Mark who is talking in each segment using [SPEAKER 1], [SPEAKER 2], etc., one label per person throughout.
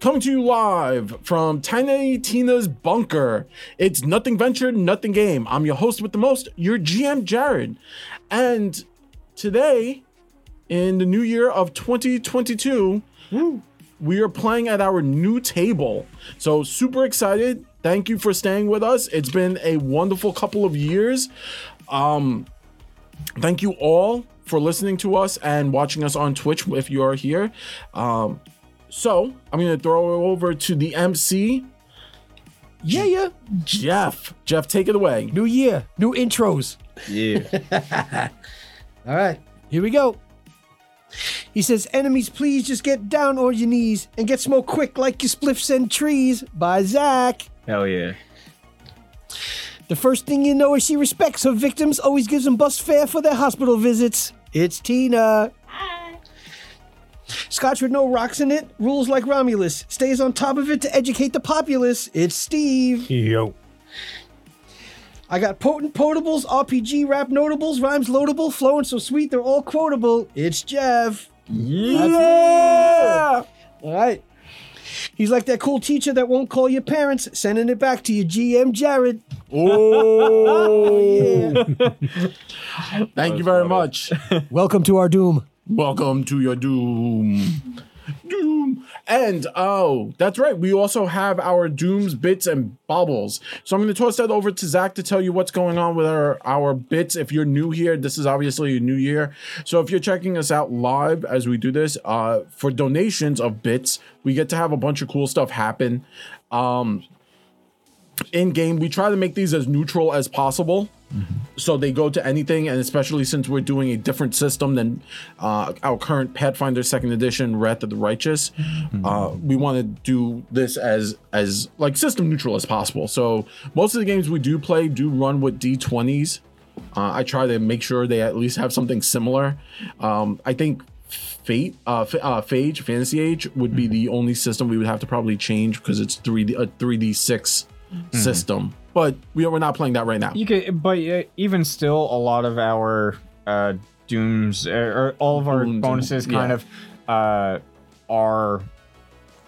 [SPEAKER 1] coming to you live from Tiny Tina's bunker. It's nothing ventured, nothing game. I'm your host with the most, your GM Jared. And today, in the new year of 2022, we are playing at our new table. So, super excited. Thank you for staying with us. It's been a wonderful couple of years. Um, thank you all for listening to us and watching us on Twitch if you are here. Um, so, I'm going to throw it over to the MC.
[SPEAKER 2] Yeah, yeah.
[SPEAKER 1] Jeff, Jeff, take it away.
[SPEAKER 2] New year, new intros.
[SPEAKER 3] Yeah.
[SPEAKER 4] All right.
[SPEAKER 2] Here we go. He says, Enemies, please just get down on your knees and get smoked quick like your spliffs and trees by Zach.
[SPEAKER 3] Hell yeah.
[SPEAKER 2] The first thing you know is she respects her victims, always gives them bus fare for their hospital visits. It's Tina. Scotch with no rocks in it, rules like Romulus, stays on top of it to educate the populace. It's Steve.
[SPEAKER 5] Yo.
[SPEAKER 2] I got potent potables, RPG rap notables, rhymes loadable, flowing so sweet they're all quotable. It's Jeff.
[SPEAKER 1] Yeah.
[SPEAKER 2] All right. He's like that cool teacher that won't call your parents, sending it back to your GM Jared.
[SPEAKER 1] Oh,
[SPEAKER 2] Yeah.
[SPEAKER 1] thank you very much.
[SPEAKER 2] Welcome to our doom.
[SPEAKER 1] Welcome to your doom. Doom. And oh, that's right. We also have our dooms, bits, and bobbles. So I'm going to toss that over to Zach to tell you what's going on with our, our bits. If you're new here, this is obviously a new year. So if you're checking us out live as we do this, uh, for donations of bits, we get to have a bunch of cool stuff happen. Um, in game, we try to make these as neutral as possible so they go to anything and especially since we're doing a different system than uh, our current pathfinder second edition wrath of the righteous uh, we want to do this as as like system neutral as possible so most of the games we do play do run with d20s uh, i try to make sure they at least have something similar um, i think fate uh, F- uh phage fantasy age would be the only system we would have to probably change because it's 3d a 3d6 system but we are, we're not playing that right now
[SPEAKER 3] You could, but uh, even still, a lot of our uh, dooms uh, or all of our
[SPEAKER 1] Dooms and-
[SPEAKER 3] bonuses kind
[SPEAKER 1] yeah.
[SPEAKER 3] of uh, are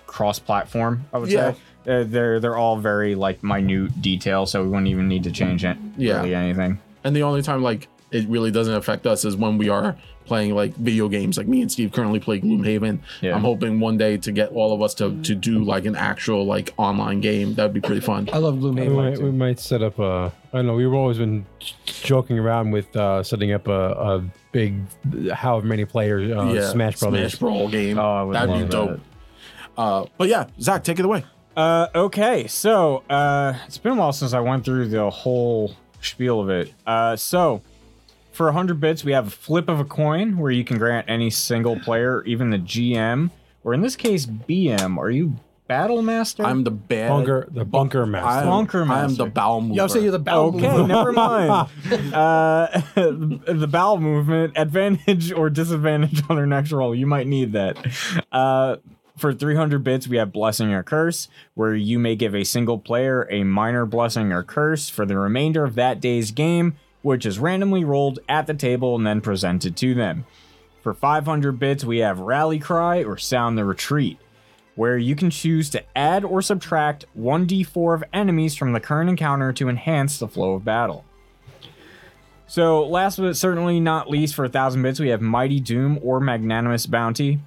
[SPEAKER 3] cross-platform. I would
[SPEAKER 1] Yeah.
[SPEAKER 3] say uh, they're they're all very like minute detail, so we wouldn't even need to change it.
[SPEAKER 1] Yeah.
[SPEAKER 3] really anything.
[SPEAKER 1] and the only time like it really doesn't affect us is when we are playing like video games like me and steve currently play gloomhaven
[SPEAKER 3] Yeah.
[SPEAKER 1] i'm hoping one day to get all of us to to do like an actual like online game that'd be pretty fun
[SPEAKER 2] I love
[SPEAKER 5] We
[SPEAKER 2] Gloomhaven.
[SPEAKER 5] might, we might set up a. I don't know. We've always been j- joking around with uh, setting up a, a big, however many player uh, Smash Brothers.
[SPEAKER 1] smash brawl game
[SPEAKER 3] Oh, I would
[SPEAKER 1] that'd be
[SPEAKER 3] love
[SPEAKER 1] dope
[SPEAKER 3] that.
[SPEAKER 1] uh but yeah zach take it away
[SPEAKER 3] Uh, okay, so uh, it's been a while since I went through the whole spiel of it. Uh, so for 100 bits, we have a flip of a coin where you can grant any single player, even the GM, or in this case, BM. Are you Battle Master?
[SPEAKER 1] i'm the bad
[SPEAKER 5] bunker, the bunker
[SPEAKER 1] I'm,
[SPEAKER 5] master.
[SPEAKER 3] Bunker
[SPEAKER 1] I'm
[SPEAKER 3] master.
[SPEAKER 1] the bowel mover.
[SPEAKER 2] Y'all say you're the bowel
[SPEAKER 3] Okay, never mind. Uh, the bowel movement, advantage or disadvantage on their next roll. You might need that. Uh, for 300 bits, we have Blessing or Curse, where you may give a single player a minor blessing or curse for the remainder of that day's game, which is randomly rolled at the table and then presented to them. For 500 bits, we have Rally Cry or Sound the Retreat where you can choose to add or subtract 1d4 of enemies from the current encounter to enhance the flow of battle. So, last but certainly not least, for 1,000 bits, we have Mighty Doom or Magnanimous Bounty.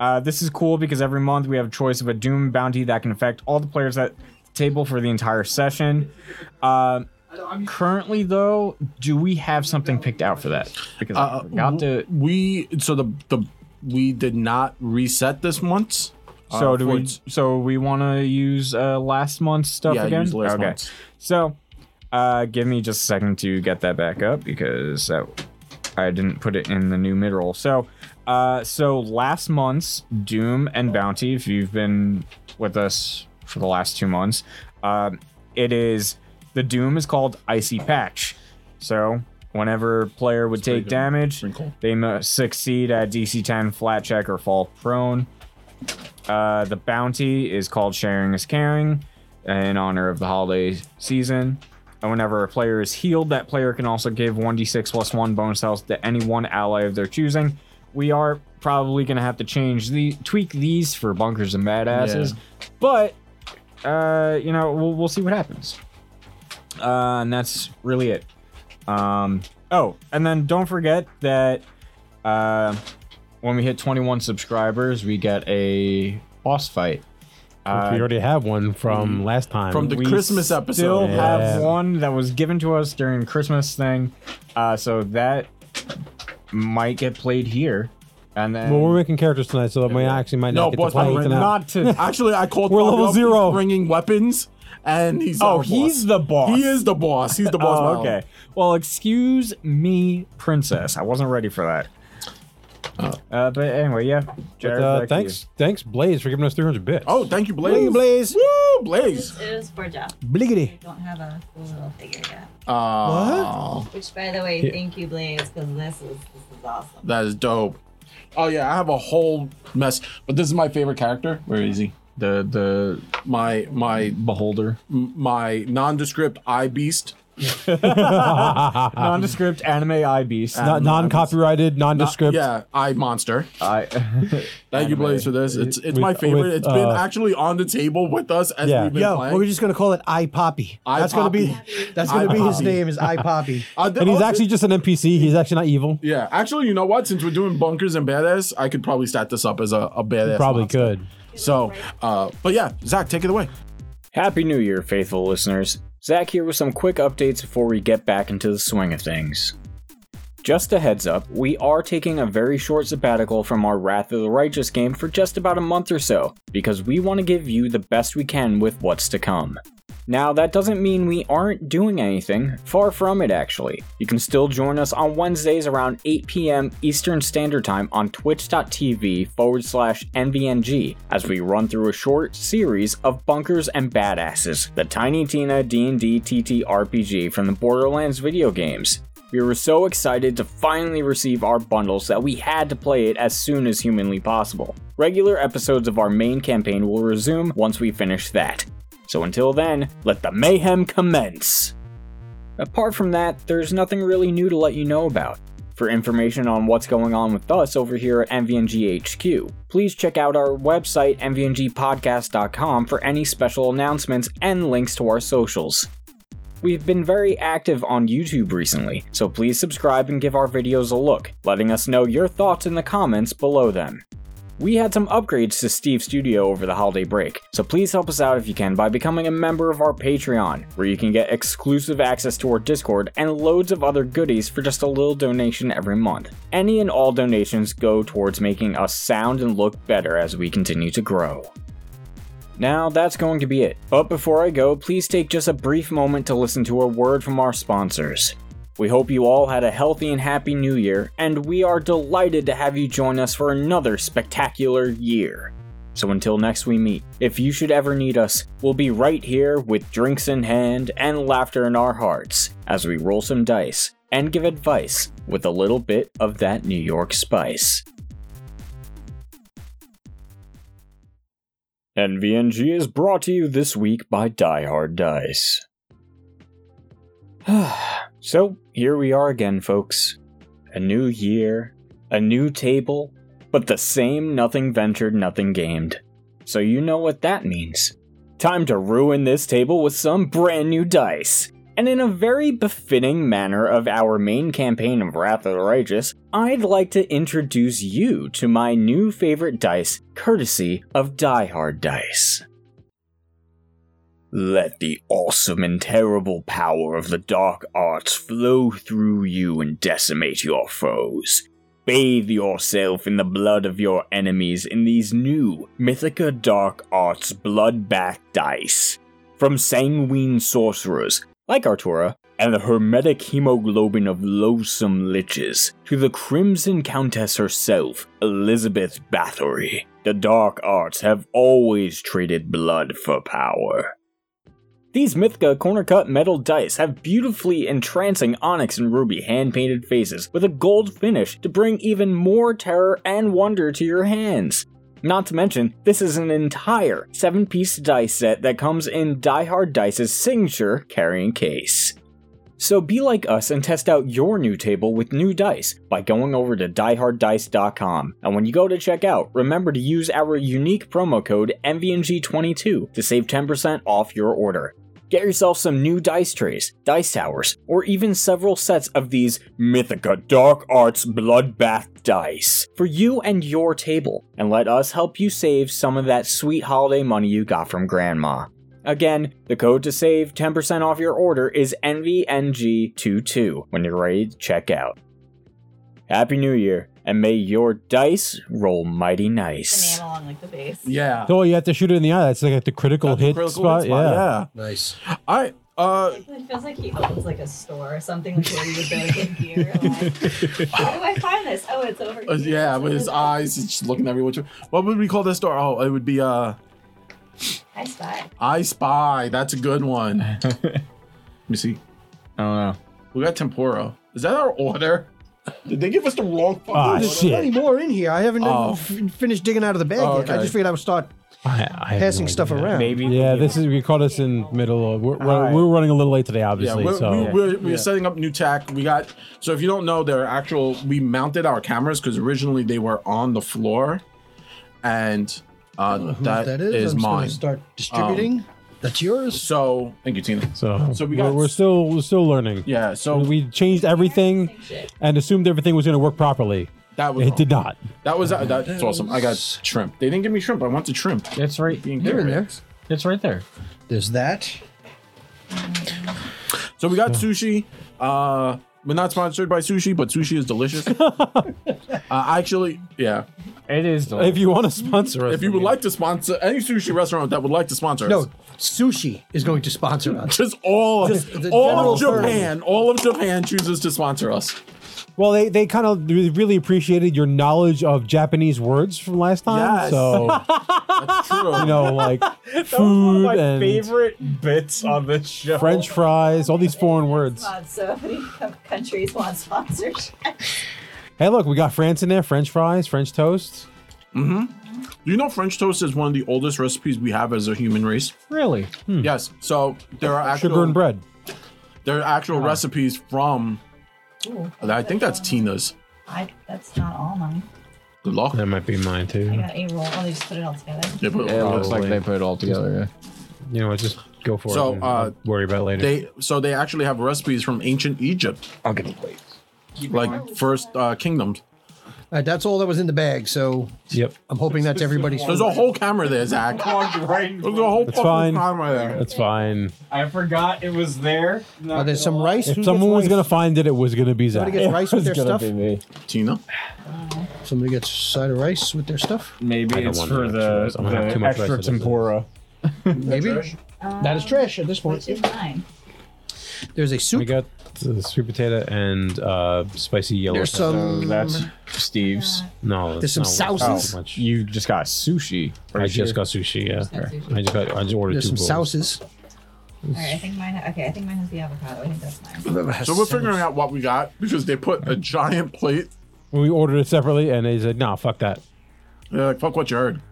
[SPEAKER 3] Uh, this is cool because every month we have a choice of a Doom bounty that can affect all the players at the table for the entire session. Uh, currently, though, do we have something picked out for that? Because
[SPEAKER 1] Uh,
[SPEAKER 3] I forgot to.
[SPEAKER 1] we so the the we did not reset this once
[SPEAKER 3] So
[SPEAKER 1] uh,
[SPEAKER 3] do
[SPEAKER 1] for
[SPEAKER 3] we?
[SPEAKER 1] its-
[SPEAKER 3] So we want to use uh, last month's stuff
[SPEAKER 1] Yeah,
[SPEAKER 3] again.
[SPEAKER 1] use last month's.
[SPEAKER 3] So, uh, give me just a second to get that back up because that, I didn't put it in the new midroll. So, uh, so last month's Doom and Bounty. If you've been with us for the last two months, uh, it is the Doom is called Icy Patch. So. Whenever a player would take damage,
[SPEAKER 1] Wrinkle.
[SPEAKER 3] they must succeed at DC 10 flat check or fall prone. Uh, the bounty is called Sharing is Caring in honor of the holiday season. And whenever a player is healed, that player can also give 1d6 plus 1 bonus health to any one ally of their choosing. We are probably going to have to change the tweak these for bunkers and badasses But uh, you know, we'll, we'll see what happens. Uh, and that's really it. Um, oh, and then don't forget that uh, when we hit 21 subscribers, we get a boss fight. Uh,
[SPEAKER 5] we already have one from last time.
[SPEAKER 1] From the
[SPEAKER 3] we
[SPEAKER 1] Christmas
[SPEAKER 3] still
[SPEAKER 1] episode.
[SPEAKER 3] have
[SPEAKER 5] Yeah.
[SPEAKER 3] one that was given to us during Christmas thing, uh, so that might get played here, and then
[SPEAKER 5] well, we're making characters tonight, so that might actually might not
[SPEAKER 1] No,
[SPEAKER 5] get
[SPEAKER 1] but
[SPEAKER 5] to play
[SPEAKER 1] we're
[SPEAKER 5] tonight.
[SPEAKER 3] not to.
[SPEAKER 1] Actually, I called.
[SPEAKER 5] We're
[SPEAKER 1] Bobby
[SPEAKER 5] level
[SPEAKER 1] up. He's
[SPEAKER 5] zero.
[SPEAKER 1] Bringing weapons, and he's
[SPEAKER 3] Oh,
[SPEAKER 1] our
[SPEAKER 3] he's the boss.
[SPEAKER 1] He is the boss. He's the boss.
[SPEAKER 3] Oh,
[SPEAKER 1] Mallow.
[SPEAKER 3] okay. Well, excuse me, princess. I wasn't ready for that. Uh, but anyway, yeah. Jared,
[SPEAKER 5] But,
[SPEAKER 3] back
[SPEAKER 5] uh,
[SPEAKER 3] to you.
[SPEAKER 5] thanks, thanks, Blaze, for giving us 300 bits.
[SPEAKER 1] Oh, thank you, Blaze.
[SPEAKER 2] Bling Blaze.
[SPEAKER 1] Woo, Blaze.
[SPEAKER 6] This is for Jeff.
[SPEAKER 2] Bliggity.
[SPEAKER 6] We don't have a cool little figure yet.
[SPEAKER 1] Uh,
[SPEAKER 6] Which, by the way, thank you, Blaze, because this is this is awesome.
[SPEAKER 1] That is dope. Oh yeah, I have a whole mess. But this is my favorite character. Where is he? The the my my
[SPEAKER 3] Beholder.
[SPEAKER 1] my nondescript eye beast.
[SPEAKER 3] Nondescript anime eye beast.
[SPEAKER 5] Ah. Not non-copyrighted, nondescript.
[SPEAKER 1] Yeah, eye monster.
[SPEAKER 3] I-
[SPEAKER 1] Thank you, Blaze, for this. It's it's my
[SPEAKER 5] With-
[SPEAKER 1] favorite.
[SPEAKER 5] with,
[SPEAKER 1] it's been
[SPEAKER 5] uh,
[SPEAKER 1] actually on the table with us as
[SPEAKER 5] Yeah.
[SPEAKER 1] we've been
[SPEAKER 2] Yo,
[SPEAKER 1] playing.
[SPEAKER 2] Oh, we're just gonna call it I Poppy.
[SPEAKER 1] I
[SPEAKER 2] that's gonna be
[SPEAKER 1] Poppy.
[SPEAKER 2] that's gonna be his
[SPEAKER 1] Poppy.
[SPEAKER 2] name is I Poppy.
[SPEAKER 1] Uh, th-
[SPEAKER 5] And he's
[SPEAKER 1] oh,
[SPEAKER 5] actually just an NPC. He's actually not evil.
[SPEAKER 1] Yeah, actually, you know what? Since we're doing bunkers and badass, I could probably start this up as a, a badass.
[SPEAKER 5] Probably
[SPEAKER 1] monster.
[SPEAKER 5] could.
[SPEAKER 1] So, uh, but yeah, Zach, take it away.
[SPEAKER 3] Happy New Year, faithful listeners. Zach here with some quick updates before we get back into the swing of things. Just a heads up, we are taking a very short sabbatical from our Wrath of the Righteous game for just about a month or so, because we want to give you the best we can with what's to come. Now, that doesn't mean we aren't doing anything, far from it actually. You can still join us on Wednesdays around 8 p.m. Eastern Standard Time on twitch.tv forward slash NVNG as we run through a short series of Bunkers and Badasses, the Tiny Tina D&D TTRPG from the Borderlands video games. We were so excited to finally receive our bundles that we had to play it as soon as humanly possible. Regular episodes of our main campaign will resume once we finish that. So until then, let the mayhem commence! Apart from that, there's nothing really new to let you know about. For information on what's going on with us over here at MVNG HQ, please check out our website, mvngpodcast.com, for any special announcements and links to our socials. We've been very active on YouTube recently, so please subscribe and give our videos a look, letting us know your thoughts in the comments below them. We had some upgrades to Steve's studio over the holiday break, so please help us out if you can by becoming a member of our Patreon, where you can get exclusive access to our Discord and loads of other goodies for just a little donation every month. Any and all donations go towards making us sound and look better as we continue to grow. Now, that's going to be it. But before I go, please take just a brief moment to listen to a word from our sponsors. We hope you all had a healthy and happy new year, and we are delighted to have you join us for another spectacular year. So until next we meet, if you should ever need us, we'll be right here with drinks in hand and laughter in our hearts as we roll some dice and give advice with a little bit of that New York spice. NVNG is brought to you this week by Die Hard Dice. so, here we are again, folks. A new year, a new table, but the same nothing ventured, nothing gamed. So, you know what that means. Time to ruin this table with some brand new dice. And in a very befitting manner of our main campaign of Wrath of the Righteous, I'd like to introduce you to my new favorite dice, courtesy of Die Hard Dice. Let the awesome and terrible power of the dark arts flow through you and decimate your foes. Bathe yourself in the blood of your enemies in these new Mythica Dark Arts Bloodbath dice. From sanguine sorcerers like Artura and the hermetic hemoglobin of loathsome liches to the Crimson Countess herself, Elizabeth Bathory, the dark arts have always traded blood for power. These Mythica corner cut metal dice have beautifully entrancing onyx and ruby hand painted faces with a gold finish to bring even more terror and wonder to your hands. Not to mention, this is an entire 7 piece dice set that comes in Die Hard Dice's signature carrying case.
[SPEAKER 7] So be like us and test out your new table with new dice by going over to dieharddice.com. And when you go to check out, remember to use our unique promo code MVNG22 to save 10% off your order. Get yourself some new dice trays, dice towers, or even several sets of these Mythica Dark Arts Bloodbath dice for you and your table, and let us help you save some of that sweet holiday money you got from Grandma. Again, the code to save 10% off your order is NVNG22 when you're ready to check out. Happy New Year, and may your dice roll mighty
[SPEAKER 6] The
[SPEAKER 7] nice.
[SPEAKER 6] name along like the base.
[SPEAKER 1] Yeah.
[SPEAKER 5] Oh, you have to shoot it in the eye. That's like at the critical hit spot. yeah.
[SPEAKER 4] Nice.
[SPEAKER 1] yeah. All right. Uh,
[SPEAKER 6] It feels like he owns like a store or something like where you would go to get gear. Like, how do I find this? Oh, it's over
[SPEAKER 1] Uh,
[SPEAKER 6] here.
[SPEAKER 1] yeah, with his eyes, he's just looking everywhere. What would we call this door? Oh, it would be uh,
[SPEAKER 6] I spy.
[SPEAKER 1] I Spy. That's a good one. Let me see.
[SPEAKER 3] I don't know.
[SPEAKER 1] We got Temporo. Is that our order? Did they give us the wrong fucking
[SPEAKER 5] Ah,
[SPEAKER 1] order?
[SPEAKER 2] There's plenty
[SPEAKER 5] shit.
[SPEAKER 2] more in here. I haven't
[SPEAKER 1] Oh.
[SPEAKER 2] even f- finished digging out of the bag
[SPEAKER 1] Oh,
[SPEAKER 2] yet. I
[SPEAKER 1] okay.
[SPEAKER 2] just figured I would start
[SPEAKER 5] I, I have
[SPEAKER 2] passing
[SPEAKER 5] no
[SPEAKER 2] stuff
[SPEAKER 5] idea.
[SPEAKER 2] around.
[SPEAKER 3] Maybe.
[SPEAKER 5] Yeah, this is we caught us in middle. Of, we're, we're,
[SPEAKER 3] Alright.
[SPEAKER 5] we're running a little late today,
[SPEAKER 1] Yeah,
[SPEAKER 5] obviously.
[SPEAKER 1] we're,
[SPEAKER 5] so
[SPEAKER 1] we're, we're, we're setting up new tack. We got so if you don't know, they're actual. We mounted our cameras because originally they were on the floor, and uh,
[SPEAKER 4] Who
[SPEAKER 1] that is
[SPEAKER 4] I'm just gonna
[SPEAKER 1] mine. Oh.
[SPEAKER 4] Start distributing. That's yours.
[SPEAKER 1] So thank you, Tina.
[SPEAKER 5] so,
[SPEAKER 1] So we
[SPEAKER 5] we
[SPEAKER 1] got-
[SPEAKER 5] are we're still we're still learning.
[SPEAKER 1] Yeah, so
[SPEAKER 5] we changed everything
[SPEAKER 6] Shit.
[SPEAKER 5] and assumed everything was going to work properly.
[SPEAKER 1] that was
[SPEAKER 5] It did not.
[SPEAKER 1] That was that's awesome. I got shrimp. They didn't give me shrimp. I wanted shrimp.
[SPEAKER 3] It's right.
[SPEAKER 1] Being
[SPEAKER 4] They're in there.
[SPEAKER 1] carrots.
[SPEAKER 3] It's right there.
[SPEAKER 4] There's that.
[SPEAKER 1] So we got sushi. Uh, we're not sponsored by sushi, but sushi is delicious. uh, actually, yeah.
[SPEAKER 3] It is.
[SPEAKER 5] If you want to sponsor us,
[SPEAKER 1] If you would like to sponsor any sushi restaurant that would like to sponsor us,
[SPEAKER 4] No, sushi is going to sponsor us.
[SPEAKER 1] just all of
[SPEAKER 4] the
[SPEAKER 1] all of
[SPEAKER 4] general
[SPEAKER 1] Japan, all of Japan chooses to sponsor us.
[SPEAKER 5] well, they, they kind of re- really appreciated your knowledge of Japanese words from last time.
[SPEAKER 1] Yes.
[SPEAKER 5] So
[SPEAKER 1] That's true.
[SPEAKER 5] you know, like food
[SPEAKER 3] my
[SPEAKER 5] and
[SPEAKER 3] favorite bits on this show.
[SPEAKER 5] French fries, all these foreign words.
[SPEAKER 6] God, so many co- countries want sponsorship.
[SPEAKER 5] Hey, look, we got France in there. French fries, French toast.
[SPEAKER 1] you know, French toast is one of the oldest recipes we have as a human race.
[SPEAKER 3] Really?
[SPEAKER 1] Yes. So there are actual
[SPEAKER 5] sugar and bread.
[SPEAKER 1] There are actual recipes from.
[SPEAKER 6] Ooh,
[SPEAKER 1] I think that's Tina's.
[SPEAKER 6] I, that's not all mine.
[SPEAKER 1] Good luck.
[SPEAKER 5] might be mine
[SPEAKER 6] I
[SPEAKER 5] too.
[SPEAKER 6] got a roll. Oh, they just put it all together.
[SPEAKER 1] They put-
[SPEAKER 3] It looks like
[SPEAKER 5] Probably.
[SPEAKER 3] they put it all together.
[SPEAKER 5] You know, what, just go for
[SPEAKER 1] So,
[SPEAKER 5] it. and
[SPEAKER 1] uh,
[SPEAKER 5] I'll worry about it later.
[SPEAKER 1] They so they actually have recipes from ancient Egypt,
[SPEAKER 3] I'll get a plate.
[SPEAKER 1] like first uh, kingdoms.
[SPEAKER 4] All right, that's all that was in the bag. So
[SPEAKER 5] yep,
[SPEAKER 4] I'm hoping that's everybody's.
[SPEAKER 1] There's a whole camera there, Zach. There's a whole fucking
[SPEAKER 5] fine.
[SPEAKER 1] camera there.
[SPEAKER 5] that's fine.
[SPEAKER 3] I forgot it was there.
[SPEAKER 4] Are there some rice?
[SPEAKER 5] If
[SPEAKER 4] Who
[SPEAKER 5] someone
[SPEAKER 4] gets
[SPEAKER 5] was
[SPEAKER 4] rice?
[SPEAKER 5] gonna find it, it was gonna be Zach.
[SPEAKER 4] somebody gets rice with their stuff.
[SPEAKER 3] me.
[SPEAKER 1] Tina,
[SPEAKER 4] Somebody gets a side of rice with their stuff.
[SPEAKER 3] Maybe
[SPEAKER 5] don't
[SPEAKER 3] it's
[SPEAKER 5] want
[SPEAKER 3] for
[SPEAKER 5] to
[SPEAKER 3] the,
[SPEAKER 5] actually- I'm gonna have
[SPEAKER 3] the
[SPEAKER 5] too much rice
[SPEAKER 3] extra
[SPEAKER 5] with this.
[SPEAKER 3] tempura.
[SPEAKER 4] Maybe that is trash at this point.
[SPEAKER 6] Which is mine.
[SPEAKER 4] There's a
[SPEAKER 5] We
[SPEAKER 4] soup.
[SPEAKER 5] got the sweet potato and uh, spicy yellow.
[SPEAKER 4] There's
[SPEAKER 5] pepper.
[SPEAKER 4] some.
[SPEAKER 3] That's Steve's.
[SPEAKER 5] no,
[SPEAKER 4] there's
[SPEAKER 5] that's
[SPEAKER 4] some
[SPEAKER 5] not what-
[SPEAKER 4] sauces.
[SPEAKER 5] oh, much.
[SPEAKER 3] You just got sushi.
[SPEAKER 5] I just got sushi. Yeah,
[SPEAKER 6] That's sushi.
[SPEAKER 5] I just got. I just ordered
[SPEAKER 4] There's
[SPEAKER 5] two
[SPEAKER 4] some
[SPEAKER 5] bowls.
[SPEAKER 4] sauces.
[SPEAKER 6] All right, I think mine. Okay, I think mine has the avocado. I think that's mine.
[SPEAKER 1] so we're figuring out what we got because they put a giant plate.
[SPEAKER 5] We ordered it separately, and they said, "Nah, fuck that."
[SPEAKER 1] They're like, fuck what you heard.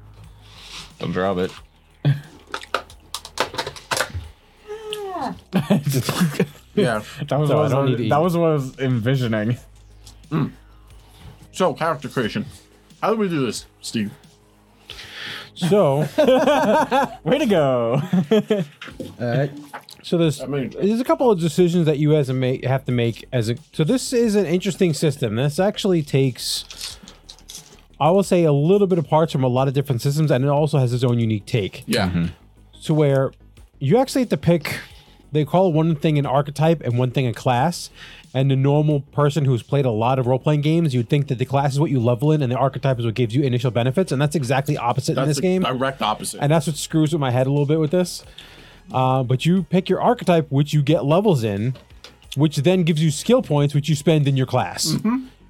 [SPEAKER 3] Don't drop it.
[SPEAKER 6] Ah,
[SPEAKER 1] Yeah.
[SPEAKER 3] That was what I
[SPEAKER 5] So I
[SPEAKER 3] was,
[SPEAKER 5] don't need to eat.
[SPEAKER 3] that was what I was envisioning.
[SPEAKER 1] So character creation. How do we do this, Steve?
[SPEAKER 5] So,
[SPEAKER 3] Way to go.
[SPEAKER 4] All right.
[SPEAKER 5] so there's
[SPEAKER 1] mean-
[SPEAKER 5] there's a couple of decisions that you as a make have to make as a. So this is an interesting system. This actually takes. I will say a little bit of parts from a lot of different systems, and it also has its own unique take.
[SPEAKER 1] Yeah.
[SPEAKER 3] Mm-hmm.
[SPEAKER 5] to where you actually have to pick they call one thing an archetype and one thing a class and the normal person who's played a lot of role-playing games you'd think that the class is what you level in and the archetype is what gives you initial benefits and that's exactly opposite
[SPEAKER 1] That's
[SPEAKER 5] in this
[SPEAKER 1] the
[SPEAKER 5] game
[SPEAKER 1] direct opposite.
[SPEAKER 5] and that's what screws with my head a little bit with this uh, but you pick your archetype which you get levels in which then gives you skill points which you spend in your class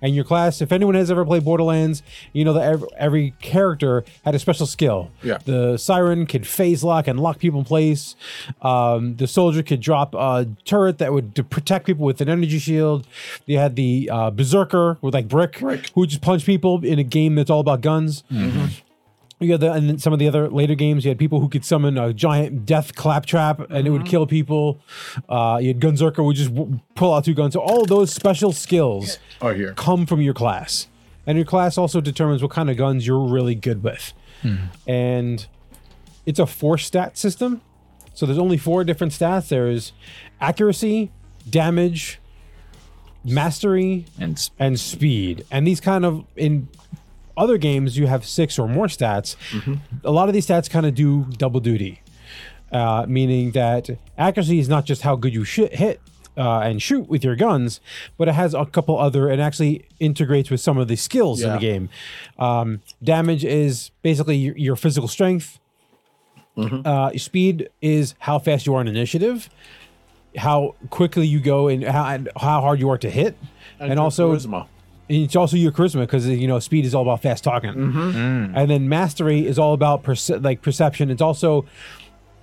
[SPEAKER 5] and your class if anyone has ever played borderlands you know that every, every character had a special skill
[SPEAKER 1] Yeah.
[SPEAKER 5] the siren could phase lock and lock people in place um, the soldier could drop a turret that would to protect people with an energy shield you had the uh, berserker with like brick,
[SPEAKER 1] Brick.
[SPEAKER 5] who would just punch people in a game that's all about guns You had the, and then some of the other later games, you had people who could summon a giant death claptrap and it would kill people. Uh, you had Gunzerker would just w- pull out two guns. So all those special skills
[SPEAKER 1] Are here.
[SPEAKER 5] come from your class, and your class also determines what kind of guns you're really good with. And it's a four stat system, so there's only four different stats. There is accuracy, damage, mastery,
[SPEAKER 3] And s-
[SPEAKER 5] and speed. And these kind of in other games you have six or more stats.
[SPEAKER 3] Mm-hmm.
[SPEAKER 5] A lot of these stats kind of do double duty, uh, meaning that accuracy is not just how good you shit, hit. Uh, and shoot with your guns, but it has a couple other and actually integrates with some of the skills in the
[SPEAKER 1] Yeah.
[SPEAKER 5] game. Um, damage is basically your, your physical strength. Uh, speed is how fast you are in initiative, how quickly you go, and how, and how hard you are to hit, and,
[SPEAKER 1] your
[SPEAKER 5] also
[SPEAKER 1] charisma.
[SPEAKER 5] and it's also your charisma because you know speed is all about fast talking,
[SPEAKER 1] Mm-hmm.
[SPEAKER 5] and then mastery is all about perce- like perception. It's also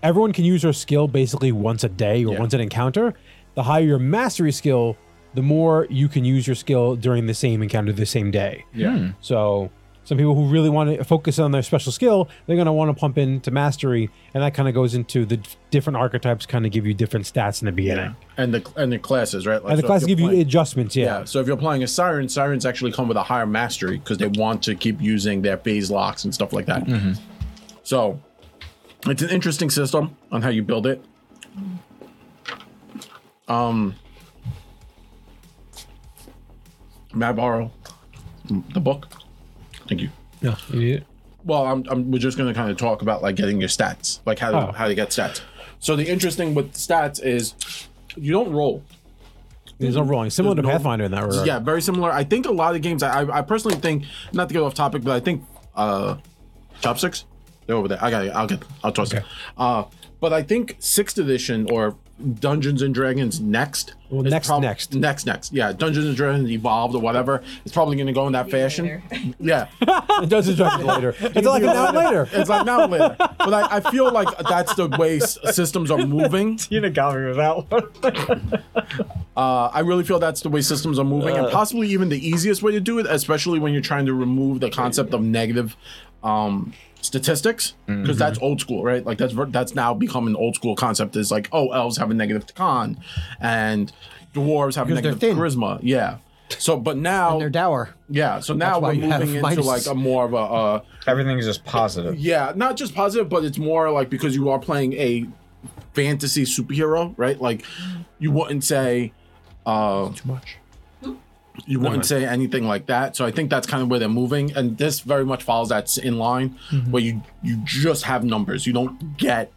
[SPEAKER 5] everyone can use their skill basically once a day or
[SPEAKER 1] Yeah.
[SPEAKER 5] once an encounter. The higher your mastery skill, the more you can use your skill during the same encounter the same day.
[SPEAKER 1] Yeah.
[SPEAKER 5] So some people who really want to focus on their special skill, they're going to want to pump into mastery, and that kind of goes into the d- different archetypes, kind of give you different stats in the beginning.
[SPEAKER 1] And the and the classes, right? Like,
[SPEAKER 5] And the
[SPEAKER 1] so if
[SPEAKER 5] classes
[SPEAKER 1] you're
[SPEAKER 5] give you
[SPEAKER 1] playing-
[SPEAKER 5] adjustments, yeah.
[SPEAKER 1] yeah. So if you're playing a siren, sirens actually come with a higher mastery because they want to keep using their phase locks and stuff like that.
[SPEAKER 5] Mm-hmm.
[SPEAKER 1] So it's an interesting system on how you build it. Um, may I borrow the book? Thank you.
[SPEAKER 5] No, you need it.
[SPEAKER 1] Well, I'm, I'm we're just gonna kind of talk about like getting your stats, like how to,
[SPEAKER 5] Oh.
[SPEAKER 1] how to get stats. So the interesting with stats is you don't roll.
[SPEAKER 5] There's no rolling. Similar
[SPEAKER 1] There's
[SPEAKER 5] to
[SPEAKER 1] no-
[SPEAKER 5] Pathfinder in that regard.
[SPEAKER 1] Yeah, very similar. I think a lot of games. I, I, I personally think not to get off topic, but I think uh, chopsticks. They're over there. I got. I'll get. I'll toss it. Uh, but I think sixth edition or Dungeons and Dragons next.
[SPEAKER 5] Well,
[SPEAKER 1] is
[SPEAKER 5] next, next.
[SPEAKER 1] next next. Yeah, Dungeons and Dragons evolved or whatever. It's probably going to go in that fashion. Yeah,
[SPEAKER 5] It does distract you later. It's like an hour later.
[SPEAKER 1] it's like now and later. But I, I feel like that's the way s- systems are moving.
[SPEAKER 3] Tina got me with that one.
[SPEAKER 1] Uh, I really feel that's the way systems are moving, and possibly even the easiest way to do it, especially when you're trying to remove the concept of negative um, statistics, because that's old school, right? Like that's ver- that's now become an old school concept. Is like, oh, elves have a negative con, and dwarves have a
[SPEAKER 2] Because they're
[SPEAKER 1] negative
[SPEAKER 2] thin.
[SPEAKER 1] charisma. Yeah. So, but now,
[SPEAKER 2] They're dour.
[SPEAKER 1] yeah. So now
[SPEAKER 2] That's why
[SPEAKER 1] we're
[SPEAKER 2] you have
[SPEAKER 1] moving into
[SPEAKER 2] minus-
[SPEAKER 1] like a more of a. Uh,
[SPEAKER 3] Everything is just positive.
[SPEAKER 1] yeah, not just positive, but it's more like because you are playing a fantasy superhero, right? Like you wouldn't say uh too much. You wouldn't say anything like that. So I think that's kind of where they're moving. And this very much follows that in line
[SPEAKER 2] Mm-hmm.
[SPEAKER 1] where you you just have numbers. You don't get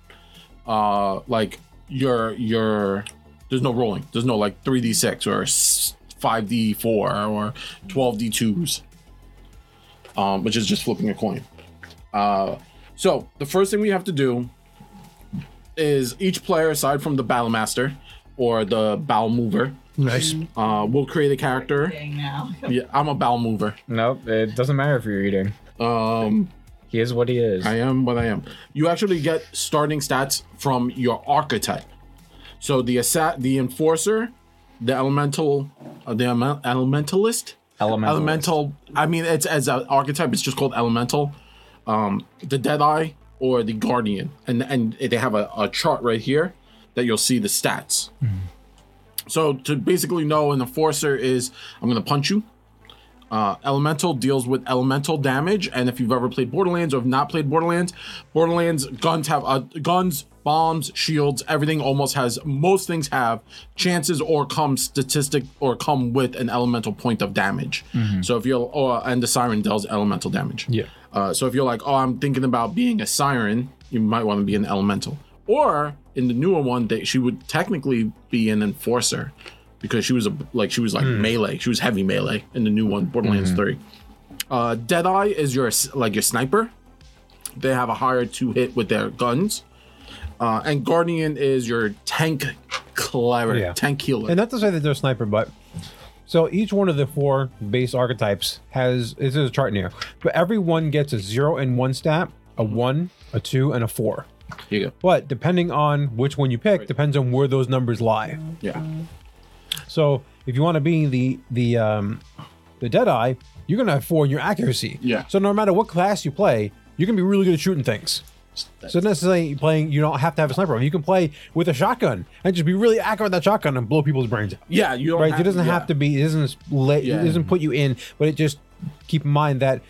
[SPEAKER 1] uh like your your there's no rolling. There's no like 3d6 or s- 5d4 or 12d2s. Um which is just flipping a coin. Uh, so the first thing we have to do is each player, aside from the battle master or the battle mover,
[SPEAKER 4] Nice.
[SPEAKER 1] uh, will create a character.
[SPEAKER 6] Thing now.
[SPEAKER 1] Yeah, I'm a battle mover.
[SPEAKER 3] Nope, it doesn't matter if you're eating.
[SPEAKER 1] Um,
[SPEAKER 3] He is what he is.
[SPEAKER 1] I am what I am. You actually get starting stats from your archetype. So the assa- the enforcer, the elemental, uh, the eme- elementalist,
[SPEAKER 3] Elementalist.
[SPEAKER 1] elemental. I mean, it's as an archetype, it's just called elemental. Um, the Deadeye or the Guardian, and and they have a, a chart right here that you'll see the stats. So to basically know an enforcer is, I'm gonna punch you. Uh, elemental deals with elemental damage, and if you've ever played Borderlands or have not played Borderlands, Borderlands guns have uh, guns, bombs, shields, everything almost has most things have chances or come statistic or come with an elemental point of damage. So if you're or and the siren deals elemental damage.
[SPEAKER 5] Yeah.
[SPEAKER 1] Uh, so if you're like, oh, I'm thinking about being a siren, you might want to be an elemental. Or in the newer one, that she would technically be an enforcer because she was a like she was like
[SPEAKER 5] Hmm.
[SPEAKER 1] melee. She was heavy melee in the new one, Borderlands Three. Uh, Deadeye is your s- like your sniper. They have a higher two hit with their guns. Uh, and Guardian is your tank cleric,
[SPEAKER 5] Yeah.
[SPEAKER 1] tank healer.
[SPEAKER 5] And not to say that they're sniper, but so each one of the four base archetypes has this is a chart in here, but every one gets a zero and one stat, a one, a two, and a four.
[SPEAKER 1] Here you go.
[SPEAKER 5] But depending on which one you pick, depends on where those numbers lie.
[SPEAKER 1] Yeah.
[SPEAKER 5] So if you want to be the the um, the Deadeye, you're gonna have four in your accuracy.
[SPEAKER 1] Yeah.
[SPEAKER 5] So no matter what class you play, You can be really good at shooting things. So not necessarily playing, you don't have to have a sniper rifle. You can play with a shotgun and just be really accurate with that shotgun and blow people's brains out.
[SPEAKER 1] Yeah, you don't.
[SPEAKER 5] Right?
[SPEAKER 1] Have,
[SPEAKER 5] it doesn't
[SPEAKER 1] yeah.
[SPEAKER 5] have to be. It doesn't let.
[SPEAKER 1] Yeah.
[SPEAKER 5] It doesn't put you in. But it just keep in mind that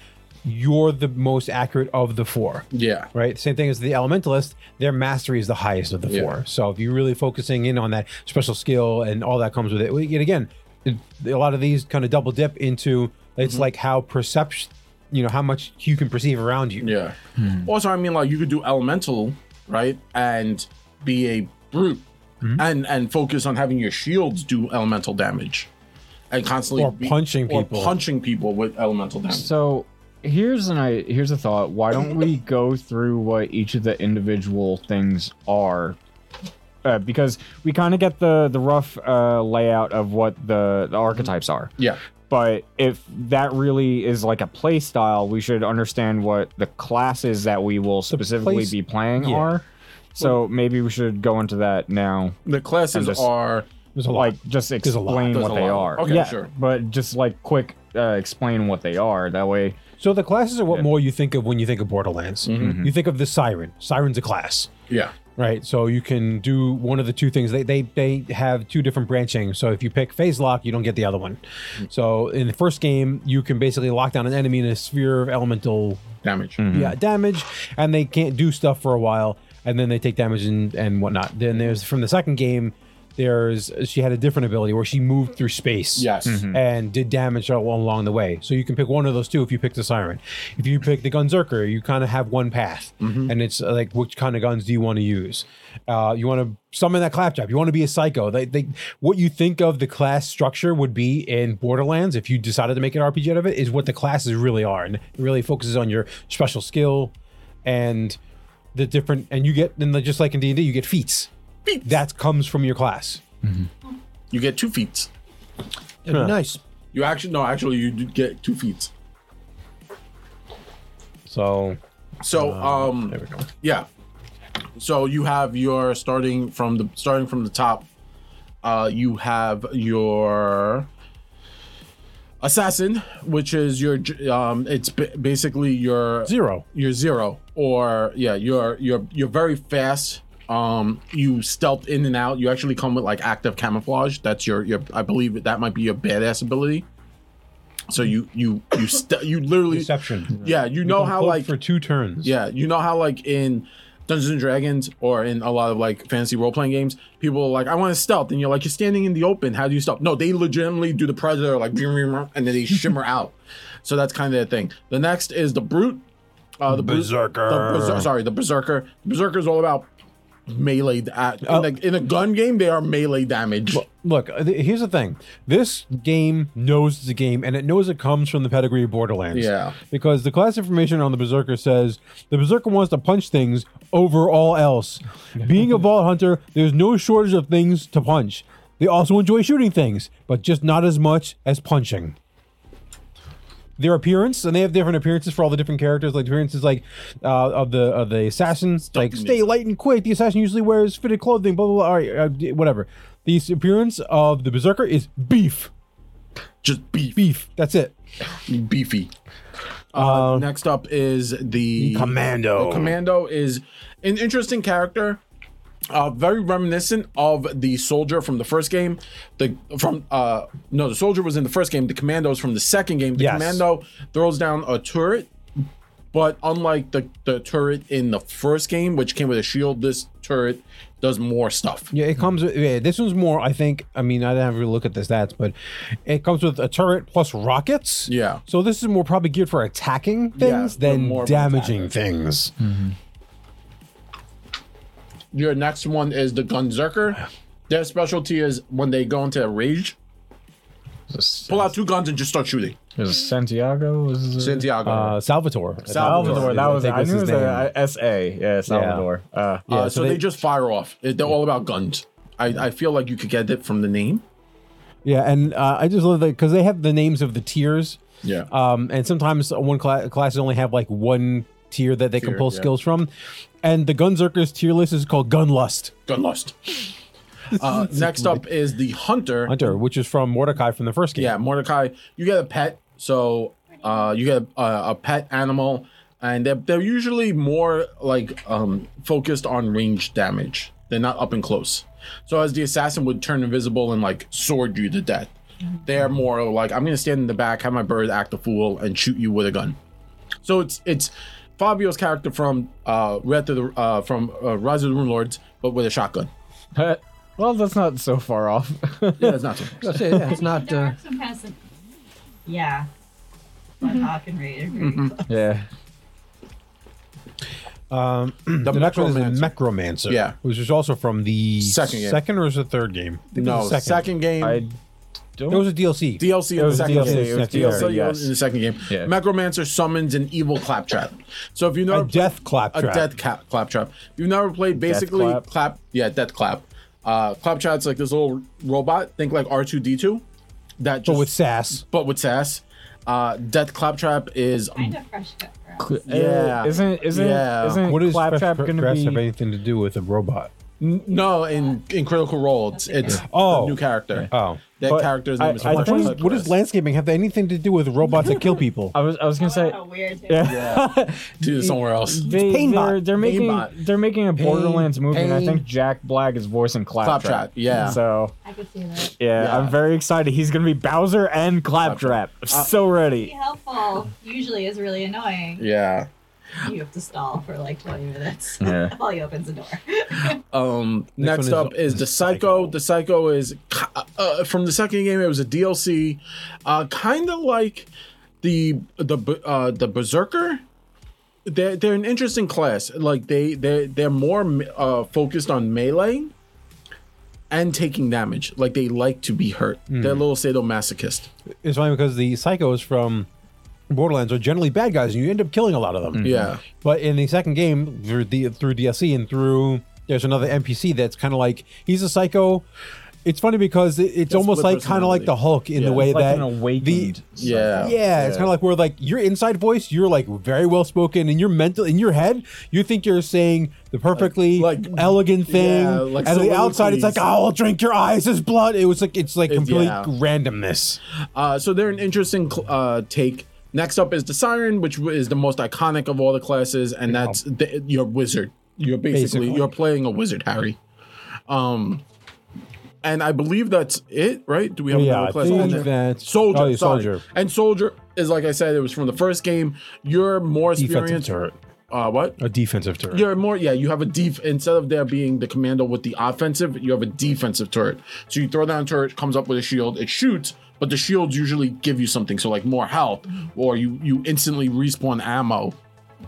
[SPEAKER 5] you're the most accurate of the four.
[SPEAKER 1] Yeah.
[SPEAKER 5] Right. Same thing as the elementalist. Their mastery is the highest of the
[SPEAKER 1] Yeah.
[SPEAKER 5] four. So if you're really focusing in on that special skill and all that comes with it, well, yet again, it, a lot of these kind of double dip into it's
[SPEAKER 1] Mm-hmm.
[SPEAKER 5] like how perception, you know, how much you can perceive around you.
[SPEAKER 1] Yeah.
[SPEAKER 5] Hmm.
[SPEAKER 1] Also, I mean, like you could do elemental, right, and be a brute,
[SPEAKER 5] Hmm?
[SPEAKER 1] and and focus on having your shields do elemental damage, and constantly
[SPEAKER 5] Or punching
[SPEAKER 1] or
[SPEAKER 5] people.
[SPEAKER 1] punching people with elemental damage.
[SPEAKER 3] So here's an I here's a thought. Why don't we go through what each of the individual things are? Uh, because we kind of get the the rough uh, layout of what the, the archetypes are,
[SPEAKER 1] Yeah.
[SPEAKER 3] but if that really is like a play style, we should understand what the classes that we will specifically
[SPEAKER 5] place-
[SPEAKER 3] be playing
[SPEAKER 5] yeah.
[SPEAKER 3] are. So maybe we should go into that now.
[SPEAKER 1] The classes
[SPEAKER 3] And just-
[SPEAKER 1] are
[SPEAKER 5] There's a lot.
[SPEAKER 3] like just
[SPEAKER 5] a lot.
[SPEAKER 3] explain
[SPEAKER 1] There's
[SPEAKER 3] what
[SPEAKER 1] a
[SPEAKER 3] they
[SPEAKER 1] lot.
[SPEAKER 3] are.
[SPEAKER 1] Okay,
[SPEAKER 3] yeah,
[SPEAKER 1] sure.
[SPEAKER 3] But just like quick uh, explain what they are. That way,
[SPEAKER 5] So the classes are what
[SPEAKER 3] Yeah.
[SPEAKER 5] more you think of when you think of Borderlands.
[SPEAKER 1] Mm-hmm.
[SPEAKER 5] You think of the siren. Siren's a class,
[SPEAKER 1] yeah.
[SPEAKER 5] right? So you can do one of the two things. They they they have two different branching. So if you pick phase lock, you don't get the other one. So in the first game, you can basically lock down an enemy in a sphere of elemental
[SPEAKER 1] Damage.
[SPEAKER 5] yeah, damage, and they can't do stuff for a while, and then they take damage and, and whatnot. Then there's from the second game, there's she had a different ability where she moved through space.
[SPEAKER 1] Yes.
[SPEAKER 5] And did damage all along the way. So you can pick one of those two if you pick the siren. If you pick the gunzerker, you kind of have one path, and it's uh, like which kind of guns do you want to use? Uh, you want to summon that claptrap. You want to be a psycho. They, they, what you think of the class structure would be in Borderlands if you decided to make an RPG out of it is what the classes really are, and it really focuses on your special skill and the different. And you get and the, just like in D and D, you get feats. That comes from your class.
[SPEAKER 1] You get two feats.
[SPEAKER 4] That'd be nice.
[SPEAKER 1] You actually no, actually you do get two feats.
[SPEAKER 5] So
[SPEAKER 1] So um
[SPEAKER 5] there we go.
[SPEAKER 1] Yeah. So you have your starting from the starting from the top. Uh, you have your assassin, which is your j- um, it's b- basically your
[SPEAKER 5] Zero.
[SPEAKER 1] your zero or yeah, you're you're you're very fast. Um, you stealth in and out. You actually come with like active camouflage. That's your your I believe that might be your badass ability. So you you you st- you literally
[SPEAKER 5] Deception.
[SPEAKER 1] yeah you know how
[SPEAKER 5] Cloak
[SPEAKER 1] like
[SPEAKER 5] for two turns.
[SPEAKER 1] yeah, you know how like in Dungeons and Dragons or in a lot of like fantasy role playing games, people are like, I want to stealth, and you're like, you're standing in the open. How do you stealth? No, they legitimately do the predator like, and then they shimmer out. So that's kind of the thing. The next is the brute. Uh, the Brute-
[SPEAKER 5] Berserker.
[SPEAKER 1] the berser- sorry, the berserker. berserker is all about melee. Da- in, a, in a gun game, they are melee damage.
[SPEAKER 5] Look, uh, th- here's the thing. This game knows the game, and it knows it comes from the pedigree of Borderlands.
[SPEAKER 1] Yeah.
[SPEAKER 5] Because the class information on the Berserker says the Berserker wants to punch things over all else. Being a Vault Hunter, there's no shortage of things to punch. They also enjoy shooting things, but just not as much as punching. Their appearance, and they have different appearances for all the different characters. Like appearances, like uh, of the of the assassin, like stay light and quick. The assassin usually wears fitted clothing. Blah blah. blah all right, uh, d- whatever. The s- appearance of the berserker is beef,
[SPEAKER 1] Just beef,
[SPEAKER 5] beef. That's it.
[SPEAKER 1] beefy. Uh, next up is the
[SPEAKER 5] Commando.
[SPEAKER 1] The commando is an interesting character. Uh, very reminiscent of the soldier from the first game. The from uh no, the soldier was in the first game. The commando is from the second game. The
[SPEAKER 5] Yes.
[SPEAKER 1] commando throws down a turret, but unlike the the turret in the first game, which came with a shield, this turret does more stuff.
[SPEAKER 5] Yeah, it comes. With, yeah, this one's more. I think. I mean, I didn't have a real look at the stats, but it comes with a turret plus rockets.
[SPEAKER 1] Yeah.
[SPEAKER 5] So this is more probably geared for attacking
[SPEAKER 1] Yeah,
[SPEAKER 5] things
[SPEAKER 1] they're
[SPEAKER 5] than
[SPEAKER 1] more of an
[SPEAKER 5] damaging
[SPEAKER 1] attacker.
[SPEAKER 5] things.
[SPEAKER 3] Mm-hmm.
[SPEAKER 1] Your next one is the gunzerker. Their specialty is when they go into a rage,
[SPEAKER 3] there's
[SPEAKER 1] pull out two guns and just start shooting.
[SPEAKER 3] Santiago. Is
[SPEAKER 1] Santiago.
[SPEAKER 5] Mm-hmm. Uh, Salvatore.
[SPEAKER 1] Salvatore,
[SPEAKER 3] Salvador. That was
[SPEAKER 5] I
[SPEAKER 3] I
[SPEAKER 5] think
[SPEAKER 3] knew it was
[SPEAKER 5] his name.
[SPEAKER 3] a S A. Yeah, Salvador. Uh,
[SPEAKER 1] Uh,
[SPEAKER 5] Yeah,
[SPEAKER 1] so,
[SPEAKER 5] so
[SPEAKER 1] they,
[SPEAKER 5] they-
[SPEAKER 1] just fire off. It- They're all about guns. I, I feel like you could get it from the name.
[SPEAKER 5] Yeah, and uh, I just love that because they have the names of the tiers.
[SPEAKER 1] Yeah.
[SPEAKER 5] Um, and sometimes one cla- classes only have like one tier that they
[SPEAKER 1] Tier,
[SPEAKER 5] can pull
[SPEAKER 1] yeah.
[SPEAKER 5] skills from, and the Gunzerker's tier list is called Gunlust
[SPEAKER 1] Gun lust. Uh, next up is the hunter.
[SPEAKER 5] Hunter, which is from Mordecai from the first game.
[SPEAKER 1] Yeah, Mordecai. You get a pet. So uh, you get a, a pet animal. and they're, they're usually more like um, focused on range damage. They're not up and close. So as the assassin would turn invisible and like sword you to death, they're more like I'm gonna stand in the back, have my bird act a fool, and shoot you with a gun. So it's it's Fabio's character from uh, Red to the uh, from uh, Rise of the Rune Lords, but with a shotgun.
[SPEAKER 3] well, that's not so far off.
[SPEAKER 1] Yeah, it's not so.
[SPEAKER 2] That's it, yeah,
[SPEAKER 6] I
[SPEAKER 2] it's
[SPEAKER 6] mean,
[SPEAKER 2] not.
[SPEAKER 6] there
[SPEAKER 2] Uh,
[SPEAKER 6] are some kinds of- yeah. But Hawk and Raid are very close.
[SPEAKER 3] yeah.
[SPEAKER 5] Um,
[SPEAKER 1] The
[SPEAKER 5] the next one is
[SPEAKER 1] Necromancer.
[SPEAKER 5] Necromancer.
[SPEAKER 1] Yeah.
[SPEAKER 5] Which is also from the
[SPEAKER 1] Second game.
[SPEAKER 5] second or is it the third game? I think it
[SPEAKER 1] No,
[SPEAKER 5] was the
[SPEAKER 1] second, game.
[SPEAKER 3] I don't.
[SPEAKER 5] It was a DLC.
[SPEAKER 1] DLC
[SPEAKER 3] It
[SPEAKER 1] in the
[SPEAKER 3] was
[SPEAKER 1] second
[SPEAKER 3] DLC,
[SPEAKER 1] game.
[SPEAKER 3] it was
[SPEAKER 1] DLC
[SPEAKER 3] DLC,
[SPEAKER 1] in the second game.
[SPEAKER 3] yes.
[SPEAKER 1] Necromancer summons an evil claptrap. So if you know
[SPEAKER 5] a death claptrap.
[SPEAKER 1] a death cap, claptrap. If you've never played, basically
[SPEAKER 3] clap.
[SPEAKER 1] clap. yeah, death clap. Uh, claptrap's like this little robot. Think like R two D two, that just
[SPEAKER 5] but with sass.
[SPEAKER 1] but with sass. Uh, death claptrap is
[SPEAKER 6] Kind of fresh cut for us.
[SPEAKER 3] Uh,
[SPEAKER 1] Yeah.
[SPEAKER 3] Isn't isn't
[SPEAKER 1] Yeah.
[SPEAKER 3] isn't
[SPEAKER 5] What is
[SPEAKER 3] Claptrap going to
[SPEAKER 5] have
[SPEAKER 3] be?
[SPEAKER 5] anything to do with a robot?
[SPEAKER 1] n- no in in Critical Role. It's it's
[SPEAKER 5] Oh.
[SPEAKER 1] a new character.
[SPEAKER 5] Oh.
[SPEAKER 1] that
[SPEAKER 3] But
[SPEAKER 1] character's name
[SPEAKER 3] I-
[SPEAKER 1] is
[SPEAKER 3] I
[SPEAKER 1] Fletcher
[SPEAKER 3] think-
[SPEAKER 1] Claptrap.
[SPEAKER 5] What does landscaping have anything to do with robots that kill people?
[SPEAKER 3] I was I was going to say.
[SPEAKER 6] How weird. it is.
[SPEAKER 3] Yeah.
[SPEAKER 1] do this somewhere else?
[SPEAKER 3] They,
[SPEAKER 2] Pain
[SPEAKER 3] they're,
[SPEAKER 2] Bot.
[SPEAKER 3] they're making
[SPEAKER 1] Bot.
[SPEAKER 3] they're making a Borderlands movie, and I
[SPEAKER 1] Pain.
[SPEAKER 3] think Jack Black is voicing Claptrap.
[SPEAKER 1] Claptrap, yeah.
[SPEAKER 3] So
[SPEAKER 6] I could see that.
[SPEAKER 3] yeah,
[SPEAKER 1] Yeah.
[SPEAKER 3] I'm very excited. He's gonna be Bowser and Claptrap.
[SPEAKER 1] Uh,
[SPEAKER 3] I'm so
[SPEAKER 6] Be
[SPEAKER 3] ready.
[SPEAKER 6] helpful usually is really annoying.
[SPEAKER 1] Yeah.
[SPEAKER 6] You have to stall for like 20 minutes
[SPEAKER 3] Yeah.
[SPEAKER 6] while he opens the door.
[SPEAKER 1] Um, next
[SPEAKER 5] one is-
[SPEAKER 1] up is, the Psycho. The Psycho is ki- uh, from the second game. It was a DLC, uh, kind of like the the b- uh, the Berserker. They're they're an interesting class. Like they they they're more me- uh, focused on melee and taking damage. Like they like to be hurt. They're a little sadomasochist.
[SPEAKER 5] It's funny because the psychos from Borderlands are generally bad guys, and you end up killing a lot of them.
[SPEAKER 1] Yeah.
[SPEAKER 5] But in the second game, through the through DLC and through there's another NPC that's kind of like he's a psycho. It's funny because it, it's almost
[SPEAKER 1] split
[SPEAKER 5] like kind of like the
[SPEAKER 1] personality.
[SPEAKER 5] Hulk in
[SPEAKER 1] Yeah.
[SPEAKER 5] the way
[SPEAKER 3] It's like
[SPEAKER 5] that
[SPEAKER 3] an awakened.
[SPEAKER 5] the
[SPEAKER 1] Yeah.
[SPEAKER 5] yeah, it's kind of like where like your inside voice, you're like very well spoken, and your mental in your head, you think you're saying the perfectly
[SPEAKER 1] Like-
[SPEAKER 5] like, elegant thing,
[SPEAKER 1] Yeah, like
[SPEAKER 5] and on the outside it's like "Oh,
[SPEAKER 1] soliloquies.
[SPEAKER 5] I'll drink your eyes as blood. It was like it's like
[SPEAKER 1] It's-
[SPEAKER 5] complete
[SPEAKER 1] yeah.
[SPEAKER 5] randomness.
[SPEAKER 1] Uh, so they're an interesting cl- uh, take. Next up is the Siren, which w- is the most iconic of all the classes, and that's the, your wizard. You're basically,
[SPEAKER 5] Basically.
[SPEAKER 1] you're playing a wizard, Harry. Um, and I believe that's it, right? Do we have
[SPEAKER 5] Yeah,
[SPEAKER 1] another
[SPEAKER 5] I
[SPEAKER 1] class?
[SPEAKER 5] think
[SPEAKER 1] Oh, no.
[SPEAKER 5] that's-
[SPEAKER 1] soldier,
[SPEAKER 5] oh, yeah,
[SPEAKER 1] sorry.
[SPEAKER 5] soldier.
[SPEAKER 1] and soldier is like I said, it was from the first game. You're more
[SPEAKER 5] Defensive
[SPEAKER 1] experienced.
[SPEAKER 5] turret,
[SPEAKER 1] Uh, what?
[SPEAKER 5] a defensive turret.
[SPEAKER 1] You're more, yeah. You have a def instead of there being the commando with the offensive, you have a defensive turret. So you throw down a turret, comes up with a shield, it shoots, but the shields usually give you something, so like more health, or you you instantly respawn ammo.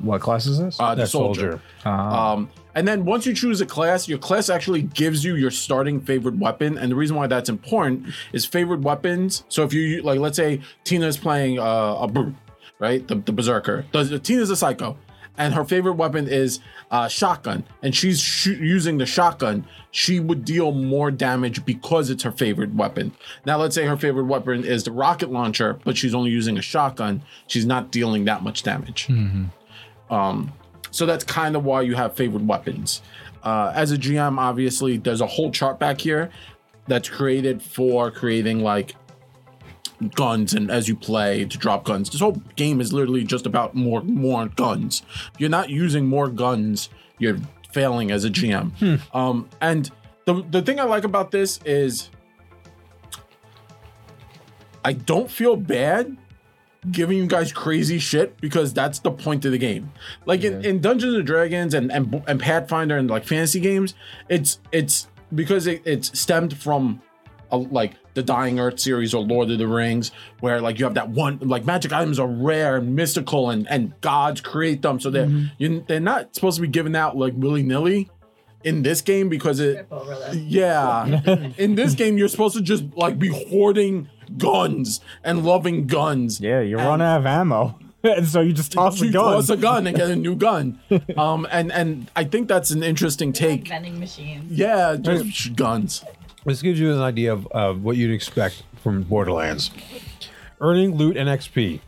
[SPEAKER 3] What class is this?
[SPEAKER 1] Uh, the
[SPEAKER 5] That
[SPEAKER 1] soldier.
[SPEAKER 5] soldier.
[SPEAKER 1] Um, and then once you choose a class, your class actually gives you your starting favorite weapon. And the reason why that's important is favorite weapons. So if you like, let's say Tina's playing uh, a brute, right? The, the berserker. The, the- Tina's a psycho, and her favorite weapon is uh, shotgun. And she's shoo- using the shotgun. She would deal more damage because it's her favorite weapon. Now let's say her favorite weapon is the rocket launcher, but she's only using a shotgun. She's not dealing that much damage. So that's kind of why you have favored weapons. Uh, as a GM, obviously, there's a whole chart back here that's created for creating like guns and as you play to drop guns. This whole game is literally just about more more guns. If you're not using more guns, you're failing as a GM. Um, and the the thing I like about this is I don't feel bad giving you guys crazy shit because that's the point of the game. Like in, in Dungeons and Dragons and, and and Pathfinder and like fantasy games, it's it's because it, it's stemmed from a, like the Dying Earth series or Lord of the Rings, where like you have that one like magic items are rare and mystical and and gods create them, so they're you, they're not supposed to be given out like willy nilly in this game because it
[SPEAKER 6] Trip over them.
[SPEAKER 1] yeah. In this game, you're supposed to just like be hoarding guns and loving guns.
[SPEAKER 3] yeah, you run out of ammo, and so you just toss the
[SPEAKER 1] You
[SPEAKER 3] gun.
[SPEAKER 1] toss a gun and get a new gun. Um, and and I think that's an interesting take.
[SPEAKER 6] Vending machines.
[SPEAKER 1] Yeah, just sh- guns.
[SPEAKER 5] This gives you an idea of, of what you'd expect from Borderlands. Earning loot and XP.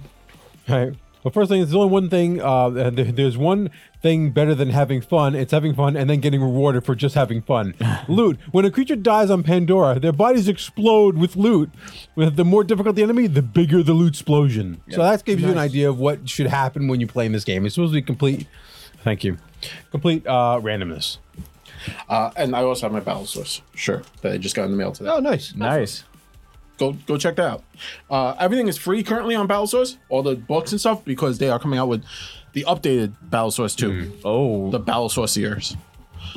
[SPEAKER 5] Right? But first thing, there's only one thing. Uh, th- there's one thing better than having fun. It's having fun and then getting rewarded for just having fun. loot. When a creature dies on Pandora, their bodies explode with loot. With the more difficult the enemy, the bigger the loot explosion. So that gives you an idea of what should happen when you play in this game. It's supposed to be complete. Thank you. Complete uh, randomness.
[SPEAKER 1] Uh, and I also have my battle source. Sure, that I just got in the mail today.
[SPEAKER 8] Oh, nice.
[SPEAKER 9] Nice.
[SPEAKER 1] Go go check that out. Uh, everything is free currently on battle source. All the books and stuff because they are coming out with the updated battle source too.
[SPEAKER 9] Oh,
[SPEAKER 1] The battle source years.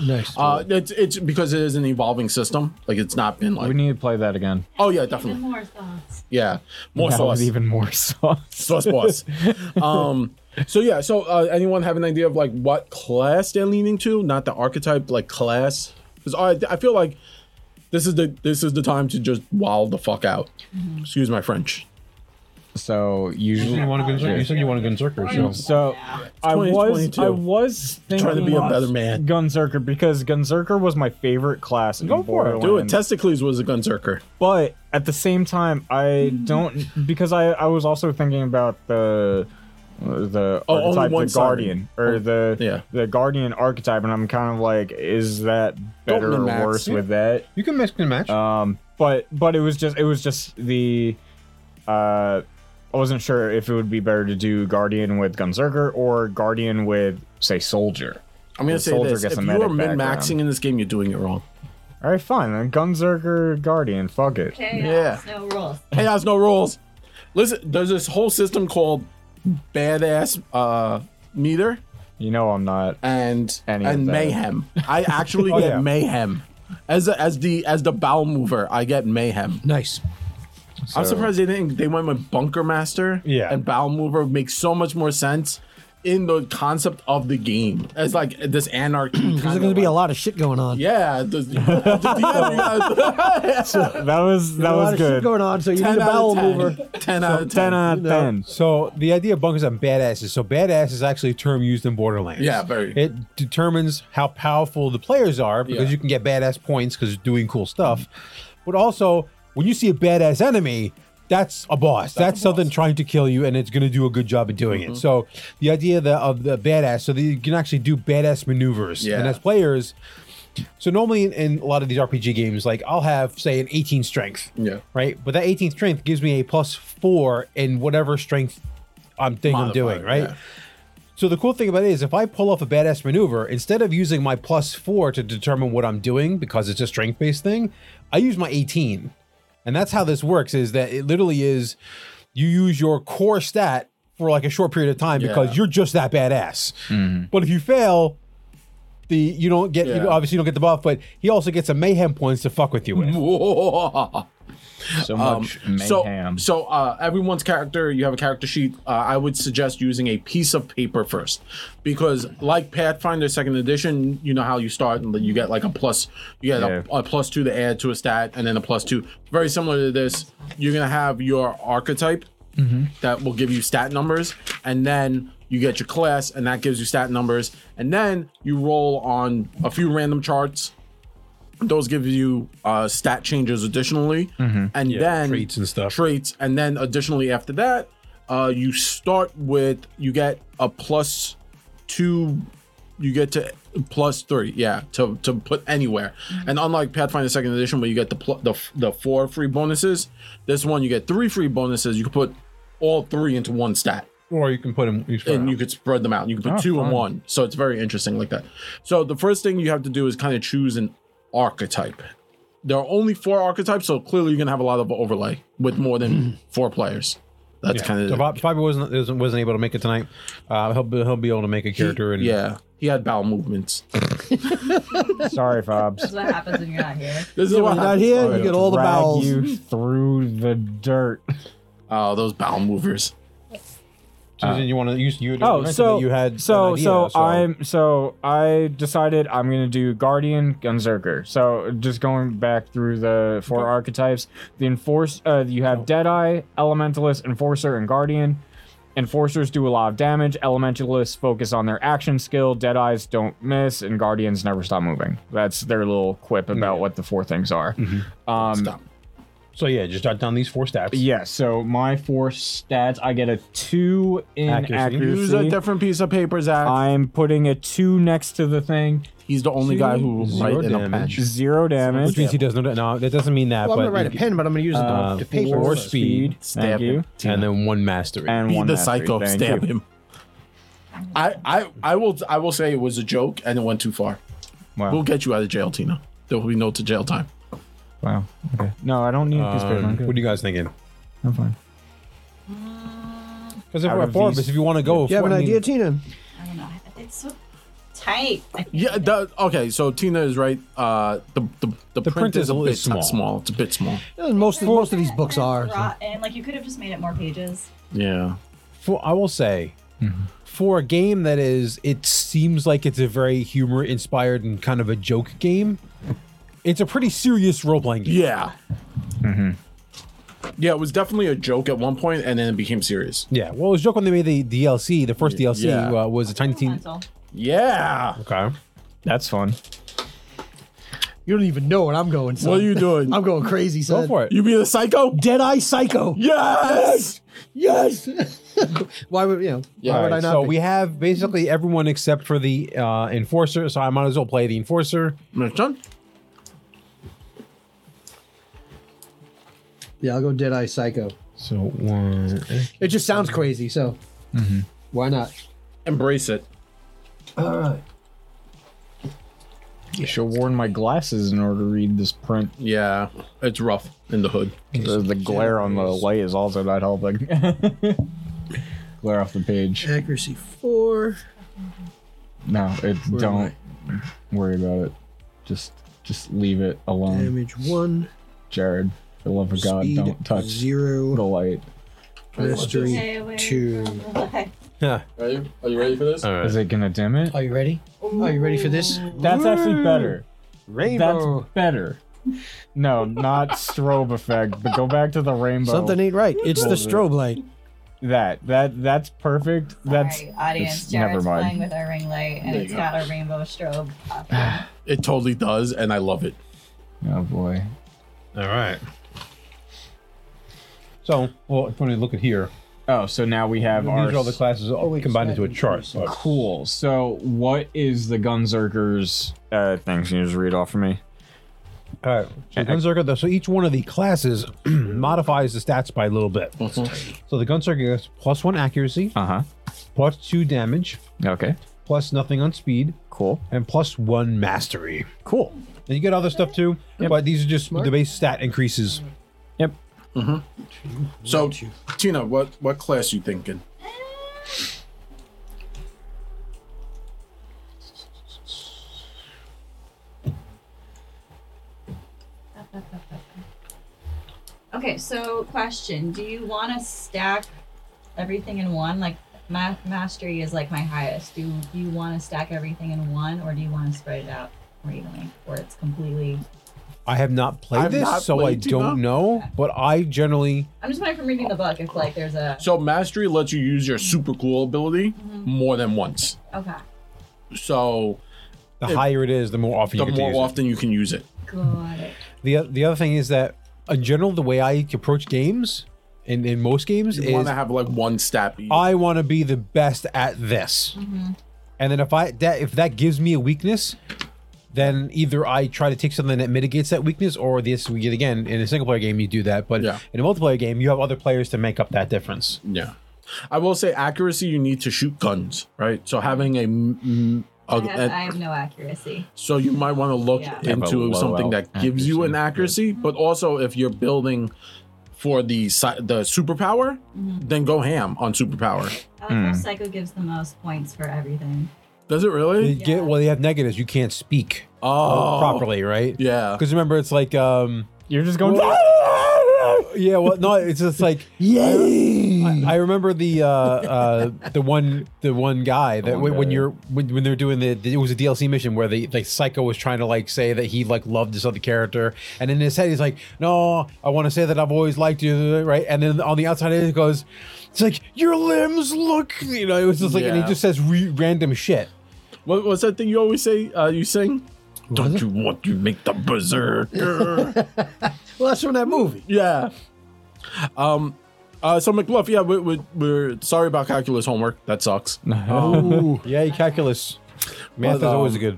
[SPEAKER 8] Nice.
[SPEAKER 1] Uh, it's it's because it is an evolving system. Like it's not been
[SPEAKER 9] we
[SPEAKER 1] like.
[SPEAKER 9] need to play that again.
[SPEAKER 1] Oh yeah,
[SPEAKER 6] Even
[SPEAKER 1] definitely.
[SPEAKER 6] more thoughts.
[SPEAKER 1] Yeah, more
[SPEAKER 9] Now with
[SPEAKER 1] sauce.
[SPEAKER 9] even more sauce.
[SPEAKER 1] sauce boss. um, so yeah, so uh, anyone have an idea of like what class they're leaning to? Not the archetype, like class. Because I, I feel like this is the this is the time to just wild the fuck out.
[SPEAKER 9] Mm-hmm.
[SPEAKER 1] Excuse my French.
[SPEAKER 9] So usually
[SPEAKER 5] You, want to go, you said you want to go Berserker. So.
[SPEAKER 9] So I was
[SPEAKER 1] 2022.
[SPEAKER 9] I was thinking
[SPEAKER 1] Trying to be a better man.
[SPEAKER 9] Gunzerker because Gunzerker was my favorite class. In Go
[SPEAKER 5] for it.
[SPEAKER 1] Do it. Testicles was a gunzerker.
[SPEAKER 9] but at the same time, I
[SPEAKER 1] Hmm.
[SPEAKER 9] don't because I I was also thinking about the the
[SPEAKER 1] Oh, only
[SPEAKER 9] archetype,
[SPEAKER 1] one
[SPEAKER 9] the
[SPEAKER 1] side. Oh,
[SPEAKER 9] guardian or the
[SPEAKER 1] yeah.
[SPEAKER 9] the guardian archetype, and I'm kind of like, is that better or
[SPEAKER 1] min-max.
[SPEAKER 9] worse with that?
[SPEAKER 5] You can mix and match.
[SPEAKER 9] Um, but but it was just it was just the uh, I wasn't sure if it would be better to do Guardian with Gunzerker or Guardian with say Soldier.
[SPEAKER 1] I'm gonna
[SPEAKER 9] The
[SPEAKER 1] say
[SPEAKER 9] soldier
[SPEAKER 1] this:
[SPEAKER 9] gets
[SPEAKER 1] if
[SPEAKER 9] a
[SPEAKER 1] you
[SPEAKER 9] medic
[SPEAKER 1] are min maxing
[SPEAKER 9] background.
[SPEAKER 1] in this game, you're doing it wrong.
[SPEAKER 9] All right, fine then Gunzerker Guardian. Fuck it.
[SPEAKER 6] Chaos, no uh, rules.
[SPEAKER 1] Hey, there's no rules. Listen, there's this whole system called badass uh, meter
[SPEAKER 9] You know I'm not.
[SPEAKER 1] and
[SPEAKER 9] Any of
[SPEAKER 1] and
[SPEAKER 9] that.
[SPEAKER 1] mayhem. I actually get
[SPEAKER 5] yeah.
[SPEAKER 1] mayhem as a, as the as the bowel mover. I get mayhem.
[SPEAKER 8] nice.
[SPEAKER 1] I'm surprised they didn't. They went with bunker master.
[SPEAKER 5] Yeah.
[SPEAKER 1] and bowel mover makes so much more sense in the concept of the game. It's like this anarchy.
[SPEAKER 4] There's going to be a lot of shit going on.
[SPEAKER 1] yeah. The, the DM,
[SPEAKER 9] That was that
[SPEAKER 4] a lot
[SPEAKER 9] was
[SPEAKER 4] of
[SPEAKER 9] good.
[SPEAKER 4] shit going on, so you need a bowel mover.
[SPEAKER 1] Ten out of ten.
[SPEAKER 9] Ten out of ten.
[SPEAKER 5] So the idea of bunkers and badasses. So badass is actually a term used in Borderlands.
[SPEAKER 1] Yeah, very.
[SPEAKER 5] It determines how powerful the players are because
[SPEAKER 1] Yeah.
[SPEAKER 5] you can get badass points because you're doing cool stuff. But also, when you see a badass enemy, that's a boss. That's, something trying to kill you, and it's going to do a good job at doing it. So the idea that, of the badass, so that you can actually do badass maneuvers, and
[SPEAKER 1] Yeah.
[SPEAKER 5] as players. So normally in, in a lot of these RPG games, like I'll have say an 18 strength,
[SPEAKER 1] Yeah.
[SPEAKER 5] right? But that 18 strength gives me a plus four in whatever strength I'm thing I'm doing,
[SPEAKER 1] Modifier,
[SPEAKER 5] right?
[SPEAKER 1] yeah.
[SPEAKER 5] So the cool thing about it is if I pull off a badass maneuver, instead of using my plus four to determine what I'm doing because it's a strength based thing, I use my 18. And that's how this works is that it literally is you use your core stat for like a short period of time
[SPEAKER 1] Yeah. Mm-hmm.
[SPEAKER 5] because you're just that badass. But if you fail, the you don't get you
[SPEAKER 1] Yeah.
[SPEAKER 5] obviously you don't get the buff, but he also gets some mayhem points to fuck with you with.
[SPEAKER 9] So
[SPEAKER 1] Um,
[SPEAKER 9] much
[SPEAKER 1] so,
[SPEAKER 9] mayhem.
[SPEAKER 1] so uh, everyone's character, you have a character sheet. Uh, I would suggest using a piece of paper first, because like Pathfinder Second Edition, you know how you start and you get like a plus, you get a-
[SPEAKER 9] Yeah.
[SPEAKER 1] a, plus two to add to a stat, and then a plus two. Very similar to this, you're gonna have your archetype that will give you stat numbers, and then you get your class, and that gives you stat numbers, and then you roll on a few random charts. Those give you uh, stat changes additionally, and then
[SPEAKER 5] Mm-hmm. traits and stuff.
[SPEAKER 1] traits, and then additionally after that, uh, you start with you get a plus two, you get to plus three, yeah, to to put anywhere. And unlike Pathfinder Second Edition, where you get the pl- the f- the four free bonuses, this one you get three free bonuses. You can put all three into one stat
[SPEAKER 5] Or you can put him you
[SPEAKER 1] and you could spread them out. You could put two and one. So it's very interesting like that. So the first thing you have to do is kind of choose an archetype. There are only four archetypes, so clearly you're gonna have a lot of overlay with more than four players. That's kind
[SPEAKER 5] So
[SPEAKER 1] of
[SPEAKER 5] Bob, Bobby wasn't isn't- wasn't able to make it tonight. Uh, he'll be, he'll be able to make a character and
[SPEAKER 1] yeah. He had bowel movements.
[SPEAKER 9] Sorry, Fobs.
[SPEAKER 6] That's what happens when you're not here.
[SPEAKER 1] This is what
[SPEAKER 4] When you're not
[SPEAKER 1] happens.
[SPEAKER 4] here, you get all the
[SPEAKER 9] Drag
[SPEAKER 4] bowels.
[SPEAKER 9] you through the dirt.
[SPEAKER 1] Oh, those bowel movers.
[SPEAKER 5] Susan, you want to use you?
[SPEAKER 9] Oh,
[SPEAKER 5] mentioned
[SPEAKER 9] so
[SPEAKER 5] that you had
[SPEAKER 9] so
[SPEAKER 5] an idea,
[SPEAKER 9] so, I'm so I decided I'm gonna do Guardian Gunzerker. So just going back through the four archetypes, the enforce uh, you have Deadeye, Elementalist, Enforcer, and Guardian. Enforcers do a lot of damage. Elementalists focus on their action skill. Deadeyes don't miss, and
[SPEAKER 5] Mm-hmm.
[SPEAKER 9] Guardians never stop moving. That's their little quip about what the four things are. Um,
[SPEAKER 1] Stop.
[SPEAKER 5] So yeah, just jot down these four stats.
[SPEAKER 3] Yeah, so my four stats, I get a two in
[SPEAKER 5] Accuracy.
[SPEAKER 3] accuracy.
[SPEAKER 1] Use a different piece of paper, Zach.
[SPEAKER 3] I'm putting a two next to the thing.
[SPEAKER 1] He's the only guy who will
[SPEAKER 5] Zero
[SPEAKER 1] write in a pen.
[SPEAKER 5] damage.
[SPEAKER 3] Zero
[SPEAKER 5] Which
[SPEAKER 3] damage.
[SPEAKER 5] means he does no. No, that doesn't mean that.
[SPEAKER 4] Well, I'm
[SPEAKER 5] but
[SPEAKER 4] gonna write a
[SPEAKER 5] you-
[SPEAKER 4] pen, but I'm gonna use the,
[SPEAKER 3] Uh,
[SPEAKER 4] the paper.
[SPEAKER 5] four
[SPEAKER 4] first.
[SPEAKER 5] speed.
[SPEAKER 1] Stab
[SPEAKER 3] Thank you.
[SPEAKER 1] him.
[SPEAKER 5] and then one mastery.
[SPEAKER 3] And
[SPEAKER 1] Be
[SPEAKER 3] one
[SPEAKER 1] the
[SPEAKER 3] mastery.
[SPEAKER 1] psycho.
[SPEAKER 3] Thank
[SPEAKER 1] Stab
[SPEAKER 3] you.
[SPEAKER 1] him. I, I I will I will say it was a joke and it went too far.
[SPEAKER 3] Wow.
[SPEAKER 1] We'll get you out of jail, Tina. There will be no to jail time.
[SPEAKER 3] Wow. Okay. No, I don't need a piece of paper.
[SPEAKER 5] Um,
[SPEAKER 3] I'm
[SPEAKER 5] what
[SPEAKER 3] good.
[SPEAKER 5] are you guys thinking?
[SPEAKER 3] I'm fine.
[SPEAKER 5] Because if
[SPEAKER 3] Out
[SPEAKER 5] we're
[SPEAKER 3] of
[SPEAKER 5] four of
[SPEAKER 3] these-
[SPEAKER 5] us, if you want to go,
[SPEAKER 2] You have
[SPEAKER 5] four-
[SPEAKER 2] an
[SPEAKER 5] I mean-
[SPEAKER 2] idea, Tina?
[SPEAKER 6] I don't know. It's so tight. I think
[SPEAKER 1] Yeah. That, okay. So Tina is right. Uh, the the, the, print, is a
[SPEAKER 5] is
[SPEAKER 1] bit
[SPEAKER 5] small.
[SPEAKER 1] small. It's a bit small.
[SPEAKER 2] And Most of, most of these books are. so-
[SPEAKER 6] Rot, and like you could have just made it more pages.
[SPEAKER 1] Yeah.
[SPEAKER 5] for I will say, for a game that is, it seems like it's a very humor inspired and kind of a joke game. It's a pretty serious role playing game.
[SPEAKER 1] Yeah.
[SPEAKER 3] Mm-hmm.
[SPEAKER 1] Yeah, it was definitely a joke at one point, and then it became serious.
[SPEAKER 5] Yeah. Well, it was a joke when they made the DLC. The first DLC
[SPEAKER 1] Yeah.
[SPEAKER 5] uh, was a tiny teen.
[SPEAKER 6] Mental.
[SPEAKER 1] Yeah.
[SPEAKER 5] Okay.
[SPEAKER 3] That's fun.
[SPEAKER 2] You don't even know what I'm going. Son.
[SPEAKER 1] What are you doing?
[SPEAKER 2] I'm going crazy. Son.
[SPEAKER 5] Go for it.
[SPEAKER 1] you be the psycho?
[SPEAKER 2] Dead Eye Psycho.
[SPEAKER 1] Yes.
[SPEAKER 2] Yes. why would you know?
[SPEAKER 1] Yeah.
[SPEAKER 2] why would I
[SPEAKER 5] Alright,
[SPEAKER 2] not?
[SPEAKER 5] so
[SPEAKER 2] be?
[SPEAKER 5] we have basically everyone except for the uh, enforcer. So I might as well play the enforcer.
[SPEAKER 1] Next one.
[SPEAKER 2] yeah, I'll go Dead Eye Psycho.
[SPEAKER 5] So one.
[SPEAKER 2] It just sounds crazy, so why not?
[SPEAKER 1] Embrace it.
[SPEAKER 2] All right.
[SPEAKER 3] I should have worn my glasses in order to read this print.
[SPEAKER 1] Yeah, it's rough in the hood.
[SPEAKER 3] The, the glare on the light is also not helping. glare off the page.
[SPEAKER 2] Accuracy four.
[SPEAKER 3] No,
[SPEAKER 2] Where
[SPEAKER 3] it
[SPEAKER 2] am
[SPEAKER 3] don't worry about it. Just just leave it alone,
[SPEAKER 2] Damage one.
[SPEAKER 3] Jared. For the love of God,
[SPEAKER 2] speed
[SPEAKER 3] don't touch the
[SPEAKER 2] zero.
[SPEAKER 3] light.
[SPEAKER 2] Mastery.
[SPEAKER 6] Stay away
[SPEAKER 2] two.
[SPEAKER 6] from the light.
[SPEAKER 1] Are you, are you ready for this?
[SPEAKER 5] All
[SPEAKER 3] Is
[SPEAKER 5] right.
[SPEAKER 3] it gonna dim it?
[SPEAKER 4] Are you ready? Are you ready for this?
[SPEAKER 3] That's actually better.
[SPEAKER 2] Rainbow.
[SPEAKER 3] That's better. No, not strobe effect, but go back to the rainbow.
[SPEAKER 2] Something ain't right. It's the
[SPEAKER 3] Bullshit.
[SPEAKER 2] strobe light.
[SPEAKER 3] that that that's perfect. That's
[SPEAKER 6] Sorry, audience.
[SPEAKER 3] it's- never
[SPEAKER 6] Jared's
[SPEAKER 3] mind.
[SPEAKER 6] playing with our ring light, and
[SPEAKER 1] There
[SPEAKER 6] it's
[SPEAKER 1] you go.
[SPEAKER 6] got a rainbow strobe. up.
[SPEAKER 1] It totally does, and I love it.
[SPEAKER 3] oh boy.
[SPEAKER 5] All right. So, well, if you want to look at here,
[SPEAKER 3] Oh, so now we have
[SPEAKER 5] these
[SPEAKER 3] our
[SPEAKER 5] are all the classes all combined into a chart. but-
[SPEAKER 3] cool. So what is the Gunzerker's uh thing? Can you just read off of me?
[SPEAKER 5] All right. So, Gunzerker, though, so each one of the classes modifies the stats by a little bit. So the Gunzerker gets plus one accuracy,
[SPEAKER 3] Uh huh.
[SPEAKER 5] plus two damage,
[SPEAKER 3] Okay.
[SPEAKER 5] plus nothing on speed,
[SPEAKER 3] Cool.
[SPEAKER 5] and plus one mastery.
[SPEAKER 3] Cool.
[SPEAKER 5] And you get other stuff too, but these are just the base stat increases.
[SPEAKER 3] Yep.
[SPEAKER 1] So, Tina, what what class you thinking?
[SPEAKER 6] Okay, so question: Do you want to stack everything in one? Like, ma- mastery is like my highest. Do you want to stack everything in one, or do you want to spread it out more evenly, or it's completely?
[SPEAKER 5] I have not played
[SPEAKER 1] I've
[SPEAKER 5] this,
[SPEAKER 1] not
[SPEAKER 5] so I
[SPEAKER 1] played Tina.
[SPEAKER 5] don't know, but I generally.
[SPEAKER 6] I'm just wondering from reading the book if like there's a
[SPEAKER 1] So, mastery lets you use your super cool ability
[SPEAKER 6] Mm-hmm.
[SPEAKER 1] more than once.
[SPEAKER 6] okay.
[SPEAKER 1] So,
[SPEAKER 5] The higher it is, the more often
[SPEAKER 1] the
[SPEAKER 5] you get to
[SPEAKER 1] more
[SPEAKER 5] use it.
[SPEAKER 1] often you can use it.
[SPEAKER 6] Got it.
[SPEAKER 5] The the other thing is that in general, the way I approach games, in in most games,
[SPEAKER 1] You want
[SPEAKER 5] is
[SPEAKER 1] to have like one stat. each.
[SPEAKER 5] I want to be the best at this. And then if I that if that gives me a weakness, then either I try to take something that mitigates that weakness, or this we get again in a single player game you do that. But
[SPEAKER 1] Yeah.
[SPEAKER 5] in a multiplayer game, you have other players to make up that difference.
[SPEAKER 1] Yeah, I will say accuracy. You need to shoot guns, right? So having a, mm, a-
[SPEAKER 6] I have, I
[SPEAKER 1] a-
[SPEAKER 6] have no accuracy.
[SPEAKER 1] so you might want to look
[SPEAKER 6] Yeah.
[SPEAKER 3] Yeah, but
[SPEAKER 1] into
[SPEAKER 3] low
[SPEAKER 1] something that
[SPEAKER 3] out-
[SPEAKER 1] gives you an accuracy, but also if you're building for the si- the superpower,
[SPEAKER 6] Mm-hmm.
[SPEAKER 1] then go ham on superpower.
[SPEAKER 6] I like
[SPEAKER 3] Hmm.
[SPEAKER 6] how Psycho gives the most points for everything.
[SPEAKER 1] Does it really?
[SPEAKER 5] They get well, they have negatives. You can't speak uh,
[SPEAKER 1] oh,
[SPEAKER 5] properly, right?
[SPEAKER 1] Yeah.
[SPEAKER 5] Because remember, it's like um,
[SPEAKER 3] You're just going.
[SPEAKER 5] yeah, well, no, it's just like I, I remember the uh, uh, the one the one guy that when, when
[SPEAKER 3] guy.
[SPEAKER 5] you're when, when they're doing the, it was a DLC mission where the like psycho was trying to like say that he like loved this other character and in his head he's like no I want to say that I've always liked you right and then on the outside it goes it's like your limbs look you know it was just like and he
[SPEAKER 1] Yeah.
[SPEAKER 5] just says re- random shit
[SPEAKER 1] What, what's that thing you always say? Uh, you sing. Don't you want to make the berserker?
[SPEAKER 2] Well, that's from that movie.
[SPEAKER 1] Yeah. Um. Uh, so McBluff, yeah, we, we, we're sorry about calculus homework. That sucks.
[SPEAKER 5] Ooh, yay, calculus. Oh. Math is
[SPEAKER 1] But,
[SPEAKER 5] always
[SPEAKER 1] um,
[SPEAKER 5] good.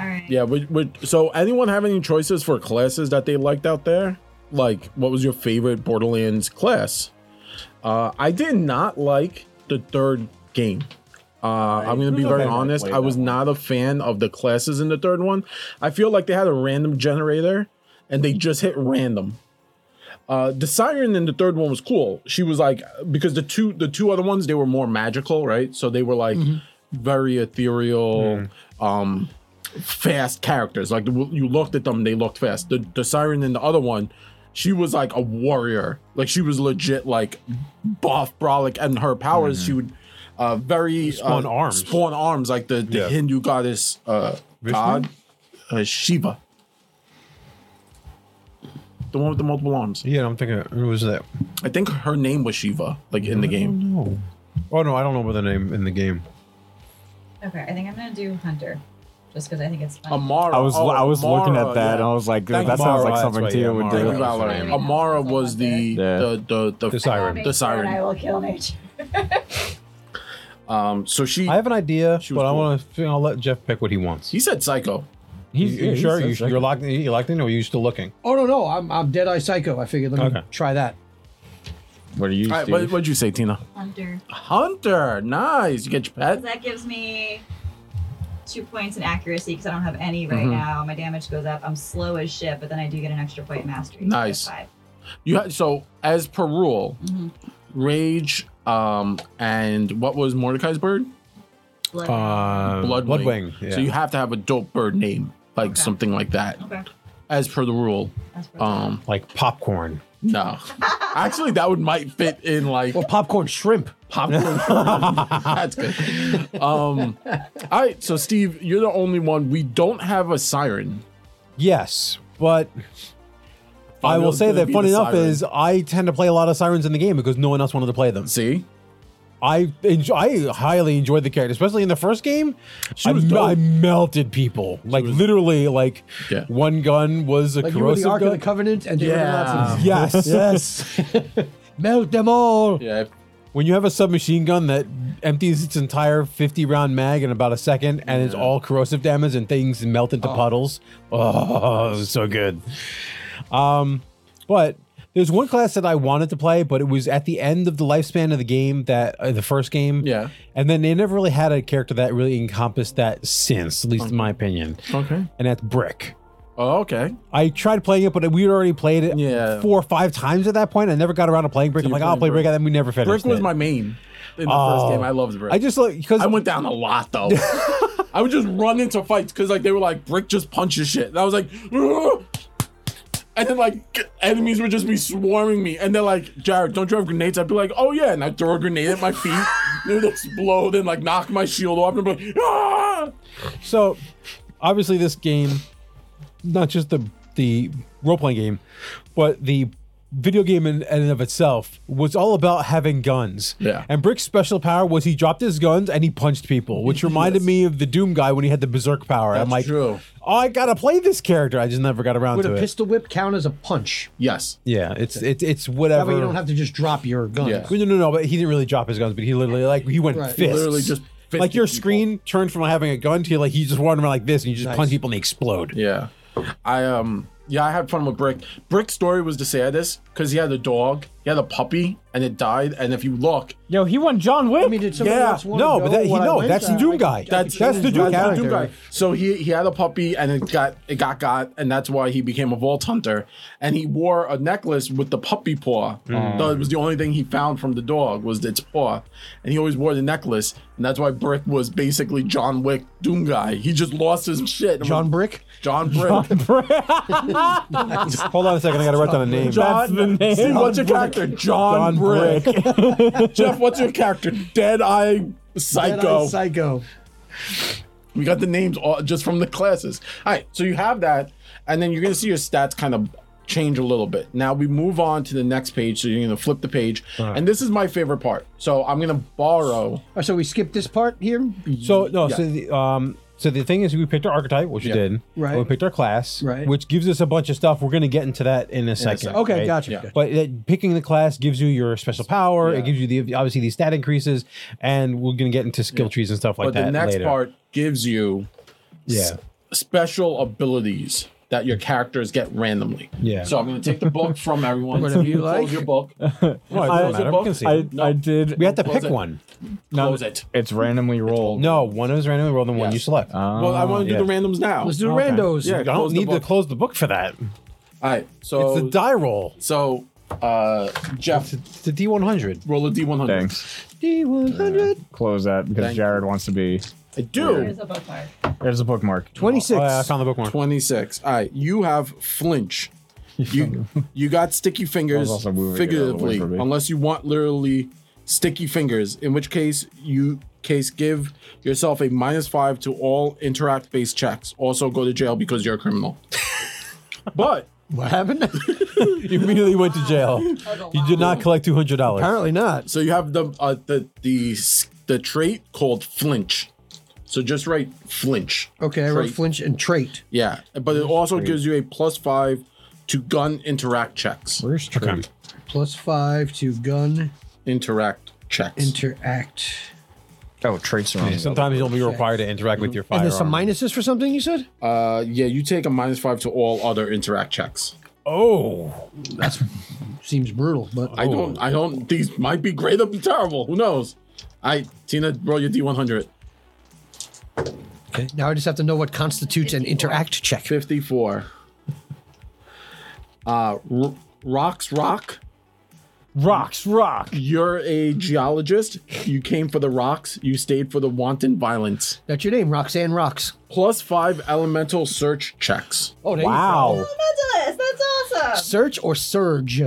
[SPEAKER 6] All right.
[SPEAKER 1] Yeah. We, we, so anyone have any choices for classes that they liked out there? Like, what was your favorite Borderlands class? Uh, I did not like the third game. Uh, I'm gonna be
[SPEAKER 3] Who's
[SPEAKER 1] very
[SPEAKER 3] okay that
[SPEAKER 1] honest.
[SPEAKER 3] played
[SPEAKER 1] I was
[SPEAKER 3] that one?
[SPEAKER 1] not a fan of the classes in the third one. I feel like they had a random generator and they just hit random. Uh, the siren in the third one was cool. She was like because the two the two other ones they were more magical, right? So they were like
[SPEAKER 3] Mm-hmm.
[SPEAKER 1] very ethereal, um, fast characters. Like you looked at them, they looked fast. The the siren in the other one, she was like a warrior. Like she was legit like buff brolic, and her powers
[SPEAKER 3] Mm-hmm.
[SPEAKER 1] she would uh very
[SPEAKER 5] Spawn
[SPEAKER 1] uh,
[SPEAKER 5] arms.
[SPEAKER 1] spawn arms like the, the
[SPEAKER 5] Yeah.
[SPEAKER 1] Hindu goddess uh god uh, Shiva. The one with the multiple arms.
[SPEAKER 5] Yeah, I'm thinking, who was that?
[SPEAKER 1] I think her name was Shiva, like in the
[SPEAKER 3] Mm-hmm.
[SPEAKER 1] game.
[SPEAKER 5] No. Oh, no, I don't know what the name in the game.
[SPEAKER 6] Okay. I think I'm gonna do Hunter, just because I think it's fun.
[SPEAKER 1] Amara.
[SPEAKER 3] I was
[SPEAKER 1] oh,
[SPEAKER 3] I was looking
[SPEAKER 1] Amara,
[SPEAKER 3] at that
[SPEAKER 1] yeah.
[SPEAKER 3] and I was like,
[SPEAKER 1] Thank
[SPEAKER 3] that sounds
[SPEAKER 5] Mara,
[SPEAKER 3] like
[SPEAKER 5] that's
[SPEAKER 3] something
[SPEAKER 5] right,
[SPEAKER 3] Tia
[SPEAKER 5] yeah,
[SPEAKER 3] would
[SPEAKER 5] Mara.
[SPEAKER 1] Thank
[SPEAKER 3] do.
[SPEAKER 1] you, Valerie.
[SPEAKER 6] Yeah.
[SPEAKER 1] Amara was the
[SPEAKER 3] Yeah.
[SPEAKER 1] the the, the,
[SPEAKER 5] The
[SPEAKER 6] I will
[SPEAKER 5] siren.
[SPEAKER 6] make
[SPEAKER 1] The
[SPEAKER 6] sure and
[SPEAKER 1] siren.
[SPEAKER 6] I will kill nature.
[SPEAKER 1] um. So she
[SPEAKER 5] I have an idea,
[SPEAKER 1] She
[SPEAKER 5] but
[SPEAKER 1] was
[SPEAKER 5] I
[SPEAKER 1] cool.
[SPEAKER 5] want to. I'll let Jeff pick what he wants.
[SPEAKER 1] he said psycho.
[SPEAKER 5] You-
[SPEAKER 3] He's,
[SPEAKER 5] you sure you, you're locked. in- You locked in, or are you still looking?
[SPEAKER 4] Oh no, no, I'm I'm Dead Eye Psycho. I figured let me
[SPEAKER 5] Okay.
[SPEAKER 4] try that.
[SPEAKER 3] What are you?
[SPEAKER 1] All right, what what'd you say, Tina?
[SPEAKER 6] Hunter.
[SPEAKER 1] Hunter, nice. You get your pet.
[SPEAKER 6] That gives me two points in accuracy because I don't have any right now. My damage goes up. I'm slow as shit, but then I do get an extra point in mastery. so
[SPEAKER 1] Nice.
[SPEAKER 6] that's Five.
[SPEAKER 1] You had so as per rule,
[SPEAKER 6] Mm-hmm.
[SPEAKER 1] rage. Um, and what was Mordecai's bird?
[SPEAKER 6] Blood.
[SPEAKER 5] Uh, Bloodwing.
[SPEAKER 1] So you have to have a dope bird name, like
[SPEAKER 6] Okay.
[SPEAKER 1] something like that,
[SPEAKER 6] okay.
[SPEAKER 1] as per the rule.
[SPEAKER 6] That's perfect.
[SPEAKER 1] Um,
[SPEAKER 5] like popcorn.
[SPEAKER 1] no, actually, that would might fit in like
[SPEAKER 4] Or popcorn shrimp.
[SPEAKER 1] popcorn. That's good. Um, all right, so Steve, you're the only one. We don't have a siren.
[SPEAKER 5] Yes, but I will
[SPEAKER 1] Fabio's
[SPEAKER 5] say
[SPEAKER 1] gonna
[SPEAKER 5] that
[SPEAKER 1] be
[SPEAKER 5] fun
[SPEAKER 1] the
[SPEAKER 5] enough
[SPEAKER 1] siren.
[SPEAKER 5] is I tend to play a lot of sirens in the game because no one else wanted to play them.
[SPEAKER 1] see.
[SPEAKER 5] I enjoy, I highly enjoyed the character, especially in the first game. I,
[SPEAKER 1] was
[SPEAKER 5] me-
[SPEAKER 1] dope.
[SPEAKER 5] I melted people like literally like
[SPEAKER 1] Yeah.
[SPEAKER 5] one gun was a
[SPEAKER 4] Like you were the
[SPEAKER 5] corrosive
[SPEAKER 4] Ark of the
[SPEAKER 5] gun.
[SPEAKER 4] Covenant and they were the
[SPEAKER 1] Yeah.
[SPEAKER 4] Nazis.
[SPEAKER 5] yes, yes.
[SPEAKER 4] Melt them all.
[SPEAKER 1] Yeah,
[SPEAKER 5] When you have a submachine gun that empties its entire fifty round mag in about a second, and it's all corrosive damage and things melt into puddles. Oh, it was so good. Um, but there's one class that I wanted to play, but it was at the end of the lifespan of the game that uh, the first game.
[SPEAKER 1] Yeah.
[SPEAKER 5] And then they never really had a character that really encompassed that since, at least in my opinion.
[SPEAKER 1] Okay.
[SPEAKER 5] And that's Brick.
[SPEAKER 1] Oh, okay.
[SPEAKER 5] I tried playing it, but we had already played it
[SPEAKER 1] Yeah.
[SPEAKER 5] four or five times at that point. I never got around to playing Brick. I'm
[SPEAKER 1] you're
[SPEAKER 5] like, I'll play
[SPEAKER 1] playing
[SPEAKER 5] Brick, and then we never finished.
[SPEAKER 1] Brick was
[SPEAKER 5] it.
[SPEAKER 1] my main in the
[SPEAKER 5] Oh.
[SPEAKER 1] first game. I loved Brick.
[SPEAKER 5] I just like because
[SPEAKER 1] I went down a lot though. I would just run into fights because like they were like brick just punches shit, and I was like, "Ugh." and then like g- enemies would just be swarming me, and they're like, Jared, don't you have grenades? I'd be like, oh yeah, and I'd throw a grenade at my feet, it would explode and like knock my shield off, and I'd be like, ah!
[SPEAKER 5] So, obviously, this game, not just the the role playing game, but the video game in, in and of itself was all about having guns.
[SPEAKER 1] Yeah.
[SPEAKER 5] And Brick's special power was he dropped his guns and he punched people, which reminded me of the Doom guy when he had the berserk power. I'm
[SPEAKER 1] That's
[SPEAKER 5] like,
[SPEAKER 1] true.
[SPEAKER 5] oh, I gotta play this character. I just never got around
[SPEAKER 4] Would
[SPEAKER 5] to
[SPEAKER 4] a
[SPEAKER 5] it.
[SPEAKER 4] pistol whip count as a punch?
[SPEAKER 1] Yes.
[SPEAKER 5] yeah, it's it's it's
[SPEAKER 4] That
[SPEAKER 5] whatever.
[SPEAKER 4] way you don't have to just drop your gun.
[SPEAKER 1] Yeah.
[SPEAKER 5] no, no, no, but he didn't really drop his guns, but he literally like he went
[SPEAKER 4] Right. He
[SPEAKER 5] fists.
[SPEAKER 1] literally just fisted
[SPEAKER 5] like your
[SPEAKER 1] people.
[SPEAKER 5] screen turned from having a gun to like he just running around like this and you just punch people and they explode.
[SPEAKER 1] Yeah. I um yeah, I had fun with Brick. Brick's story was the saddest because he had a dog, he had a puppy, and it died. And if you look,
[SPEAKER 3] Yo, he won John Wick.
[SPEAKER 4] I mean, did someone
[SPEAKER 1] Yeah.
[SPEAKER 4] else want
[SPEAKER 5] No,
[SPEAKER 4] to
[SPEAKER 5] but
[SPEAKER 4] go
[SPEAKER 5] that, he,
[SPEAKER 4] when I
[SPEAKER 5] no,
[SPEAKER 4] went?
[SPEAKER 5] that's the
[SPEAKER 4] Uh,
[SPEAKER 5] Doom
[SPEAKER 4] I-
[SPEAKER 5] guy.
[SPEAKER 4] I-
[SPEAKER 5] That's that's the Doom
[SPEAKER 1] That's
[SPEAKER 5] character.
[SPEAKER 1] the Doom guy. So he he had a puppy and it got it got got and that's why he became a vault hunter. And he wore a necklace with the puppy paw. Though it was the only thing he found from the dog was its paw. And he always wore the necklace. And that's why Brick was basically John Wick Doom guy. He just lost his shit.
[SPEAKER 4] John Brick.
[SPEAKER 1] John Brick.
[SPEAKER 5] Hold on a second, I gotta write down a name.
[SPEAKER 3] That's the name.
[SPEAKER 1] See, what's your character? John,
[SPEAKER 5] John
[SPEAKER 1] Brick. Jeff, what's your character? Dead Eye
[SPEAKER 4] Dead Eye
[SPEAKER 1] Psycho.
[SPEAKER 4] Psycho.
[SPEAKER 1] We got the names all just from the classes. All right, so you have that, and then you're gonna see your stats kind of change a little bit. Now we move on to the next page. So you're gonna flip the page, and this is my favorite part. So I'm gonna borrow.
[SPEAKER 4] Oh, so we skip this part here.
[SPEAKER 5] So no,
[SPEAKER 1] Yeah.
[SPEAKER 5] so the, um, So the thing is, we picked our archetype, which
[SPEAKER 4] Yeah.
[SPEAKER 5] we did.
[SPEAKER 2] Right.
[SPEAKER 5] and We picked our class,
[SPEAKER 2] Right.
[SPEAKER 5] which gives us a bunch of stuff. We're going to get into that in a second.
[SPEAKER 1] second.
[SPEAKER 2] Okay,
[SPEAKER 5] right?
[SPEAKER 2] gotcha.
[SPEAKER 1] Yeah.
[SPEAKER 2] gotcha.
[SPEAKER 5] But that picking the class gives you your special power.
[SPEAKER 1] Yeah.
[SPEAKER 5] It gives you the obviously the stat increases, and we're going to get into skill trees and stuff like
[SPEAKER 1] but
[SPEAKER 5] that.
[SPEAKER 1] the next
[SPEAKER 5] later.
[SPEAKER 1] part gives you
[SPEAKER 5] yeah,
[SPEAKER 1] special abilities that your characters get randomly.
[SPEAKER 5] Yeah.
[SPEAKER 1] So I'm going to take the book from everyone.
[SPEAKER 2] Whatever you
[SPEAKER 1] You
[SPEAKER 2] like.
[SPEAKER 1] Close your book.
[SPEAKER 5] well, it
[SPEAKER 3] I-
[SPEAKER 5] doesn't matter. We can see.
[SPEAKER 3] I,
[SPEAKER 5] it.
[SPEAKER 1] No.
[SPEAKER 3] I did.
[SPEAKER 5] we have to
[SPEAKER 1] Close
[SPEAKER 5] pick
[SPEAKER 1] it.
[SPEAKER 5] one.
[SPEAKER 3] no,
[SPEAKER 1] Close it.
[SPEAKER 3] It's randomly rolled.
[SPEAKER 5] No, one is randomly rolled, and one
[SPEAKER 1] Yes.
[SPEAKER 5] you select.
[SPEAKER 1] well, I want to
[SPEAKER 5] yeah.
[SPEAKER 1] do the randoms now.
[SPEAKER 2] Let's do
[SPEAKER 5] Oh, Okay.
[SPEAKER 2] randos.
[SPEAKER 1] Yeah.
[SPEAKER 5] I don't
[SPEAKER 1] close the
[SPEAKER 5] need to
[SPEAKER 1] book. Oh.
[SPEAKER 5] close the book for that.
[SPEAKER 1] All right. So
[SPEAKER 5] it's the die roll.
[SPEAKER 1] so uh, Jeff,
[SPEAKER 5] It's the D one hundred.
[SPEAKER 1] roll a d100.
[SPEAKER 3] Thanks.
[SPEAKER 5] D one hundred.
[SPEAKER 3] Close that because
[SPEAKER 1] Thank
[SPEAKER 3] Jared wants to be.
[SPEAKER 1] I do.
[SPEAKER 6] There's a bookmark.
[SPEAKER 3] There's a bookmark.
[SPEAKER 2] 26.
[SPEAKER 5] Oh, I found the bookmark.
[SPEAKER 1] 26. All right. You have flinch. You you got sticky fingers
[SPEAKER 3] also moving it out of the way
[SPEAKER 1] figuratively,
[SPEAKER 3] for me.
[SPEAKER 1] unless you want literally sticky fingers, in which case you case give yourself a minus five to all interact based checks. Also go to jail because you're a criminal. but
[SPEAKER 2] what happened?
[SPEAKER 5] You immediately went to jail. You did not collect two hundred dollars.
[SPEAKER 2] Apparently not.
[SPEAKER 1] so you have the uh, the the s- the trait called flinch. So just write flinch.
[SPEAKER 4] Okay, I wrote
[SPEAKER 1] Trait.
[SPEAKER 4] flinch and trait.
[SPEAKER 1] Yeah, but it also gives you a plus five to gun interact checks.
[SPEAKER 3] Where's Trey?
[SPEAKER 4] Plus five to gun
[SPEAKER 1] Interact checks.
[SPEAKER 4] interact.
[SPEAKER 3] Oh, traits are on. the-
[SPEAKER 5] Sometimes you'll be required to interact with your firearm.
[SPEAKER 2] And there's some minuses for something you said?
[SPEAKER 1] uh, yeah, you take a minus five to all other interact checks.
[SPEAKER 5] oh,
[SPEAKER 4] Seems brutal, but
[SPEAKER 1] I don't. I don't. These might be great or terrible. Who knows? I Tina, roll your D one hundred.
[SPEAKER 4] okay. Now I just have to know what constitutes an interact check.
[SPEAKER 1] Fifty four. Uh, R- rocks rock.
[SPEAKER 3] Rocks, rock.
[SPEAKER 1] You're a geologist. You came for the rocks. You stayed for the wanton violence.
[SPEAKER 4] That's your name, Roxanne Rocks.
[SPEAKER 1] Plus five elemental search checks.
[SPEAKER 4] Oh, there you
[SPEAKER 3] Wow.
[SPEAKER 6] Mentalist. That's
[SPEAKER 4] go.
[SPEAKER 6] awesome.
[SPEAKER 4] Search or surge?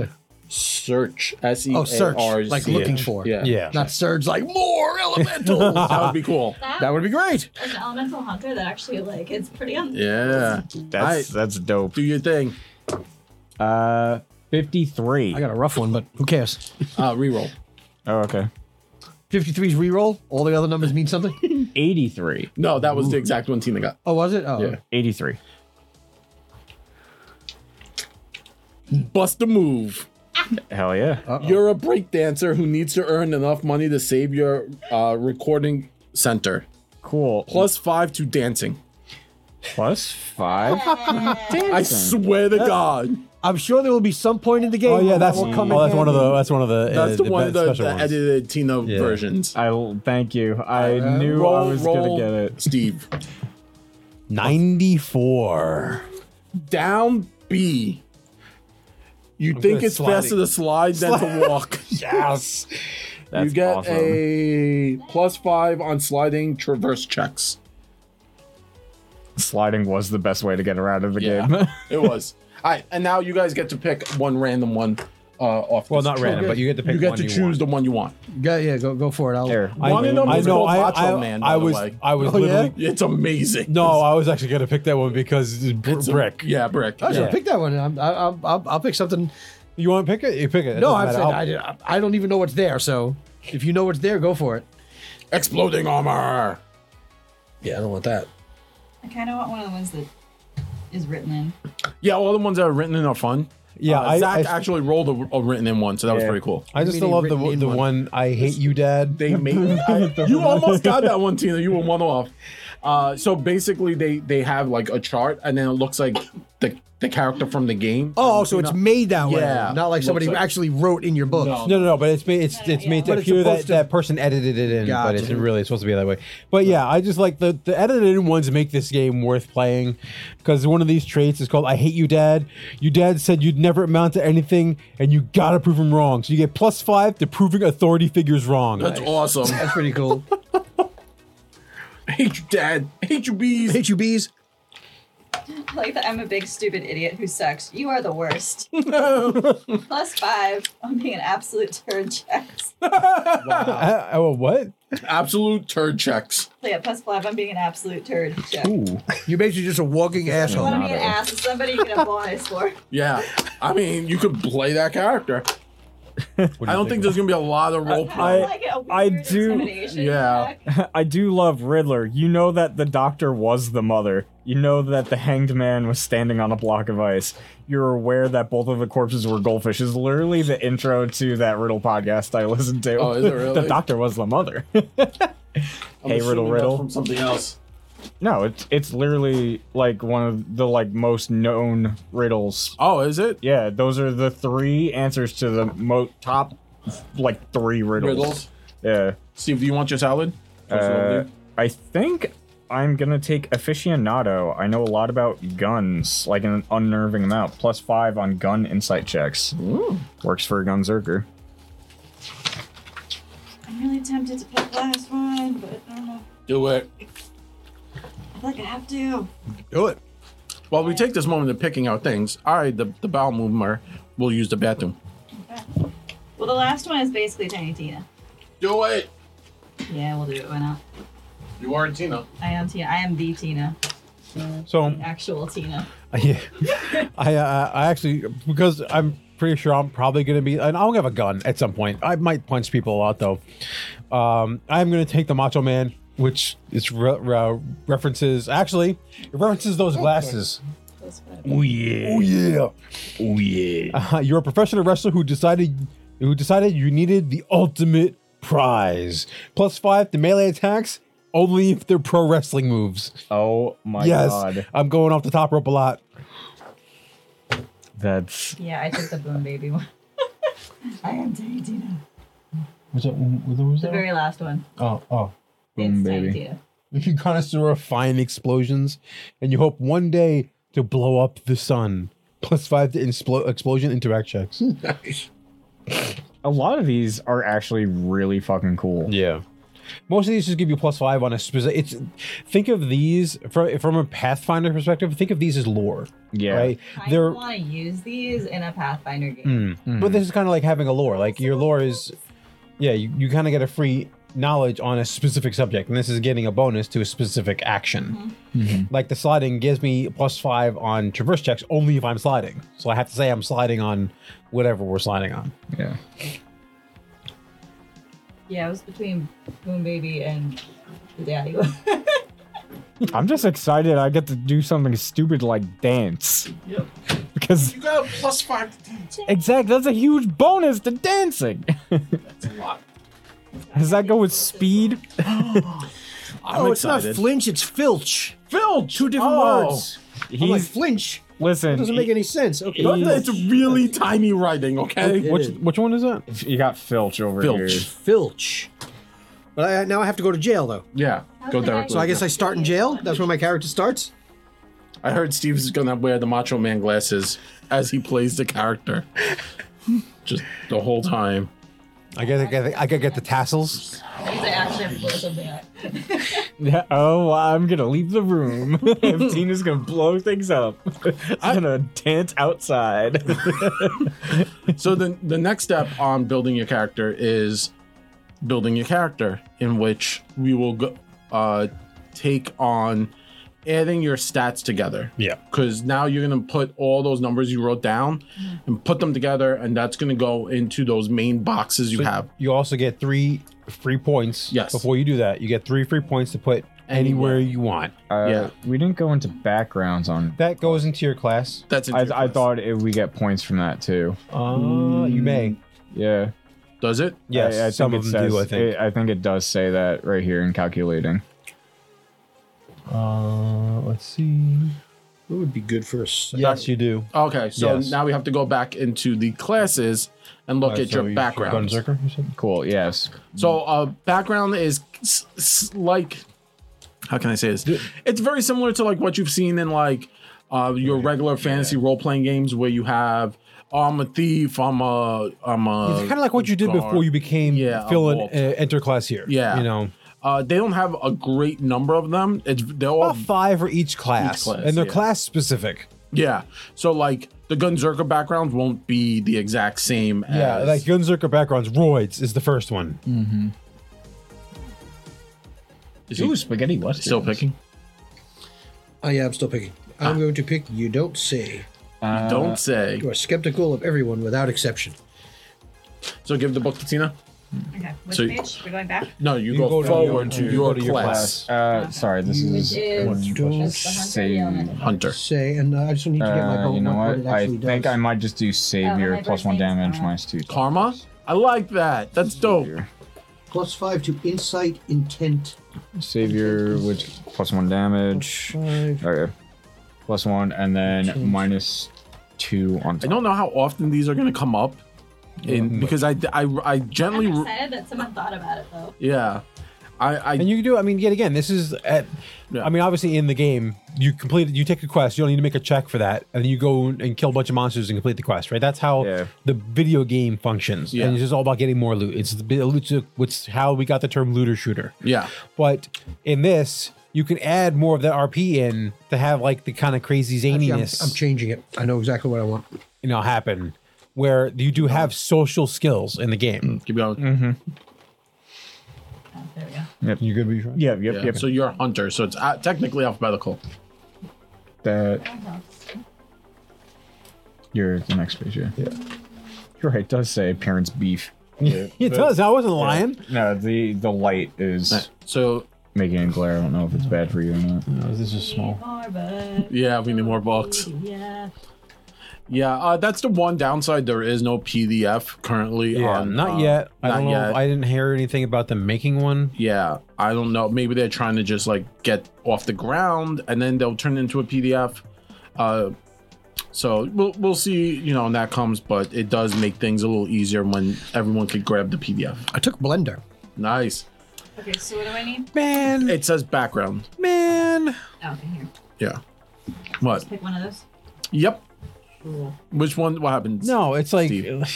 [SPEAKER 1] Search. S e a
[SPEAKER 4] Oh,
[SPEAKER 1] r
[SPEAKER 4] search.
[SPEAKER 1] c.
[SPEAKER 4] Like looking for.
[SPEAKER 1] Yeah.
[SPEAKER 5] yeah.
[SPEAKER 4] Not surge, like more elemental.
[SPEAKER 1] That would be cool.
[SPEAKER 4] that would be great.
[SPEAKER 6] An elemental hunter that actually like it's pretty on.
[SPEAKER 1] Yeah. I-
[SPEAKER 3] That's that's dope.
[SPEAKER 1] Do your thing.
[SPEAKER 3] Uh, fifty-three.
[SPEAKER 4] I got a rough one, but who cares?
[SPEAKER 1] Uh, reroll.
[SPEAKER 3] oh, okay.
[SPEAKER 4] 53's reroll. All the other numbers mean something.
[SPEAKER 3] Eighty-three.
[SPEAKER 1] No, that was the exact one Tina got.
[SPEAKER 4] Oh, was it? Oh,
[SPEAKER 1] Yeah.
[SPEAKER 3] Eighty-three.
[SPEAKER 1] Bust a move.
[SPEAKER 3] Hell yeah.
[SPEAKER 1] You're a breakdancer who needs to earn enough money to save your uh, recording center.
[SPEAKER 3] Cool.
[SPEAKER 1] Plus five to dancing.
[SPEAKER 3] plus five.
[SPEAKER 1] I swear to God,
[SPEAKER 2] I'm sure there will be some point in the game.
[SPEAKER 5] Oh yeah,
[SPEAKER 2] where
[SPEAKER 5] that's
[SPEAKER 2] that will come
[SPEAKER 5] oh,
[SPEAKER 2] in
[SPEAKER 5] that's one of
[SPEAKER 2] handy.
[SPEAKER 5] the that's one of the uh,
[SPEAKER 1] that's the one of
[SPEAKER 5] best
[SPEAKER 1] the,
[SPEAKER 5] special
[SPEAKER 1] the
[SPEAKER 5] ones.
[SPEAKER 1] edited Tina
[SPEAKER 5] Yeah.
[SPEAKER 1] versions.
[SPEAKER 3] I will thank you. I
[SPEAKER 4] Uh,
[SPEAKER 3] knew I
[SPEAKER 1] Roll,
[SPEAKER 3] was
[SPEAKER 1] roll,
[SPEAKER 3] gonna get it.
[SPEAKER 1] Steve.
[SPEAKER 5] Ninety four.
[SPEAKER 1] Down B. You
[SPEAKER 5] I'm
[SPEAKER 1] think
[SPEAKER 5] gonna
[SPEAKER 1] it's
[SPEAKER 5] slide
[SPEAKER 1] faster
[SPEAKER 5] it.
[SPEAKER 1] to slide than to walk.
[SPEAKER 5] Yes.
[SPEAKER 3] That's
[SPEAKER 1] you get
[SPEAKER 3] awesome.
[SPEAKER 1] a plus five on sliding traverse checks.
[SPEAKER 3] Sliding was the best way to get around of the
[SPEAKER 1] Yeah.
[SPEAKER 3] game.
[SPEAKER 1] It was. All right, and now you guys get to pick one random one uh, off.
[SPEAKER 5] Well,
[SPEAKER 1] this
[SPEAKER 5] not
[SPEAKER 1] tree.
[SPEAKER 5] random, but you get to pick
[SPEAKER 1] You get
[SPEAKER 5] one
[SPEAKER 1] to
[SPEAKER 5] you
[SPEAKER 1] choose
[SPEAKER 5] want.
[SPEAKER 1] the one you want.
[SPEAKER 4] Go, yeah, go, go for it. I'll,
[SPEAKER 3] There.
[SPEAKER 1] One of them
[SPEAKER 5] I
[SPEAKER 1] was
[SPEAKER 5] know.
[SPEAKER 1] called
[SPEAKER 5] I,
[SPEAKER 1] Macho
[SPEAKER 5] I,
[SPEAKER 1] Man, by
[SPEAKER 5] I
[SPEAKER 1] the
[SPEAKER 5] was
[SPEAKER 1] way.
[SPEAKER 5] I was literally
[SPEAKER 1] It's amazing.
[SPEAKER 5] no. I was actually gonna pick that one because it's br- brick.
[SPEAKER 1] Yeah, brick.
[SPEAKER 4] I should
[SPEAKER 5] Yeah.
[SPEAKER 4] pick that one. I'm, I, I'll, I'll, I'll pick something.
[SPEAKER 5] You want to pick it? You pick it. it
[SPEAKER 4] No, I'm
[SPEAKER 5] doesn't
[SPEAKER 4] saying
[SPEAKER 5] matter.
[SPEAKER 4] I, I I don't even know what's there. So if you know what's there, go for it.
[SPEAKER 1] Exploding armor.
[SPEAKER 4] Yeah, I don't want that.
[SPEAKER 6] I kind of want one of the ones that is written in.
[SPEAKER 1] Yeah, all the ones that are written in are fun.
[SPEAKER 5] yeah.
[SPEAKER 1] Uh,
[SPEAKER 5] I,
[SPEAKER 1] Zach
[SPEAKER 5] I,
[SPEAKER 1] actually rolled a, a written in one, so that was
[SPEAKER 3] Yeah.
[SPEAKER 1] pretty cool.
[SPEAKER 5] I just
[SPEAKER 4] meaning
[SPEAKER 5] love the
[SPEAKER 4] written in
[SPEAKER 5] the
[SPEAKER 4] one.
[SPEAKER 5] one I hate you, Dad.
[SPEAKER 1] They made I- you almost got that one, Tina. You were one off. Uh, so basically, they they have like a chart, and then it looks like the the character from the game.
[SPEAKER 2] Oh, so it's made that way.
[SPEAKER 1] Yeah.
[SPEAKER 4] Not like somebody
[SPEAKER 1] Looks like-
[SPEAKER 4] actually wrote in your book.
[SPEAKER 1] No.
[SPEAKER 5] No, no, no, but it's made, it's
[SPEAKER 6] no,
[SPEAKER 5] it's
[SPEAKER 6] yeah.
[SPEAKER 5] made to
[SPEAKER 2] But it's
[SPEAKER 5] appear that
[SPEAKER 2] supposed to-
[SPEAKER 5] that person edited it in, but
[SPEAKER 2] Gotcha.
[SPEAKER 5] it's really supposed to be that way. But yeah, I just like the the edited in ones make this game worth playing because one of these traits is called "I hate you, Dad." Your dad said you'd never amount to anything, and you gotta prove him wrong. So you get plus five to proving authority figures wrong.
[SPEAKER 1] That's awesome.
[SPEAKER 4] That's pretty cool.
[SPEAKER 1] I hate you, Dad. I hate you, bees.
[SPEAKER 4] Hate you, bees.
[SPEAKER 6] I like that I'm a big stupid idiot who sucks. You are the worst. Plus five on being an absolute turd checks.
[SPEAKER 5] Uh, oh, what?
[SPEAKER 1] Absolute turd checks.
[SPEAKER 6] So yeah, plus five on being an absolute turd check.
[SPEAKER 2] You're basically just a walking
[SPEAKER 6] You want
[SPEAKER 2] asshole.
[SPEAKER 6] to be an ass to somebody you get a bonus for.
[SPEAKER 1] Yeah, I mean, you could play that character. I don't think there's gonna be a lot of role play.
[SPEAKER 6] I, like a weird
[SPEAKER 3] I do-
[SPEAKER 6] intimidation
[SPEAKER 1] yeah.
[SPEAKER 6] check.
[SPEAKER 3] I do love Riddler. You know that the doctor was the mother. You know that the hanged man was standing on a block of ice. You're aware that both of the corpses were goldfish. Is literally the intro to that Riddle podcast I listened to.
[SPEAKER 1] Oh, is it really?
[SPEAKER 3] the doctor was the mother.
[SPEAKER 1] I'm
[SPEAKER 3] Hey,
[SPEAKER 1] assuming
[SPEAKER 3] Riddle,
[SPEAKER 1] that's
[SPEAKER 3] Riddle.
[SPEAKER 1] From something else.
[SPEAKER 3] no, it's it's literally like one of the like most known riddles.
[SPEAKER 1] Oh, is it?
[SPEAKER 3] Yeah, those are the three answers to the mo- top like three riddles.
[SPEAKER 1] Riddles.
[SPEAKER 3] Yeah.
[SPEAKER 1] Steve, do you want your salad?
[SPEAKER 3] Uh, I think I'm gonna take aficionado. I know a lot about guns, like an unnerving amount. Plus five on gun insight checks. Works for a gunzerker.
[SPEAKER 6] I'm really tempted to pick the last one, but I don't know.
[SPEAKER 1] do it.
[SPEAKER 6] I feel like I have to.
[SPEAKER 4] Do it.
[SPEAKER 1] While we take this moment of picking out things, all right, the, the bowel mover will use the bathroom.
[SPEAKER 6] Well, the last one is basically Tiny Tina.
[SPEAKER 1] Do it.
[SPEAKER 6] Yeah, we'll do it. Why not?
[SPEAKER 1] You are a Tina.
[SPEAKER 6] I am Tina. I am the Tina.
[SPEAKER 5] So
[SPEAKER 6] The actual Tina.
[SPEAKER 5] yeah, I uh, I actually because I'm pretty sure I'm probably gonna be and I'll have a gun at some point. I might punch people out though. Um, I'm gonna take the Macho Man, which is re- re- references actually it references those glasses.
[SPEAKER 7] Oh yeah.
[SPEAKER 5] Oh yeah.
[SPEAKER 7] Oh yeah.
[SPEAKER 5] Uh, you're a professional wrestler who decided who decided you needed the ultimate prize. Plus five to melee attacks, only if they're pro wrestling moves.
[SPEAKER 3] Oh my
[SPEAKER 5] yes,
[SPEAKER 3] god.
[SPEAKER 5] I'm going off the top rope a lot.
[SPEAKER 3] That's
[SPEAKER 6] Yeah, I took the Boom Baby one. I am Tiny Tina.
[SPEAKER 5] Was that, was
[SPEAKER 6] The very last one.
[SPEAKER 5] Oh, oh.
[SPEAKER 3] Boom
[SPEAKER 6] it's Tiny
[SPEAKER 3] Baby.
[SPEAKER 6] Tina.
[SPEAKER 5] If you connoisseur of fine explosions, and you hope one day to blow up the sun. Plus five to explo- explosion interact checks.
[SPEAKER 6] Hmm.
[SPEAKER 3] a lot of these are actually really fucking cool.
[SPEAKER 5] Yeah. Most of these just give you plus five on a specific. It's think of these from from a Pathfinder perspective. Think of these as lore,
[SPEAKER 3] Yeah.
[SPEAKER 5] right?
[SPEAKER 6] I
[SPEAKER 5] They're
[SPEAKER 6] want to use these in a Pathfinder game.
[SPEAKER 3] Mm.
[SPEAKER 5] But this is kind of like having a lore. Like your lore is, yeah, you, you kind of get a free knowledge on a specific subject, and this is getting a bonus to a specific action. Like the sliding gives me plus five on traverse checks only if I'm sliding. So I have to say I'm sliding on whatever we're sliding on.
[SPEAKER 3] Yeah.
[SPEAKER 6] Yeah, it was between Boom Baby and the Daddy one.
[SPEAKER 3] I'm just excited I get to do something stupid like dance.
[SPEAKER 1] Yep.
[SPEAKER 3] Because
[SPEAKER 1] You got a plus five to dance.
[SPEAKER 3] exactly that's a huge bonus to dancing.
[SPEAKER 1] That's a lot.
[SPEAKER 3] Does that go with speed?
[SPEAKER 1] I'm
[SPEAKER 2] Oh, it's not
[SPEAKER 1] excited.
[SPEAKER 2] flinch, it's filch.
[SPEAKER 1] Filch.
[SPEAKER 2] Two different
[SPEAKER 1] Oh.
[SPEAKER 2] words. I'm like,
[SPEAKER 3] He's
[SPEAKER 2] flinch?
[SPEAKER 3] listen.
[SPEAKER 2] Doesn't make any sense. Okay.
[SPEAKER 1] But It's really tiny writing, okay?
[SPEAKER 5] Which which one is that?
[SPEAKER 3] You got Filch over
[SPEAKER 1] Filch.
[SPEAKER 3] here.
[SPEAKER 2] Filch. But I, now I have to go to jail, though.
[SPEAKER 1] Yeah. Go
[SPEAKER 6] the
[SPEAKER 1] directly.
[SPEAKER 2] So I guess I start in jail. That's where my character starts.
[SPEAKER 1] I heard Steve's gonna wear the Macho Man glasses as he plays the character. Just the whole time.
[SPEAKER 5] I gotta get the, I gotta get the tassels.
[SPEAKER 6] Because I actually have to blow something up.
[SPEAKER 3] Yeah, oh, I'm gonna leave the room. if Tina's gonna blow things up, I'm gonna dance outside.
[SPEAKER 1] So the the next step on building your character is building your character, in which we will go, uh, take on adding your stats together.
[SPEAKER 5] Yeah.
[SPEAKER 1] Because now you're gonna put all those numbers you wrote down and put them together, and that's gonna go into those main boxes you have.
[SPEAKER 5] You also get three free points.
[SPEAKER 1] Yes.
[SPEAKER 5] Before you do that, you get three free points to put
[SPEAKER 1] Anywhere.
[SPEAKER 5] anywhere, you want.
[SPEAKER 3] Uh,
[SPEAKER 1] Yeah.
[SPEAKER 3] we didn't go into backgrounds on.
[SPEAKER 5] That goes into your class.
[SPEAKER 1] That's in
[SPEAKER 3] I,
[SPEAKER 1] your
[SPEAKER 3] I
[SPEAKER 1] class.
[SPEAKER 3] thought it, we get points from that too.
[SPEAKER 5] Uh, you may.
[SPEAKER 3] Yeah.
[SPEAKER 1] Does it?
[SPEAKER 5] Yes.
[SPEAKER 3] I, I
[SPEAKER 5] some
[SPEAKER 3] think
[SPEAKER 5] of
[SPEAKER 3] it
[SPEAKER 5] them
[SPEAKER 3] says,
[SPEAKER 5] do. I think.
[SPEAKER 3] it- I think it does say that right here in calculating.
[SPEAKER 5] Uh, let's see.
[SPEAKER 2] It would be good for us.
[SPEAKER 5] Yes, you do.
[SPEAKER 1] Okay, so
[SPEAKER 5] Yes.
[SPEAKER 1] now we have to go back into the classes and
[SPEAKER 3] Uh,
[SPEAKER 1] look at your background.
[SPEAKER 3] Cool. Yes.
[SPEAKER 1] So, uh, background is s- s- like, how can I say this? It's very similar to like what you've seen in like uh, your regular fantasy role playing games where you have, oh, I'm a thief, I'm a, I'm a.
[SPEAKER 5] It's kind of like what you did
[SPEAKER 1] guard.
[SPEAKER 5] before you became
[SPEAKER 1] Uh, Yeah, a
[SPEAKER 5] fill in
[SPEAKER 1] vault.
[SPEAKER 5] uh, enter class here.
[SPEAKER 1] Yeah.
[SPEAKER 5] you know,
[SPEAKER 1] Uh, they don't have a great number of them. It's they're all
[SPEAKER 5] about five for each class,
[SPEAKER 1] class,
[SPEAKER 5] and they're
[SPEAKER 1] yeah.
[SPEAKER 5] class specific.
[SPEAKER 1] yeah. So like the Gunzerka backgrounds won't be the exact same.
[SPEAKER 5] Yeah,
[SPEAKER 1] as,
[SPEAKER 5] like Gunzerker backgrounds. Roids is the first one.
[SPEAKER 1] Is he
[SPEAKER 7] spaghetti westerns.
[SPEAKER 1] still picking.
[SPEAKER 2] Oh, yeah, I'm still picking. I'm
[SPEAKER 3] Ah.
[SPEAKER 2] going to pick You Don't Say.
[SPEAKER 5] Uh,
[SPEAKER 1] don't say.
[SPEAKER 2] You are skeptical of everyone without exception.
[SPEAKER 1] So give the book to Tina.
[SPEAKER 6] Okay. Which
[SPEAKER 1] So-
[SPEAKER 6] page? We're going back.
[SPEAKER 1] No, you,
[SPEAKER 5] You
[SPEAKER 1] go,
[SPEAKER 5] go to
[SPEAKER 1] forward
[SPEAKER 5] your-
[SPEAKER 1] to
[SPEAKER 5] you
[SPEAKER 1] your,
[SPEAKER 5] go to your
[SPEAKER 1] class.
[SPEAKER 3] Uh, sorry, this
[SPEAKER 6] Which
[SPEAKER 3] is.
[SPEAKER 6] is just the hunter
[SPEAKER 3] Save.
[SPEAKER 6] element.
[SPEAKER 1] Hunter.
[SPEAKER 4] Say, and uh, I just need to get my
[SPEAKER 3] Uh,
[SPEAKER 4] homework.
[SPEAKER 3] you know
[SPEAKER 4] what?
[SPEAKER 3] what?
[SPEAKER 4] it
[SPEAKER 3] I
[SPEAKER 4] actually
[SPEAKER 3] think I
[SPEAKER 4] does.
[SPEAKER 3] might just do savior
[SPEAKER 6] my
[SPEAKER 3] plus one
[SPEAKER 6] birthday's
[SPEAKER 3] damage
[SPEAKER 6] tomorrow.
[SPEAKER 3] minus two.
[SPEAKER 1] Karma? I like that. That's dope.
[SPEAKER 3] Savior.
[SPEAKER 4] Plus five to insight, intent.
[SPEAKER 3] Savior, which plus one damage.
[SPEAKER 4] Five.
[SPEAKER 3] Okay. Plus one, and then minus two on
[SPEAKER 1] I
[SPEAKER 3] top.
[SPEAKER 1] don't know how often these are going to come up, in, because I, I, I gently.
[SPEAKER 6] I'm excited that someone thought about it though.
[SPEAKER 1] Yeah. I, I
[SPEAKER 5] And you can do. I mean, yet again, this is. At,
[SPEAKER 1] Yeah.
[SPEAKER 5] I mean, obviously, in the game, you complete. You take a quest. You don't need to make a check for that, and you go and kill a bunch of monsters and complete the quest. Right. That's how
[SPEAKER 3] Yeah.
[SPEAKER 5] the video game functions.
[SPEAKER 1] Yeah.
[SPEAKER 5] And it's just all about getting more loot. It's the bit of loot. to- What's how we got the term looter shooter.
[SPEAKER 1] yeah.
[SPEAKER 5] But in this, you can add more of that RP in to have like the kind of crazy
[SPEAKER 4] Yeah, I'm,
[SPEAKER 5] zaniness
[SPEAKER 4] I'm changing it. I know exactly what I want.
[SPEAKER 5] you know happen where you do have social skills in the game.
[SPEAKER 1] Keep going.
[SPEAKER 5] Mm-hmm.
[SPEAKER 6] Oh, there we go.
[SPEAKER 5] You could be right.
[SPEAKER 3] Yeah, yep,
[SPEAKER 1] Yeah.
[SPEAKER 3] yep.
[SPEAKER 1] So you're a hunter. So it's uh, technically alphabetical.
[SPEAKER 3] that
[SPEAKER 6] That helps.
[SPEAKER 3] you're the next page. Yeah. yeah. You're right. It does say parents beef.
[SPEAKER 5] It does. I wasn't lying.
[SPEAKER 3] No, the the light is
[SPEAKER 1] So
[SPEAKER 3] making it glare. I don't know if it's bad for you or not.
[SPEAKER 5] this is small.
[SPEAKER 6] More books.
[SPEAKER 1] yeah, we need more books.
[SPEAKER 6] Yeah.
[SPEAKER 1] Yeah, uh, that's the one downside. There is no PDF currently.
[SPEAKER 5] Yeah,
[SPEAKER 1] on,
[SPEAKER 5] not
[SPEAKER 1] um,
[SPEAKER 5] yet. I
[SPEAKER 1] not
[SPEAKER 5] don't know.
[SPEAKER 1] yet.
[SPEAKER 5] I didn't hear anything about them making one.
[SPEAKER 1] yeah, I don't know. Maybe they're trying to just like get off the ground and then they'll turn it into a PDF. Uh, so we'll we'll see. You know, when that comes, but it does make things a little easier when everyone could grab the PDF.
[SPEAKER 4] I took Blender.
[SPEAKER 1] Nice.
[SPEAKER 6] Okay, so what do I need?
[SPEAKER 5] Man,
[SPEAKER 1] It says background.
[SPEAKER 5] man.
[SPEAKER 6] Oh, okay, here.
[SPEAKER 1] Yeah. What?
[SPEAKER 6] Pick one of those.
[SPEAKER 1] Yep.
[SPEAKER 6] Cool.
[SPEAKER 1] Which one? What happens?
[SPEAKER 5] No, it's like,
[SPEAKER 1] Steve.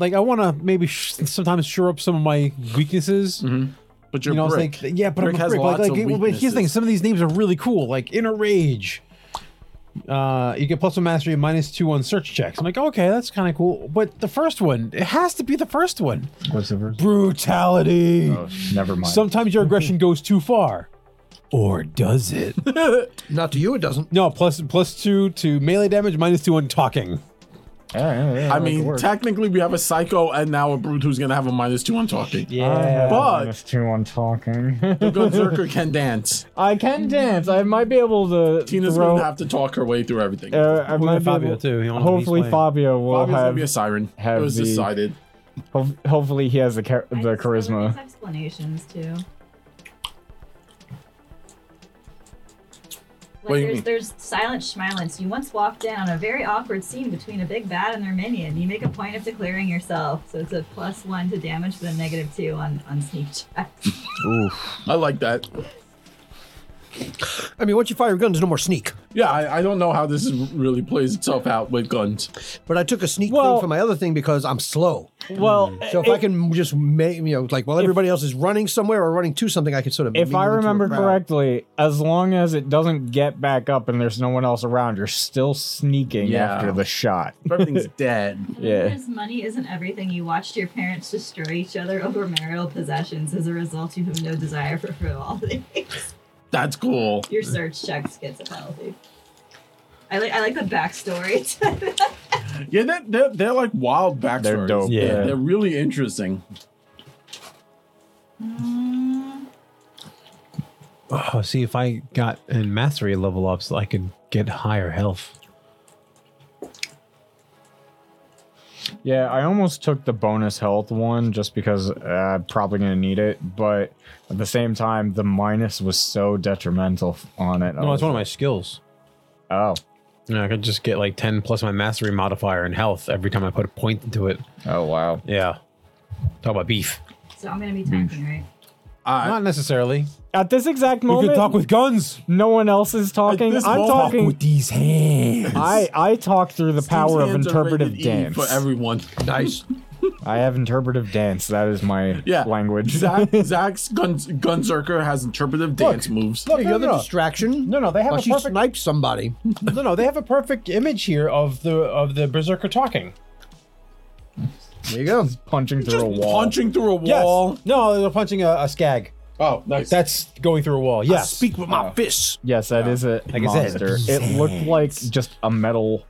[SPEAKER 5] like I want to maybe sh- sometimes shore up some of my weaknesses.
[SPEAKER 1] But you're
[SPEAKER 5] You know, it's
[SPEAKER 1] Mm-hmm. brick.
[SPEAKER 5] like yeah, but
[SPEAKER 1] Brick
[SPEAKER 5] I'm a
[SPEAKER 1] has
[SPEAKER 5] prick. Like,
[SPEAKER 1] lots
[SPEAKER 5] like,
[SPEAKER 1] of
[SPEAKER 5] it- but here's the thing:
[SPEAKER 1] weaknesses.
[SPEAKER 5] some of these names are really cool. Like Inner Rage. Uh, you get plus one mastery and minus two on search checks. I'm like, okay, that's kind of cool. But the first one, it has to be the first one.
[SPEAKER 3] What's the verse?
[SPEAKER 5] Brutality.
[SPEAKER 3] Oh, never mind.
[SPEAKER 5] Sometimes your aggression goes too far. Or does it?
[SPEAKER 4] Not to you, it doesn't.
[SPEAKER 5] no, plus plus two to melee damage, minus two on talking.
[SPEAKER 3] All right, all right, all right,
[SPEAKER 1] I
[SPEAKER 3] like the
[SPEAKER 1] mean,
[SPEAKER 3] word.
[SPEAKER 1] technically, we have a psycho and now a brute who's gonna have a minus two on talking. Yeah.
[SPEAKER 3] Yeah,
[SPEAKER 1] But-
[SPEAKER 3] minus two on talking.
[SPEAKER 1] The good Zerker can dance.
[SPEAKER 3] I can dance. I might be able to
[SPEAKER 1] Tina's
[SPEAKER 3] throw.
[SPEAKER 1] gonna have to talk her way through everything.
[SPEAKER 3] uh, I might be
[SPEAKER 5] Fabio,
[SPEAKER 3] able-
[SPEAKER 5] too. He only-
[SPEAKER 3] Hopefully,
[SPEAKER 5] he's playing.
[SPEAKER 3] Fabio will
[SPEAKER 1] Bobby's gonna
[SPEAKER 3] have.
[SPEAKER 1] be a siren. It
[SPEAKER 3] have
[SPEAKER 1] was
[SPEAKER 3] the-
[SPEAKER 1] decided.
[SPEAKER 3] ho- hopefully, he has the char-
[SPEAKER 6] I
[SPEAKER 3] the
[SPEAKER 6] just really like
[SPEAKER 3] charisma.
[SPEAKER 6] Explanations too.
[SPEAKER 1] do
[SPEAKER 6] Like
[SPEAKER 1] you
[SPEAKER 6] there's,
[SPEAKER 1] mean?
[SPEAKER 6] there's silent schmilance. You once walked in on a very awkward scene between a big bat and their minion. You make a point of declaring yourself, so it's a plus one to damage, but a negative two on, on sneak check.
[SPEAKER 1] I like that.
[SPEAKER 4] I mean, once you fire a gun, there's no more sneak.
[SPEAKER 1] Yeah, I, I don't know how this is, really plays itself out with guns.
[SPEAKER 4] But I took a sneak
[SPEAKER 3] Well-
[SPEAKER 4] thing for my other thing because I'm slow.
[SPEAKER 3] Well,
[SPEAKER 4] So if I can just make, you know, like while everybody else is running somewhere or running to something, I can sort of.
[SPEAKER 3] if
[SPEAKER 4] mingle
[SPEAKER 3] I
[SPEAKER 4] into a
[SPEAKER 3] remember
[SPEAKER 4] crowd.
[SPEAKER 3] correctly, as long as it doesn't get back up and there's no one else around, you're still sneaking
[SPEAKER 1] Yeah.
[SPEAKER 3] after the shot.
[SPEAKER 1] Everything's dead.
[SPEAKER 3] Yeah.
[SPEAKER 6] Because money isn't everything. You watched your parents destroy each other over marital possessions. As a result, you have no desire for frivolity.
[SPEAKER 1] That's cool.
[SPEAKER 6] Your search checks gets a penalty. I like I like the backstory.
[SPEAKER 1] Yeah, they're, they're, they're like wild backstories.
[SPEAKER 3] They're dope.
[SPEAKER 5] Yeah.
[SPEAKER 1] They're, they're really interesting.
[SPEAKER 5] Oh, see if I got in mastery level ups, I could get higher health.
[SPEAKER 3] Yeah, I almost took the bonus health one just because uh, I'm probably going to need it, but at the same time, the minus was so detrimental f- on it.
[SPEAKER 5] No, it's one of my skills.
[SPEAKER 3] my. Oh,
[SPEAKER 5] Yeah, I could just get like ten plus my mastery modifier and health every time I put a point into it.
[SPEAKER 3] oh wow.
[SPEAKER 5] Yeah. Talk about beef.
[SPEAKER 6] so I'm gonna be typing, right?
[SPEAKER 1] I,
[SPEAKER 5] Not necessarily.
[SPEAKER 3] At this exact
[SPEAKER 5] We
[SPEAKER 3] moment,
[SPEAKER 5] could talk with guns.
[SPEAKER 3] no one else is talking.
[SPEAKER 1] this
[SPEAKER 3] I'm
[SPEAKER 1] moment-
[SPEAKER 3] talking.
[SPEAKER 5] these hands.
[SPEAKER 3] I I talk through the power of
[SPEAKER 1] Steve's hands are
[SPEAKER 3] interpretive
[SPEAKER 1] rated E
[SPEAKER 3] dance.
[SPEAKER 1] for everyone.
[SPEAKER 4] nice.
[SPEAKER 3] I have interpretive dance. That is my
[SPEAKER 1] Yeah,
[SPEAKER 3] language.
[SPEAKER 1] Zach, Zach's gun Gunzerker has interpretive dance moves.
[SPEAKER 5] Look,
[SPEAKER 4] The
[SPEAKER 5] no,
[SPEAKER 4] other
[SPEAKER 5] no,
[SPEAKER 4] distraction.
[SPEAKER 5] no, no, they have
[SPEAKER 4] Well,
[SPEAKER 5] a
[SPEAKER 4] she
[SPEAKER 5] perfect.
[SPEAKER 4] sniped somebody.
[SPEAKER 5] No, no, they have a perfect image here of the of the berserker talking.
[SPEAKER 4] There you go.
[SPEAKER 3] punching through a wall.
[SPEAKER 1] punching through a wall.
[SPEAKER 5] Yes. No, they're punching a, a scag.
[SPEAKER 1] Oh, nice.
[SPEAKER 5] That's going through a wall. Yes.
[SPEAKER 4] Speak with my fists.
[SPEAKER 3] Yes, that is a
[SPEAKER 5] Like I said,
[SPEAKER 3] monster. It looked like just a metal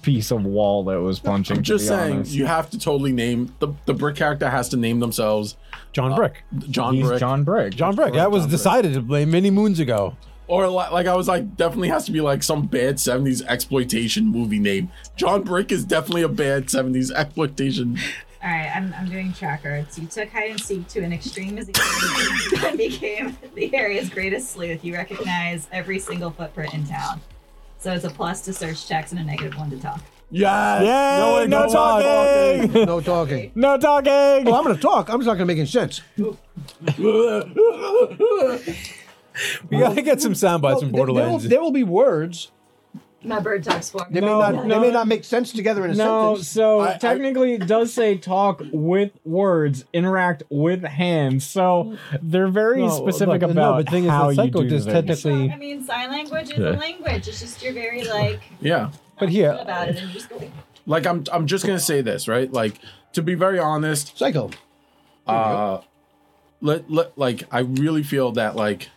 [SPEAKER 3] piece of wall that was punching.
[SPEAKER 1] I'm
[SPEAKER 3] to
[SPEAKER 1] just
[SPEAKER 3] be
[SPEAKER 1] saying,
[SPEAKER 3] honest.
[SPEAKER 1] you have to totally name the the brick character has to name themselves
[SPEAKER 5] John Brick.
[SPEAKER 1] John
[SPEAKER 3] He's
[SPEAKER 1] Brick.
[SPEAKER 3] Uh, John Brick.
[SPEAKER 5] John Brick. That was
[SPEAKER 1] John Brick.
[SPEAKER 5] decided like, many moons ago.
[SPEAKER 1] Or like, like I was like, definitely has to be like some bad '70s exploitation movie name. John Brick is definitely a bad '70s exploitation.
[SPEAKER 6] All right, I'm, I'm doing tracker. It's you took hide and seek to an extreme as a game and became the area's greatest sleuth. You recognize every single footprint in town. So it's a plus to search checks and a negative one to talk.
[SPEAKER 1] Yes.
[SPEAKER 3] Yay,
[SPEAKER 1] one-
[SPEAKER 3] no
[SPEAKER 1] one-
[SPEAKER 3] talking!
[SPEAKER 4] No talking. Well,
[SPEAKER 3] No talking.
[SPEAKER 4] I'm going to talk. I'm just not going to make any sense.
[SPEAKER 5] We gotta get some sound bites
[SPEAKER 4] Well, Oh,
[SPEAKER 5] from
[SPEAKER 4] there- there will-
[SPEAKER 5] Borderlands.
[SPEAKER 4] There will be words.
[SPEAKER 6] My bird talks for
[SPEAKER 4] They, may, not, they may not make sense together in a
[SPEAKER 3] No,
[SPEAKER 4] sentence.
[SPEAKER 3] so
[SPEAKER 1] I- I-
[SPEAKER 3] technically it does say talk with words, interact with hands. So they're very
[SPEAKER 5] No,
[SPEAKER 3] specific
[SPEAKER 5] but- no,
[SPEAKER 3] about
[SPEAKER 5] but the thing is,
[SPEAKER 3] how
[SPEAKER 5] the
[SPEAKER 3] you
[SPEAKER 5] psycho
[SPEAKER 3] do
[SPEAKER 5] just
[SPEAKER 3] things.
[SPEAKER 5] technic-
[SPEAKER 6] It's not- I mean, sign language is a language. It's just you're very like
[SPEAKER 1] Yeah.
[SPEAKER 5] but here,
[SPEAKER 6] about it and you just go.
[SPEAKER 1] Like I'm I'm just gonna say this right. Like to be very honest,
[SPEAKER 4] Psycho.
[SPEAKER 1] uh let, let like i really feel that like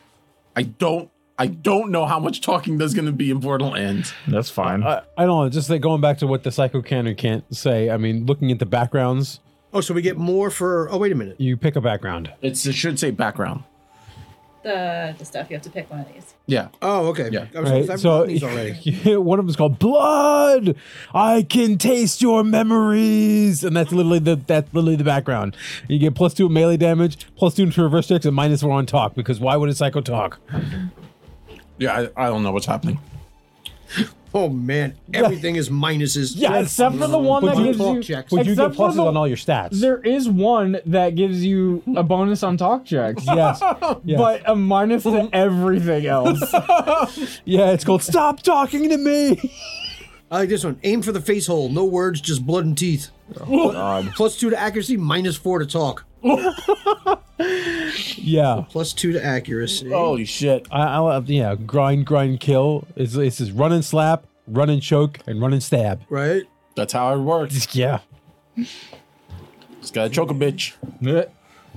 [SPEAKER 1] i don't i don't know how much talking there's gonna be in borderlands
[SPEAKER 3] That's fine.
[SPEAKER 5] I, I don't know. Just like going back to what the psycho can or can't say. I mean, looking at the backgrounds,
[SPEAKER 4] Oh, so we get more for. Oh, wait a minute.
[SPEAKER 5] you pick a background.
[SPEAKER 1] it's, it should say background
[SPEAKER 6] The the stuff you have to pick one of these.
[SPEAKER 1] yeah
[SPEAKER 4] Oh, okay.
[SPEAKER 1] Yeah.
[SPEAKER 4] I was,
[SPEAKER 5] Right?
[SPEAKER 4] I've
[SPEAKER 5] so
[SPEAKER 4] done these already.
[SPEAKER 5] one of them's called "Blood." I can taste your memories, and that's literally the that's literally the background. You get plus two melee damage, plus two to reverse checks, and minus one on talk. Because why would a psycho talk?
[SPEAKER 1] yeah i, I don't know what's happening
[SPEAKER 4] Oh, man. Everything is minuses.
[SPEAKER 3] Except for the one
[SPEAKER 5] Would
[SPEAKER 3] that
[SPEAKER 5] you-
[SPEAKER 3] gives
[SPEAKER 4] Talk
[SPEAKER 3] you.
[SPEAKER 4] checks.
[SPEAKER 5] Would you get
[SPEAKER 3] Except for
[SPEAKER 5] pluses
[SPEAKER 3] the-
[SPEAKER 5] on all your stats?
[SPEAKER 3] There is one that gives you a bonus on talk checks,
[SPEAKER 5] yes. yes.
[SPEAKER 3] but a minus to everything else.
[SPEAKER 5] yeah, it's called "Stop Talking to Me."
[SPEAKER 4] I like this one. Aim for the face hole. No words, just blood and teeth. Plus two to accuracy, minus four to talk.
[SPEAKER 5] yeah.
[SPEAKER 4] Plus two to accuracy.
[SPEAKER 1] holy shit
[SPEAKER 5] I, I love- yeah, grind, grind, kill. It's it's just run and slap, run and choke, and run and stab.
[SPEAKER 4] Right?
[SPEAKER 1] that's how it works
[SPEAKER 5] Yeah.
[SPEAKER 1] just gotta choke a bitch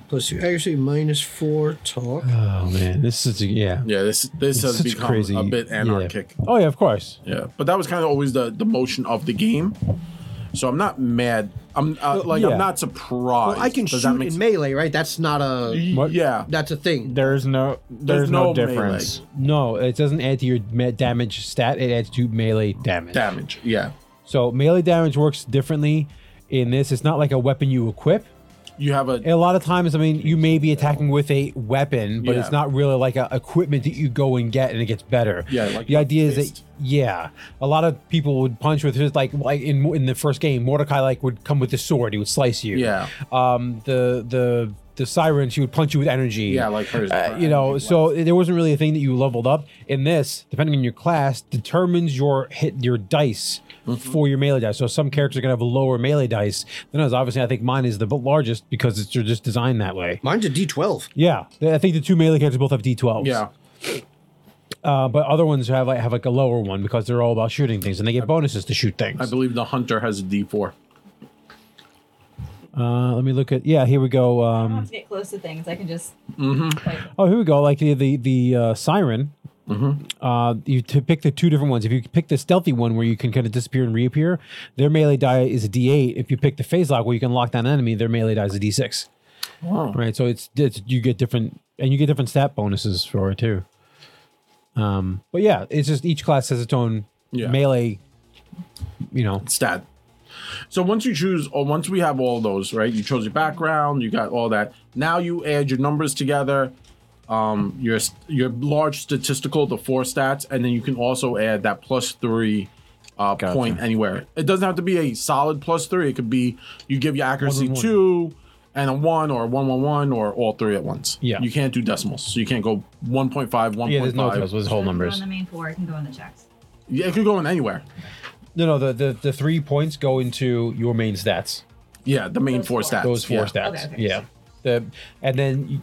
[SPEAKER 4] Plus two accuracy, minus four talk.
[SPEAKER 5] Oh man, this is yeah.
[SPEAKER 1] yeah this this has
[SPEAKER 5] such
[SPEAKER 1] become
[SPEAKER 5] crazy,
[SPEAKER 1] a bit
[SPEAKER 5] yeah.
[SPEAKER 1] anarchic
[SPEAKER 5] Oh yeah, of course.
[SPEAKER 1] yeah. but that was kind of always the the motion of the game so i'm not mad i'm uh, like
[SPEAKER 5] yeah.
[SPEAKER 1] i'm not surprised
[SPEAKER 4] I can
[SPEAKER 1] Does that
[SPEAKER 4] shoot
[SPEAKER 1] make
[SPEAKER 4] in
[SPEAKER 1] sense?
[SPEAKER 4] melee, right? That's not a.
[SPEAKER 5] What?
[SPEAKER 1] yeah
[SPEAKER 4] That's a thing.
[SPEAKER 3] There's no there's, no, difference.
[SPEAKER 1] melee
[SPEAKER 5] No, it doesn't add to your me- damage stat. It adds to melee damage.
[SPEAKER 1] damage yeah
[SPEAKER 5] So melee damage works differently in this. It's not like a weapon you equip.
[SPEAKER 1] you have a
[SPEAKER 5] A lot of times, I mean, you may be attacking with a weapon, but it's
[SPEAKER 1] Yeah.
[SPEAKER 5] not really like a equipment that you go and get and it gets better.
[SPEAKER 1] Yeah, like
[SPEAKER 5] the idea is
[SPEAKER 1] fist.
[SPEAKER 5] that yeah, a lot of people would punch with his like like in in the first game, Mordecai like would come with his sword, he would slice you.
[SPEAKER 1] yeah
[SPEAKER 5] Um, the the the sirens, he would punch you with energy.
[SPEAKER 1] yeah like hers
[SPEAKER 5] Uh, you know, so there wasn't really a thing that you leveled up. In this, depending on your class, determines your hit your dice
[SPEAKER 1] Mm-hmm.
[SPEAKER 5] for your melee dice. So some characters are gonna have a lower melee dice than others. Obviously, I think mine is the b- largest because it's just designed that way.
[SPEAKER 4] Mine's a D12.
[SPEAKER 5] Yeah, I think the two melee characters both have D12s.
[SPEAKER 1] yeah
[SPEAKER 5] uh, but other ones have like have like a lower one because they're all about shooting things and they get bonuses to shoot things.
[SPEAKER 1] I believe the hunter has a D4.
[SPEAKER 5] uh, let me look at yeah. Here we go.
[SPEAKER 6] I don't
[SPEAKER 5] Um,
[SPEAKER 6] have to get close to things. I can just. like,
[SPEAKER 5] Oh, here we go. Like the the, the uh, siren. Uh, you to pick the two different ones. If you pick the stealthy one where you can kind of disappear and reappear, their melee die is a D8. If you pick the phase lock where you can lock down an enemy, their melee die is a D6. Right. So it's, it's you get different and you get different stat bonuses for it too. Um, but yeah, it's just each class has its own
[SPEAKER 1] Yeah.
[SPEAKER 5] melee. You know,
[SPEAKER 1] Stat. So once you choose, or once we have all those, right? You chose your background, you got all that. Now you add your numbers together, um, your your large statistical, the four stats, and then you can also add that plus three uh, point anywhere. It doesn't have to be a solid plus three. It could be you give your accuracy two and a one, or one one one, or all three at once.
[SPEAKER 5] Yeah.
[SPEAKER 1] you can't do decimals, so you can't go 1.5, 1.5.
[SPEAKER 5] yeah. There's no those whole
[SPEAKER 6] Go on
[SPEAKER 5] numbers.
[SPEAKER 6] the main floor. It can go in the checks.
[SPEAKER 1] Yeah, it could go in anywhere.
[SPEAKER 5] No, no. The, the the three points go into your main stats.
[SPEAKER 1] Yeah, the main
[SPEAKER 6] Those
[SPEAKER 1] four
[SPEAKER 6] four.
[SPEAKER 1] stats.
[SPEAKER 5] those four
[SPEAKER 1] yeah.
[SPEAKER 5] stats.
[SPEAKER 6] Okay, okay.
[SPEAKER 5] Yeah. The and then y-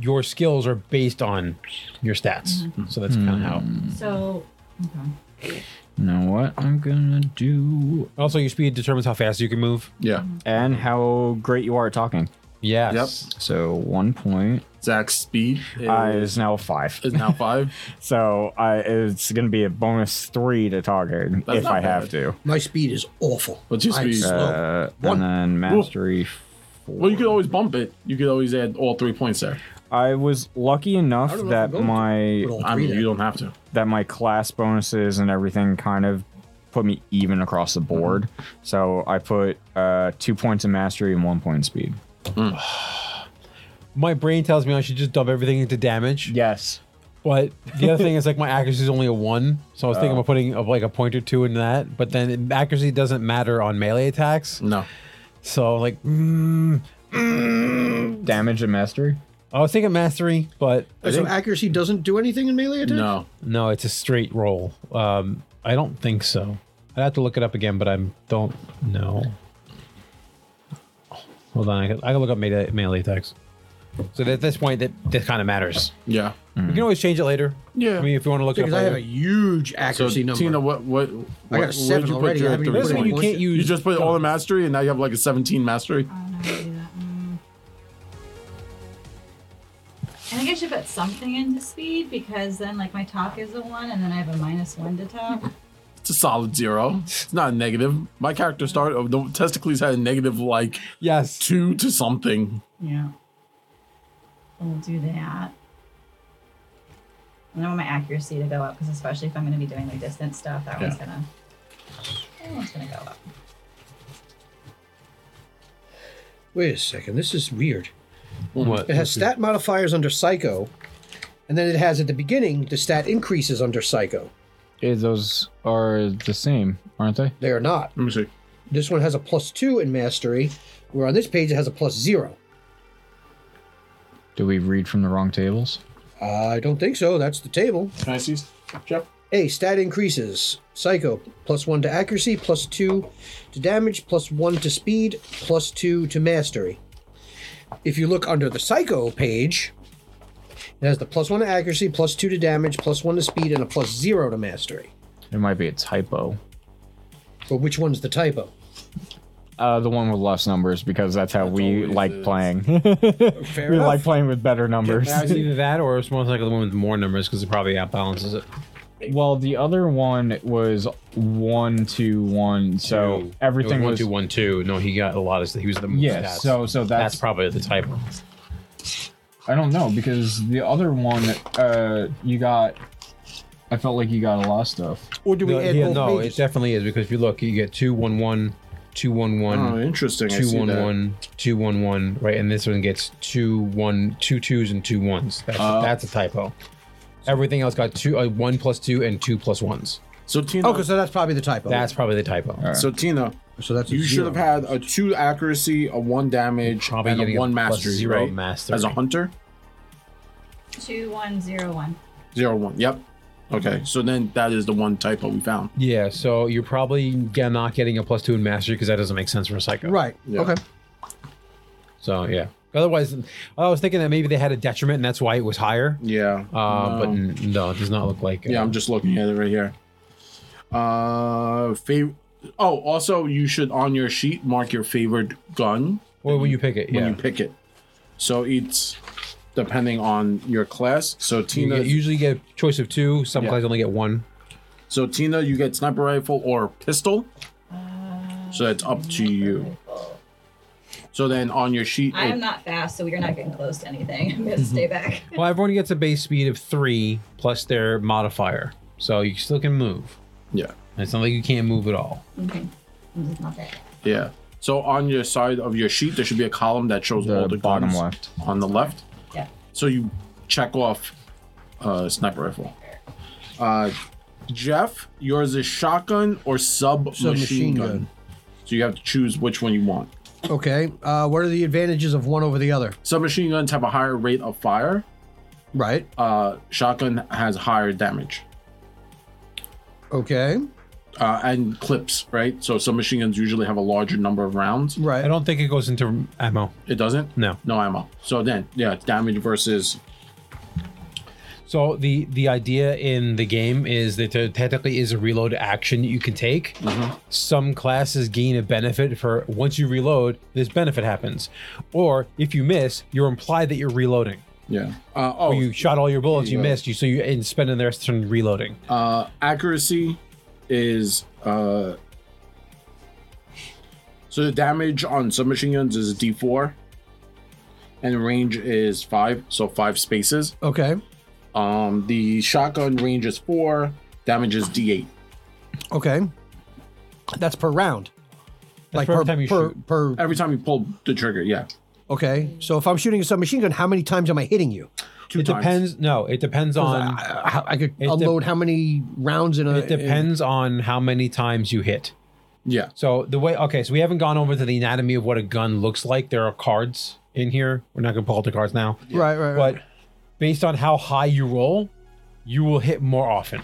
[SPEAKER 5] your skills are based on your stats.
[SPEAKER 6] Mm-hmm.
[SPEAKER 5] So that's kind of how.
[SPEAKER 1] Mm.
[SPEAKER 6] So. Okay.
[SPEAKER 3] Know what I'm gonna do
[SPEAKER 5] Also, your speed determines how fast you can move.
[SPEAKER 1] Yeah.
[SPEAKER 3] and how great you are at talking.
[SPEAKER 5] Yes.
[SPEAKER 3] So one point
[SPEAKER 1] Zach's speed is,
[SPEAKER 3] uh, is now five.
[SPEAKER 1] is now five.
[SPEAKER 3] So I it's gonna be a bonus three to target
[SPEAKER 1] That's
[SPEAKER 3] if
[SPEAKER 1] not
[SPEAKER 3] I have
[SPEAKER 1] bad.
[SPEAKER 3] to.
[SPEAKER 4] My speed is awful.
[SPEAKER 1] What's your
[SPEAKER 4] I'm
[SPEAKER 1] speed?
[SPEAKER 4] slow.
[SPEAKER 3] Uh,
[SPEAKER 4] One.
[SPEAKER 3] and then mastery. Four.
[SPEAKER 1] Well, you could always bump it. You could always add all three points there.
[SPEAKER 3] I was lucky enough
[SPEAKER 4] I don't know if
[SPEAKER 3] that
[SPEAKER 4] I'm going to
[SPEAKER 3] my
[SPEAKER 4] Put all
[SPEAKER 1] I
[SPEAKER 4] three
[SPEAKER 1] mean,
[SPEAKER 4] there.
[SPEAKER 1] you don't have to.
[SPEAKER 3] that my class bonuses and everything kind of put me even across the board. So I put uh, two points in mastery and one point in speed.
[SPEAKER 5] My brain tells me I should just dump everything into damage.
[SPEAKER 3] Yes.
[SPEAKER 5] But the other thing is like my accuracy is only a one, so I was
[SPEAKER 1] Oh.
[SPEAKER 5] thinking about putting of like a point or two in that. But then it- accuracy doesn't matter on melee attacks,
[SPEAKER 1] No.
[SPEAKER 5] so like mm,
[SPEAKER 3] Damage and mastery.
[SPEAKER 5] I was thinking mastery, but
[SPEAKER 4] so accuracy doesn't do anything in melee attack?
[SPEAKER 1] No.
[SPEAKER 5] no, it's a straight roll. Um, I don't think so. I'd have to look it up again, but I don't know. Hold on, I can, I can look up melee, melee attacks. So at this point, that that kind of matters.
[SPEAKER 1] Yeah.
[SPEAKER 5] You can always change it later.
[SPEAKER 1] Yeah.
[SPEAKER 5] I mean, if you want to look it
[SPEAKER 4] Because
[SPEAKER 5] up,
[SPEAKER 4] I have a
[SPEAKER 5] later.
[SPEAKER 4] huge
[SPEAKER 1] So
[SPEAKER 4] accuracy number.
[SPEAKER 1] Tina, what what,
[SPEAKER 4] I
[SPEAKER 1] what-
[SPEAKER 4] got a
[SPEAKER 1] where'd
[SPEAKER 4] seven
[SPEAKER 1] you
[SPEAKER 4] already.
[SPEAKER 1] put your
[SPEAKER 4] I haven't even
[SPEAKER 1] three
[SPEAKER 4] put
[SPEAKER 1] points?
[SPEAKER 4] any
[SPEAKER 5] you can't
[SPEAKER 1] You
[SPEAKER 5] use.
[SPEAKER 1] just put all the mastery, and now you have like a seventeen mastery.
[SPEAKER 6] I don't know how to do that. Mm. I think I should put something into speed because then, like, my talk is a one, and then I have a minus one to talk.
[SPEAKER 1] It's a solid zero. It's not a negative. My character started. Oh, the testicles had a negative like
[SPEAKER 5] yes.
[SPEAKER 1] two to something.
[SPEAKER 6] Yeah. We'll do that. And I want my accuracy to go up because, especially if I'm going to be doing the distance stuff, that one's
[SPEAKER 1] Yeah.
[SPEAKER 6] gonna that one's gonna go up.
[SPEAKER 4] Wait a second. This is weird.
[SPEAKER 5] What?
[SPEAKER 4] It has stat modifiers under psycho, and then it has at the beginning the stat increases under psycho.
[SPEAKER 3] those are the same, aren't they?
[SPEAKER 4] They are not.
[SPEAKER 1] Let me see.
[SPEAKER 4] This one has a plus two in mastery, where on this page it has a plus zero.
[SPEAKER 3] Do we read from the wrong tables?
[SPEAKER 4] I don't think so. That's the table.
[SPEAKER 1] Can I see, Jeff?
[SPEAKER 4] A stat increases. Psycho plus one to accuracy, plus two to damage, plus one to speed, plus two to mastery. If you look under the psycho page, it has the plus one to accuracy, plus two to damage, plus one to speed, and a plus zero to mastery.
[SPEAKER 3] It might be a typo.
[SPEAKER 4] But which one's the typo?
[SPEAKER 3] Uh, the one with less numbers because that's how we
[SPEAKER 1] always
[SPEAKER 3] like
[SPEAKER 1] is.
[SPEAKER 3] playing.
[SPEAKER 4] Fair
[SPEAKER 3] we
[SPEAKER 4] enough.
[SPEAKER 3] like playing with better numbers.
[SPEAKER 5] Yeah, it's either that or it's most likely the one with more numbers because it probably outbalances it.
[SPEAKER 3] Well, the other one was one two one, so
[SPEAKER 5] Two.
[SPEAKER 3] everything
[SPEAKER 5] it
[SPEAKER 3] was.
[SPEAKER 5] was one two one two. No, he got a lot of. He was the most
[SPEAKER 3] Yeah,
[SPEAKER 5] stats.
[SPEAKER 3] so so that's,
[SPEAKER 5] that's probably the typo.
[SPEAKER 3] I don't know because the other one, uh, you got. I felt like you got a lot of stuff.
[SPEAKER 4] or do we
[SPEAKER 5] No,
[SPEAKER 4] add
[SPEAKER 5] yeah,
[SPEAKER 4] both
[SPEAKER 5] no, it
[SPEAKER 4] pages?
[SPEAKER 5] definitely is because if you look, you get two one one, two one
[SPEAKER 1] Oh,
[SPEAKER 5] one,
[SPEAKER 1] interesting. I
[SPEAKER 5] two
[SPEAKER 1] see
[SPEAKER 5] one
[SPEAKER 1] that.
[SPEAKER 5] one, two one one. Right, and this one gets two one two twos and two ones. That's
[SPEAKER 1] Oh.
[SPEAKER 5] that's a typo. Everything else got two uh, one plus two and two plus ones.
[SPEAKER 1] So Tina.
[SPEAKER 4] Okay, so Oh, that's probably the
[SPEAKER 1] Oh.
[SPEAKER 4] typo.
[SPEAKER 5] That's probably the typo.
[SPEAKER 1] so Tina.
[SPEAKER 4] so that's a
[SPEAKER 1] You should
[SPEAKER 4] zero.
[SPEAKER 1] have had a two accuracy, a one damage,
[SPEAKER 5] Probably
[SPEAKER 1] and
[SPEAKER 5] getting
[SPEAKER 1] a
[SPEAKER 5] a
[SPEAKER 1] one
[SPEAKER 5] plus
[SPEAKER 1] mastery,
[SPEAKER 5] zero
[SPEAKER 1] right?
[SPEAKER 5] mastery.
[SPEAKER 1] As a hunter,
[SPEAKER 6] Two one zero one.
[SPEAKER 1] zero one. Yep. Okay, so then that is the one typo we found.
[SPEAKER 5] Yeah, so you're probably g- not getting a plus two in mastery because that doesn't make sense for a psycho.
[SPEAKER 4] Right.
[SPEAKER 1] Yeah.
[SPEAKER 4] Okay.
[SPEAKER 5] So yeah. Otherwise, I was thinking that maybe they had a detriment and that's why it was higher.
[SPEAKER 1] Yeah.
[SPEAKER 5] Uh,
[SPEAKER 1] No.
[SPEAKER 5] But n- no, it does not look like.
[SPEAKER 1] Yeah, I'm just looking at it right here. Uh, fav- Oh, also, you should on your sheet mark your favorite gun
[SPEAKER 5] Well, when you pick it,
[SPEAKER 1] when
[SPEAKER 5] yeah.
[SPEAKER 1] you pick it. So it's depending on your class. So
[SPEAKER 5] You
[SPEAKER 1] Tina,
[SPEAKER 5] get- usually get a choice of two. Some
[SPEAKER 1] Yeah.
[SPEAKER 5] guys only get one.
[SPEAKER 1] so Tina, you get sniper rifle or pistol. So that's up to you. So then on your sheet,
[SPEAKER 6] I am
[SPEAKER 1] it-
[SPEAKER 6] not fast, so we are not getting close to anything. I'm gonna stay back.
[SPEAKER 5] Well, everyone gets a base speed of three plus their modifier, so you still can move.
[SPEAKER 1] yeah,
[SPEAKER 5] It's not like you can't move at all.
[SPEAKER 6] I'm just not that.
[SPEAKER 1] yeah. So on your side of your sheet, there should be a column that shows
[SPEAKER 3] The
[SPEAKER 1] all the
[SPEAKER 3] bottom
[SPEAKER 1] guns
[SPEAKER 3] left.
[SPEAKER 1] on the left.
[SPEAKER 6] Yeah.
[SPEAKER 1] So you check off uh, sniper rifle. Uh, Jeff, yours is shotgun or sub machine
[SPEAKER 4] Submachine
[SPEAKER 1] gun.
[SPEAKER 4] gun.
[SPEAKER 1] So you have to choose which one you want.
[SPEAKER 4] Okay. Uh, what are the advantages of one over the other?
[SPEAKER 1] Submachine guns have a higher rate of fire.
[SPEAKER 4] Right.
[SPEAKER 1] Uh, shotgun has higher damage
[SPEAKER 4] Okay.
[SPEAKER 1] uh, and clips, right? So submachine guns usually have a larger number of rounds.
[SPEAKER 5] I
[SPEAKER 4] Right.
[SPEAKER 5] don't think it goes into ammo.
[SPEAKER 1] It doesn't.
[SPEAKER 5] No.
[SPEAKER 1] No ammo. So then, yeah, damage versus
[SPEAKER 5] So the the idea in the game is that there technically is a reload action that you can take. Some classes gain a benefit for once you reload, this benefit happens. Or if you miss, you're implied that you're reloading.
[SPEAKER 1] Yeah. Uh, oh,
[SPEAKER 5] Or you shot all your bullets, you
[SPEAKER 1] Yeah.
[SPEAKER 5] missed, you so you and spending the rest of the turn reloading.
[SPEAKER 1] uh, accuracy is uh, so the damage on submachine guns is D four, and range is five, so five spaces.
[SPEAKER 4] Okay.
[SPEAKER 1] Um, the shotgun range is four, damage is D eight.
[SPEAKER 4] Okay. That's per round. like
[SPEAKER 5] per
[SPEAKER 4] per
[SPEAKER 5] time you
[SPEAKER 4] per,
[SPEAKER 5] shoot.
[SPEAKER 4] per
[SPEAKER 1] Every time you pull the trigger, yeah,
[SPEAKER 4] okay. So if I'm shooting a submachine gun, how many times am I hitting you?
[SPEAKER 1] two
[SPEAKER 5] it
[SPEAKER 1] times.
[SPEAKER 5] depends. No, it depends on
[SPEAKER 4] I, I- I could
[SPEAKER 5] Um, It dep-
[SPEAKER 4] unload how many rounds in a
[SPEAKER 5] it depends on how many times you hit.
[SPEAKER 1] Yeah.
[SPEAKER 5] So the way okay, so we haven't gone over to the anatomy of what a gun looks like. There are cards in here. We're not gonna pull out the cards now.
[SPEAKER 4] right, right, right.
[SPEAKER 5] but based on how high you roll, you will hit more often,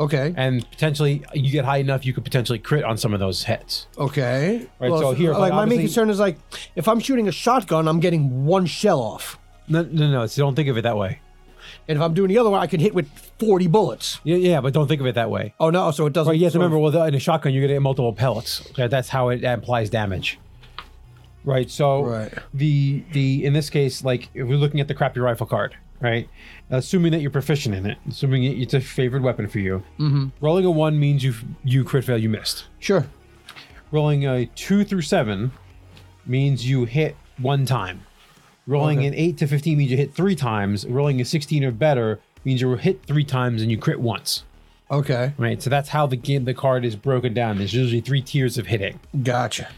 [SPEAKER 4] okay.
[SPEAKER 5] and potentially you get high enough, you could potentially crit on some of those hits.
[SPEAKER 4] Okay.
[SPEAKER 5] Right, so here,
[SPEAKER 4] like
[SPEAKER 5] but
[SPEAKER 4] my main
[SPEAKER 5] obviously-
[SPEAKER 4] concern is like if I'm shooting a shotgun, I'm getting one shell off,
[SPEAKER 5] No, no, no. So don't think of it that way.
[SPEAKER 4] and if I'm doing the other one, I can hit with forty bullets.
[SPEAKER 5] Yeah, yeah, but don't think of it that way.
[SPEAKER 4] Oh no! So it doesn't.
[SPEAKER 5] But you have to
[SPEAKER 4] so-
[SPEAKER 5] remember, well, in a shotgun, you're gonna hit multiple pellets. Okay, that's how it applies damage. Right. So
[SPEAKER 4] Right.
[SPEAKER 5] the the in this case, like if we're looking at the crappy rifle card, right? Assuming that you're proficient in it, assuming it- it's a favored weapon for you,
[SPEAKER 4] Mm-hmm.
[SPEAKER 5] rolling a one means you you crit fail, you missed.
[SPEAKER 4] Sure.
[SPEAKER 5] Rolling a two through seven means you hit one time. Rolling an eight to fifteen means you hit three times. Rolling a sixteen or better means you were hit three times and you crit once.
[SPEAKER 4] Okay.
[SPEAKER 5] Right. So that's how the game the card is broken down. There's usually three tiers of hitting.
[SPEAKER 4] Gotcha.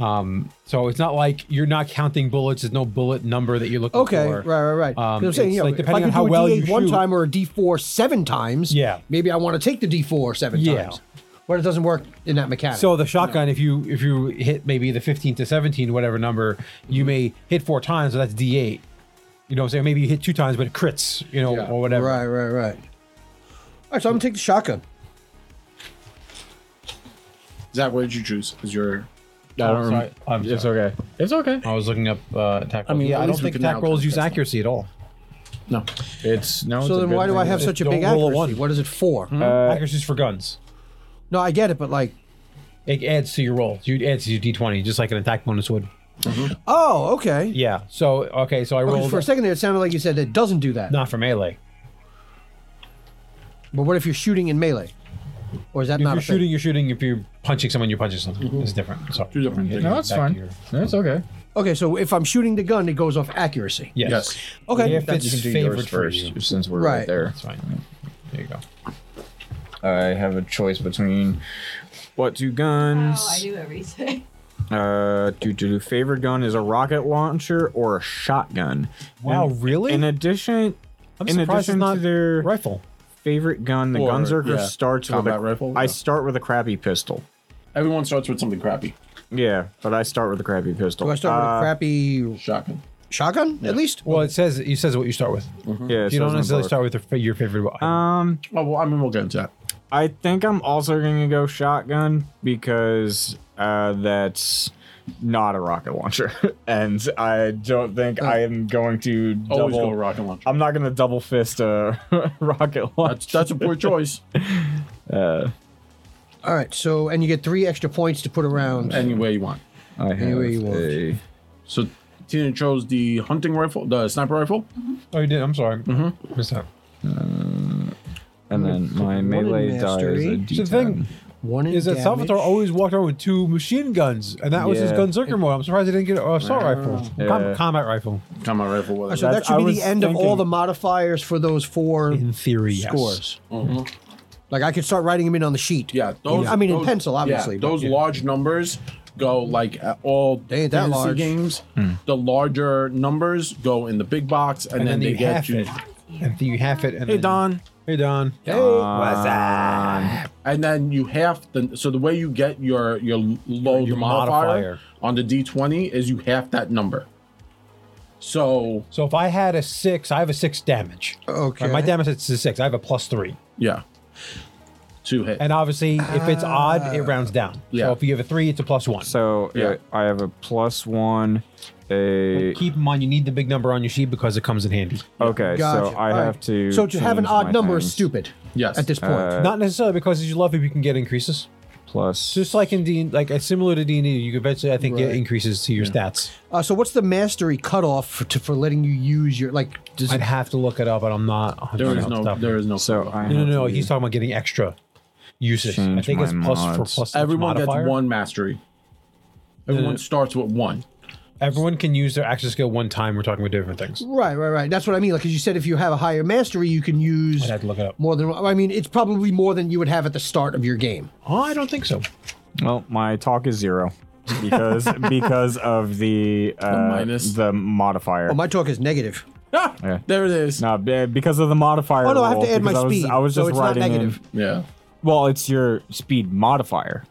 [SPEAKER 5] So it's not like you're not counting bullets. There's no bullet number that you're looking
[SPEAKER 4] Okay.
[SPEAKER 5] for.
[SPEAKER 4] Right. Right. Right. 'Cause I'm
[SPEAKER 5] Um, it's
[SPEAKER 4] saying, you know,
[SPEAKER 5] like
[SPEAKER 4] if I
[SPEAKER 5] depending on
[SPEAKER 4] could
[SPEAKER 5] how
[SPEAKER 4] do a
[SPEAKER 5] well
[SPEAKER 4] D8
[SPEAKER 5] you
[SPEAKER 4] one
[SPEAKER 5] shoot-
[SPEAKER 4] time or a D four seven times.
[SPEAKER 5] Yeah.
[SPEAKER 4] Maybe I want to take the D four seven
[SPEAKER 5] Yeah.
[SPEAKER 4] times, but it doesn't work in that mechanic.
[SPEAKER 5] So the shotgun, if you if you hit maybe the 15 to 17, whatever number, you may hit four times. So that's D8. You know, what I'm saying maybe you hit two times, but it crits. You know,
[SPEAKER 1] Yeah.
[SPEAKER 5] or whatever.
[SPEAKER 4] Right, right, right. All right, so I'm gonna take the shotgun.
[SPEAKER 1] Zach, what did you choose? Is your
[SPEAKER 5] I
[SPEAKER 3] I'm
[SPEAKER 1] Um,
[SPEAKER 3] sorry. it's okay. It's okay.
[SPEAKER 5] I was looking up uh, attack. I
[SPEAKER 1] mean,
[SPEAKER 5] yeah,
[SPEAKER 1] at
[SPEAKER 5] I don't
[SPEAKER 1] least we
[SPEAKER 5] think
[SPEAKER 1] can
[SPEAKER 5] attack
[SPEAKER 1] now
[SPEAKER 5] rolls use
[SPEAKER 1] contest them.
[SPEAKER 5] accuracy at all.
[SPEAKER 1] no?
[SPEAKER 3] It's no. it's
[SPEAKER 4] So
[SPEAKER 3] a
[SPEAKER 4] then,
[SPEAKER 3] good
[SPEAKER 4] why do
[SPEAKER 3] thing.
[SPEAKER 4] I have
[SPEAKER 5] Just
[SPEAKER 4] such a
[SPEAKER 5] don't
[SPEAKER 4] big
[SPEAKER 5] roll a
[SPEAKER 4] accuracy?
[SPEAKER 5] one. Uh,
[SPEAKER 4] What is it for?
[SPEAKER 5] Accuracy's for guns.
[SPEAKER 4] No, I get it, but like,
[SPEAKER 5] It adds to your roll. You adds to your D20, just like an attack bonus would.
[SPEAKER 4] oh, okay.
[SPEAKER 5] Yeah. So okay, so I
[SPEAKER 4] Okay,
[SPEAKER 5] rolled
[SPEAKER 4] for a second there, it sounded like you said it doesn't do that.
[SPEAKER 5] not for melee.
[SPEAKER 4] But what if you're shooting in melee? Or is that
[SPEAKER 5] If
[SPEAKER 4] not
[SPEAKER 5] you're
[SPEAKER 4] a thing?
[SPEAKER 5] shooting, you're shooting. If you're punching someone, you're punching someone. It's different. Sorry.
[SPEAKER 1] Two different things.
[SPEAKER 3] No, that's
[SPEAKER 5] Back
[SPEAKER 3] fine.
[SPEAKER 5] to your-
[SPEAKER 3] That's okay.
[SPEAKER 4] Okay, so if I'm shooting the gun, it goes off accuracy.
[SPEAKER 5] Yes.
[SPEAKER 1] Yes.
[SPEAKER 4] Okay.
[SPEAKER 5] If
[SPEAKER 3] That's
[SPEAKER 5] it's
[SPEAKER 3] you can do
[SPEAKER 5] favored
[SPEAKER 3] yours
[SPEAKER 5] for
[SPEAKER 3] first,
[SPEAKER 5] you.
[SPEAKER 3] since we're
[SPEAKER 4] Right.
[SPEAKER 3] right there.
[SPEAKER 5] That's fine.
[SPEAKER 3] There you go. I have a choice between what two guns?
[SPEAKER 6] Oh, I do everything.
[SPEAKER 3] Uh, do do do. Favorite gun is a rocket launcher or a shotgun.
[SPEAKER 5] Wow,
[SPEAKER 3] In-
[SPEAKER 5] really?
[SPEAKER 3] In addition,
[SPEAKER 5] I'm
[SPEAKER 3] in
[SPEAKER 5] surprised it's
[SPEAKER 3] addition
[SPEAKER 5] not
[SPEAKER 3] to their
[SPEAKER 5] rifle.
[SPEAKER 3] favorite gun, the
[SPEAKER 1] Or, yeah,
[SPEAKER 3] Gunzerker starts with a
[SPEAKER 1] combat rifle,
[SPEAKER 3] I
[SPEAKER 1] yeah.
[SPEAKER 3] start with a crappy pistol.
[SPEAKER 1] Everyone starts with something crappy.
[SPEAKER 3] Yeah, but I start with a crappy pistol.
[SPEAKER 4] Do I start with a
[SPEAKER 3] Uh,
[SPEAKER 4] crappy
[SPEAKER 1] Shotgun.
[SPEAKER 4] shotgun, at least?
[SPEAKER 5] Well, it says it says what you start with.
[SPEAKER 3] Yeah, it
[SPEAKER 5] You
[SPEAKER 3] says
[SPEAKER 5] don't
[SPEAKER 3] on
[SPEAKER 5] necessarily
[SPEAKER 3] both.
[SPEAKER 5] start with your fa- your favorite. weapon.
[SPEAKER 3] Um,
[SPEAKER 1] Oh well, I mean we'll get into that.
[SPEAKER 3] I think I'm also gonna go shotgun because uh, that's not a rocket launcher, and I don't think I am going to
[SPEAKER 1] Always
[SPEAKER 3] double.
[SPEAKER 1] go rocket launcher.
[SPEAKER 3] I'm not gonna double fist a rocket
[SPEAKER 1] That's
[SPEAKER 3] launcher.
[SPEAKER 1] that's a poor choice.
[SPEAKER 4] All right, so, and you get three extra points to put around.
[SPEAKER 1] Any way you want.
[SPEAKER 3] I have
[SPEAKER 4] Anyway you want.
[SPEAKER 3] a-
[SPEAKER 1] So Tina chose the hunting rifle, the sniper rifle.
[SPEAKER 5] oh, you did. I'm sorry. Missed out.
[SPEAKER 3] and then my melee die is a
[SPEAKER 4] mastery.
[SPEAKER 5] The
[SPEAKER 3] D10.
[SPEAKER 5] thing
[SPEAKER 4] One in
[SPEAKER 5] is that
[SPEAKER 4] damage.
[SPEAKER 5] Salvatore always walked around with two machine guns, and that was his
[SPEAKER 3] Yeah.
[SPEAKER 5] gun circuit mode. I'm surprised he didn't get a assault rifle,
[SPEAKER 3] Yeah.
[SPEAKER 5] Com- combat rifle.
[SPEAKER 1] Combat rifle. Whatever.
[SPEAKER 4] So that
[SPEAKER 3] Oh, That's-
[SPEAKER 4] should
[SPEAKER 3] I
[SPEAKER 4] be
[SPEAKER 3] was
[SPEAKER 4] the end of all
[SPEAKER 3] thinking-
[SPEAKER 4] the modifiers for those four
[SPEAKER 5] In theory, yes.
[SPEAKER 4] scores. Like, I could start writing them in on the sheet.
[SPEAKER 1] yeah. Those,
[SPEAKER 4] I mean, in
[SPEAKER 1] those-
[SPEAKER 4] pencil,
[SPEAKER 1] yeah,
[SPEAKER 4] obviously, but-
[SPEAKER 1] those large numbers go like at all
[SPEAKER 4] They ain't that
[SPEAKER 1] fantasy
[SPEAKER 4] large.
[SPEAKER 1] games. The larger numbers go in the big box, and,
[SPEAKER 5] And
[SPEAKER 1] then, they
[SPEAKER 5] you
[SPEAKER 1] get
[SPEAKER 5] half
[SPEAKER 1] you.
[SPEAKER 5] it. And then you half it. And
[SPEAKER 1] Hey
[SPEAKER 5] then-
[SPEAKER 1] Don.
[SPEAKER 5] Hey Don.
[SPEAKER 1] And then you half the so the way you get your your low
[SPEAKER 5] Your modifier.
[SPEAKER 1] modifier on the d20 is you half that number. So
[SPEAKER 5] So if I had a six, I have a six damage.
[SPEAKER 4] Okay.
[SPEAKER 5] Right, my damage is a six. I have a plus three.
[SPEAKER 1] yeah. to hit.
[SPEAKER 5] And obviously, if it's odd, it rounds down.
[SPEAKER 1] Ah. Yeah.
[SPEAKER 5] So if you have a three, it's a plus one.
[SPEAKER 3] So yeah.
[SPEAKER 1] Yeah.
[SPEAKER 3] I have a plus one. A
[SPEAKER 5] Keep them on. You need the big number on your sheet because it comes in handy.
[SPEAKER 3] okay,
[SPEAKER 4] Gotcha.
[SPEAKER 3] so
[SPEAKER 4] All
[SPEAKER 3] I
[SPEAKER 4] right.
[SPEAKER 3] have to.
[SPEAKER 4] So to have an
[SPEAKER 3] change my
[SPEAKER 4] odd number is
[SPEAKER 3] things.
[SPEAKER 4] stupid.
[SPEAKER 1] Yes.
[SPEAKER 4] At this point.
[SPEAKER 3] Uh,
[SPEAKER 5] Not necessarily because as you level up, you can get increases.
[SPEAKER 3] Plus,
[SPEAKER 5] Just like in D, like uh, similar to D and D, you could eventually, I think, get
[SPEAKER 4] Right.
[SPEAKER 5] increases to your stats.
[SPEAKER 4] Uh, so what's the mastery cutoff for, to, for letting you use your like? Does,
[SPEAKER 5] I'd have to look it up, but I'm not. 100%
[SPEAKER 1] there is no.
[SPEAKER 5] off the top.
[SPEAKER 1] There is no.
[SPEAKER 3] so I
[SPEAKER 5] no, no,
[SPEAKER 3] have
[SPEAKER 5] no.
[SPEAKER 3] to-
[SPEAKER 5] He's talking about getting extra usage. I
[SPEAKER 3] Change
[SPEAKER 5] think it's
[SPEAKER 3] my
[SPEAKER 5] plus for
[SPEAKER 3] mods.
[SPEAKER 5] plus. each
[SPEAKER 1] Everyone gets
[SPEAKER 5] modifier.
[SPEAKER 1] one mastery. Everyone starts with one.
[SPEAKER 5] Everyone can use their action skill one time. We're talking about different things.
[SPEAKER 4] right, right, right. That's what I mean. Like, 'cause you said, if you have a higher mastery, you can use
[SPEAKER 5] I'd have to look it up.
[SPEAKER 4] more than. I mean, it's probably more than you would have at the start of your game.
[SPEAKER 5] Oh, I don't think so.
[SPEAKER 3] Well, my talk is zero because because of the uh,
[SPEAKER 1] minus.
[SPEAKER 3] the modifier.
[SPEAKER 4] Well, Oh, my talk is negative.
[SPEAKER 1] Ah,
[SPEAKER 3] Yeah.
[SPEAKER 1] There it is.
[SPEAKER 3] no, be- because of the modifier.
[SPEAKER 4] Oh, no, I have
[SPEAKER 3] roll,
[SPEAKER 4] to add my
[SPEAKER 3] because I was-
[SPEAKER 4] speed,
[SPEAKER 3] I was
[SPEAKER 4] so
[SPEAKER 3] just
[SPEAKER 4] it's not
[SPEAKER 3] writing in-
[SPEAKER 4] negative.
[SPEAKER 1] Yeah.
[SPEAKER 3] Well, it's your speed modifier,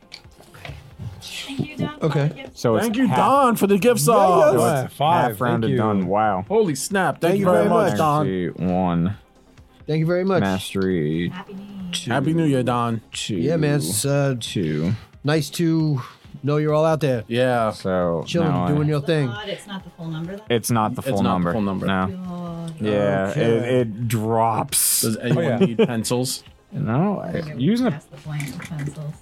[SPEAKER 6] Thank you, Don.
[SPEAKER 4] Okay.
[SPEAKER 3] so it's
[SPEAKER 1] Thank you,
[SPEAKER 3] half,
[SPEAKER 1] Don, for the gift
[SPEAKER 5] Yeah,
[SPEAKER 1] sub.
[SPEAKER 5] yeah.
[SPEAKER 3] So
[SPEAKER 5] Alright,
[SPEAKER 3] it's
[SPEAKER 5] five,
[SPEAKER 3] half
[SPEAKER 5] thank
[SPEAKER 3] rounded
[SPEAKER 5] you.
[SPEAKER 3] done. Wow.
[SPEAKER 1] Holy snap! Thank, you very, much, Don.
[SPEAKER 3] Energy, One
[SPEAKER 4] Thank you very much.
[SPEAKER 3] mastery.
[SPEAKER 6] Happy name.
[SPEAKER 1] Happy New Year, Don.
[SPEAKER 3] Two.
[SPEAKER 4] Yeah, man. It's uh,
[SPEAKER 3] Two.
[SPEAKER 4] nice to know you're all out there,
[SPEAKER 1] Yeah.
[SPEAKER 3] So
[SPEAKER 4] chilling,
[SPEAKER 3] now I-
[SPEAKER 4] doing your thing.
[SPEAKER 6] Odd, it's not the full number. Though.
[SPEAKER 3] It's not the full
[SPEAKER 1] not the
[SPEAKER 3] number.
[SPEAKER 1] full number.
[SPEAKER 3] No.
[SPEAKER 6] God.
[SPEAKER 3] Yeah,
[SPEAKER 4] Okay.
[SPEAKER 3] it, it drops.
[SPEAKER 1] Does anyone
[SPEAKER 5] yeah.
[SPEAKER 1] need pencils?
[SPEAKER 3] no, I, using a
[SPEAKER 6] That's the point of pencils.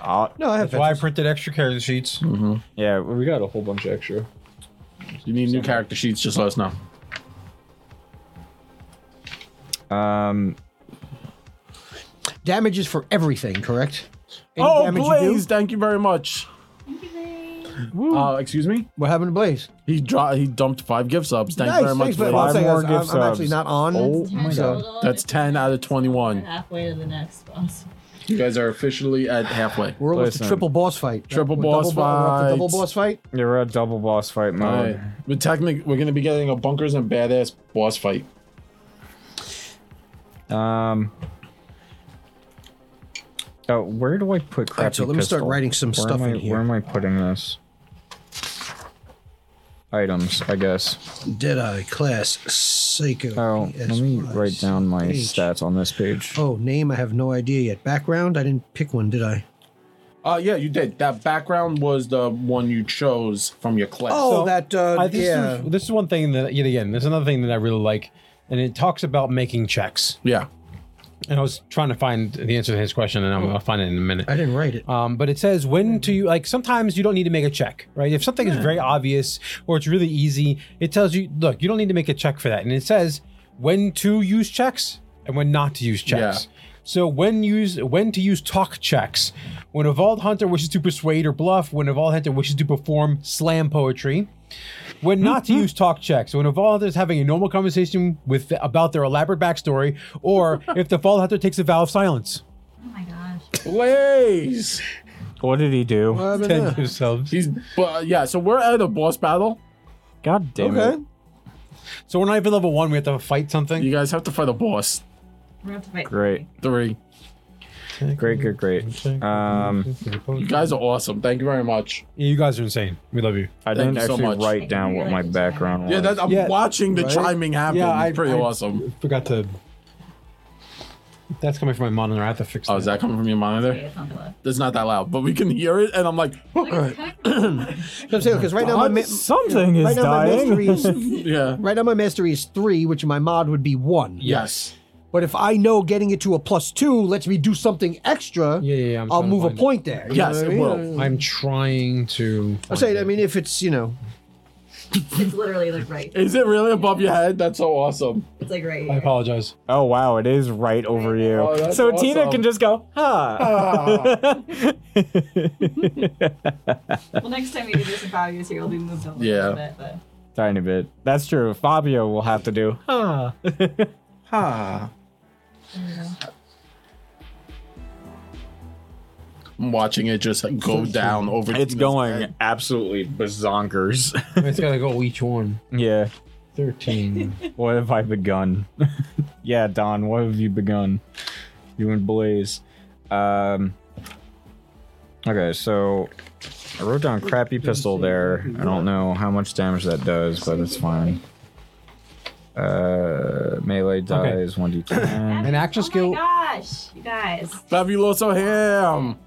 [SPEAKER 3] uh,
[SPEAKER 4] No, I have.
[SPEAKER 5] That's why I printed extra character sheets.
[SPEAKER 3] Mm-hmm. yeah, we got a whole bunch of extra.
[SPEAKER 1] You need new character sheets. Just let us know.
[SPEAKER 3] Um,
[SPEAKER 4] Damage is for everything, correct? Any
[SPEAKER 1] Oh,
[SPEAKER 4] damage you do?
[SPEAKER 1] Blaze! Thank you very much. Uh, excuse me.
[SPEAKER 4] What happened to Blaze?
[SPEAKER 1] He dro- he dumped five gift subs. Thank
[SPEAKER 4] nice,
[SPEAKER 1] you very much,
[SPEAKER 4] thanks, but
[SPEAKER 1] Blaze.
[SPEAKER 4] one
[SPEAKER 3] Five
[SPEAKER 4] second,
[SPEAKER 3] more
[SPEAKER 4] I'm,
[SPEAKER 3] gift
[SPEAKER 4] I'm actually
[SPEAKER 3] subs.
[SPEAKER 4] not on.
[SPEAKER 3] Oh my
[SPEAKER 4] so-
[SPEAKER 6] Total,
[SPEAKER 1] That's
[SPEAKER 6] it's
[SPEAKER 1] ten out of twenty-one.
[SPEAKER 6] Halfway to the next sponsor.
[SPEAKER 1] You guys are officially at halfway.
[SPEAKER 4] We're almost
[SPEAKER 3] Listen.
[SPEAKER 4] a triple boss fight.
[SPEAKER 1] Triple
[SPEAKER 4] We're
[SPEAKER 1] boss
[SPEAKER 4] double, bo- we're up to Double
[SPEAKER 1] fights.
[SPEAKER 4] boss fight.
[SPEAKER 3] you're at double boss fight mode.
[SPEAKER 1] Alright. We're technically we're gonna be getting a bunkers and badass boss fight.
[SPEAKER 3] Um. Oh, where do I put crap?
[SPEAKER 4] so let me start writing some
[SPEAKER 3] where
[SPEAKER 4] stuff
[SPEAKER 3] am I,
[SPEAKER 4] in here.
[SPEAKER 3] Where am I putting this? Items, I guess.
[SPEAKER 4] Deadeye class psycho.
[SPEAKER 3] Oh, let me
[SPEAKER 4] PS5
[SPEAKER 3] write down my
[SPEAKER 4] page.
[SPEAKER 3] stats on this page.
[SPEAKER 4] Oh, name I have no idea yet. Background I didn't pick one, did I?
[SPEAKER 1] Uh yeah, you did. That background was the one you chose from your class.
[SPEAKER 4] Oh, that uh,
[SPEAKER 5] I, this,
[SPEAKER 4] yeah.
[SPEAKER 5] is, this is one thing that, yet again, this is another thing that I really like, and it talks about making checks.
[SPEAKER 1] Yeah.
[SPEAKER 5] And I was trying to find the answer to his question, and I'm going to find it in a minute.
[SPEAKER 4] I didn't write it.
[SPEAKER 5] Um, but it says when to you like sometimes you don't need to make a check, right? If something is very obvious or it's really easy, it tells you, look, you don't need to make a check for that. And it says when to use checks and when not to use checks.
[SPEAKER 1] Yeah.
[SPEAKER 5] So when use when to use talk checks. When a Vault Hunter wishes to persuade or bluff, when a Vault Hunter wishes to perform slam poetry. When not to use talk checks, when a Vault Hunter is having a normal conversation with about their elaborate backstory, or if the Vault Hunter takes a vow of silence.
[SPEAKER 6] Oh my gosh.
[SPEAKER 1] Blaze.
[SPEAKER 3] What did he do?
[SPEAKER 5] Tend yourselves.
[SPEAKER 1] He's but yeah, so we're at a boss battle.
[SPEAKER 3] God damn
[SPEAKER 4] okay.
[SPEAKER 3] it!
[SPEAKER 5] So we're not even level one. We have to fight something.
[SPEAKER 1] You guys have to fight a boss.
[SPEAKER 6] We're gonna have to fight.
[SPEAKER 3] Great,
[SPEAKER 1] Three.
[SPEAKER 3] great, good, great. Um,
[SPEAKER 1] You guys are awesome. Thank you very much.
[SPEAKER 5] Yeah, you guys are insane. We love you.
[SPEAKER 3] I
[SPEAKER 1] Thank
[SPEAKER 3] didn't
[SPEAKER 1] you so
[SPEAKER 3] actually
[SPEAKER 1] much.
[SPEAKER 3] write down what my background was.
[SPEAKER 1] Yeah, that, I'm
[SPEAKER 5] Yeah,
[SPEAKER 1] watching the
[SPEAKER 4] right?
[SPEAKER 1] chiming happen.
[SPEAKER 5] Yeah, I-
[SPEAKER 1] it's pretty
[SPEAKER 5] I-
[SPEAKER 1] awesome.
[SPEAKER 5] Forgot to. That's coming from my monitor. I have to fix.
[SPEAKER 1] Oh, is that coming from your monitor?
[SPEAKER 6] It's not the left.
[SPEAKER 1] That's not that loud, but we can hear it, and I'm like,
[SPEAKER 4] So I'm saying because right now my ma-
[SPEAKER 3] Something
[SPEAKER 4] right
[SPEAKER 3] is
[SPEAKER 4] now my mastery
[SPEAKER 3] dying.
[SPEAKER 4] is
[SPEAKER 1] yeah,
[SPEAKER 4] right now my mastery is three, which my mod would be one.
[SPEAKER 1] yes.
[SPEAKER 4] But if I know getting it to a plus two lets me do something extra,
[SPEAKER 5] Yeah, yeah, yeah, I'm
[SPEAKER 4] I'll
[SPEAKER 5] trying to
[SPEAKER 4] move a
[SPEAKER 5] find it.
[SPEAKER 4] point there. you
[SPEAKER 1] Yes,
[SPEAKER 4] know what I
[SPEAKER 1] it
[SPEAKER 4] mean?
[SPEAKER 1] will.
[SPEAKER 5] I'm trying to.
[SPEAKER 4] I'm saying, I mean, if it's you know,
[SPEAKER 6] It's literally like right.
[SPEAKER 1] Is it really above your head? That's so awesome.
[SPEAKER 6] It's like right.
[SPEAKER 5] I
[SPEAKER 6] Here.
[SPEAKER 5] apologize.
[SPEAKER 3] Oh wow, it is right over you.
[SPEAKER 1] Oh, that's
[SPEAKER 3] so Tina
[SPEAKER 1] awesome.
[SPEAKER 3] can just go, huh?
[SPEAKER 6] Well, next time we do this, and Fabio's here, it'll be moved over a
[SPEAKER 1] Yeah.
[SPEAKER 6] little bit. But
[SPEAKER 3] Tiny bit. That's true. Fabio will have to do. Huh.
[SPEAKER 1] Ah.
[SPEAKER 6] there you go.
[SPEAKER 1] I'm watching it just like go down over.
[SPEAKER 3] It's
[SPEAKER 1] Tina's
[SPEAKER 3] going
[SPEAKER 1] head.
[SPEAKER 3] absolutely bazonkers.
[SPEAKER 5] It's gotta go each one.
[SPEAKER 3] yeah.
[SPEAKER 5] Thirteen.
[SPEAKER 3] What have I begun? yeah, Don, what have you begun? You and Blaze. Um Okay, so I wrote down crappy pistol there. I don't know how much damage that does, but it's fine. Uh melee dies one D ten.
[SPEAKER 5] An action
[SPEAKER 6] oh
[SPEAKER 5] skill.
[SPEAKER 6] My gosh, you guys.
[SPEAKER 1] Fabuloso ham.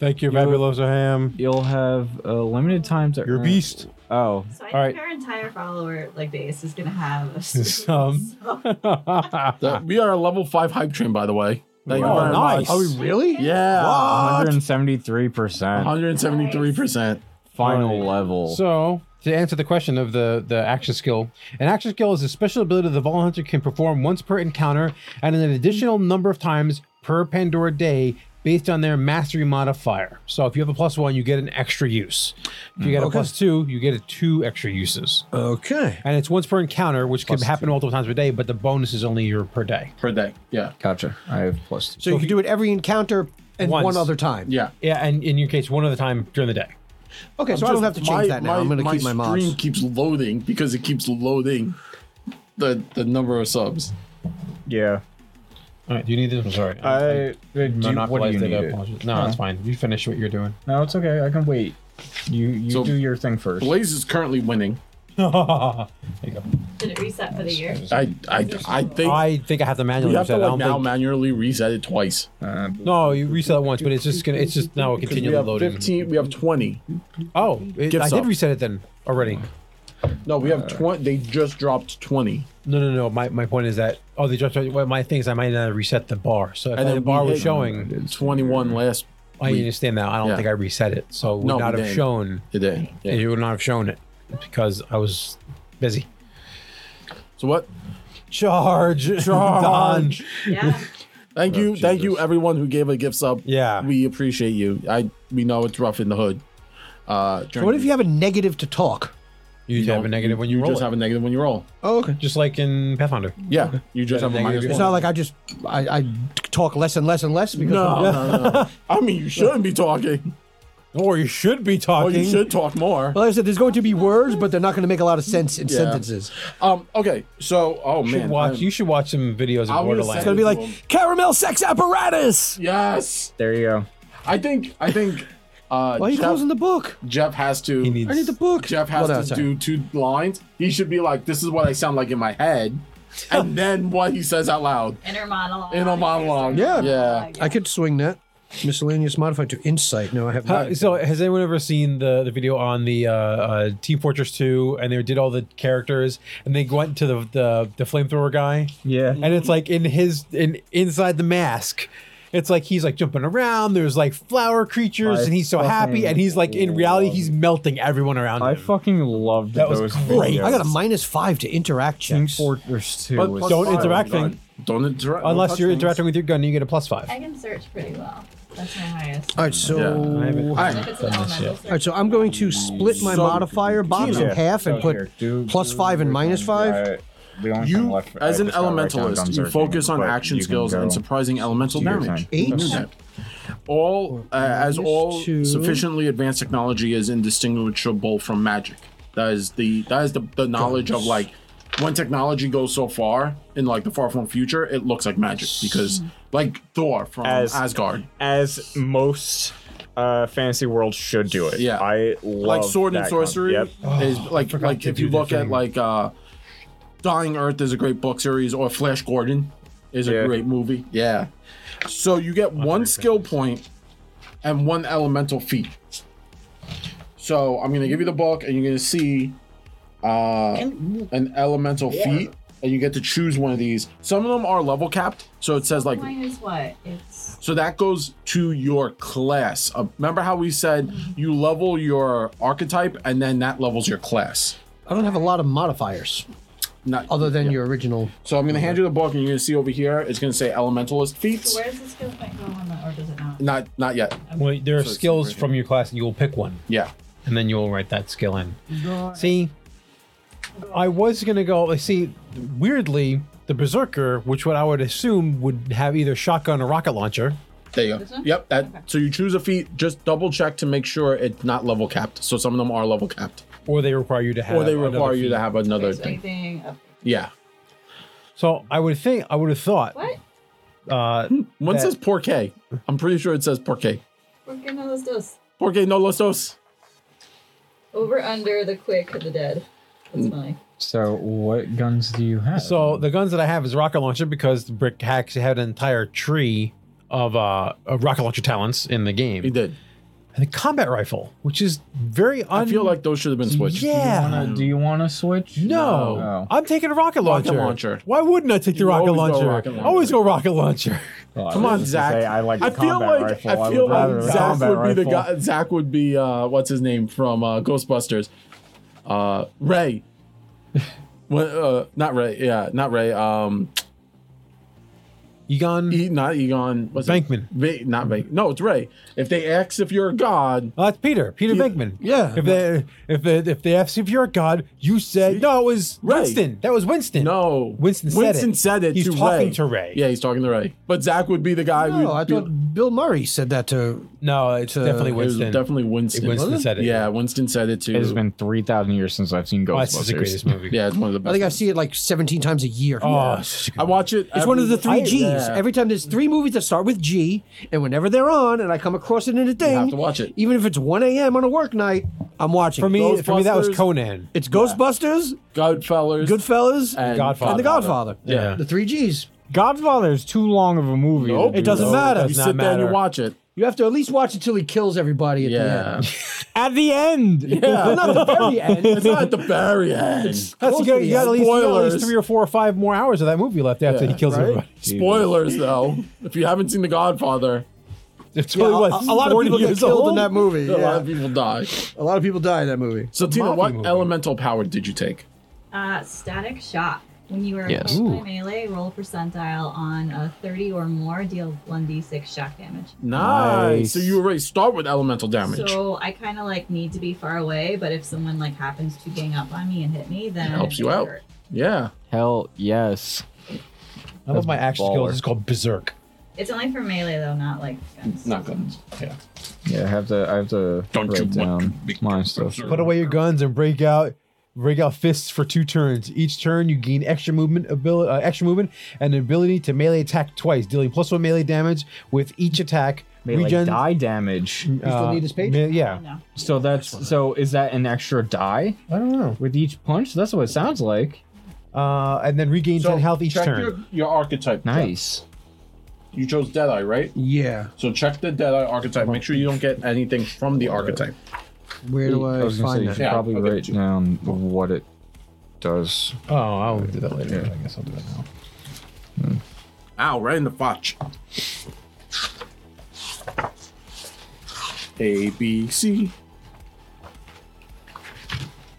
[SPEAKER 5] Thank you, Fabuloso Ham.
[SPEAKER 3] You'll have a limited time to.
[SPEAKER 5] You're a
[SPEAKER 3] earn-
[SPEAKER 5] beast.
[SPEAKER 3] Oh,
[SPEAKER 6] So I
[SPEAKER 3] all
[SPEAKER 6] think
[SPEAKER 3] right.
[SPEAKER 6] our entire follower like base is gonna have a
[SPEAKER 5] Some.
[SPEAKER 4] Ah.
[SPEAKER 1] That- we are a level five hype train, by the way. Thank you
[SPEAKER 3] Oh,
[SPEAKER 1] very
[SPEAKER 5] nice.
[SPEAKER 1] much.
[SPEAKER 5] Are we
[SPEAKER 1] really? Yeah.
[SPEAKER 3] 173 percent
[SPEAKER 1] 173%.
[SPEAKER 3] final
[SPEAKER 5] Alright.
[SPEAKER 3] level.
[SPEAKER 5] So, to answer the question of the, the action skill, an action skill is a special ability the Vol Hunter can perform once per encounter and an additional number of times per Pandora day based on their mastery modifier. So, if you have a plus one, you get an extra use. If you get a plus two, you get a two extra uses.
[SPEAKER 4] Okay.
[SPEAKER 5] And it's once per encounter, which can happen multiple times per day, but the bonus is only your per day.
[SPEAKER 1] Per day. Yeah.
[SPEAKER 3] Gotcha. I have plus two.
[SPEAKER 4] So you can do it every encounter and
[SPEAKER 5] Once.
[SPEAKER 4] one other time.
[SPEAKER 1] Yeah.
[SPEAKER 5] Yeah, and in your case, one other time during the day.
[SPEAKER 4] Okay, so I don't have to change
[SPEAKER 1] My-
[SPEAKER 4] that now. I'm going to keep my
[SPEAKER 1] My stream
[SPEAKER 4] mods.
[SPEAKER 1] keeps loading because it keeps loading the the number of subs.
[SPEAKER 3] Yeah.
[SPEAKER 5] All right, do you need this? I'm sorry.
[SPEAKER 3] I. do you- what do you
[SPEAKER 5] monopolized it.
[SPEAKER 3] need
[SPEAKER 5] I
[SPEAKER 3] it?
[SPEAKER 5] apologize. No, that's fine. You finish what you're doing.
[SPEAKER 3] No, it's okay. I can wait. You you
[SPEAKER 1] So-
[SPEAKER 3] do your thing first.
[SPEAKER 1] Blaze is currently winning.
[SPEAKER 6] Did it reset for the year?
[SPEAKER 1] I I I think
[SPEAKER 5] I think I have to manually
[SPEAKER 1] you have to
[SPEAKER 5] reset. it. I
[SPEAKER 1] like
[SPEAKER 5] don't
[SPEAKER 1] now
[SPEAKER 5] think-
[SPEAKER 1] manually reset it twice.
[SPEAKER 3] Uh,
[SPEAKER 5] no, you reset it once, but it's just gonna. It's just now a
[SPEAKER 1] We
[SPEAKER 5] continual
[SPEAKER 1] have
[SPEAKER 5] loading.
[SPEAKER 1] fifteen. We have twenty.
[SPEAKER 5] Oh, it,
[SPEAKER 1] Gifts
[SPEAKER 5] I did
[SPEAKER 1] up.
[SPEAKER 5] reset it then already.
[SPEAKER 1] No, we have twenty. They just dropped twenty.
[SPEAKER 5] No, no, no. My, my point is that oh, they just well, my thing is I might not reset the bar. So if
[SPEAKER 1] And
[SPEAKER 5] I-
[SPEAKER 1] then
[SPEAKER 5] the bar
[SPEAKER 1] we
[SPEAKER 5] was
[SPEAKER 1] hit-
[SPEAKER 5] showing,
[SPEAKER 1] Twenty-one last.
[SPEAKER 5] I
[SPEAKER 1] we-
[SPEAKER 5] understand now. I don't
[SPEAKER 1] Yeah.
[SPEAKER 5] think I reset it, so it would
[SPEAKER 1] No, we
[SPEAKER 5] not have
[SPEAKER 1] didn't.
[SPEAKER 5] shown.
[SPEAKER 1] Today. Yeah.
[SPEAKER 5] It would not have shown it because I was busy.
[SPEAKER 1] So what?
[SPEAKER 5] Charge, charge.
[SPEAKER 6] Yeah.
[SPEAKER 1] Thank you, thank you,
[SPEAKER 3] Jesus.
[SPEAKER 1] everyone who gave a gift sub.
[SPEAKER 5] Oh, Yeah.
[SPEAKER 1] we appreciate you. I we know it's rough in the hood. Uh,
[SPEAKER 4] So what if you have a negative to talk?
[SPEAKER 5] You, have a negative when you,
[SPEAKER 1] you
[SPEAKER 5] roll
[SPEAKER 1] just
[SPEAKER 5] it.
[SPEAKER 1] have a negative when you roll?
[SPEAKER 4] Oh, okay.
[SPEAKER 5] just like in Pathfinder.
[SPEAKER 1] Yeah, you just have a minus
[SPEAKER 5] negative.
[SPEAKER 1] one.
[SPEAKER 4] It's not like I just I, I talk less and less and less because
[SPEAKER 1] No, no, no. I mean, you shouldn't be talking.
[SPEAKER 5] Or you should be
[SPEAKER 1] Or
[SPEAKER 5] talking.
[SPEAKER 1] you should talk more.
[SPEAKER 4] Well, like I said, there's going to be words, but they're not going to make a lot of sense in
[SPEAKER 1] Yeah.
[SPEAKER 4] sentences.
[SPEAKER 1] Um. Okay. So, oh
[SPEAKER 5] You should
[SPEAKER 1] man,
[SPEAKER 5] watch.
[SPEAKER 1] I'm-
[SPEAKER 5] you should watch some videos of
[SPEAKER 1] I was
[SPEAKER 5] Borderlands.
[SPEAKER 4] It's going to be like
[SPEAKER 1] Well-
[SPEAKER 4] caramel sex apparatus.
[SPEAKER 1] Yes,
[SPEAKER 3] there you go.
[SPEAKER 1] I think I think uh,
[SPEAKER 4] Why are you
[SPEAKER 1] Jeff,
[SPEAKER 4] closing the book?
[SPEAKER 1] Jeff has to.
[SPEAKER 5] He needs-
[SPEAKER 4] I need the book.
[SPEAKER 1] Jeff has
[SPEAKER 4] Well, no,
[SPEAKER 1] to
[SPEAKER 4] sorry.
[SPEAKER 1] do two lines. He should be like, "This is what I sound like in my head," and then what he says out loud.
[SPEAKER 6] Inner monologue.
[SPEAKER 1] Inner monologue.
[SPEAKER 4] Yeah.
[SPEAKER 1] Yeah.
[SPEAKER 4] I could swing that. Miscellaneous modified to insight. No, I have
[SPEAKER 5] Uh,
[SPEAKER 4] not.
[SPEAKER 5] so has anyone ever seen the, the video on the uh, uh, Team Fortress 2 and they did all the characters and they went to the the, the flamethrower guy
[SPEAKER 3] Yeah.
[SPEAKER 5] and it's like in his in inside the mask it's like he's like jumping around there's like flower creatures
[SPEAKER 3] I
[SPEAKER 5] and he's so happy and he's like in reality he's melting everyone around
[SPEAKER 3] I
[SPEAKER 5] him.
[SPEAKER 3] fucking loved
[SPEAKER 5] That was
[SPEAKER 3] those
[SPEAKER 5] great.
[SPEAKER 3] videos.
[SPEAKER 4] I got a minus five to interact
[SPEAKER 3] King
[SPEAKER 4] checks.
[SPEAKER 3] Fortress 2.
[SPEAKER 1] But
[SPEAKER 3] was
[SPEAKER 1] plus
[SPEAKER 5] don't
[SPEAKER 1] five,
[SPEAKER 5] interact
[SPEAKER 1] God.
[SPEAKER 5] thing.
[SPEAKER 1] Don't interact. don't
[SPEAKER 5] unless
[SPEAKER 1] touch
[SPEAKER 5] you're
[SPEAKER 1] things.
[SPEAKER 5] interacting with your gun you get a plus 5
[SPEAKER 6] I can search pretty well. That's my highest.
[SPEAKER 4] All right, so
[SPEAKER 1] Yeah.
[SPEAKER 5] I haven't-
[SPEAKER 4] all
[SPEAKER 1] All
[SPEAKER 6] If
[SPEAKER 1] right.
[SPEAKER 6] it's an elemental search.
[SPEAKER 4] right, so I'm going to split my
[SPEAKER 1] So-
[SPEAKER 4] modifier box in
[SPEAKER 3] Yeah.
[SPEAKER 4] half and
[SPEAKER 3] So
[SPEAKER 4] put
[SPEAKER 3] here, do-
[SPEAKER 4] plus
[SPEAKER 3] do
[SPEAKER 4] five and
[SPEAKER 3] your
[SPEAKER 4] minus
[SPEAKER 3] thing.
[SPEAKER 4] five.
[SPEAKER 3] I- the only thing
[SPEAKER 1] You,
[SPEAKER 3] left- I
[SPEAKER 1] as an
[SPEAKER 3] just gotta write down
[SPEAKER 1] elementalist,
[SPEAKER 3] guns
[SPEAKER 1] you
[SPEAKER 3] or
[SPEAKER 1] focus on
[SPEAKER 3] anything, but
[SPEAKER 1] action
[SPEAKER 3] you can
[SPEAKER 1] skills and
[SPEAKER 3] go-
[SPEAKER 1] surprising elemental
[SPEAKER 3] do your
[SPEAKER 1] damage.
[SPEAKER 3] thing.
[SPEAKER 1] You
[SPEAKER 4] Eight.
[SPEAKER 1] knew that. All uh, as all
[SPEAKER 4] two.
[SPEAKER 1] sufficiently advanced technology is indistinguishable from magic. That is the that is the, the knowledge of like when technology goes so far in like the far flung future, it looks like magic because like Thor from
[SPEAKER 3] As-
[SPEAKER 1] Asgard,
[SPEAKER 3] As most uh, fantasy worlds should do it.
[SPEAKER 1] Yeah.
[SPEAKER 3] I love
[SPEAKER 1] like sword and
[SPEAKER 3] that
[SPEAKER 1] sorcery
[SPEAKER 3] concept. Yep.
[SPEAKER 1] is like
[SPEAKER 5] Oh, forgot
[SPEAKER 1] like
[SPEAKER 5] to
[SPEAKER 1] if
[SPEAKER 5] do
[SPEAKER 1] you
[SPEAKER 5] the
[SPEAKER 1] look at
[SPEAKER 5] thing.
[SPEAKER 1] like uh Dying Earth is a great book series or Flash Gordon is a
[SPEAKER 3] Yeah.
[SPEAKER 1] great movie. Yeah. So you get one skill point and one elemental feat. So I'm gonna give you the book and you're gonna see uh an elemental feat and you get to choose one of these. Some of them are level capped, so it says like
[SPEAKER 6] Mine is what? It's
[SPEAKER 1] so that goes to your class. Uh, remember how we said you level your archetype and then that levels your class.
[SPEAKER 4] I don't have a lot of modifiers
[SPEAKER 1] Not,
[SPEAKER 4] other than your original.
[SPEAKER 1] so I'm gonna hand you the book and you're gonna see over here. It's gonna say elementalist feats.
[SPEAKER 6] where does the skill point go on that, or does it not?
[SPEAKER 1] Not not yet.
[SPEAKER 5] well, there are
[SPEAKER 1] it's
[SPEAKER 5] skills
[SPEAKER 1] right here.
[SPEAKER 5] from your class and you will pick one
[SPEAKER 1] Yeah.
[SPEAKER 5] and then you'll write that skill in. See, I was gonna go. See, weirdly, the berserker, which what I would assume would have either shotgun or rocket launcher.
[SPEAKER 1] There you go.
[SPEAKER 6] one?
[SPEAKER 1] Yep. That. So you choose a feat. Just double check to make sure it's not level capped. So some of them are level capped,
[SPEAKER 5] Or they require you to have.
[SPEAKER 1] or they
[SPEAKER 5] another
[SPEAKER 1] require you
[SPEAKER 5] feat.
[SPEAKER 1] to have another
[SPEAKER 6] There's
[SPEAKER 1] thing.
[SPEAKER 6] anything. Up.
[SPEAKER 1] Yeah.
[SPEAKER 5] So I would think I would have thought.
[SPEAKER 6] What?
[SPEAKER 5] Uh,
[SPEAKER 1] One
[SPEAKER 5] That-
[SPEAKER 1] says porque. I'm pretty sure it says porque.
[SPEAKER 6] We're gonna list those.
[SPEAKER 1] Porque no los dos. Mm.
[SPEAKER 6] Over under the quick of the dead. That's funny.
[SPEAKER 9] So what guns do you have?
[SPEAKER 5] So the guns that I have is rocket launcher because the brick hacks had an entire tree of uh of rocket launcher talents in the
[SPEAKER 1] He
[SPEAKER 5] game.
[SPEAKER 1] did.
[SPEAKER 5] And the combat rifle, which is very un-
[SPEAKER 1] I feel like those should have been switched.
[SPEAKER 5] yeah.
[SPEAKER 9] Wanna-
[SPEAKER 1] um,
[SPEAKER 9] do you want to switch?
[SPEAKER 5] no,
[SPEAKER 1] Oh.
[SPEAKER 9] No.
[SPEAKER 5] I'm taking a rocket launcher.
[SPEAKER 1] Rocket launcher.
[SPEAKER 5] Why wouldn't I take the
[SPEAKER 1] You
[SPEAKER 5] rocket
[SPEAKER 1] always go
[SPEAKER 5] launcher?
[SPEAKER 1] rocket launcher.
[SPEAKER 5] Always go rocket launcher.
[SPEAKER 9] Oh,
[SPEAKER 1] Come
[SPEAKER 9] I
[SPEAKER 1] on,
[SPEAKER 9] was
[SPEAKER 1] Zach.
[SPEAKER 3] say I like the
[SPEAKER 1] feel
[SPEAKER 3] combat
[SPEAKER 1] like
[SPEAKER 3] rifle.
[SPEAKER 1] I
[SPEAKER 3] I
[SPEAKER 1] feel
[SPEAKER 3] would rather
[SPEAKER 1] like
[SPEAKER 3] the
[SPEAKER 1] Zach
[SPEAKER 3] combat
[SPEAKER 1] would be the
[SPEAKER 3] rifle.
[SPEAKER 1] guy. Zach would be uh, what's his name from uh, Ghostbusters? Uh, Ray. Well, uh, not Ray. Yeah, not Ray. Um,
[SPEAKER 5] Egon.
[SPEAKER 1] e, not Egon. What's it?
[SPEAKER 5] Bankman.
[SPEAKER 1] Ba- not Bankman. No, it's Ray. If they ask if you're a god,
[SPEAKER 5] Oh, that's Peter. Peter
[SPEAKER 1] Yeah.
[SPEAKER 5] Binkman.
[SPEAKER 1] Yeah.
[SPEAKER 5] If they if they, if they ask if you're a god, you said no. It was
[SPEAKER 1] Ray.
[SPEAKER 5] Winston. That was Winston.
[SPEAKER 1] no.
[SPEAKER 5] Winston said
[SPEAKER 1] Winston
[SPEAKER 5] it.
[SPEAKER 1] said it.
[SPEAKER 5] He's
[SPEAKER 1] to
[SPEAKER 5] talking
[SPEAKER 1] Ray.
[SPEAKER 5] to Ray.
[SPEAKER 1] Yeah, he's talking to Ray. But Zach would be the guy. who'd
[SPEAKER 4] No, Oh, I
[SPEAKER 1] be-
[SPEAKER 4] thought Bill Murray said that to.
[SPEAKER 5] No, it's
[SPEAKER 4] Uh,
[SPEAKER 5] definitely
[SPEAKER 1] it was
[SPEAKER 5] Winston.
[SPEAKER 1] definitely Winston.
[SPEAKER 5] Winston Was it? said it,
[SPEAKER 1] Yeah,
[SPEAKER 5] yeah.
[SPEAKER 1] Winston said it too.
[SPEAKER 3] It has been 3,000 years since I've seen
[SPEAKER 5] oh,
[SPEAKER 3] Ghostbusters.
[SPEAKER 5] this is the greatest movie.
[SPEAKER 1] yeah, it's one of the best.
[SPEAKER 4] I think I see it like 17 times a year.
[SPEAKER 5] Oh, it's such a good
[SPEAKER 1] I watch it.
[SPEAKER 4] It's one of the three
[SPEAKER 1] I-
[SPEAKER 4] G's.
[SPEAKER 1] yeah.
[SPEAKER 4] Every time there's three movies that start with G, and whenever they're on, and I come across it in a thing,
[SPEAKER 1] have to watch it.
[SPEAKER 4] Even if it's 1 a.m. on a work night, I'm watching.
[SPEAKER 5] For
[SPEAKER 4] it.
[SPEAKER 5] me, for me, that was
[SPEAKER 1] Ghostbusters.
[SPEAKER 5] Conan.
[SPEAKER 4] it's Ghostbusters,
[SPEAKER 1] Goodfellas.
[SPEAKER 4] Goodfellas, and,
[SPEAKER 1] and
[SPEAKER 5] Godfather.
[SPEAKER 4] The Godfather.
[SPEAKER 5] Yeah.
[SPEAKER 4] the three G's.
[SPEAKER 3] Godfather is too long of a movie.
[SPEAKER 1] Nope.
[SPEAKER 3] to
[SPEAKER 1] It
[SPEAKER 3] do
[SPEAKER 4] doesn't
[SPEAKER 3] that.
[SPEAKER 4] matter.
[SPEAKER 1] You
[SPEAKER 5] Does
[SPEAKER 1] sit
[SPEAKER 5] not
[SPEAKER 1] there and you
[SPEAKER 5] matter.
[SPEAKER 1] watch it.
[SPEAKER 4] You have to at least watch it till he kills everybody at the
[SPEAKER 1] Yeah.
[SPEAKER 4] end.
[SPEAKER 3] At the end.
[SPEAKER 1] Yeah.
[SPEAKER 4] Not at the very end.
[SPEAKER 1] it's not at the very end.
[SPEAKER 5] That's
[SPEAKER 4] Close
[SPEAKER 5] you
[SPEAKER 4] to
[SPEAKER 5] got,
[SPEAKER 4] the
[SPEAKER 5] you got
[SPEAKER 4] end.
[SPEAKER 5] at least, you got at least
[SPEAKER 1] Spoilers.
[SPEAKER 5] three or four or five more hours of that movie left after
[SPEAKER 1] Yeah,
[SPEAKER 5] he kills
[SPEAKER 1] right?
[SPEAKER 5] everybody.
[SPEAKER 1] Spoilers though. If you haven't seen The Godfather,
[SPEAKER 5] It's
[SPEAKER 4] Yeah,
[SPEAKER 5] really what,
[SPEAKER 4] a, a lot of
[SPEAKER 5] 40
[SPEAKER 4] people get
[SPEAKER 5] years
[SPEAKER 4] killed in
[SPEAKER 5] old?
[SPEAKER 4] that movie.
[SPEAKER 1] a lot
[SPEAKER 4] Yeah.
[SPEAKER 1] of people die.
[SPEAKER 4] A lot of people die in that movie.
[SPEAKER 1] So Tina, what
[SPEAKER 5] movie.
[SPEAKER 1] elemental power did you take?
[SPEAKER 6] Uh, static shock. When you are
[SPEAKER 9] Yes.
[SPEAKER 6] hit by melee, roll percentile on a 30 or more, deal 1d6 shock damage.
[SPEAKER 1] Nice.
[SPEAKER 3] Nice.
[SPEAKER 1] So you already start with elemental damage.
[SPEAKER 6] So I kind of like need to be far away, but if someone like happens to gang up on me and hit me, then
[SPEAKER 1] helps
[SPEAKER 6] it
[SPEAKER 1] you out.
[SPEAKER 6] hurt.
[SPEAKER 1] yeah.
[SPEAKER 9] Hell yes.
[SPEAKER 5] I love my action
[SPEAKER 9] Baller.
[SPEAKER 5] skills. It's called Berserk.
[SPEAKER 6] It's only for melee though, not like guns.
[SPEAKER 1] Not good. Yeah.
[SPEAKER 9] Yeah, I have to. I have to
[SPEAKER 1] Don't you
[SPEAKER 9] write
[SPEAKER 1] want
[SPEAKER 9] down
[SPEAKER 1] to be
[SPEAKER 9] my stuff.
[SPEAKER 5] Put away your guns and break out. Break out fists for two turns. Each turn, you gain extra movement, ability, uh, extra movement, and the ability to melee attack twice, dealing plus one melee damage with each attack.
[SPEAKER 3] Melee
[SPEAKER 5] Regen- uh,
[SPEAKER 3] die damage.
[SPEAKER 4] You still need his page?
[SPEAKER 5] me- yeah,
[SPEAKER 6] No.
[SPEAKER 9] So that's so. Is that an extra die
[SPEAKER 5] I don't know.
[SPEAKER 9] with each punch? That's what it sounds like.
[SPEAKER 5] Uh, and then regain
[SPEAKER 1] So
[SPEAKER 5] ten health each
[SPEAKER 1] check
[SPEAKER 5] turn.
[SPEAKER 1] Your, your archetype.
[SPEAKER 9] Nice.
[SPEAKER 1] You chose Deadeye, right?
[SPEAKER 4] Yeah.
[SPEAKER 1] So check the Deadeye archetype. Make sure you don't get anything from the archetype.
[SPEAKER 4] Where do I,
[SPEAKER 9] I was gonna say
[SPEAKER 4] find
[SPEAKER 9] you
[SPEAKER 4] that?
[SPEAKER 9] should
[SPEAKER 1] Yeah,
[SPEAKER 9] probably
[SPEAKER 1] I'll get it
[SPEAKER 9] write
[SPEAKER 1] to you.
[SPEAKER 9] down what it does.
[SPEAKER 5] Oh, I'll do that later. I guess I'll do it now.
[SPEAKER 1] Ow, right in the fotch. A, B, C.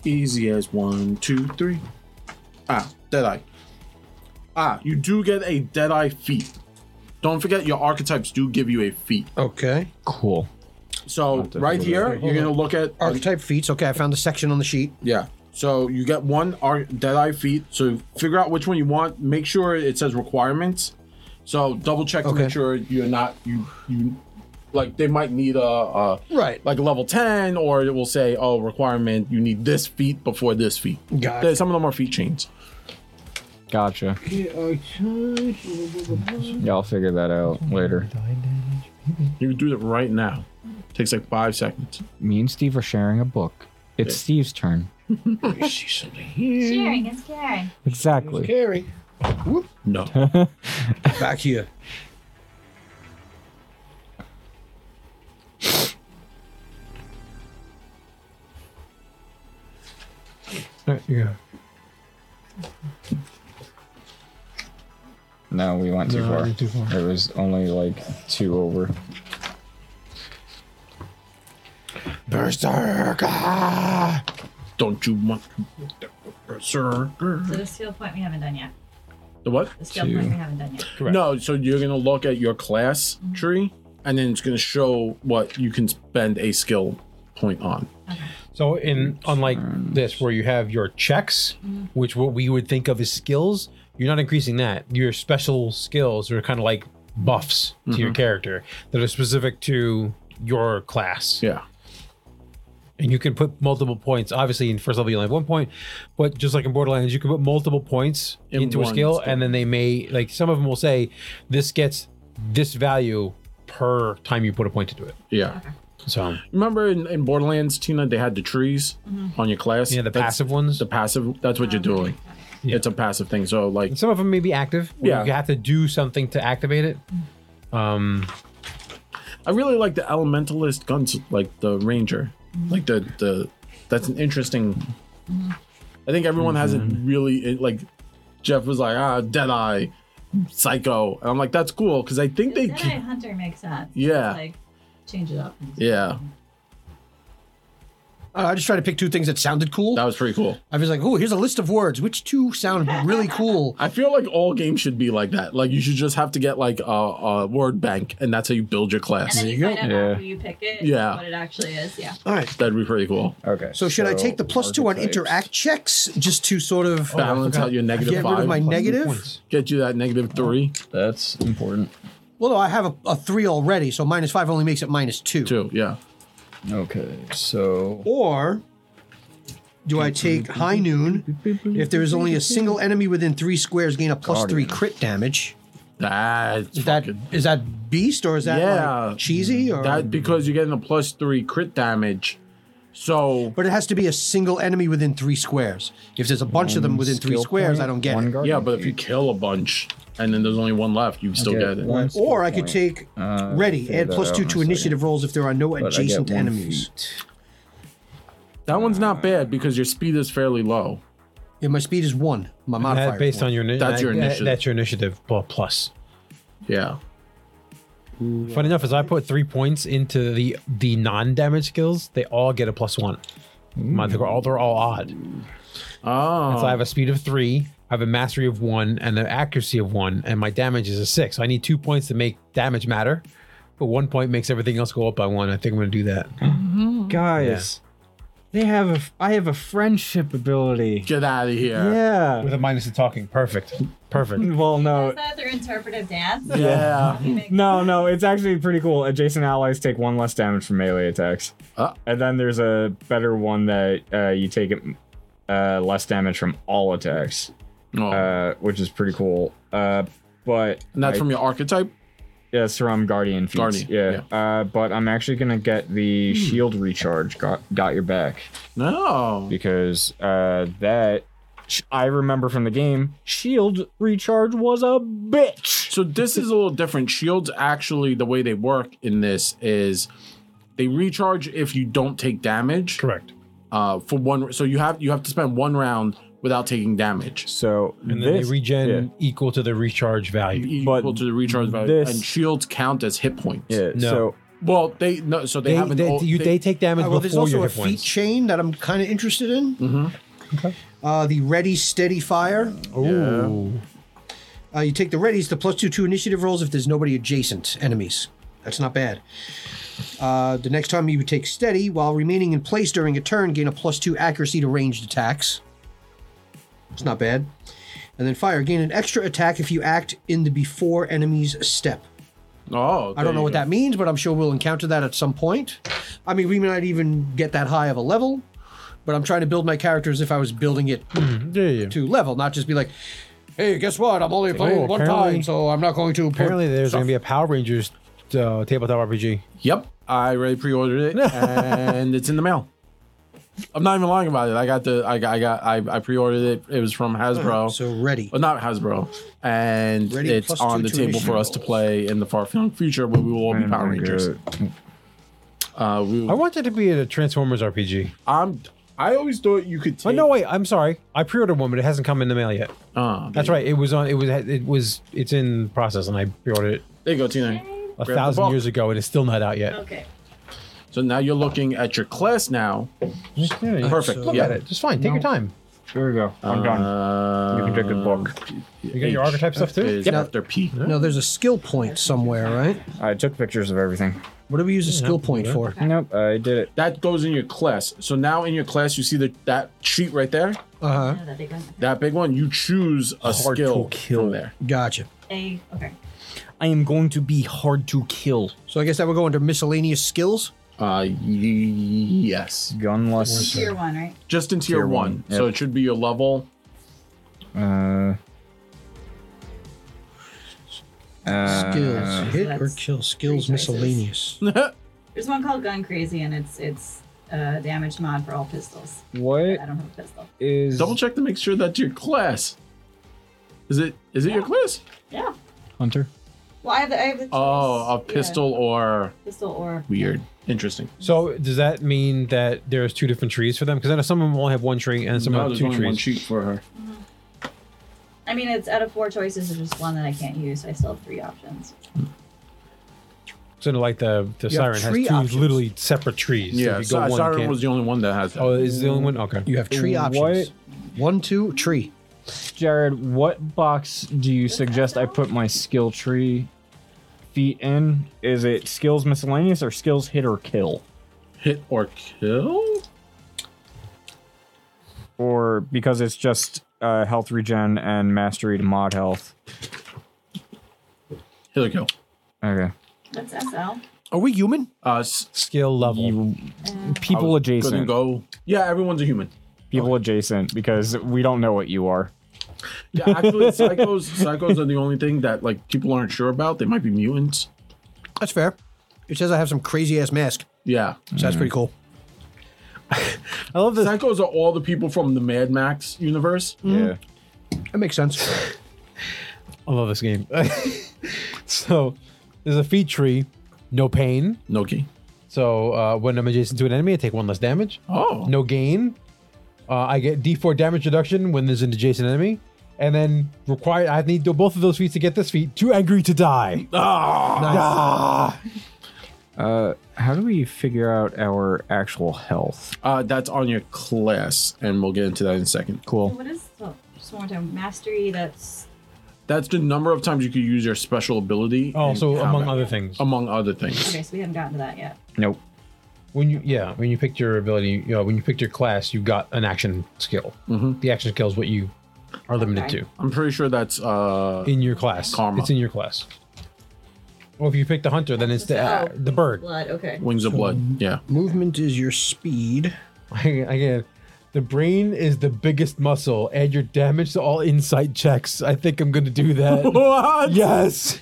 [SPEAKER 1] Easy as one, two, three. Ah, Deadeye. Ah, you do get a Deadeye feat. Don't forget, your archetypes do give you a feat.
[SPEAKER 4] Okay.
[SPEAKER 9] Cool.
[SPEAKER 1] So, right here, you're going to look at.
[SPEAKER 4] Archetype feats. Okay, I found the section on the sheet.
[SPEAKER 1] Yeah. So, you get one ar- Deadeye feat. So, figure out which one you want. Make sure it says requirements. So, double check to
[SPEAKER 4] Okay.
[SPEAKER 1] make sure you're not. you you Like, they might need a. a
[SPEAKER 4] Right.
[SPEAKER 1] like level 10 or it will say oh requirement you need this feat before this feat
[SPEAKER 4] Gotcha.
[SPEAKER 1] There- some of them are feat chains
[SPEAKER 9] Gotcha. Yeah, I'll figure that out later.
[SPEAKER 1] you can do that right now takes like five seconds
[SPEAKER 9] Me and Steve are sharing a book. It's Steve's turn.
[SPEAKER 6] Sharing is caring.
[SPEAKER 9] Exactly.
[SPEAKER 4] Carry.
[SPEAKER 1] no
[SPEAKER 4] Back here.
[SPEAKER 5] Yeah.
[SPEAKER 9] No, we went too far.
[SPEAKER 5] too far.
[SPEAKER 9] It was only like two over.
[SPEAKER 5] Berserk.
[SPEAKER 1] don't you want sir
[SPEAKER 6] So the skill point we haven't done yet.
[SPEAKER 1] the what
[SPEAKER 6] The skill point we haven't done yet.
[SPEAKER 1] no so you're gonna look at your class tree and then it's gonna show what you can spend a skill point on
[SPEAKER 5] So in unlike this, where you have your checks, which what we would think of as skills, you're not increasing that. Your special skills are kind of like buffs to
[SPEAKER 1] Mm-hmm.
[SPEAKER 5] your character that are specific to your class,
[SPEAKER 1] yeah
[SPEAKER 5] and you can put multiple points. Obviously, in first level you only have one point, but just like in Borderlands, you can put multiple points
[SPEAKER 1] In
[SPEAKER 5] into a
[SPEAKER 1] one
[SPEAKER 5] skill,
[SPEAKER 1] skill.
[SPEAKER 5] and then they may like some of them will say this gets this value per time you put a point into it.
[SPEAKER 1] yeah
[SPEAKER 5] So
[SPEAKER 1] Remember in, in Borderlands, Tina, they had the trees on your class.
[SPEAKER 5] yeah, the
[SPEAKER 1] That's-
[SPEAKER 5] passive ones.
[SPEAKER 1] The passive. That's what you're doing. It's a passive thing. So like,
[SPEAKER 5] Some of them may be active. where
[SPEAKER 1] Yeah.
[SPEAKER 5] you have to do something to activate it. Um,
[SPEAKER 1] I really like the elementalist guns, like the ranger, like the the. That's an interesting. I think everyone
[SPEAKER 5] Mm-hmm.
[SPEAKER 1] hasn't really it, like. Jeff was like, ah, Deadeye, Psycho, and I'm like, that's cool because I think they.
[SPEAKER 6] Then
[SPEAKER 1] ca-
[SPEAKER 6] Hunter makes sense.
[SPEAKER 1] Yeah.
[SPEAKER 6] Like, um, change it up.
[SPEAKER 1] Yeah,
[SPEAKER 4] Uh, I just tried to pick two things that sounded cool.
[SPEAKER 1] that was pretty cool.
[SPEAKER 4] I was like, oh, here's a list of words. Which two sound really cool?
[SPEAKER 1] I feel like all games should be like that. Like you should just have to get like a, a word bank, and that's how you build your
[SPEAKER 6] And
[SPEAKER 1] class.
[SPEAKER 6] then you
[SPEAKER 4] you
[SPEAKER 6] find out
[SPEAKER 9] Yeah.
[SPEAKER 6] after you pick it
[SPEAKER 1] Yeah.
[SPEAKER 6] what it actually is. Yeah.
[SPEAKER 4] All right.
[SPEAKER 1] That'd be pretty cool.
[SPEAKER 9] Okay.
[SPEAKER 4] So should I take the plus two on
[SPEAKER 9] archetypes.
[SPEAKER 4] interact checks just to sort of
[SPEAKER 1] Balance out your negative
[SPEAKER 4] get
[SPEAKER 1] five.
[SPEAKER 4] rid of my negative?
[SPEAKER 5] points.
[SPEAKER 1] get you that negative three,
[SPEAKER 9] That's important.
[SPEAKER 4] Well, no, I have a, a three already, so minus five only makes it minus two.
[SPEAKER 1] too. Yeah.
[SPEAKER 9] Okay. So
[SPEAKER 4] Or do I take high noon? If there is only a single enemy within three squares, gain a plus three crit damage.
[SPEAKER 1] That's
[SPEAKER 4] Is that
[SPEAKER 1] fucking-
[SPEAKER 4] is that beast or is that
[SPEAKER 1] Yeah.
[SPEAKER 4] like cheesy or?
[SPEAKER 1] that because you're getting a plus three crit damage. So
[SPEAKER 4] but it has to be a single enemy within three squares. If there's a bunch of them within three
[SPEAKER 9] skill
[SPEAKER 4] squares,
[SPEAKER 9] point,
[SPEAKER 4] I don't get
[SPEAKER 9] one
[SPEAKER 4] it.
[SPEAKER 9] guardian
[SPEAKER 1] yeah, but if you
[SPEAKER 9] feat.
[SPEAKER 1] kill a bunch and then there's only one left, you still
[SPEAKER 9] Okay,
[SPEAKER 1] get it.
[SPEAKER 9] one skill
[SPEAKER 4] Or I could
[SPEAKER 9] point,
[SPEAKER 4] take
[SPEAKER 9] Uh,
[SPEAKER 4] ready,
[SPEAKER 9] figure
[SPEAKER 4] add
[SPEAKER 9] that
[SPEAKER 4] plus
[SPEAKER 9] out
[SPEAKER 4] two
[SPEAKER 9] in
[SPEAKER 4] to
[SPEAKER 9] a second.
[SPEAKER 4] initiative rolls if there are no
[SPEAKER 9] but I get
[SPEAKER 4] adjacent
[SPEAKER 9] one
[SPEAKER 4] enemies.
[SPEAKER 9] feat.
[SPEAKER 1] That one's not bad because your speed is fairly low.
[SPEAKER 4] Yeah, my speed is one. My modifier.
[SPEAKER 5] That, Uh, based on your ini-
[SPEAKER 1] That's your
[SPEAKER 5] that-
[SPEAKER 1] initiative.
[SPEAKER 5] That's your initiative pl- plus.
[SPEAKER 1] Yeah.
[SPEAKER 5] Fun enough is I put three points into the the non damage skills. They all get a plus one. My, they're all they're all odd.
[SPEAKER 1] Oh.
[SPEAKER 5] So I have a speed of three, I have a mastery of one, and an accuracy of one, and my damage is a six. So I need two points to make damage matter, but one point makes everything else go up by one. I think I'm gonna do that.
[SPEAKER 3] Guys, they have a. f- I have a friendship ability.
[SPEAKER 1] Get out of here.
[SPEAKER 3] Yeah.
[SPEAKER 5] With a minus to talking. Perfect. Hmm. Perfect.
[SPEAKER 3] Well, no,
[SPEAKER 6] Is that their interpretive dance?
[SPEAKER 1] Yeah.
[SPEAKER 6] You make-
[SPEAKER 3] no, no. It's actually pretty cool. Adjacent allies take one less damage from melee attacks,
[SPEAKER 1] Ah.
[SPEAKER 3] and then there's a better one that uh, you take uh, less damage from all attacks,
[SPEAKER 1] Oh.
[SPEAKER 3] uh, which is pretty cool. Uh, but
[SPEAKER 1] and that's
[SPEAKER 3] I-
[SPEAKER 1] from your archetype?
[SPEAKER 3] yeah, it's from Guardian feats.
[SPEAKER 1] Guardian, Hmm.
[SPEAKER 3] yeah. Uh, but I'm actually gonna get the shield recharge. Got got your back.
[SPEAKER 1] No.
[SPEAKER 3] because uh, that sh- I remember from the game, Shield recharge was a bitch.
[SPEAKER 1] So this is a little different. Shields actually the way they work in this is they recharge if you don't take damage.
[SPEAKER 5] Correct.
[SPEAKER 1] Uh for one so you have you have to spend one round without taking damage.
[SPEAKER 3] So
[SPEAKER 5] And then
[SPEAKER 3] this,
[SPEAKER 5] they regen
[SPEAKER 3] yeah.
[SPEAKER 5] equal to the recharge value.
[SPEAKER 1] Equal
[SPEAKER 3] But
[SPEAKER 1] to the recharge value.
[SPEAKER 3] this-
[SPEAKER 1] and shields count as hit points.
[SPEAKER 3] Yeah,
[SPEAKER 5] No.
[SPEAKER 3] So
[SPEAKER 1] Well, they no so they,
[SPEAKER 5] They,
[SPEAKER 1] have an
[SPEAKER 5] they,
[SPEAKER 1] old-
[SPEAKER 5] you, they, take damage
[SPEAKER 4] Uh, well, there's
[SPEAKER 5] before
[SPEAKER 4] also
[SPEAKER 5] your
[SPEAKER 4] a
[SPEAKER 5] hit
[SPEAKER 4] feat
[SPEAKER 5] points.
[SPEAKER 4] chain that I'm kind of interested in. Mm-hmm. Uh, the ready, steady fire.
[SPEAKER 5] Ooh.
[SPEAKER 4] Uh, you take the readies, the plus two to initiative rolls if there's nobody adjacent enemies. That's not bad. Uh, the next time you take steady, while remaining in place during a turn, gain a plus two accuracy to ranged attacks. It's not bad. And then fire, gain an extra attack if you act in the before enemy's step.
[SPEAKER 1] oh
[SPEAKER 4] I don't know what that means, but I'm sure we'll encounter that at some point. I mean, we may not even get that high of a level, but I'm trying to build my character as if I was building it
[SPEAKER 5] Yeah, yeah.
[SPEAKER 4] to level, not just be like, hey, guess what? I'm only playing
[SPEAKER 5] Oh,
[SPEAKER 4] one
[SPEAKER 5] apparently-
[SPEAKER 4] time, so I'm not going to. put
[SPEAKER 5] Apparently, there's going to be a Power Rangers uh, tabletop RPG.
[SPEAKER 1] Yep. I already pre-ordered it and it's in the mail. I'm not even lying about it. I got the I got I got I, I pre-ordered it. It was from Hasbro.
[SPEAKER 4] So ready.
[SPEAKER 1] Well, not Hasbro, and
[SPEAKER 4] Ready,
[SPEAKER 1] it's
[SPEAKER 4] plus
[SPEAKER 1] on
[SPEAKER 4] two
[SPEAKER 1] the
[SPEAKER 4] to
[SPEAKER 1] table
[SPEAKER 4] initiative
[SPEAKER 1] for us to
[SPEAKER 4] rolls.
[SPEAKER 1] play in the far-flung future where we will all be
[SPEAKER 3] I'm
[SPEAKER 1] Power
[SPEAKER 3] gonna
[SPEAKER 1] Rangers.
[SPEAKER 3] go-
[SPEAKER 1] Uh, we,
[SPEAKER 5] I want it to be a Transformers RPG.
[SPEAKER 1] I'm. I always thought you could take.
[SPEAKER 5] But Oh, no, wait. I'm sorry. I pre-ordered one, but it hasn't come in the mail yet.
[SPEAKER 1] Uh,
[SPEAKER 5] That's right. It was on. It was. It was. It's in process, and I pre-ordered it
[SPEAKER 1] there you go, Tina.
[SPEAKER 5] a
[SPEAKER 1] the
[SPEAKER 5] thousand
[SPEAKER 1] box.
[SPEAKER 5] years ago, and it's still not out yet.
[SPEAKER 6] Okay.
[SPEAKER 1] So now you're looking at your class now. Perfect.
[SPEAKER 5] Look
[SPEAKER 1] yeah.
[SPEAKER 5] at it. Just fine. Take your time.
[SPEAKER 3] Here we go. I'm done.
[SPEAKER 1] Uh,
[SPEAKER 3] You can take the book.
[SPEAKER 5] You got your archetype stuff too.
[SPEAKER 1] Is after P.
[SPEAKER 4] No, there's a skill point somewhere, right?
[SPEAKER 3] I took pictures of everything.
[SPEAKER 4] What do we use a skill point for?
[SPEAKER 3] Nope, I did it.
[SPEAKER 1] That goes in your class. So now in your class, you see the, that sheet right there,
[SPEAKER 4] Uh huh.
[SPEAKER 6] No, that they don't.
[SPEAKER 1] that big one. You choose a
[SPEAKER 3] Hard to
[SPEAKER 1] skill
[SPEAKER 3] kill.
[SPEAKER 1] from there.
[SPEAKER 4] Gotcha.
[SPEAKER 6] They okay.
[SPEAKER 3] I am going to be hard to kill.
[SPEAKER 4] So I guess that would go under miscellaneous skills.
[SPEAKER 1] Uh, y- yes,
[SPEAKER 3] Gunless.
[SPEAKER 6] Tier one, right?
[SPEAKER 1] just in tier,
[SPEAKER 3] Tier
[SPEAKER 1] one.
[SPEAKER 3] one,
[SPEAKER 1] So
[SPEAKER 3] yep.
[SPEAKER 1] it should be your level.
[SPEAKER 3] Uh,
[SPEAKER 4] Skills. Hit or
[SPEAKER 6] That's
[SPEAKER 9] uh,
[SPEAKER 4] kill skills
[SPEAKER 6] choices.
[SPEAKER 4] miscellaneous.
[SPEAKER 6] There's one called Gun Crazy, and it's it's uh, damage mod for all pistols.
[SPEAKER 10] What
[SPEAKER 6] I don't have a pistol.
[SPEAKER 10] is
[SPEAKER 1] Double check to make sure that's your class. Is it? Is it your class?
[SPEAKER 6] Yeah.
[SPEAKER 10] Hunter?
[SPEAKER 6] Well, I have the I have the choice.
[SPEAKER 1] Oh, a
[SPEAKER 6] Yeah,
[SPEAKER 1] pistol or
[SPEAKER 6] pistol or
[SPEAKER 1] weird. Interesting.
[SPEAKER 5] So does that mean that there's two different trees for them? Because I know some of them only have one tree and some
[SPEAKER 1] No,
[SPEAKER 5] have
[SPEAKER 1] there's
[SPEAKER 5] two
[SPEAKER 1] only one
[SPEAKER 5] trees.
[SPEAKER 1] sheet for her.
[SPEAKER 6] I mean, it's out of four choices. There's just one that I can't use. I still have three options.
[SPEAKER 5] So like the the
[SPEAKER 4] You have
[SPEAKER 5] siren has
[SPEAKER 4] tree
[SPEAKER 5] two
[SPEAKER 4] options.
[SPEAKER 5] literally separate trees. So
[SPEAKER 1] Yeah,
[SPEAKER 5] if you
[SPEAKER 1] Siren
[SPEAKER 5] go one, you can't-
[SPEAKER 1] was the only one that has that.
[SPEAKER 5] Oh, is the only one? Okay.
[SPEAKER 4] You have tree options. One, two, tree.
[SPEAKER 9] Jared, what box do you suggest I put my skill tree feet in? Is it skills miscellaneous or skills hit or kill?
[SPEAKER 1] Hit or kill?
[SPEAKER 9] Or because it's just uh, health regen and mastery to mod health.
[SPEAKER 1] Hit or kill.
[SPEAKER 9] Okay.
[SPEAKER 6] That's SL.
[SPEAKER 4] Are we human?
[SPEAKER 1] Uh, s-
[SPEAKER 5] Skill level.
[SPEAKER 9] You,
[SPEAKER 1] I
[SPEAKER 9] people
[SPEAKER 1] was gonna
[SPEAKER 9] adjacent.
[SPEAKER 1] Go. Yeah, everyone's a human.
[SPEAKER 9] People adjacent because we don't know what you are.
[SPEAKER 1] Yeah, actually, psychos psychos are the only thing that like people aren't sure about. They might be mutants.
[SPEAKER 4] That's fair. It says I have some crazy ass mask,
[SPEAKER 1] Yeah,
[SPEAKER 4] so that's pretty cool.
[SPEAKER 5] I love this.
[SPEAKER 1] psychos are all the people from the Mad Max universe.
[SPEAKER 5] Mm.
[SPEAKER 9] Yeah.
[SPEAKER 4] That makes sense.
[SPEAKER 5] I love this game. so there's a feat tree, no pain.
[SPEAKER 1] No key.
[SPEAKER 5] So uh, when I'm adjacent to an enemy, I take one less damage.
[SPEAKER 1] Oh,
[SPEAKER 5] No gain. Uh, I get D4 damage reduction when there's an adjacent enemy. And then required, I need to do both of those feats to get this feat. Too angry to die.
[SPEAKER 4] Oh,
[SPEAKER 9] How do we figure out our actual health?
[SPEAKER 1] Uh, that's on your class, and we'll get into that in a second.
[SPEAKER 9] Cool.
[SPEAKER 6] What is oh, just one more time? Mastery. That's
[SPEAKER 1] That's the number of times you could use your special ability.
[SPEAKER 5] Oh,
[SPEAKER 1] in
[SPEAKER 5] so among
[SPEAKER 1] combat.
[SPEAKER 5] other things,
[SPEAKER 4] Um,
[SPEAKER 1] among other things.
[SPEAKER 6] okay. So we haven't gotten to that yet.
[SPEAKER 9] Nope.
[SPEAKER 5] when you yeah, when you picked your ability, you know, when you picked your class, you got an action skill.
[SPEAKER 4] Mm-hmm.
[SPEAKER 5] The action skill is what you are limited
[SPEAKER 6] Okay.
[SPEAKER 5] to.
[SPEAKER 1] I'm pretty sure that's uh
[SPEAKER 5] in your class.
[SPEAKER 1] Karma.
[SPEAKER 5] It's in your class. Or if you pick the hunter, then it's the uh,
[SPEAKER 6] Oh,
[SPEAKER 5] the bird.
[SPEAKER 6] Blood. Okay.
[SPEAKER 1] Wings of
[SPEAKER 5] Mm-hmm.
[SPEAKER 1] Blood. Yeah.
[SPEAKER 4] Movement is your speed.
[SPEAKER 5] Again, the brain is the biggest muscle. Add your damage to all insight checks. I think I'm gonna do that.
[SPEAKER 1] What?
[SPEAKER 5] yes.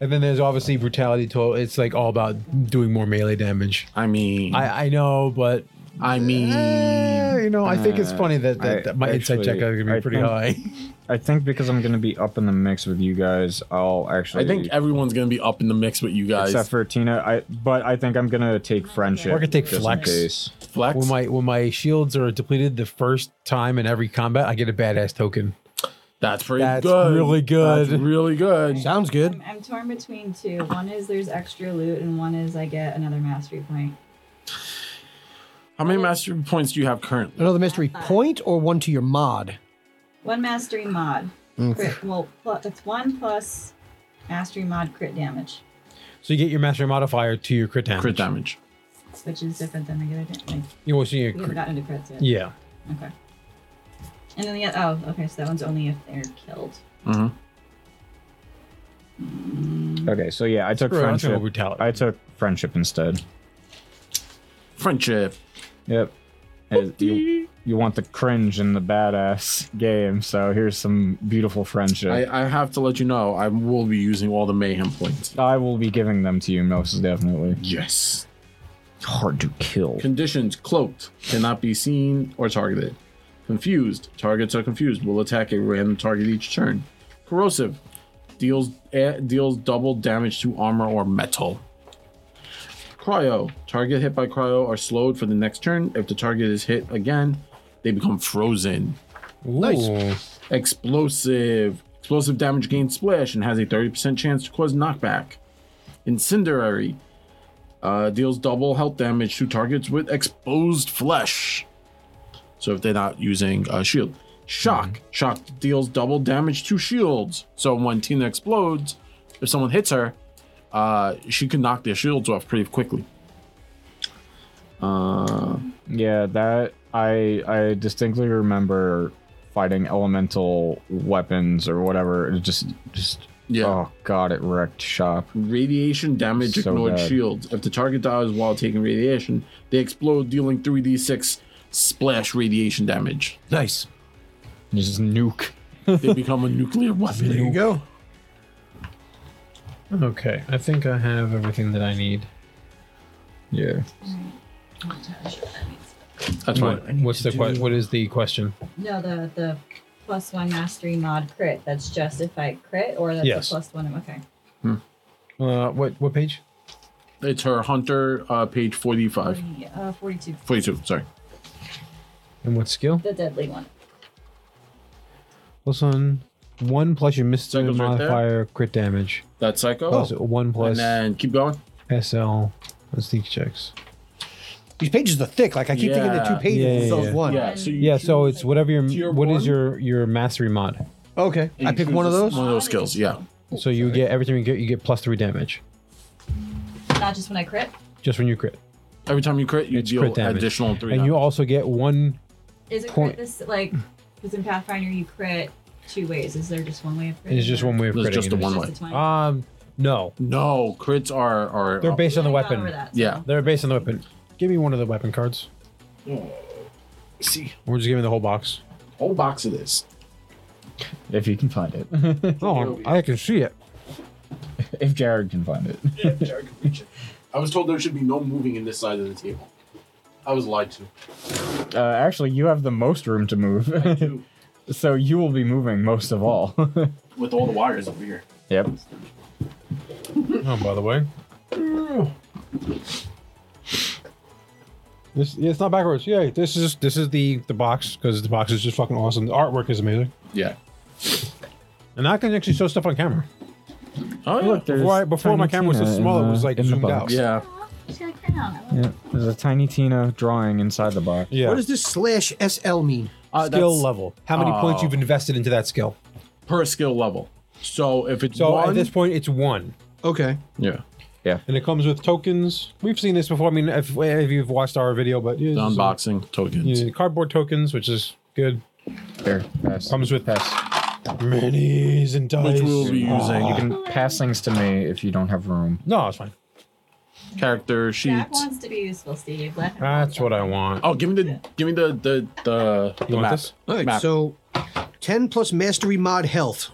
[SPEAKER 5] and then there's obviously brutality total. It's like all about doing more melee damage.
[SPEAKER 1] I mean, I,
[SPEAKER 5] I I know, but
[SPEAKER 1] mean,
[SPEAKER 5] eh, you know, I think it's funny that, that,
[SPEAKER 9] Uh, I-
[SPEAKER 5] that my insight check
[SPEAKER 9] actually,
[SPEAKER 5] is gonna
[SPEAKER 9] I
[SPEAKER 5] be pretty
[SPEAKER 9] think-
[SPEAKER 5] high.
[SPEAKER 9] I think because I'm going to be up in the mix with you guys, I'll actually.
[SPEAKER 1] I think everyone's gonna be up in the mix with you guys.
[SPEAKER 9] except for Tina. I but I think I'm gonna take friendship.
[SPEAKER 5] We're gonna take
[SPEAKER 9] just in
[SPEAKER 5] flex.
[SPEAKER 9] case.
[SPEAKER 1] Flex.
[SPEAKER 5] When my when my shields are depleted the first time in every combat, I get a badass token.
[SPEAKER 1] that's pretty
[SPEAKER 5] That's
[SPEAKER 1] good.
[SPEAKER 5] really good.
[SPEAKER 1] That's really good.
[SPEAKER 4] Sounds good.
[SPEAKER 6] I'm, Um, I'm torn between two. One is there's extra loot, and one is I get another mastery point.
[SPEAKER 1] How many master points do you have currently?
[SPEAKER 4] Another mystery point or one to your mod?
[SPEAKER 6] One mastery mod.
[SPEAKER 5] Mm.
[SPEAKER 6] Crit. Well, pl- that's one plus mastery mod crit damage,
[SPEAKER 5] So you get your mastery modifier to your crit damage.
[SPEAKER 1] Crit damage.
[SPEAKER 6] which is different than regular damage.
[SPEAKER 5] You always see your
[SPEAKER 6] We haven't
[SPEAKER 5] crit.
[SPEAKER 6] gotten into crits yet.
[SPEAKER 5] Yeah.
[SPEAKER 6] Okay. And then the oth- oh, okay, so that one's only if they're killed.
[SPEAKER 9] Okay, so yeah, I took
[SPEAKER 5] Screw it, I'm gonna go
[SPEAKER 9] friendship.
[SPEAKER 5] brutality.
[SPEAKER 9] I took friendship instead.
[SPEAKER 1] Friendship.
[SPEAKER 9] Yep. As- You, you want the cringe in the badass game, so here's some beautiful
[SPEAKER 1] I,
[SPEAKER 9] friendship.
[SPEAKER 1] I have to let you know, I will be using all the mayhem points.
[SPEAKER 9] I, will be giving them to you most definitely.
[SPEAKER 1] Yes.
[SPEAKER 9] Hard to kill.
[SPEAKER 1] Conditions cloaked cannot be seen or targeted. Confused targets are confused. Will attack a random target each turn. Corrosive deals eh, deals double damage to armor or metal. Cryo target hit by cryo are slowed for the next turn. If the target is hit again, they become frozen.
[SPEAKER 5] Nice.
[SPEAKER 1] Explosive explosive damage gains splash and has a thirty percent chance to cause knockback. Incendiary uh, deals double health damage to targets with exposed flesh. So if they're not using a shield, shock shock deals double damage to shields. So when Tina explodes, if someone hits her, uh, she can knock their shields off pretty quickly.
[SPEAKER 9] Yeah, that I I distinctly remember fighting elemental weapons or whatever. It just just
[SPEAKER 1] Yeah.
[SPEAKER 9] oh god, it wrecked shop.
[SPEAKER 1] Radiation damage
[SPEAKER 9] So
[SPEAKER 1] ignored
[SPEAKER 9] bad.
[SPEAKER 1] shields. If the target dies while taking radiation, they explode, dealing 3d6 splash radiation damage.
[SPEAKER 4] Nice.
[SPEAKER 9] Just nuke.
[SPEAKER 1] They become a nuclear weapon.
[SPEAKER 4] There you go.
[SPEAKER 5] Okay, I think I have everything that I need.
[SPEAKER 9] Yeah.
[SPEAKER 6] I'm not entirely sure what that means.
[SPEAKER 5] That's
[SPEAKER 1] What I need
[SPEAKER 5] what's
[SPEAKER 1] to
[SPEAKER 5] the que-
[SPEAKER 1] do-
[SPEAKER 5] what is the question?
[SPEAKER 6] No, the the plus one mastery mod crit. That's just if I crit, or that's
[SPEAKER 5] Yes.
[SPEAKER 6] a plus one. Okay.
[SPEAKER 5] Uh, what what page?
[SPEAKER 1] It's her hunter, uh, page 45.
[SPEAKER 6] 40, uh, Forty-two.
[SPEAKER 1] 42, sorry.
[SPEAKER 5] And what skill?
[SPEAKER 6] The deadly one.
[SPEAKER 5] Plus one, one plus your mystery
[SPEAKER 1] Circle's right there.
[SPEAKER 5] modifier, crit damage.
[SPEAKER 1] That's Psycho.
[SPEAKER 5] Plus one plus
[SPEAKER 1] and then keep going.
[SPEAKER 5] SL. Mystique checks.
[SPEAKER 4] These pages are thick. Like I keep thinking they're two
[SPEAKER 1] Yeah.
[SPEAKER 4] pages.
[SPEAKER 5] Yeah,
[SPEAKER 4] it's
[SPEAKER 5] yeah,
[SPEAKER 4] those
[SPEAKER 5] yeah.
[SPEAKER 4] one.
[SPEAKER 1] Yeah, so you
[SPEAKER 5] Yeah, so
[SPEAKER 6] choose,
[SPEAKER 5] it's
[SPEAKER 6] like,
[SPEAKER 5] whatever your,
[SPEAKER 1] tier
[SPEAKER 5] what
[SPEAKER 1] one?
[SPEAKER 5] is your your mastery mod.
[SPEAKER 4] Okay, I
[SPEAKER 1] you
[SPEAKER 4] pick
[SPEAKER 1] choose
[SPEAKER 4] one of
[SPEAKER 1] this
[SPEAKER 4] those.
[SPEAKER 1] one. of those skills, yeah.
[SPEAKER 5] So you get everything you get. You get plus three damage
[SPEAKER 6] Not just when I crit.
[SPEAKER 5] just when you crit,
[SPEAKER 1] Every time you crit, you
[SPEAKER 5] It's
[SPEAKER 1] deal
[SPEAKER 5] crit damage.
[SPEAKER 1] additional three.
[SPEAKER 5] and you
[SPEAKER 1] damage.
[SPEAKER 5] also get one.
[SPEAKER 6] Is it
[SPEAKER 5] Point.
[SPEAKER 6] crit this like? Because in Pathfinder you crit two ways. Is there just one way of crit?
[SPEAKER 5] It's just one way of
[SPEAKER 1] There's
[SPEAKER 5] critting.
[SPEAKER 1] just the
[SPEAKER 5] it.
[SPEAKER 1] one
[SPEAKER 6] Just
[SPEAKER 1] way.
[SPEAKER 6] a twine?
[SPEAKER 5] Um, no,
[SPEAKER 1] no, crits are. are
[SPEAKER 5] they're
[SPEAKER 1] up.
[SPEAKER 5] based on the
[SPEAKER 6] We already gone over
[SPEAKER 5] weapon.
[SPEAKER 6] that, so-
[SPEAKER 1] Yeah.
[SPEAKER 5] They're based on the weapon. Give me one of the weapon cards.
[SPEAKER 1] See,
[SPEAKER 5] We're just giving the whole box.
[SPEAKER 1] whole box of this.
[SPEAKER 9] If you can find it.
[SPEAKER 5] Oh, I can see it.
[SPEAKER 9] if Jared can find it.
[SPEAKER 1] I was told there should be no moving in this side of the table. I was lied to.
[SPEAKER 3] Uh, actually, you have the most room to move, so you will be moving most of all.
[SPEAKER 1] With all the wires over here.
[SPEAKER 3] yep.
[SPEAKER 5] Oh, by the way. This, yeah, it's not backwards. Yeah, this is this is the the box because the box is just fucking awesome. The artwork is amazing,
[SPEAKER 1] Yeah.
[SPEAKER 5] and I can actually show stuff on camera.
[SPEAKER 1] Oh, yeah.
[SPEAKER 3] Look, there's
[SPEAKER 5] Before, I, before my
[SPEAKER 3] Tiny
[SPEAKER 5] camera was so
[SPEAKER 3] Tina in
[SPEAKER 5] small, it
[SPEAKER 3] the-
[SPEAKER 5] was like
[SPEAKER 3] in the
[SPEAKER 5] zoomed out.
[SPEAKER 3] box.
[SPEAKER 1] yeah.
[SPEAKER 6] She's got a crit on. I love
[SPEAKER 3] Yeah,
[SPEAKER 6] it.
[SPEAKER 3] there's a tiny Tina drawing inside the box.
[SPEAKER 5] yeah.
[SPEAKER 4] What does this slash SL mean?
[SPEAKER 1] Uh,
[SPEAKER 5] skill
[SPEAKER 1] that's
[SPEAKER 5] level? How many points
[SPEAKER 1] Oh.
[SPEAKER 5] you've invested into that skill?
[SPEAKER 1] Per skill level. So if it's
[SPEAKER 5] So
[SPEAKER 1] one,
[SPEAKER 5] at this point, it's one,
[SPEAKER 4] Okay.
[SPEAKER 1] yeah.
[SPEAKER 5] and it comes with tokens. We've seen this before. I mean, if, if you've watched our video, but
[SPEAKER 1] The
[SPEAKER 5] yeah, this is-
[SPEAKER 1] unboxing tokens.
[SPEAKER 5] yeah, cardboard tokens, which is good.
[SPEAKER 3] There, pass.
[SPEAKER 5] Comes with minis and dice.
[SPEAKER 1] Which we'll be using
[SPEAKER 3] You can pass things to me if you don't have room.
[SPEAKER 5] No, it's fine.
[SPEAKER 1] character
[SPEAKER 6] Jack
[SPEAKER 1] sheets.
[SPEAKER 6] wants to be useful, Steve. Let him
[SPEAKER 5] That's what I want.
[SPEAKER 1] Oh, give me the give me the the the, the
[SPEAKER 5] you want
[SPEAKER 1] map.
[SPEAKER 5] this?
[SPEAKER 4] All right.
[SPEAKER 1] Map.
[SPEAKER 4] So, ten plus mastery mod health.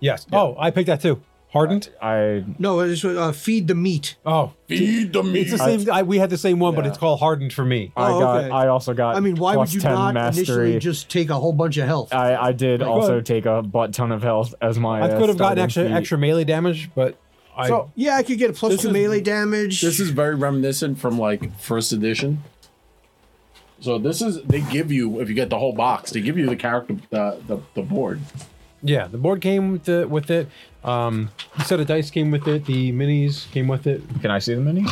[SPEAKER 5] Yes. Oh, I picked that too. Hardened.
[SPEAKER 3] I
[SPEAKER 4] No, it's uh, feed the meat.
[SPEAKER 5] Oh,
[SPEAKER 1] Feed the meat.
[SPEAKER 5] it's the same. I, we had the same one, but it's called hardened for me.
[SPEAKER 3] I
[SPEAKER 4] Oh,
[SPEAKER 3] got.
[SPEAKER 4] okay.
[SPEAKER 3] I also got.
[SPEAKER 4] I mean, why
[SPEAKER 3] plus
[SPEAKER 4] would you
[SPEAKER 3] 10
[SPEAKER 4] not initially
[SPEAKER 3] mastery.
[SPEAKER 4] just take a whole bunch of health?
[SPEAKER 3] I, I did
[SPEAKER 5] Like,
[SPEAKER 3] also
[SPEAKER 5] what?
[SPEAKER 3] take a butt ton of health as my.
[SPEAKER 5] I
[SPEAKER 3] uh,
[SPEAKER 5] could have gotten
[SPEAKER 3] starting
[SPEAKER 5] extra
[SPEAKER 3] feat.
[SPEAKER 5] extra melee damage, but I
[SPEAKER 1] So-
[SPEAKER 4] yeah, I could get a plus
[SPEAKER 1] This
[SPEAKER 4] two
[SPEAKER 1] is-
[SPEAKER 4] melee damage.
[SPEAKER 1] This is very reminiscent from like first edition. So this is they give you if you get the whole box, they give you the character the the, the board.
[SPEAKER 5] yeah, the board came with it. With it, um, a set of dice came with it. The minis came with it.
[SPEAKER 3] Can I see the mini?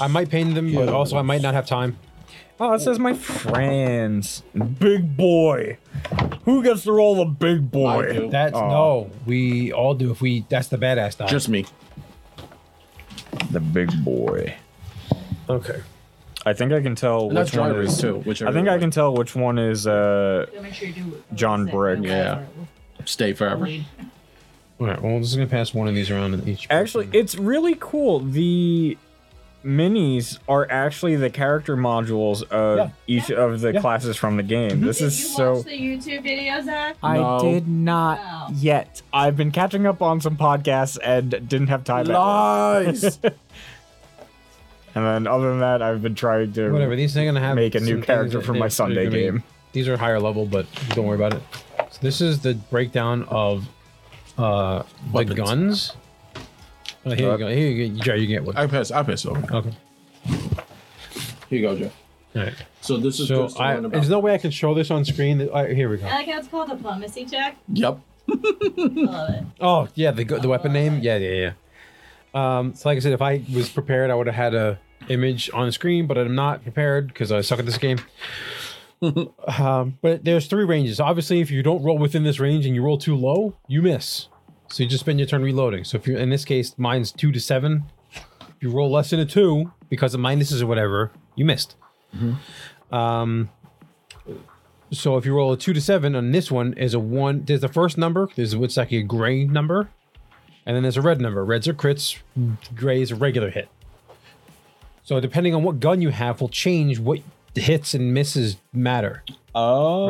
[SPEAKER 5] I might paint them, but also I might not have time.
[SPEAKER 3] Oh, it says my friends. Big boy. Who gets to roll the big
[SPEAKER 1] I
[SPEAKER 3] boy?
[SPEAKER 1] do.
[SPEAKER 5] That's no. We all do if we. That's the badass die.
[SPEAKER 1] Just me.
[SPEAKER 3] The big boy.
[SPEAKER 5] okay.
[SPEAKER 3] I think I can tell
[SPEAKER 1] And that's
[SPEAKER 3] which one
[SPEAKER 1] Dryreese,
[SPEAKER 3] is
[SPEAKER 1] too, which I
[SPEAKER 3] I think
[SPEAKER 1] really
[SPEAKER 3] I can tell which one is. Uh,
[SPEAKER 6] Make sure you do
[SPEAKER 3] John Brick.
[SPEAKER 1] Yeah. Stay forever.
[SPEAKER 5] All right. Well, this is gonna pass one of these around in each.
[SPEAKER 3] actually, it's really cool. The minis are actually the character modules of
[SPEAKER 5] Yeah.
[SPEAKER 3] each of the
[SPEAKER 5] Yeah.
[SPEAKER 3] classes from the game. This
[SPEAKER 6] Did
[SPEAKER 3] is
[SPEAKER 6] you
[SPEAKER 3] so.
[SPEAKER 6] watch the YouTube video, Zach? Oh.
[SPEAKER 3] I
[SPEAKER 1] No.
[SPEAKER 3] did not
[SPEAKER 6] Wow.
[SPEAKER 3] yet. I've been catching up on some podcasts and didn't have time. at-
[SPEAKER 1] Lies.
[SPEAKER 3] And then other than that, I've been trying to
[SPEAKER 5] whatever. These are gonna have
[SPEAKER 3] make a new
[SPEAKER 5] some things
[SPEAKER 3] character
[SPEAKER 5] that
[SPEAKER 3] for
[SPEAKER 5] they-
[SPEAKER 3] my
[SPEAKER 5] they're
[SPEAKER 3] Sunday
[SPEAKER 5] gonna be-
[SPEAKER 3] game.
[SPEAKER 5] These are higher level, but don't worry about it. So this is the breakdown of uh the
[SPEAKER 1] Weapons.
[SPEAKER 5] guns. Oh, here you go. Here you go. Jerry, you get one.
[SPEAKER 1] I pass. I pass over.
[SPEAKER 5] Okay.
[SPEAKER 1] Here you go, Jeff.
[SPEAKER 5] All right.
[SPEAKER 1] So this is
[SPEAKER 5] So
[SPEAKER 1] just to
[SPEAKER 5] I,
[SPEAKER 1] learn about-
[SPEAKER 5] there's no way I can show this on screen. All right, here we
[SPEAKER 6] I
[SPEAKER 5] go.
[SPEAKER 6] like how it's called diplomacy, Jack.
[SPEAKER 1] Yep.
[SPEAKER 6] I love it.
[SPEAKER 5] Oh yeah, the gu- the weapon name. Yeah, yeah, yeah. Um, so like I said, if I was prepared, I would have had a image on the screen, but I'm not prepared because I suck at this game. um, but there's three ranges. Obviously, if you don't roll within this range and you roll too low, you miss. So you just spend your turn reloading. So if you're in this case, mine's two to seven. If you roll less than a two because of minuses or whatever, you missed. Um, so if you roll a two to seven on this one is a one. There's the first number. There's what's like a gray number, and then there's a red number. Reds are crits. Grays are regular hit. So depending on what gun you have, will change what hits and misses matter.
[SPEAKER 3] Oh,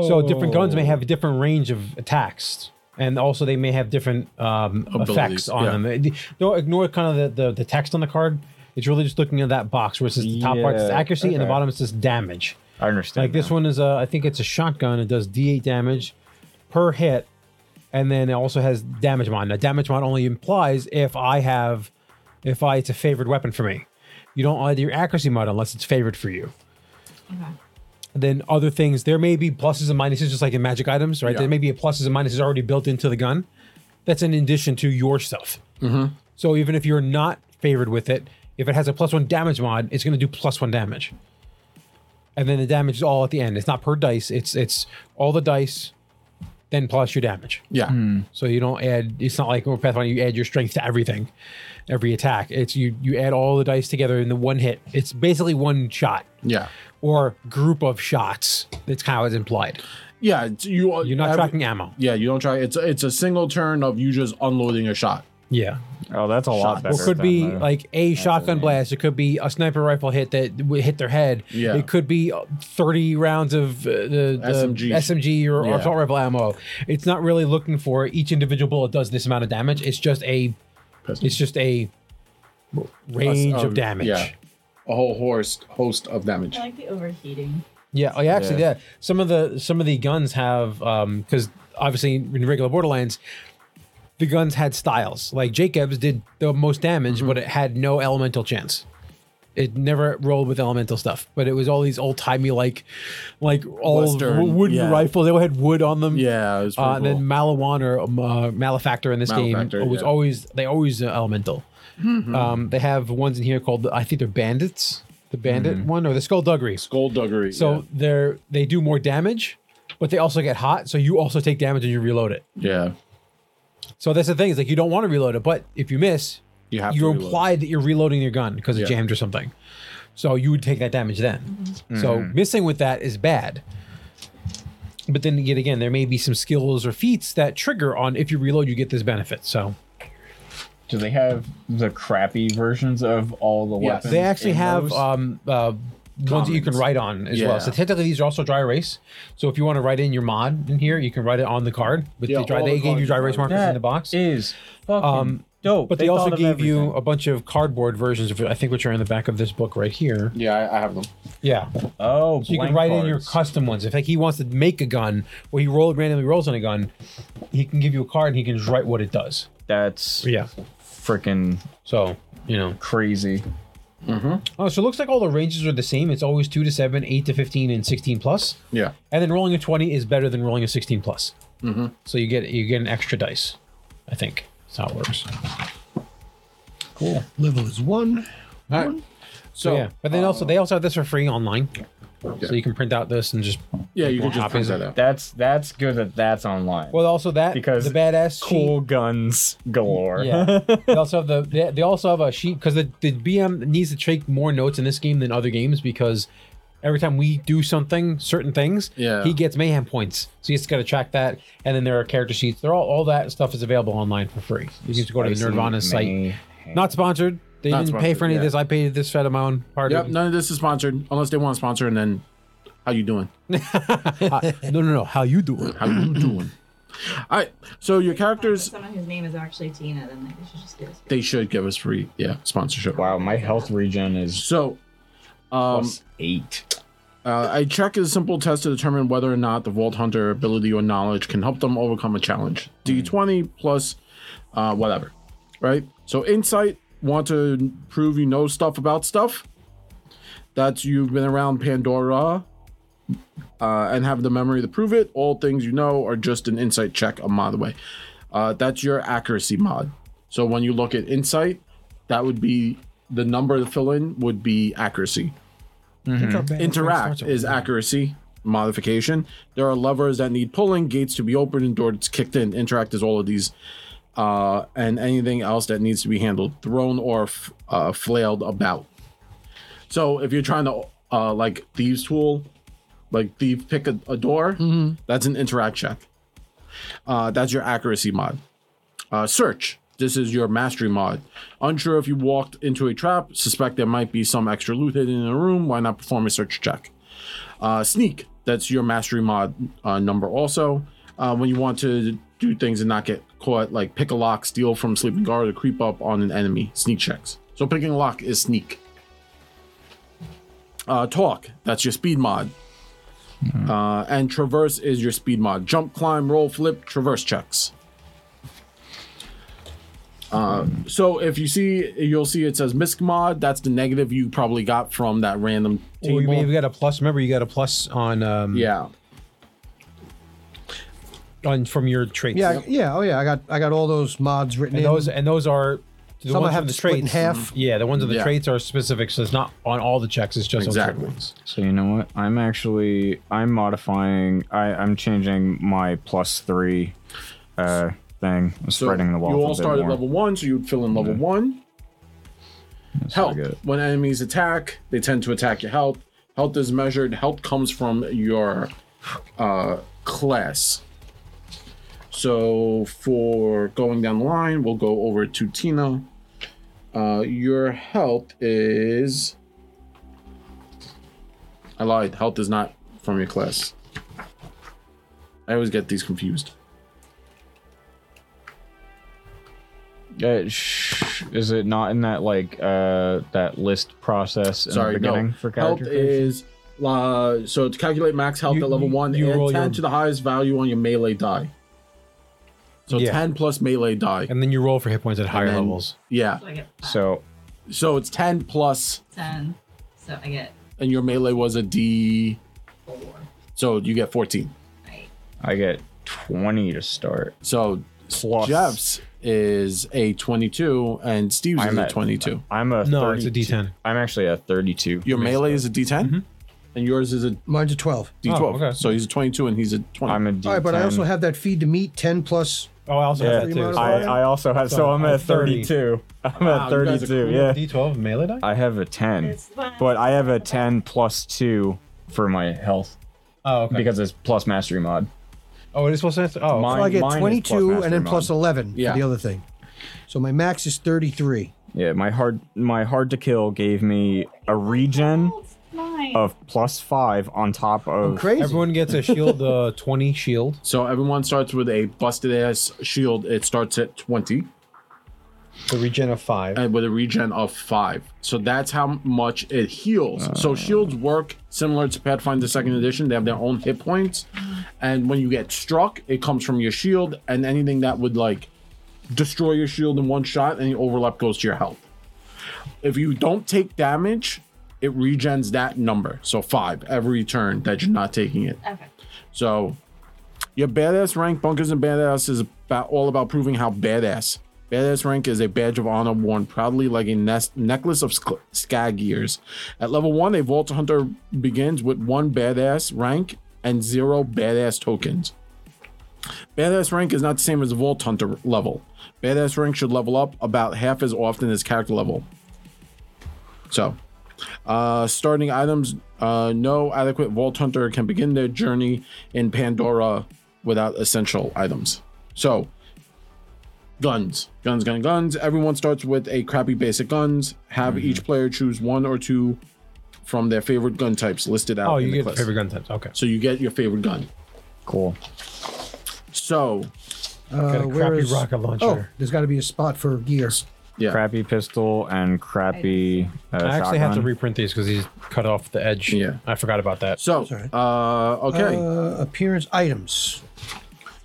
[SPEAKER 5] Right. So different guns may have a different range of attacks. and also they may have different um,
[SPEAKER 1] Abilities,
[SPEAKER 5] effects on
[SPEAKER 1] yeah.
[SPEAKER 5] them. It- Don't ignore kind of the, the, the text on the card. It's really just looking at that box where it says the top part is
[SPEAKER 9] Yeah,
[SPEAKER 5] accuracy and the
[SPEAKER 9] okay.
[SPEAKER 5] bottom it says damage.
[SPEAKER 9] I understand.
[SPEAKER 5] Like this
[SPEAKER 9] now.
[SPEAKER 5] one is, uh, I think it's a shotgun. It does D8 damage per hit, and then it also has damage mod. Now, damage mod only implies if I have, if I it's a favored weapon for me. You don't add your accuracy mod unless it's favored for you. Then other things, there may be pluses and minuses, just like in magic items, right?
[SPEAKER 1] Yeah.
[SPEAKER 5] There may be a pluses and minuses already built into the gun. That's in addition to your stuff. So even if you're not favored with it, if it has a plus one damage mod, it's going to do plus one damage. And then the damage is all at the end. It's not per dice. It's it's all the dice, then plus your damage.
[SPEAKER 1] Yeah.
[SPEAKER 5] So you don't add. It's not like in Pathfinder. You add your strength to everything, every attack. It's you you add all the dice together in the one hit. It's basically one shot
[SPEAKER 1] Yeah.
[SPEAKER 5] or group of shots. That's kind of how it's implied.
[SPEAKER 1] Yeah. it's- You,
[SPEAKER 5] You're not
[SPEAKER 1] every-
[SPEAKER 5] tracking ammo.
[SPEAKER 1] Yeah, you don't try. It's it's a single turn of you just unloading a shot.
[SPEAKER 5] Yeah.
[SPEAKER 3] Oh, that's a lot better.
[SPEAKER 5] Well, it could
[SPEAKER 3] than
[SPEAKER 5] be
[SPEAKER 3] the-
[SPEAKER 5] like a shotgun blast. It could be a sniper rifle hit that would hit their head.
[SPEAKER 1] Yeah.
[SPEAKER 5] It could be uh, 30 rounds of uh, the, the
[SPEAKER 1] SMG.
[SPEAKER 5] SMG or,
[SPEAKER 1] Yeah.
[SPEAKER 5] or assault rifle ammo. It's not really looking for each individual bullet does this amount of damage. It's just a, it's just a range
[SPEAKER 1] Um,
[SPEAKER 5] of damage.
[SPEAKER 1] Yeah. A whole horse host of damage.
[SPEAKER 6] I like the overheating.
[SPEAKER 5] Yeah, oh, yeah, actually, yeah. Some of the some of the guns have because obviously in regular Borderlands, the guns had styles. Like Jacobs did the most damage,
[SPEAKER 1] Mm-hmm.
[SPEAKER 5] but it had no elemental chance. It never rolled with elemental stuff, but it was all these old timey like, like all
[SPEAKER 1] Western,
[SPEAKER 5] wo- wooden
[SPEAKER 1] yeah.
[SPEAKER 5] rifles. They all had wood on them.
[SPEAKER 1] Yeah, it was pretty
[SPEAKER 5] Uh, and
[SPEAKER 1] cool.
[SPEAKER 5] then Malawan or um, uh, Malefactor in this
[SPEAKER 1] Malefactor,
[SPEAKER 5] game
[SPEAKER 1] yeah.
[SPEAKER 5] was
[SPEAKER 1] Mm-hmm.
[SPEAKER 5] always they always uh, elemental. Um, they have ones in here called I think they're bandits, the bandit
[SPEAKER 1] Mm-hmm.
[SPEAKER 5] one or the skullduggery.
[SPEAKER 1] Skullduggery.
[SPEAKER 5] So they're they do more damage, but they also get hot. So you also take damage and you reload it.
[SPEAKER 1] yeah, yeah.
[SPEAKER 5] So that's the thing is like you don't want to reload it, but if you miss,
[SPEAKER 1] you have
[SPEAKER 5] you're
[SPEAKER 1] to reload.
[SPEAKER 5] implied that you're reloading your gun because it
[SPEAKER 1] Yeah.
[SPEAKER 5] jammed or something. So you would take that damage then.
[SPEAKER 1] Mm-hmm.
[SPEAKER 5] So missing with that is bad. But then yet again, there may be some skills or feats that trigger on if you reload, you get this benefit. So
[SPEAKER 9] Do they have the crappy versions of all the
[SPEAKER 1] Yes.
[SPEAKER 9] weapons?
[SPEAKER 5] they actually
[SPEAKER 9] in
[SPEAKER 5] have
[SPEAKER 9] those?
[SPEAKER 5] um, uh, ones that you can
[SPEAKER 1] Commons.
[SPEAKER 5] write on as
[SPEAKER 1] Yeah.
[SPEAKER 5] well. So technically, these are also dry erase. So if you want to write in your mod in here, you can write it on the card. But
[SPEAKER 1] Yeah,
[SPEAKER 5] they, dry,
[SPEAKER 1] all
[SPEAKER 5] they
[SPEAKER 1] the
[SPEAKER 5] gave
[SPEAKER 1] cards
[SPEAKER 5] you dry
[SPEAKER 1] are
[SPEAKER 5] erase
[SPEAKER 1] dry erase.
[SPEAKER 5] markers in the box. Um,
[SPEAKER 9] is fucking dope.
[SPEAKER 5] But they, also
[SPEAKER 9] thought of
[SPEAKER 5] gave you
[SPEAKER 9] everything.
[SPEAKER 5] a bunch of cardboard versions of, I think, which are in the back of this book right here.
[SPEAKER 1] Yeah, I, I have them.
[SPEAKER 5] Yeah. So
[SPEAKER 9] oh,
[SPEAKER 5] you can
[SPEAKER 9] blank
[SPEAKER 5] write in your
[SPEAKER 9] cards.
[SPEAKER 5] custom ones. If like he wants to make a gun, or he roll randomly rolls on a gun, he can give you a card and he can just write what it does.
[SPEAKER 9] That's
[SPEAKER 5] Yeah.
[SPEAKER 9] freaking
[SPEAKER 5] So you know.
[SPEAKER 9] crazy.
[SPEAKER 5] Oh, so it looks like all the ranges are the same. It's always two to seven, eight to fifteen, and sixteen plus.
[SPEAKER 1] Yeah,
[SPEAKER 5] And then rolling a 20 is better than rolling a 16 plus. So you get you get an extra dice, I think. That's how it works.
[SPEAKER 4] Level is one.
[SPEAKER 1] all right. So,
[SPEAKER 5] So yeah, but then also they also have this for free online,
[SPEAKER 1] Yeah.
[SPEAKER 5] so you can print out this and just
[SPEAKER 1] yeah, you can just
[SPEAKER 5] Copies
[SPEAKER 1] print
[SPEAKER 5] of
[SPEAKER 1] that out.
[SPEAKER 9] That's that's good that that's online.
[SPEAKER 5] well also that
[SPEAKER 9] Because
[SPEAKER 5] the badass
[SPEAKER 3] cool
[SPEAKER 5] sheet.
[SPEAKER 3] guns galore.
[SPEAKER 5] Yeah, they also have the they, they also have a sheet because the, the BM needs to take more notes in this game than other games because every time we do something, certain things,
[SPEAKER 1] Yeah.
[SPEAKER 5] he gets mayhem points, so he's got to track that. And then there are character sheets. They're all all that stuff is available online for free. You just go to
[SPEAKER 9] Spicy
[SPEAKER 5] Nirvana's site.
[SPEAKER 9] May-
[SPEAKER 5] Not sponsored. They
[SPEAKER 1] Not
[SPEAKER 5] didn't pay
[SPEAKER 1] sponsored,
[SPEAKER 5] for any of
[SPEAKER 1] yeah.
[SPEAKER 5] this. I paid this fed of my own part.
[SPEAKER 1] Yep,
[SPEAKER 5] of it.
[SPEAKER 1] none of this is sponsored unless they want to sponsor, and then how you doing?
[SPEAKER 5] Uh, no, no, no. How you doing?
[SPEAKER 1] How you doing? All right. So your characters,
[SPEAKER 6] Someone whose name is actually Tina, then they should just give us.
[SPEAKER 1] they should give us free, yeah, sponsorship.
[SPEAKER 9] Wow, my health regen is
[SPEAKER 1] So, um,
[SPEAKER 9] plus eight.
[SPEAKER 1] uh, a check is a simple test to determine whether or not the Vault Hunter ability or knowledge can help them overcome a challenge. D20 plus uh, whatever, right? So, insight, want to prove you know stuff about stuff. That's you've been around Pandora uh, and have the memory to prove it. All things you know are just an insight check a mod away. Uh, that's your accuracy mod. So, when you look at insight, that would be the number to fill in would be accuracy interact is accuracy modification there are levers that need pulling gates to be opened and doors kicked in interact is all of these uh, and anything else that needs to be handled thrown or f- uh, flailed about so if you're trying to uh, like thieves tool like thief pick a, a door that's an interact check uh, that's your accuracy mod uh, search. This is your mastery mod. Unsure if you walked into a trap, suspect there might be some extra loot hidden in the room, why not perform a search check? Uh, sneak, that's your mastery mod uh, number also. Uh, when you want to do things and not get caught, like pick a lock, steal from sleeping guard, or creep up on an enemy. Sneak checks. So picking a lock is sneak. Uh, talk, that's your speed mod.
[SPEAKER 5] Hmm.
[SPEAKER 1] Uh, and traverse is your speed mod. Jump, climb, roll, flip, traverse checks. Uh, so if you see, you'll see it says misc mod. That's the negative you probably got from that random
[SPEAKER 5] Well,
[SPEAKER 1] table.
[SPEAKER 5] Oh, you may have got a plus. Remember, you got a plus on um
[SPEAKER 1] yeah.
[SPEAKER 5] on from your traits.
[SPEAKER 4] Yeah, yeah, oh yeah. I got I got all those mods written
[SPEAKER 5] and
[SPEAKER 4] in.
[SPEAKER 5] those and those are the
[SPEAKER 4] Some I
[SPEAKER 5] ones
[SPEAKER 4] have
[SPEAKER 5] on the
[SPEAKER 4] to split in
[SPEAKER 5] traits. Mm-hmm.
[SPEAKER 4] half.
[SPEAKER 5] Yeah, the ones on the
[SPEAKER 1] Yeah.
[SPEAKER 5] traits are specific, so it's not on all the checks. It's just on
[SPEAKER 1] Exactly.
[SPEAKER 5] certain ones.
[SPEAKER 3] So you know what? I'm actually I'm modifying. I I'm changing my plus three, uh, thing. I'm
[SPEAKER 1] So
[SPEAKER 3] spreading the wall.
[SPEAKER 1] You all start at level one, so you'd fill in level one. Health.
[SPEAKER 3] pretty good.
[SPEAKER 1] When enemies attack, they tend to attack your health. Health is measured. Health comes from your uh, class. So for going down the line, we'll go over to Tina. Uh, your health is. I lied. Health is not from your class. I always get these confused.
[SPEAKER 3] Uh, sh- is it not in that like uh that list process in
[SPEAKER 1] Sorry,
[SPEAKER 3] the beginning
[SPEAKER 1] no.
[SPEAKER 3] for
[SPEAKER 1] health
[SPEAKER 3] character? creation?
[SPEAKER 1] is uh, so to calculate max health
[SPEAKER 5] You-
[SPEAKER 1] at level
[SPEAKER 5] you-
[SPEAKER 1] one,
[SPEAKER 5] you
[SPEAKER 1] add
[SPEAKER 5] roll
[SPEAKER 1] ten
[SPEAKER 5] your-
[SPEAKER 1] to the highest value on your melee die. So
[SPEAKER 5] Yeah.
[SPEAKER 1] ten plus melee die.
[SPEAKER 5] And then you roll for hit points at higher
[SPEAKER 1] then-
[SPEAKER 5] levels.
[SPEAKER 1] Yeah.
[SPEAKER 6] So I get five,
[SPEAKER 3] so
[SPEAKER 1] So it's ten plus,
[SPEAKER 6] ten. So I get
[SPEAKER 1] and your melee was a D.
[SPEAKER 6] four.
[SPEAKER 1] So you get fourteen.
[SPEAKER 6] Right.
[SPEAKER 3] I get twenty to start.
[SPEAKER 1] So
[SPEAKER 3] Plus.
[SPEAKER 1] Jeff's is a twenty-two, and Steve's
[SPEAKER 3] I'm
[SPEAKER 1] is a
[SPEAKER 3] at-
[SPEAKER 1] twenty-two.
[SPEAKER 3] I'm a
[SPEAKER 5] No, it's a
[SPEAKER 3] 32
[SPEAKER 5] D10.
[SPEAKER 3] I'm actually a thirty-two.
[SPEAKER 1] Your melee is a D10, and yours is a
[SPEAKER 4] Mine's a 12.
[SPEAKER 1] D12.
[SPEAKER 5] Mm-hmm. Oh, okay.
[SPEAKER 1] So he's a twenty-two, and he's a twenty.
[SPEAKER 3] I'm a D10.
[SPEAKER 4] All right, but I also have that feed to meat 10 plus.
[SPEAKER 5] Oh, I also
[SPEAKER 3] Yeah.
[SPEAKER 5] have that too.
[SPEAKER 4] Three
[SPEAKER 3] I, I also have. So,
[SPEAKER 5] So
[SPEAKER 3] I'm
[SPEAKER 5] I'm
[SPEAKER 3] at
[SPEAKER 5] 30.
[SPEAKER 3] thirty-two. I'm
[SPEAKER 1] Wow,
[SPEAKER 3] at
[SPEAKER 1] you guys are
[SPEAKER 3] thirty-two.
[SPEAKER 1] cool.
[SPEAKER 3] Yeah.
[SPEAKER 5] D12 melee die?
[SPEAKER 3] I have a 10,
[SPEAKER 6] It's fine.
[SPEAKER 3] but I have a 10 plus 2 for my health
[SPEAKER 5] Oh, okay.
[SPEAKER 3] because it's plus mastery mod.
[SPEAKER 5] oh, it is supposed to. Oh,
[SPEAKER 3] Mine-
[SPEAKER 4] I get
[SPEAKER 3] mine is plus
[SPEAKER 4] 22 and then
[SPEAKER 3] mastery
[SPEAKER 4] plus
[SPEAKER 3] mod.
[SPEAKER 4] 11
[SPEAKER 1] Yeah.
[SPEAKER 4] for the other thing. So my max is 33.
[SPEAKER 3] Yeah, my hard my hard to kill gave me a regen
[SPEAKER 6] It's fine.
[SPEAKER 9] Oh.
[SPEAKER 3] of plus 5 on top of
[SPEAKER 4] Crazy.
[SPEAKER 5] everyone gets a shield, uh, 20 shield.
[SPEAKER 1] so everyone starts with a busted ass shield. It starts at twenty.
[SPEAKER 5] So regen of five.
[SPEAKER 1] and with a regen of five. So that's how much it heals. so shields work similar to Pathfinder Second Edition. They have their own hit points, and when you get struck, it comes from your shield, and anything that would like destroy your shield in one shot, any overlap goes to your health. If you don't take damage, it regens that number, so five every turn that you're not taking it.
[SPEAKER 6] okay.
[SPEAKER 1] So your badass rank, bunkers and badass, is about all about proving how badass. Badass rank is a badge of honor worn proudly like a nest, necklace of sc- skag ears. At level one, a vault hunter begins with one badass rank and zero badass tokens. Badass rank is not the same as vault hunter level. Badass rank should level up about half as often as character level. So uh, starting items, uh, no adequate Vault Hunter can begin their journey in Pandora without essential items. So, guns, guns, gun, guns. Everyone starts with a crappy basic guns. Have
[SPEAKER 5] Mm-hmm.
[SPEAKER 1] each player choose one or two from their favorite gun types listed out.
[SPEAKER 5] Oh,
[SPEAKER 1] in
[SPEAKER 5] you
[SPEAKER 1] the
[SPEAKER 5] get
[SPEAKER 1] class.
[SPEAKER 5] favorite gun types. Okay.
[SPEAKER 1] So you get your favorite gun.
[SPEAKER 3] cool.
[SPEAKER 1] So,
[SPEAKER 4] Uh,
[SPEAKER 5] a
[SPEAKER 4] where
[SPEAKER 5] crappy
[SPEAKER 4] is-
[SPEAKER 5] rocket launcher.
[SPEAKER 4] Oh, there's got to be a spot for gear.
[SPEAKER 1] yeah.
[SPEAKER 3] Crappy pistol and crappy uh,
[SPEAKER 5] I actually have to
[SPEAKER 3] shotgun.
[SPEAKER 5] reprint these because he's cut off the edge.
[SPEAKER 1] Yeah.
[SPEAKER 5] I forgot about that.
[SPEAKER 1] So,
[SPEAKER 4] Sorry.
[SPEAKER 1] uh, okay.
[SPEAKER 4] Uh, appearance items.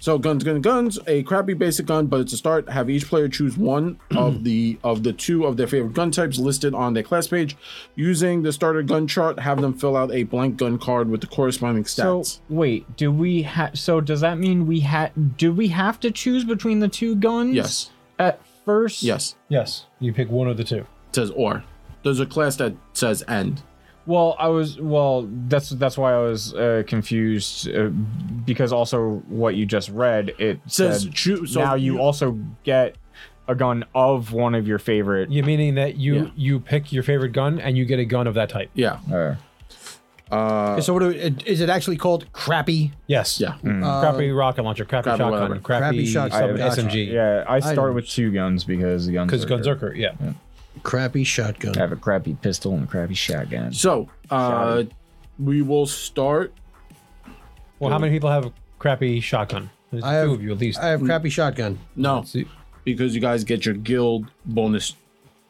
[SPEAKER 1] So guns, guns, guns. A crappy basic gun, but it's a start. Have each player choose one of the of the two of their favorite gun types listed on their class page. Using the starter gun chart, have them fill out a blank gun card with the corresponding
[SPEAKER 3] So
[SPEAKER 1] stats.
[SPEAKER 3] wait, do we have? So does that mean we had? Do we have to choose between the two guns?
[SPEAKER 1] yes,
[SPEAKER 3] At first.
[SPEAKER 1] yes.
[SPEAKER 5] Yes, you pick one of the two.
[SPEAKER 1] It says or. There's a class that says end.
[SPEAKER 3] Well, I was well. That's that's why I was uh, confused uh, because also what you just read it
[SPEAKER 1] Says
[SPEAKER 3] said
[SPEAKER 1] choose. So
[SPEAKER 3] now you, also get a gun of one of your favorite.
[SPEAKER 5] Yeah, meaning that you
[SPEAKER 1] Yeah.
[SPEAKER 5] you pick your favorite gun and you get a gun of that type.
[SPEAKER 1] yeah.
[SPEAKER 3] Uh,
[SPEAKER 4] so what do, is it actually called crappy?
[SPEAKER 5] Yes.
[SPEAKER 1] Yeah.
[SPEAKER 5] crappy rocket launcher, crappy,
[SPEAKER 1] crappy
[SPEAKER 5] shotgun,
[SPEAKER 1] whatever.
[SPEAKER 5] Uh, crappy,
[SPEAKER 4] Crappy shotgun,
[SPEAKER 5] sub-
[SPEAKER 4] crappy
[SPEAKER 5] SMG.
[SPEAKER 3] yeah, I start with two guns because the guns
[SPEAKER 5] Because
[SPEAKER 3] are-
[SPEAKER 5] guns are cr- yeah.
[SPEAKER 4] Crappy shotgun.
[SPEAKER 3] I have a crappy pistol and a crappy shotgun.
[SPEAKER 1] So uh, we will start.
[SPEAKER 5] Well, how many people have a crappy shotgun? There's
[SPEAKER 4] I have-
[SPEAKER 5] two of you at least.
[SPEAKER 4] I have crappy shotgun.
[SPEAKER 1] No,
[SPEAKER 5] See-
[SPEAKER 1] because you guys get your guild bonus.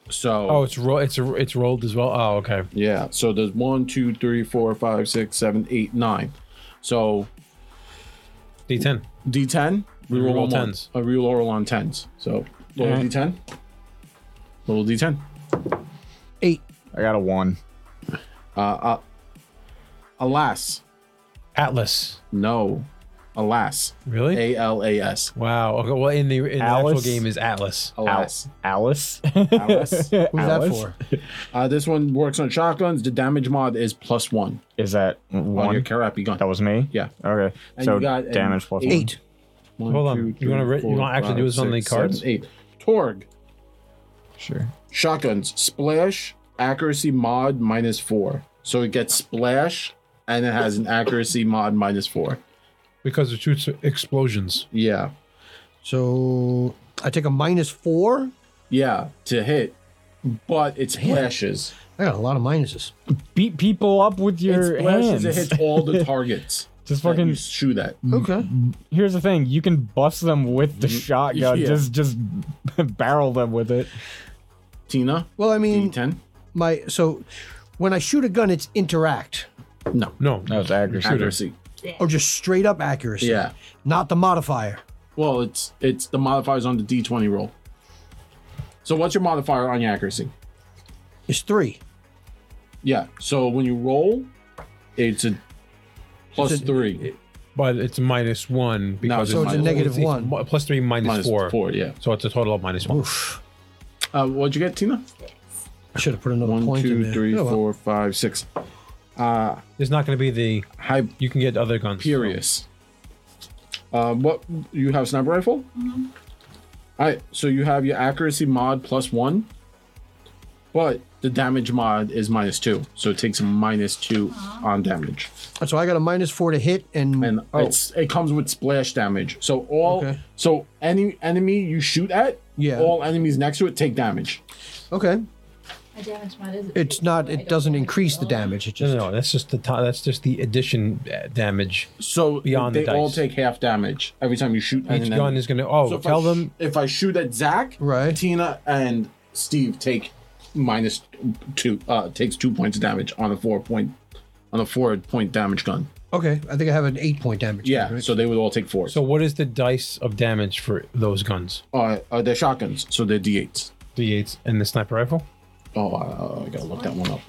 [SPEAKER 1] So
[SPEAKER 5] oh, it's ro- it's a, it's rolled as well. Oh, okay.
[SPEAKER 1] yeah, so there's one, two, three, four, five, six, seven, eight, nine. So
[SPEAKER 5] D10.
[SPEAKER 1] D10, we roll
[SPEAKER 5] Reroll
[SPEAKER 1] on
[SPEAKER 5] tens.
[SPEAKER 1] tens. A real roll on tens. So little
[SPEAKER 3] Alright.
[SPEAKER 1] D10, little D10.
[SPEAKER 2] Eight.
[SPEAKER 3] I got a one.
[SPEAKER 1] Uh, uh, alas,
[SPEAKER 5] Atlas.
[SPEAKER 1] no, alas,
[SPEAKER 5] Really?
[SPEAKER 1] A L A S,
[SPEAKER 5] Wow. Okay. Well, in the in the actual
[SPEAKER 3] Alice?
[SPEAKER 5] game is Atlas.
[SPEAKER 1] alas.
[SPEAKER 3] Alice.
[SPEAKER 1] Alice?
[SPEAKER 4] Who's that
[SPEAKER 3] Alice?
[SPEAKER 4] for?
[SPEAKER 1] Uh, this one works on shotguns. The damage mod is plus one
[SPEAKER 3] Is that
[SPEAKER 1] on your
[SPEAKER 3] one?
[SPEAKER 1] Karapi gun.
[SPEAKER 3] That was me.
[SPEAKER 1] yeah.
[SPEAKER 3] Okay.
[SPEAKER 1] And
[SPEAKER 3] so
[SPEAKER 1] you got an
[SPEAKER 3] damage plus one.
[SPEAKER 4] Eight.
[SPEAKER 1] One,
[SPEAKER 5] Hold on.
[SPEAKER 1] two,
[SPEAKER 5] You
[SPEAKER 1] three,
[SPEAKER 5] wanna re- you
[SPEAKER 1] four,
[SPEAKER 5] wanna actually
[SPEAKER 1] five,
[SPEAKER 5] do this on
[SPEAKER 1] six,
[SPEAKER 5] the cards?
[SPEAKER 1] seven, eight. Torg
[SPEAKER 3] Sure.
[SPEAKER 1] shotguns splash accuracy mod minus four. So it gets splash and it has an accuracy mod minus four.
[SPEAKER 5] Because it shoots explosions.
[SPEAKER 1] Yeah,
[SPEAKER 4] So I take a minus four.
[SPEAKER 1] yeah, to hit, but it splashes.
[SPEAKER 4] I got a lot of minuses.
[SPEAKER 3] Beat people up with
[SPEAKER 1] It
[SPEAKER 3] your
[SPEAKER 1] splashes.
[SPEAKER 3] hands.
[SPEAKER 1] It hits all the targets.
[SPEAKER 3] Just
[SPEAKER 1] that
[SPEAKER 3] fucking.
[SPEAKER 1] you shoot at.
[SPEAKER 4] Okay.
[SPEAKER 3] Here's the thing: you can bust them with the shotgun.
[SPEAKER 1] Yeah.
[SPEAKER 3] Just, just barrel them with it.
[SPEAKER 1] Tina,
[SPEAKER 4] Well, I mean,
[SPEAKER 1] D10.
[SPEAKER 4] my so when I shoot a gun, it's interact
[SPEAKER 1] No
[SPEAKER 5] No.
[SPEAKER 3] No, it's accuracy.
[SPEAKER 1] accuracy.
[SPEAKER 4] or just straight up accuracy.
[SPEAKER 1] Yeah.
[SPEAKER 4] Not the modifier.
[SPEAKER 1] Well, it's it's the modifiers on the d20 roll. So what's your modifier on your accuracy?
[SPEAKER 4] It's three.
[SPEAKER 1] Yeah. So when you roll, it's a plus
[SPEAKER 4] It's a-
[SPEAKER 1] three
[SPEAKER 5] But it's minus one because
[SPEAKER 1] so it's a
[SPEAKER 4] negative one.
[SPEAKER 5] mu- plus three minus
[SPEAKER 1] minus
[SPEAKER 5] four.
[SPEAKER 1] four. Yeah.
[SPEAKER 5] So it's a total of minus one.
[SPEAKER 4] Oof.
[SPEAKER 1] Uh, what'd you get, Tina?
[SPEAKER 4] I should have put another
[SPEAKER 1] One,
[SPEAKER 4] point in
[SPEAKER 1] two,
[SPEAKER 4] there.
[SPEAKER 1] three,
[SPEAKER 4] Oh, well.
[SPEAKER 1] four, five, six.
[SPEAKER 5] There's not going to be the. You can get other guns.
[SPEAKER 1] Hyperius. Uh, what you have sniper rifle? All right. So you have your accuracy mod plus one, but the damage mod is minus two, so it takes a minus two on damage.
[SPEAKER 4] So I got a minus four to hit and,
[SPEAKER 1] and
[SPEAKER 4] oh,
[SPEAKER 1] it's it comes with splash damage. So all
[SPEAKER 4] Okay.
[SPEAKER 1] so any enemy you shoot at,
[SPEAKER 4] Yeah.
[SPEAKER 1] all enemies next to it take damage.
[SPEAKER 4] okay.
[SPEAKER 6] My damage mod is.
[SPEAKER 4] It's not. It doesn't increase the damage. It
[SPEAKER 5] No,
[SPEAKER 4] just
[SPEAKER 5] no, no, that's just the to- that's just the addition uh, damage.
[SPEAKER 1] So
[SPEAKER 5] Beyond
[SPEAKER 1] they
[SPEAKER 5] the
[SPEAKER 1] all
[SPEAKER 5] dice.
[SPEAKER 1] take half damage every time you shoot. at
[SPEAKER 5] Each
[SPEAKER 1] an
[SPEAKER 5] gun
[SPEAKER 1] enemy.
[SPEAKER 5] is gonna. Oh,
[SPEAKER 1] So if I
[SPEAKER 5] tell
[SPEAKER 1] sh-
[SPEAKER 5] them
[SPEAKER 1] if I shoot at Zach,
[SPEAKER 4] Right.
[SPEAKER 1] Tina and Steve take minus two uh takes two points of damage on a four point on a four point damage gun.
[SPEAKER 4] okay. I think I have an eight point damage.
[SPEAKER 1] Yeah,
[SPEAKER 4] Right?
[SPEAKER 1] so they would all take four.
[SPEAKER 5] So what is the dice of damage for those guns?
[SPEAKER 1] uh, uh, they're shotguns, so they're d8s.
[SPEAKER 5] D8s and the sniper rifle?
[SPEAKER 1] Oh, uh, I gotta look that one up.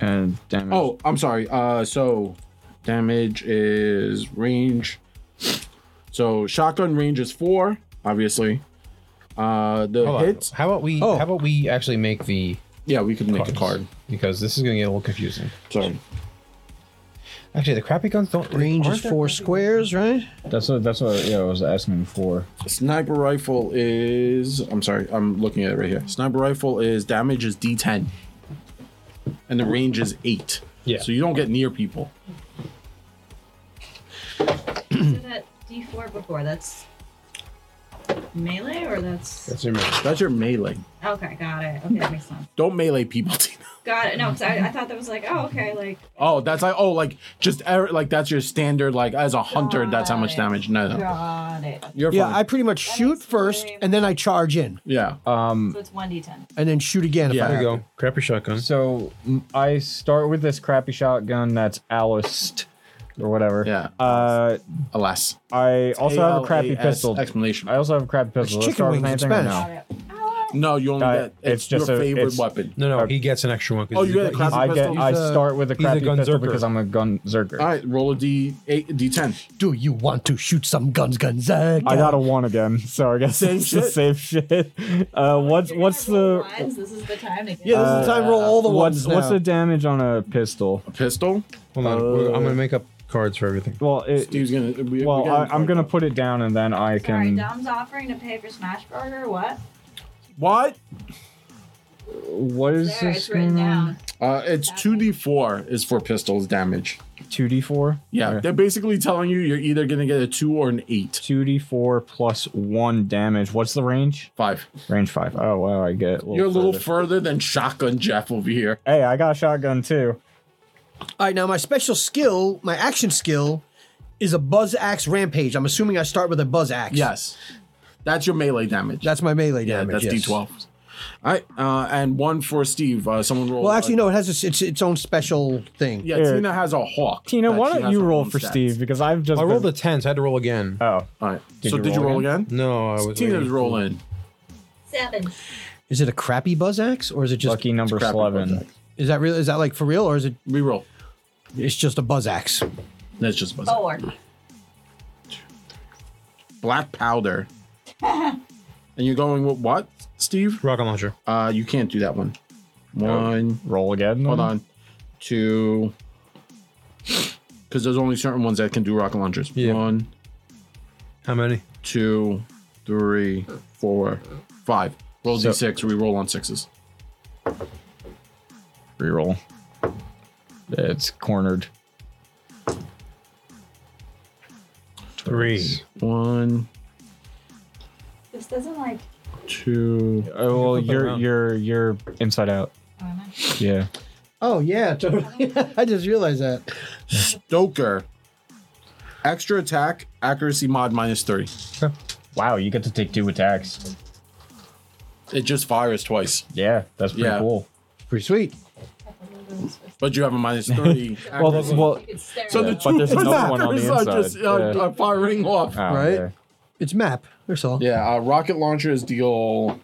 [SPEAKER 3] And damage.
[SPEAKER 1] Oh, I'm sorry. Uh, so damage is range. So shotgun range is four, obviously. Uh, the
[SPEAKER 5] Hold on.
[SPEAKER 1] hits.
[SPEAKER 5] How about we
[SPEAKER 4] Oh.
[SPEAKER 5] how about we actually make the
[SPEAKER 1] Yeah, we could make a card.
[SPEAKER 5] cards? Because this is gonna get a little confusing.
[SPEAKER 1] Sorry.
[SPEAKER 5] Actually the crappy guns don't
[SPEAKER 4] range
[SPEAKER 5] aren't
[SPEAKER 4] is
[SPEAKER 5] there-
[SPEAKER 4] four squares, right?
[SPEAKER 9] That's what that's what yeah, I was asking for.
[SPEAKER 1] Sniper rifle is. I'm sorry. I'm looking at it right here. Sniper rifle is damage is D10, and the range is eight.
[SPEAKER 5] Yeah.
[SPEAKER 1] So you don't get near people.
[SPEAKER 6] So that D4 before, that's melee or that's.
[SPEAKER 5] That's your range.
[SPEAKER 1] That's your melee.
[SPEAKER 6] Okay, got it. Okay, that makes sense.
[SPEAKER 1] Don't melee people. Tina.
[SPEAKER 6] Got it. No, because I, I thought that was like, oh, okay, like.
[SPEAKER 1] Oh, that's like oh like just er- like that's your standard like as a hunter. That's how much
[SPEAKER 6] Got it.
[SPEAKER 1] damage. No, no.
[SPEAKER 6] Got it.
[SPEAKER 1] You're
[SPEAKER 4] Yeah.
[SPEAKER 1] fine.
[SPEAKER 4] I pretty much shoot
[SPEAKER 6] makes
[SPEAKER 4] first
[SPEAKER 6] sense.
[SPEAKER 4] and then I charge in
[SPEAKER 1] yeah.
[SPEAKER 6] So it's 1d10.
[SPEAKER 4] and then shoot again. If
[SPEAKER 1] Yeah.
[SPEAKER 4] I
[SPEAKER 5] There
[SPEAKER 4] have
[SPEAKER 5] we go. Crappy shotgun.
[SPEAKER 3] So mm, I start with this crappy shotgun that's Alice or whatever.
[SPEAKER 1] Yeah.
[SPEAKER 3] Uh,
[SPEAKER 1] Alas.
[SPEAKER 3] I also have a crappy
[SPEAKER 1] ALAS
[SPEAKER 3] pistol.
[SPEAKER 1] Explanation.
[SPEAKER 3] I also have a crappy pistol.
[SPEAKER 4] It's
[SPEAKER 3] Let's
[SPEAKER 4] chicken
[SPEAKER 3] start with
[SPEAKER 4] wings in
[SPEAKER 3] anything or
[SPEAKER 4] Spanish.
[SPEAKER 3] no?
[SPEAKER 6] Got it. Oh,
[SPEAKER 1] No, you only
[SPEAKER 3] Uh,
[SPEAKER 1] get it's,
[SPEAKER 3] it's just
[SPEAKER 1] your
[SPEAKER 3] a-
[SPEAKER 1] favorite
[SPEAKER 3] it's-
[SPEAKER 1] weapon.
[SPEAKER 5] No, no, he gets an extra one. 'cause
[SPEAKER 1] Oh, you got
[SPEAKER 5] he's-
[SPEAKER 1] a crappy-
[SPEAKER 3] I get.
[SPEAKER 1] Pistol.
[SPEAKER 3] I
[SPEAKER 1] He's
[SPEAKER 4] a-
[SPEAKER 3] start with a
[SPEAKER 5] a
[SPEAKER 3] crappy pistol
[SPEAKER 5] gunzerker.
[SPEAKER 3] because I'm a gun zerker.
[SPEAKER 1] All right, roll a d eight, d10.
[SPEAKER 4] Do you want to shoot some guns, guns? Uh,
[SPEAKER 3] I got a one again, so I guess
[SPEAKER 1] Same
[SPEAKER 3] it's the
[SPEAKER 1] shit?
[SPEAKER 3] same shit. Uh, what's
[SPEAKER 6] you're
[SPEAKER 3] what's
[SPEAKER 6] gonna roll
[SPEAKER 3] the
[SPEAKER 6] ones? This is the time to get
[SPEAKER 4] Yeah, this is the time to roll
[SPEAKER 9] uh,
[SPEAKER 4] all the ones
[SPEAKER 3] what's what's
[SPEAKER 4] now.
[SPEAKER 3] the damage on a pistol?
[SPEAKER 1] A pistol.
[SPEAKER 5] Hold on. we're- I'm gonna make up cards for everything.
[SPEAKER 3] Well, it,
[SPEAKER 1] Steve's gonna. We, we
[SPEAKER 3] well,
[SPEAKER 1] got
[SPEAKER 3] I,
[SPEAKER 1] him
[SPEAKER 3] I'm
[SPEAKER 1] covered.
[SPEAKER 3] gonna put it down and then I
[SPEAKER 6] Sorry,
[SPEAKER 3] can.
[SPEAKER 6] Dom's offering to pay for Smash Burger. What?
[SPEAKER 1] What?
[SPEAKER 3] What is
[SPEAKER 6] There,
[SPEAKER 3] this?
[SPEAKER 6] it's written down.
[SPEAKER 1] Uh, it's two d4 is for pistols damage.
[SPEAKER 3] Two d four.
[SPEAKER 1] Yeah, they're basically telling you you're either gonna get a two or an eight.
[SPEAKER 3] Two d four plus one damage. What's the range?
[SPEAKER 1] Five.
[SPEAKER 3] Range five. Oh wow, I get. A little
[SPEAKER 1] You're a little
[SPEAKER 3] further.
[SPEAKER 1] further than shotgun Jeff over here.
[SPEAKER 3] hey, I got a shotgun too.
[SPEAKER 4] All right, now my special skill, my action skill, is a buzz axe rampage. I'm assuming I start with a buzz axe.
[SPEAKER 1] Yes. That's your melee damage.
[SPEAKER 4] That's my melee
[SPEAKER 1] yeah,
[SPEAKER 4] damage.
[SPEAKER 1] that's
[SPEAKER 4] yes.
[SPEAKER 1] D12. All right, uh, and one for Steve. Uh, someone roll.
[SPEAKER 4] Well, actually,
[SPEAKER 1] uh,
[SPEAKER 4] no. It has its, its its own special thing.
[SPEAKER 1] Yeah,
[SPEAKER 3] Eric.
[SPEAKER 1] Tina has a hawk.
[SPEAKER 3] Tina,
[SPEAKER 1] that
[SPEAKER 3] why
[SPEAKER 1] she
[SPEAKER 3] don't
[SPEAKER 1] has
[SPEAKER 3] you
[SPEAKER 1] her
[SPEAKER 3] roll
[SPEAKER 1] own
[SPEAKER 3] for
[SPEAKER 1] stats.
[SPEAKER 3] Steve? Because I've just
[SPEAKER 5] I rolled
[SPEAKER 3] been-
[SPEAKER 5] a 10, so I had to roll again.
[SPEAKER 3] Oh,
[SPEAKER 1] All right.
[SPEAKER 3] Did
[SPEAKER 1] so
[SPEAKER 3] you
[SPEAKER 1] did you
[SPEAKER 3] roll
[SPEAKER 1] roll again?
[SPEAKER 5] No, I was.
[SPEAKER 1] Tina's
[SPEAKER 5] waiting.
[SPEAKER 1] rolling.
[SPEAKER 6] Seven.
[SPEAKER 4] Is it a crappy buzz axe, or is it just
[SPEAKER 3] lucky number
[SPEAKER 1] crap, it
[SPEAKER 3] eleven.
[SPEAKER 1] wasn't.
[SPEAKER 4] is that real? Is that like for real, or is it
[SPEAKER 1] Reroll.
[SPEAKER 4] it's just a buzz axe?
[SPEAKER 1] That's just buzz.
[SPEAKER 6] Four.
[SPEAKER 1] Black powder. and you're going with what, Steve?
[SPEAKER 5] Rocket launcher.
[SPEAKER 1] Uh, you can't do that one. One.
[SPEAKER 3] Roll again.
[SPEAKER 1] Hold on. Two. Because there's only certain ones that can do rocket launchers.
[SPEAKER 5] Yeah.
[SPEAKER 1] One,
[SPEAKER 5] How many?
[SPEAKER 1] two, three, four, five. Roll
[SPEAKER 3] So-
[SPEAKER 1] d6. We roll on sixes.
[SPEAKER 3] Reroll. It's cornered.
[SPEAKER 5] Three.
[SPEAKER 1] One,
[SPEAKER 6] This doesn't like.
[SPEAKER 1] two.
[SPEAKER 3] Oh, well,
[SPEAKER 5] flip it
[SPEAKER 3] you're
[SPEAKER 5] around.
[SPEAKER 3] you're you're inside out.
[SPEAKER 6] Oh, am I?
[SPEAKER 3] Yeah.
[SPEAKER 4] Oh yeah, totally. I just realized that.
[SPEAKER 1] Stoker. Extra attack, accuracy mod minus three.
[SPEAKER 9] Wow, you get to take two attacks.
[SPEAKER 1] It just fires twice,
[SPEAKER 9] Yeah, that's pretty
[SPEAKER 1] Yeah.
[SPEAKER 9] cool.
[SPEAKER 4] Pretty sweet.
[SPEAKER 1] but you have a minus three.
[SPEAKER 3] Well,
[SPEAKER 1] accuracy.
[SPEAKER 3] well,
[SPEAKER 6] You could stare
[SPEAKER 1] so
[SPEAKER 6] at
[SPEAKER 1] the
[SPEAKER 6] it.
[SPEAKER 3] but
[SPEAKER 1] two
[SPEAKER 3] there's another one on the
[SPEAKER 1] attackers are just
[SPEAKER 3] inside.
[SPEAKER 1] uh,
[SPEAKER 3] Yeah.
[SPEAKER 1] are firing off.
[SPEAKER 3] oh,
[SPEAKER 4] Right?
[SPEAKER 3] yeah.
[SPEAKER 4] It's map. That's all.
[SPEAKER 1] Ah, Yeah, uh, rocket launchers deal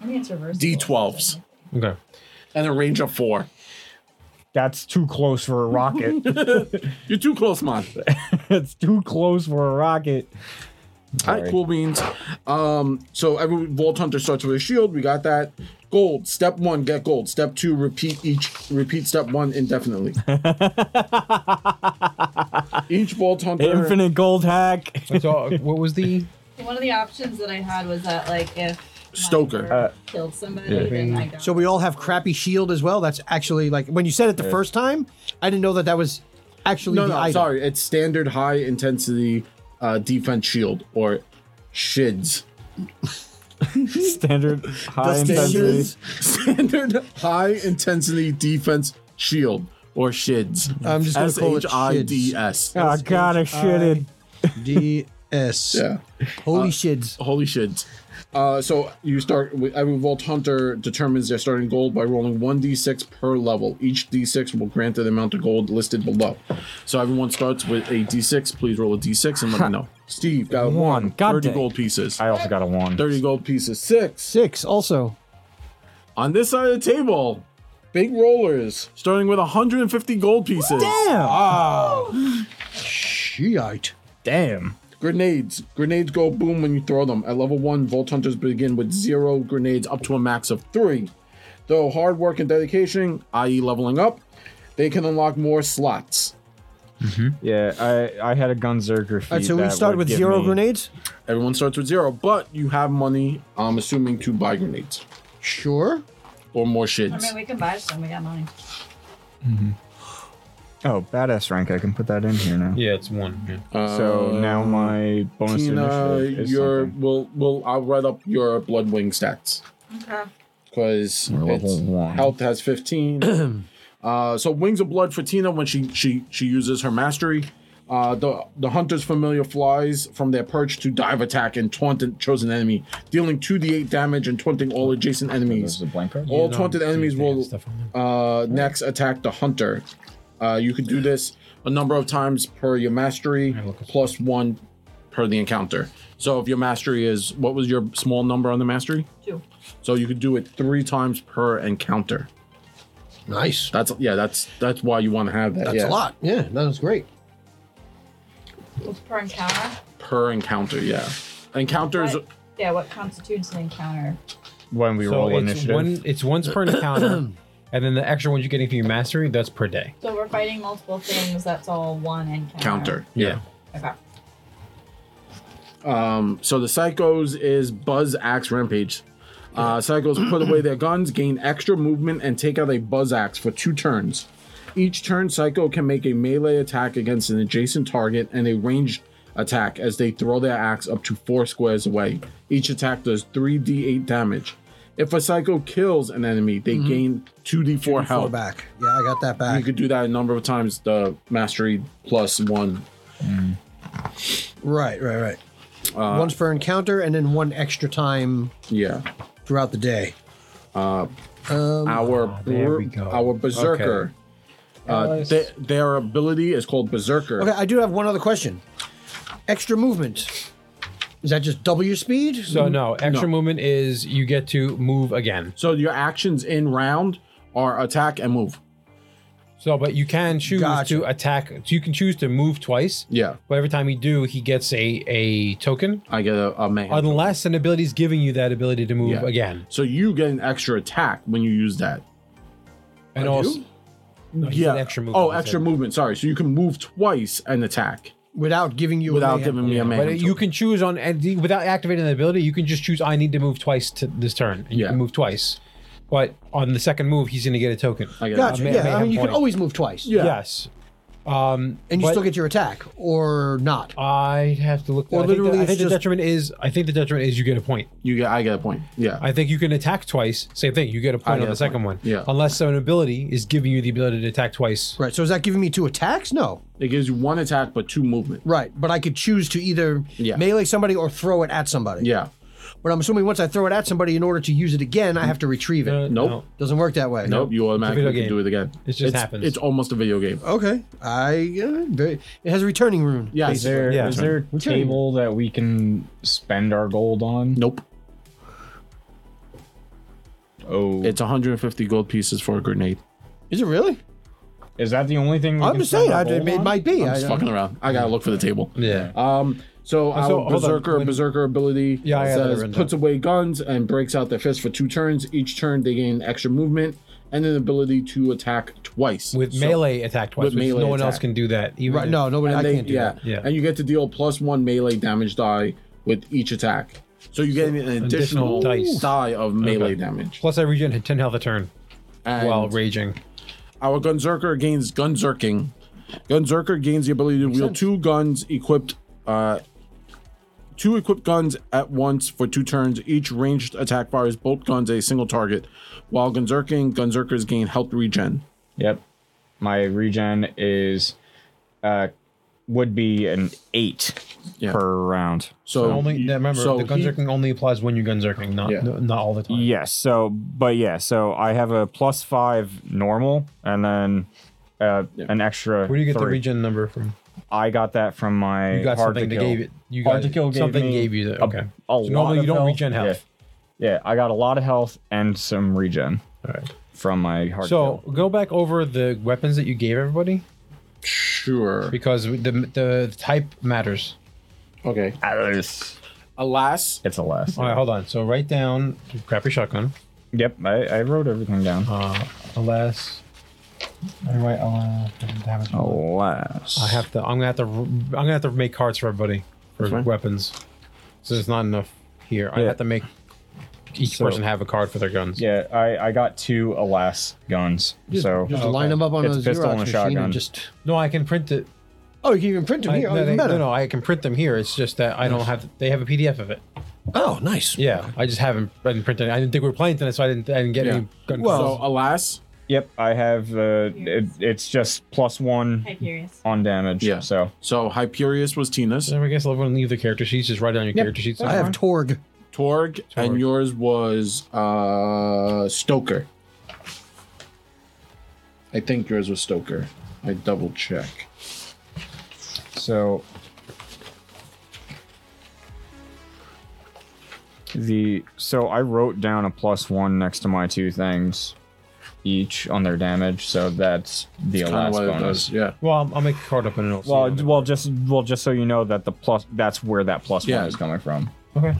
[SPEAKER 6] I mean, it's reversible.
[SPEAKER 1] d12s
[SPEAKER 5] Okay.
[SPEAKER 1] and a range of four.
[SPEAKER 3] That's too close for a rocket.
[SPEAKER 1] You're too close, man.
[SPEAKER 3] it's too close for a rocket.
[SPEAKER 1] All right, cool beans. Um, so every Vault Hunter starts with a shield. We got that. Gold. Step one, get gold. Step two, repeat each. Repeat step one indefinitely. each Vault Hunter.
[SPEAKER 3] Infinite gold hack.
[SPEAKER 5] So, what was the?
[SPEAKER 6] One of the options that I had was that, like, if. my
[SPEAKER 1] Stoker.
[SPEAKER 5] Uh,
[SPEAKER 6] bird killed somebody, then I got
[SPEAKER 4] So we all have crappy shield as well. That's actually like when you said it the first time, I didn't know that that was actually
[SPEAKER 1] No,
[SPEAKER 4] the
[SPEAKER 1] no,
[SPEAKER 4] item.
[SPEAKER 1] sorry. It's standard high intensity uh, defense shield or shids.
[SPEAKER 3] Standard high intensity.
[SPEAKER 1] Standard, standard high intensity defense shield or shids.
[SPEAKER 4] I'm just gonna call it
[SPEAKER 1] S H I D S.
[SPEAKER 3] Oh god, I shitted.
[SPEAKER 4] D S.
[SPEAKER 1] Yeah.
[SPEAKER 4] Holy shids.
[SPEAKER 1] Holy shit. Uh, so you start with every Vault Hunter determines their starting gold by rolling 1d6 per level. Each d6 will grant the amount of gold listed below. So everyone starts with a d6. Please roll a d6 and let me know. Steve got
[SPEAKER 3] One.
[SPEAKER 1] one.
[SPEAKER 3] God
[SPEAKER 1] 30
[SPEAKER 3] dang.
[SPEAKER 1] gold pieces.
[SPEAKER 3] I also got a one.
[SPEAKER 1] 30 gold pieces. Six.
[SPEAKER 4] Six also.
[SPEAKER 1] On this side of the table, big rollers starting with 150 gold pieces.
[SPEAKER 3] Damn.
[SPEAKER 4] Shiite.
[SPEAKER 3] Damn.
[SPEAKER 1] Grenades. Grenades go boom when you throw them. At level one, Volt Hunters begin with zero grenades up to a max of three. Though hard work and dedication, i.e., leveling up, they can unlock more slots.
[SPEAKER 3] Yeah, I I had a gunzerker feat.
[SPEAKER 4] All right, so we
[SPEAKER 3] that
[SPEAKER 4] start
[SPEAKER 3] would
[SPEAKER 4] with
[SPEAKER 3] give
[SPEAKER 4] zero
[SPEAKER 3] me-
[SPEAKER 4] grenades.
[SPEAKER 1] Everyone starts with zero, but you have money, I'm assuming, to buy grenades
[SPEAKER 4] Sure.
[SPEAKER 1] or more
[SPEAKER 6] I
[SPEAKER 1] shids.
[SPEAKER 6] mean, we can buy some. We got money.
[SPEAKER 3] Oh, badass rank. I can put that in here now.
[SPEAKER 5] Yeah, Uh, it's one. Yeah.
[SPEAKER 3] So now my bonus
[SPEAKER 1] Uh, Tina,
[SPEAKER 3] initiative is
[SPEAKER 1] your
[SPEAKER 3] something.
[SPEAKER 1] will will I'll write up your Bloodwing stats
[SPEAKER 6] Okay.
[SPEAKER 1] because
[SPEAKER 3] We're level one.
[SPEAKER 1] health has 15. uh, so wings of blood for Tina when she she she uses her mastery. Uh, the the hunter's familiar flies from their perch to dive attack and taunt a chosen enemy, dealing 2d8 damage and taunting all adjacent
[SPEAKER 9] This is
[SPEAKER 1] enemies.
[SPEAKER 9] a blank card.
[SPEAKER 1] All
[SPEAKER 5] No,
[SPEAKER 1] taunted
[SPEAKER 5] you
[SPEAKER 1] enemies
[SPEAKER 5] can have
[SPEAKER 1] will
[SPEAKER 5] stuff on
[SPEAKER 1] uh, next attack the hunter. Uh, you can do this a number of times per your mastery, plus one per the encounter. So if your mastery is what was your small number on the mastery?
[SPEAKER 6] Two.
[SPEAKER 1] So you could do it three times per encounter.
[SPEAKER 4] Nice.
[SPEAKER 1] That's yeah. That's that's why you want to have that.
[SPEAKER 4] That's
[SPEAKER 1] yeah.
[SPEAKER 4] a lot. Yeah, that was great.
[SPEAKER 6] It's per encounter.
[SPEAKER 1] per encounter. Yeah, encounters.
[SPEAKER 6] What, yeah, what constitutes an encounter?
[SPEAKER 3] when we
[SPEAKER 5] So
[SPEAKER 3] roll
[SPEAKER 5] it's
[SPEAKER 3] initiative.
[SPEAKER 5] one. It's once per encounter, and then the extra ones you're getting for your mastery. That's per day.
[SPEAKER 6] So we're fighting multiple things. That's all one encounter.
[SPEAKER 1] Counter. Yeah.
[SPEAKER 6] Okay.
[SPEAKER 1] So the psychos is Buzz Axe Rampage. Uh, psychos put away their guns, gain extra movement, and take out a Buzz Axe for two turns. Each turn, Psycho can make a melee attack against an adjacent target and a ranged attack as they throw their axe up to four squares away. Each attack does 3d8 damage. If a psycho kills an enemy, they gain 2d4
[SPEAKER 4] Mm-hmm. Four
[SPEAKER 1] health.
[SPEAKER 4] back. Yeah, I got that
[SPEAKER 1] You
[SPEAKER 4] back.
[SPEAKER 1] could do that a number of times, the mastery plus one.
[SPEAKER 4] Right, right, right.
[SPEAKER 1] Uh,
[SPEAKER 4] Once per encounter, and then one extra time
[SPEAKER 1] Yeah.
[SPEAKER 4] throughout the day.
[SPEAKER 1] Uh,
[SPEAKER 4] Um,
[SPEAKER 1] Our
[SPEAKER 5] Ah, there we
[SPEAKER 1] ber-
[SPEAKER 5] go.
[SPEAKER 1] our berserker. Uh, th- their ability is called berserker.
[SPEAKER 4] Okay, I do have one other question. Extra movement. Is that just double your speed?
[SPEAKER 5] So no, extra
[SPEAKER 1] No.
[SPEAKER 5] movement is you get to move again.
[SPEAKER 1] So your actions in round are attack and move.
[SPEAKER 5] So, but you can choose
[SPEAKER 4] Gotcha.
[SPEAKER 5] to attack. So you can choose to move twice.
[SPEAKER 1] Yeah,
[SPEAKER 5] But every time you do, he gets a a token,
[SPEAKER 1] I get a, a man.
[SPEAKER 5] unless an ability is giving you that ability to move
[SPEAKER 1] Yeah.
[SPEAKER 5] again.
[SPEAKER 1] so you get an extra attack when you use that.
[SPEAKER 5] And also, No, he said extra movement,
[SPEAKER 1] Oh,
[SPEAKER 5] he
[SPEAKER 1] extra
[SPEAKER 5] said.
[SPEAKER 1] movement. Sorry. So you can move twice and attack
[SPEAKER 4] Without giving you a
[SPEAKER 1] without
[SPEAKER 4] mayhem.
[SPEAKER 1] giving me a man.
[SPEAKER 5] but you can choose on and the- without activating the ability. You can just choose. I need to move twice to this turn, and you
[SPEAKER 1] Yeah.
[SPEAKER 5] can move twice. But on the second move, he's going to get a token.
[SPEAKER 1] I get
[SPEAKER 4] Gotcha.
[SPEAKER 1] it.
[SPEAKER 5] may-
[SPEAKER 4] yeah, I
[SPEAKER 5] mayhem
[SPEAKER 4] mean you
[SPEAKER 5] point.
[SPEAKER 4] can always move twice.
[SPEAKER 1] Yeah.
[SPEAKER 5] Yes,
[SPEAKER 4] and you
[SPEAKER 5] but-
[SPEAKER 4] still get your attack or not.
[SPEAKER 5] I have to look.
[SPEAKER 4] Or
[SPEAKER 5] I think, the,
[SPEAKER 4] literally
[SPEAKER 5] I
[SPEAKER 4] it's
[SPEAKER 5] think the
[SPEAKER 4] just-
[SPEAKER 5] detriment is. I think the detriment is you get a point.
[SPEAKER 1] You get. I get a point. Yeah.
[SPEAKER 5] I think you can attack twice. Same thing. You get a point
[SPEAKER 1] get
[SPEAKER 5] on
[SPEAKER 1] a
[SPEAKER 5] the second
[SPEAKER 1] point.
[SPEAKER 5] one.
[SPEAKER 1] Yeah.
[SPEAKER 5] Unless an ability is giving you the ability to attack twice.
[SPEAKER 4] Right. So is that giving me two attacks? No.
[SPEAKER 1] it gives you one attack but two movement.
[SPEAKER 4] Right. But I could choose to either
[SPEAKER 1] Yeah.
[SPEAKER 4] melee somebody or throw it at somebody.
[SPEAKER 1] Yeah.
[SPEAKER 4] But I'm assuming once I throw it at somebody, in order to use it again, I have to retrieve it.
[SPEAKER 1] Nope.
[SPEAKER 5] No.
[SPEAKER 4] Doesn't work that way.
[SPEAKER 1] Nope. You automatically
[SPEAKER 5] video
[SPEAKER 1] can
[SPEAKER 5] game.
[SPEAKER 1] do it again.
[SPEAKER 5] It just
[SPEAKER 1] it's,
[SPEAKER 5] happens.
[SPEAKER 1] It's almost a video game.
[SPEAKER 4] Okay. I uh, very. It has a returning rune.
[SPEAKER 1] Yeah.
[SPEAKER 4] basically.
[SPEAKER 3] there
[SPEAKER 5] Yeah.
[SPEAKER 3] is there a
[SPEAKER 4] turning.
[SPEAKER 3] table that we can spend our gold on?
[SPEAKER 1] Nope.
[SPEAKER 3] Oh,
[SPEAKER 1] It's 150 gold pieces for a grenade.
[SPEAKER 4] Is it really?
[SPEAKER 3] is that the only thing? We
[SPEAKER 4] I'm
[SPEAKER 3] can
[SPEAKER 4] just
[SPEAKER 3] spend
[SPEAKER 4] saying.
[SPEAKER 3] our
[SPEAKER 4] I, it,
[SPEAKER 3] gold
[SPEAKER 4] it
[SPEAKER 3] on?
[SPEAKER 4] might be.
[SPEAKER 1] I'm just
[SPEAKER 4] I-
[SPEAKER 1] fucking around. I gotta look for the table.
[SPEAKER 5] Yeah. Uh,
[SPEAKER 1] Um, so our
[SPEAKER 5] so, hold on,
[SPEAKER 1] berserker
[SPEAKER 5] when-
[SPEAKER 1] berserker ability
[SPEAKER 5] Yeah, I got that
[SPEAKER 1] says
[SPEAKER 5] written
[SPEAKER 1] puts away guns and breaks out their fists for two turns. Each turn they gain extra movement and an ability to attack twice
[SPEAKER 5] With
[SPEAKER 1] So-
[SPEAKER 5] melee attack twice.
[SPEAKER 1] With
[SPEAKER 5] which
[SPEAKER 1] melee
[SPEAKER 5] no one else
[SPEAKER 1] attack.
[SPEAKER 5] can do that. Even
[SPEAKER 4] Right.
[SPEAKER 5] if-
[SPEAKER 4] No. Nobody.
[SPEAKER 1] And
[SPEAKER 4] I
[SPEAKER 1] they-
[SPEAKER 4] can't do
[SPEAKER 1] yeah,
[SPEAKER 4] that.
[SPEAKER 5] Yeah.
[SPEAKER 1] and you get to deal plus one melee damage die with each attack. So you get an additional,
[SPEAKER 5] additional dice.
[SPEAKER 1] die of melee damage.
[SPEAKER 5] Plus, I regen had 10 health a turn
[SPEAKER 1] And
[SPEAKER 5] while raging.
[SPEAKER 1] Our Gunzerker gains Gunzerking. Gunzerker gains the ability to wield two guns equipped, uh, two equipped guns at once for two turns. Each ranged attack fires both guns at a single target. While Gunzerking, Gunzerkers gain health regen.
[SPEAKER 3] Yep. My regen is uh would be an eight
[SPEAKER 1] Yeah.
[SPEAKER 3] per round.
[SPEAKER 1] So
[SPEAKER 5] only
[SPEAKER 1] you-
[SPEAKER 5] remember
[SPEAKER 1] so
[SPEAKER 5] the gunzerking
[SPEAKER 1] he-
[SPEAKER 5] only applies when you're gunzerking, not
[SPEAKER 1] Yeah.
[SPEAKER 5] no- not all the time.
[SPEAKER 3] Yes, so but yeah, so I have a plus five normal and then uh an extra
[SPEAKER 5] Where do you get the
[SPEAKER 3] three.
[SPEAKER 5] regen number from?
[SPEAKER 3] I got that from my
[SPEAKER 5] You got
[SPEAKER 3] hard
[SPEAKER 5] something
[SPEAKER 3] to
[SPEAKER 5] that
[SPEAKER 3] kill.
[SPEAKER 5] gave it. You got
[SPEAKER 3] Hard to kill gave
[SPEAKER 5] something
[SPEAKER 3] me
[SPEAKER 5] gave you that.
[SPEAKER 3] a-
[SPEAKER 5] Okay.
[SPEAKER 3] a
[SPEAKER 5] so
[SPEAKER 3] lot
[SPEAKER 5] normally
[SPEAKER 3] of
[SPEAKER 5] you don't
[SPEAKER 3] health.
[SPEAKER 5] regen health.
[SPEAKER 3] Yeah. Yeah, I got a lot of health and some regen. From my hard
[SPEAKER 5] So
[SPEAKER 3] kill.
[SPEAKER 5] go back over the weapons that you gave everybody
[SPEAKER 1] sure.
[SPEAKER 5] because the the type matters.
[SPEAKER 1] Okay.
[SPEAKER 3] Alas.
[SPEAKER 1] Alas,
[SPEAKER 3] It's a less.
[SPEAKER 5] All right, hold on. So write down crappy shotgun.
[SPEAKER 3] Yep, I, I wrote everything down.
[SPEAKER 5] Uh, alas, I write alas. Damage.
[SPEAKER 3] Alas.
[SPEAKER 5] I have to. I'm gonna have to. I'm gonna have to make cards for everybody for
[SPEAKER 1] fine.
[SPEAKER 5] weapons. So there's not enough here. I
[SPEAKER 3] Yeah.
[SPEAKER 5] have to make each
[SPEAKER 3] So-
[SPEAKER 5] person have a card for their guns.
[SPEAKER 3] Yeah, I, I got two alas guns. so
[SPEAKER 4] Just line them up on
[SPEAKER 3] It's
[SPEAKER 4] a
[SPEAKER 3] pistol
[SPEAKER 4] Xerox
[SPEAKER 3] and a
[SPEAKER 4] machine
[SPEAKER 3] shotgun.
[SPEAKER 4] and just.
[SPEAKER 5] No, I can print it.
[SPEAKER 4] Oh, you can even print them
[SPEAKER 5] I,
[SPEAKER 4] here.
[SPEAKER 5] no,
[SPEAKER 4] Oh, even
[SPEAKER 5] they-
[SPEAKER 4] better.
[SPEAKER 5] no, no, I can print them here. It's just that I don't have. They have a PDF of it.
[SPEAKER 4] Oh, nice.
[SPEAKER 5] Yeah, I just haven't. I didn't print it. I didn't think we were playing tonight, so I didn't. I didn't get
[SPEAKER 1] Yeah.
[SPEAKER 5] any gun
[SPEAKER 1] well,
[SPEAKER 5] cards.
[SPEAKER 1] so alas,
[SPEAKER 3] Yep, I have. Uh, it, it's just plus one
[SPEAKER 6] Hyperius.
[SPEAKER 3] on damage.
[SPEAKER 1] yeah.
[SPEAKER 3] So
[SPEAKER 1] so Hyperius was Tina's,
[SPEAKER 5] So I guess everyone leave the character sheets. Just write down your character sheets.
[SPEAKER 4] I have Torg.
[SPEAKER 1] Torg, and yours was uh Stoker. I think yours was Stoker. I double check.
[SPEAKER 3] so the so I wrote down a plus one next to my two things, each on their damage. So that's the
[SPEAKER 1] Kind of
[SPEAKER 3] alas
[SPEAKER 1] what it
[SPEAKER 3] bonus.
[SPEAKER 1] does. Yeah.
[SPEAKER 5] Well, I'll, I'll make a card up and it'll.
[SPEAKER 3] Well,
[SPEAKER 5] see
[SPEAKER 3] d- well, just well, just so you know that the plus that's where that plus
[SPEAKER 1] Yeah.
[SPEAKER 3] one is coming from.
[SPEAKER 5] okay.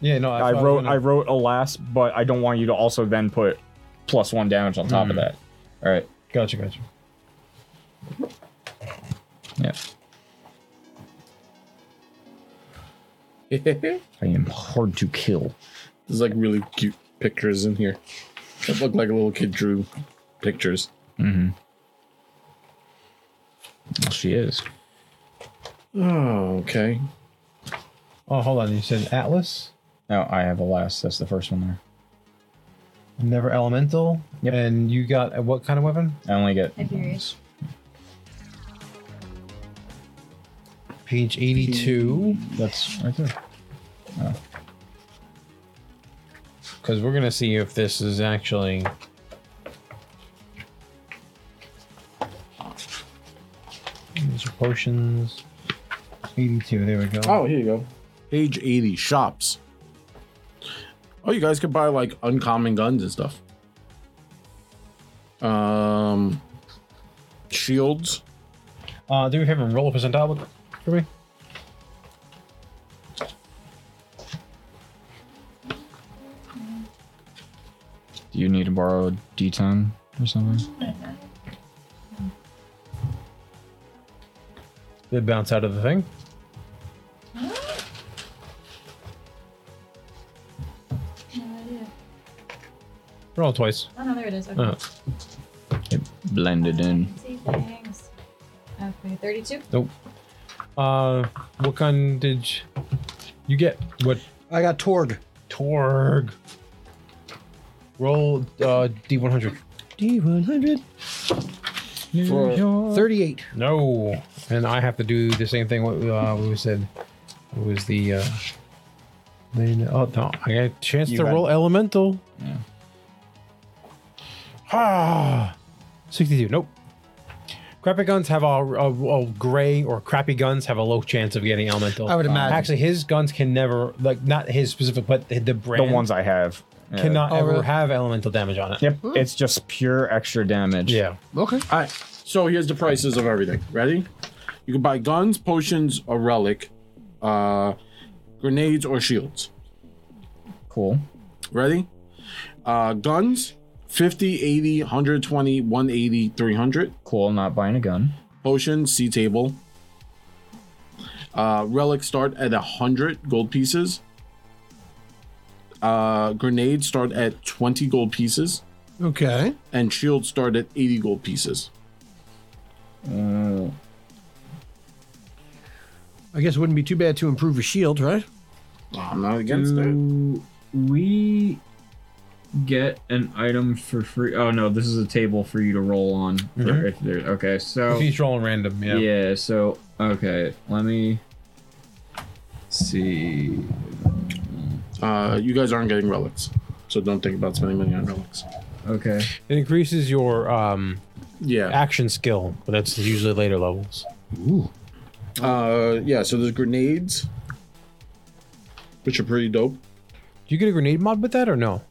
[SPEAKER 5] Yeah, no.
[SPEAKER 3] I
[SPEAKER 5] thought
[SPEAKER 3] wrote
[SPEAKER 5] gonna-
[SPEAKER 3] I wrote alas, but I don't want you to also then put plus one damage on
[SPEAKER 5] Hmm.
[SPEAKER 3] top of that. All right.
[SPEAKER 5] Gotcha, gotcha.
[SPEAKER 3] Yeah. I am hard to kill.
[SPEAKER 1] There's like really cute pictures in here that look like a little kid drew pictures.
[SPEAKER 3] Mm-hmm. Well, she is.
[SPEAKER 1] Oh, okay.
[SPEAKER 5] Oh, hold on. You said Atlas.
[SPEAKER 3] Oh, No, I have a last. That's the first one there.
[SPEAKER 5] never elemental.
[SPEAKER 9] Yep.
[SPEAKER 5] And you got uh, what kind of weapon?
[SPEAKER 9] I only get
[SPEAKER 6] Tiberius.
[SPEAKER 5] Page 82.
[SPEAKER 9] that's right there.
[SPEAKER 5] Because we're going to see if this is actually. These are potions. 82, there we go.
[SPEAKER 1] Oh, here you go. Page 80, shops. Oh, you guys could buy like uncommon guns and stuff. Um, shields.
[SPEAKER 5] Uh, do we have a roll a percentile with- for me?
[SPEAKER 9] Do you need to borrow a D10 or something?
[SPEAKER 5] They bounce out of the thing.
[SPEAKER 6] No idea.
[SPEAKER 5] Roll twice.
[SPEAKER 6] Oh no, there it is. Okay.
[SPEAKER 5] Uh,
[SPEAKER 9] It blended in.
[SPEAKER 6] See, thanks. Okay, 32.
[SPEAKER 5] nope. Uh, what kind did j- you get? What
[SPEAKER 4] I got Torg.
[SPEAKER 5] Torg? Roll uh, D100.
[SPEAKER 4] D100.
[SPEAKER 1] For,
[SPEAKER 4] 38.
[SPEAKER 5] No, and I have to do the same thing. What uh, we said it was the. Uh, then oh no, I got a chance
[SPEAKER 9] You
[SPEAKER 5] to
[SPEAKER 9] had-
[SPEAKER 5] roll elemental.
[SPEAKER 9] Yeah.
[SPEAKER 5] Ah, sixty-two. Nope. Crappy guns have a, a, a gray or crappy guns have a low chance of getting elemental.
[SPEAKER 4] I would imagine.
[SPEAKER 5] Actually, his guns can never like not his specific, but the, the
[SPEAKER 9] The
[SPEAKER 5] brand
[SPEAKER 9] ones I have. Yeah.
[SPEAKER 5] cannot
[SPEAKER 4] Oh,
[SPEAKER 5] ever
[SPEAKER 4] really?
[SPEAKER 5] have elemental damage on it.
[SPEAKER 9] Yep. It's just pure extra damage.
[SPEAKER 5] Yeah.
[SPEAKER 4] Okay.
[SPEAKER 1] all right. So here's the prices of everything. Ready? You can buy guns, potions, a relic, uh, grenades, or shields.
[SPEAKER 9] Cool.
[SPEAKER 1] Ready? Uh, guns 50, 80, 120, 180, 300.
[SPEAKER 9] Cool. Not buying a gun.
[SPEAKER 1] Potions, sea table. Uh, relics start at 100 gold pieces. Uh, grenades start at 20 gold pieces.
[SPEAKER 2] Okay.
[SPEAKER 1] And shields start at 80 gold pieces.
[SPEAKER 9] Uh,
[SPEAKER 2] I guess it wouldn't be too bad to improve a shield, right?
[SPEAKER 1] I'm not against it.
[SPEAKER 9] Do we get an item for free? Oh no, this is a table for you to roll on. for if there- okay, so
[SPEAKER 5] Mm-hmm. If he's rolling random, yeah.
[SPEAKER 9] yeah. so okay, let me see.
[SPEAKER 1] Uh, you guys aren't getting relics. So don't think about spending money on relics.
[SPEAKER 9] Okay,
[SPEAKER 5] It increases your um,
[SPEAKER 1] Yeah.
[SPEAKER 5] action skill, but that's usually later levels.
[SPEAKER 1] Uh, yeah, so there's grenades, which are pretty dope.
[SPEAKER 5] Do you get a grenade mod with that or no?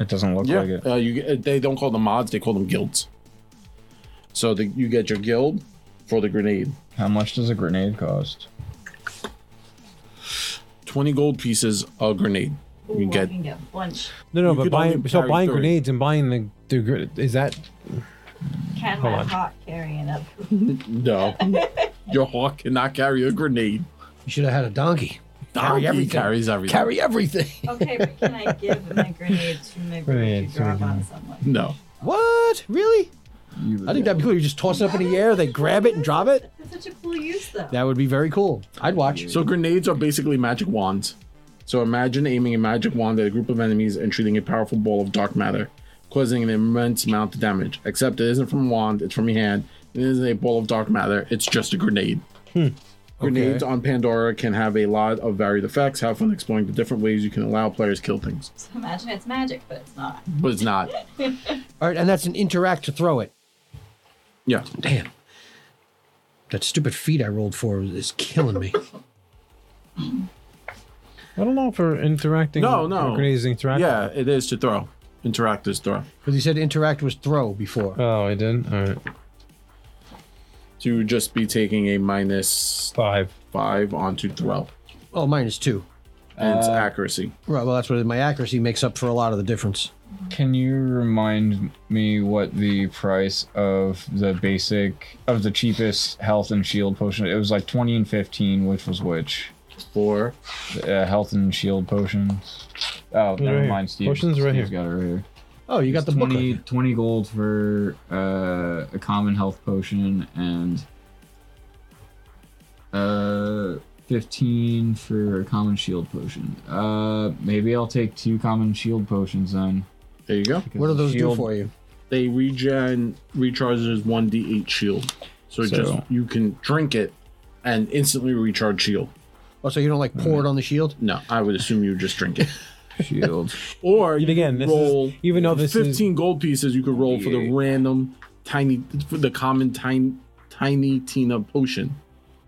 [SPEAKER 9] it doesn't look
[SPEAKER 1] Yeah,
[SPEAKER 9] like it.
[SPEAKER 1] uh, you get- uh, they don't call them mods; they call them guilds. So the, you get your guild for the grenade.
[SPEAKER 9] How much does a grenade cost?
[SPEAKER 1] Twenty gold pieces a grenade.
[SPEAKER 6] Ooh,
[SPEAKER 1] You
[SPEAKER 6] I
[SPEAKER 1] get-
[SPEAKER 6] can get a bunch.
[SPEAKER 5] No, no,
[SPEAKER 1] You
[SPEAKER 5] but
[SPEAKER 1] could
[SPEAKER 5] buying
[SPEAKER 1] only
[SPEAKER 5] so
[SPEAKER 1] carry
[SPEAKER 5] buying
[SPEAKER 1] three.
[SPEAKER 5] grenades and buying the the gr- is that
[SPEAKER 6] Can
[SPEAKER 5] Hold
[SPEAKER 6] my
[SPEAKER 5] on.
[SPEAKER 6] hot carrying up?
[SPEAKER 1] No, your hawk cannot carry a grenade.
[SPEAKER 4] You should have had a donkey.
[SPEAKER 1] Donkey
[SPEAKER 4] everything.
[SPEAKER 1] Carries everything.
[SPEAKER 4] Carry everything.
[SPEAKER 6] Okay, but can I give my grenade to my
[SPEAKER 5] Grenade
[SPEAKER 6] grenade to
[SPEAKER 5] to my
[SPEAKER 6] drop on someone?
[SPEAKER 1] no.
[SPEAKER 2] What? Really? I think that'd be cool. You just toss it up in the air, they grab it and drop it.
[SPEAKER 6] That's such a cool use, though.
[SPEAKER 2] That would be very cool. I'd watch.
[SPEAKER 1] So grenades are basically magic wands. So imagine aiming a magic wand at a group of enemies and shooting a powerful ball of dark matter, causing an immense amount of damage. Except it isn't from a wand; it's from your hand. It isn't a ball of dark matter; it's just a grenade.
[SPEAKER 4] Hmm.
[SPEAKER 1] Grenades on Pandora can have a lot of varied effects. Have fun exploring the different ways you can allow players to kill things,
[SPEAKER 6] So imagine it's magic, but it's not.
[SPEAKER 1] but it's not.
[SPEAKER 4] All right, and that's an interact to throw it.
[SPEAKER 1] Yeah,
[SPEAKER 4] Damn. That stupid feet I rolled for is killing me.
[SPEAKER 5] I don't know for interacting.
[SPEAKER 1] No, no.
[SPEAKER 5] or grenades interact.
[SPEAKER 1] yeah, it is to throw. Interact is throw.
[SPEAKER 4] Because he said interact was throw before.
[SPEAKER 5] Oh, I didn't. All right,
[SPEAKER 1] So you would just be taking a minus
[SPEAKER 5] five.
[SPEAKER 1] five onto throw
[SPEAKER 4] Oh, minus two.
[SPEAKER 1] and
[SPEAKER 5] Uh,
[SPEAKER 1] it's accuracy.
[SPEAKER 4] Right, well, that's what my accuracy makes up for a lot of the difference.
[SPEAKER 9] Can you remind me what the price of the basic of the cheapest health and shield potion? It was like twenty and fifteen. Which was which?
[SPEAKER 1] Four.
[SPEAKER 9] uh, health and shield potions. Oh, never
[SPEAKER 5] here.
[SPEAKER 9] mind, Steve.
[SPEAKER 5] Potions are right
[SPEAKER 9] Steve's
[SPEAKER 5] here.
[SPEAKER 9] got it right here.
[SPEAKER 4] Oh, you got the book.
[SPEAKER 9] 20, 20 gold for uh, a common health potion and uh, 15 for a common shield potion. Uh, maybe I'll take two common shield potions then.
[SPEAKER 1] There you go.
[SPEAKER 4] What do those
[SPEAKER 9] Shield.
[SPEAKER 4] do for you?
[SPEAKER 1] They regen recharges one d8 shield, so, it
[SPEAKER 9] So-
[SPEAKER 1] just you can drink it and instantly recharge shield.
[SPEAKER 4] Oh, so you don't like pour it on the shield?
[SPEAKER 1] No, I would assume you just drink it,
[SPEAKER 9] Shield.
[SPEAKER 1] or you
[SPEAKER 5] And again,
[SPEAKER 1] could
[SPEAKER 5] this
[SPEAKER 1] roll
[SPEAKER 5] is, even though this is
[SPEAKER 1] fifteen gold pieces. You could roll for the
[SPEAKER 9] D8.
[SPEAKER 1] random tiny, for the common tiny, tiny Tina potion,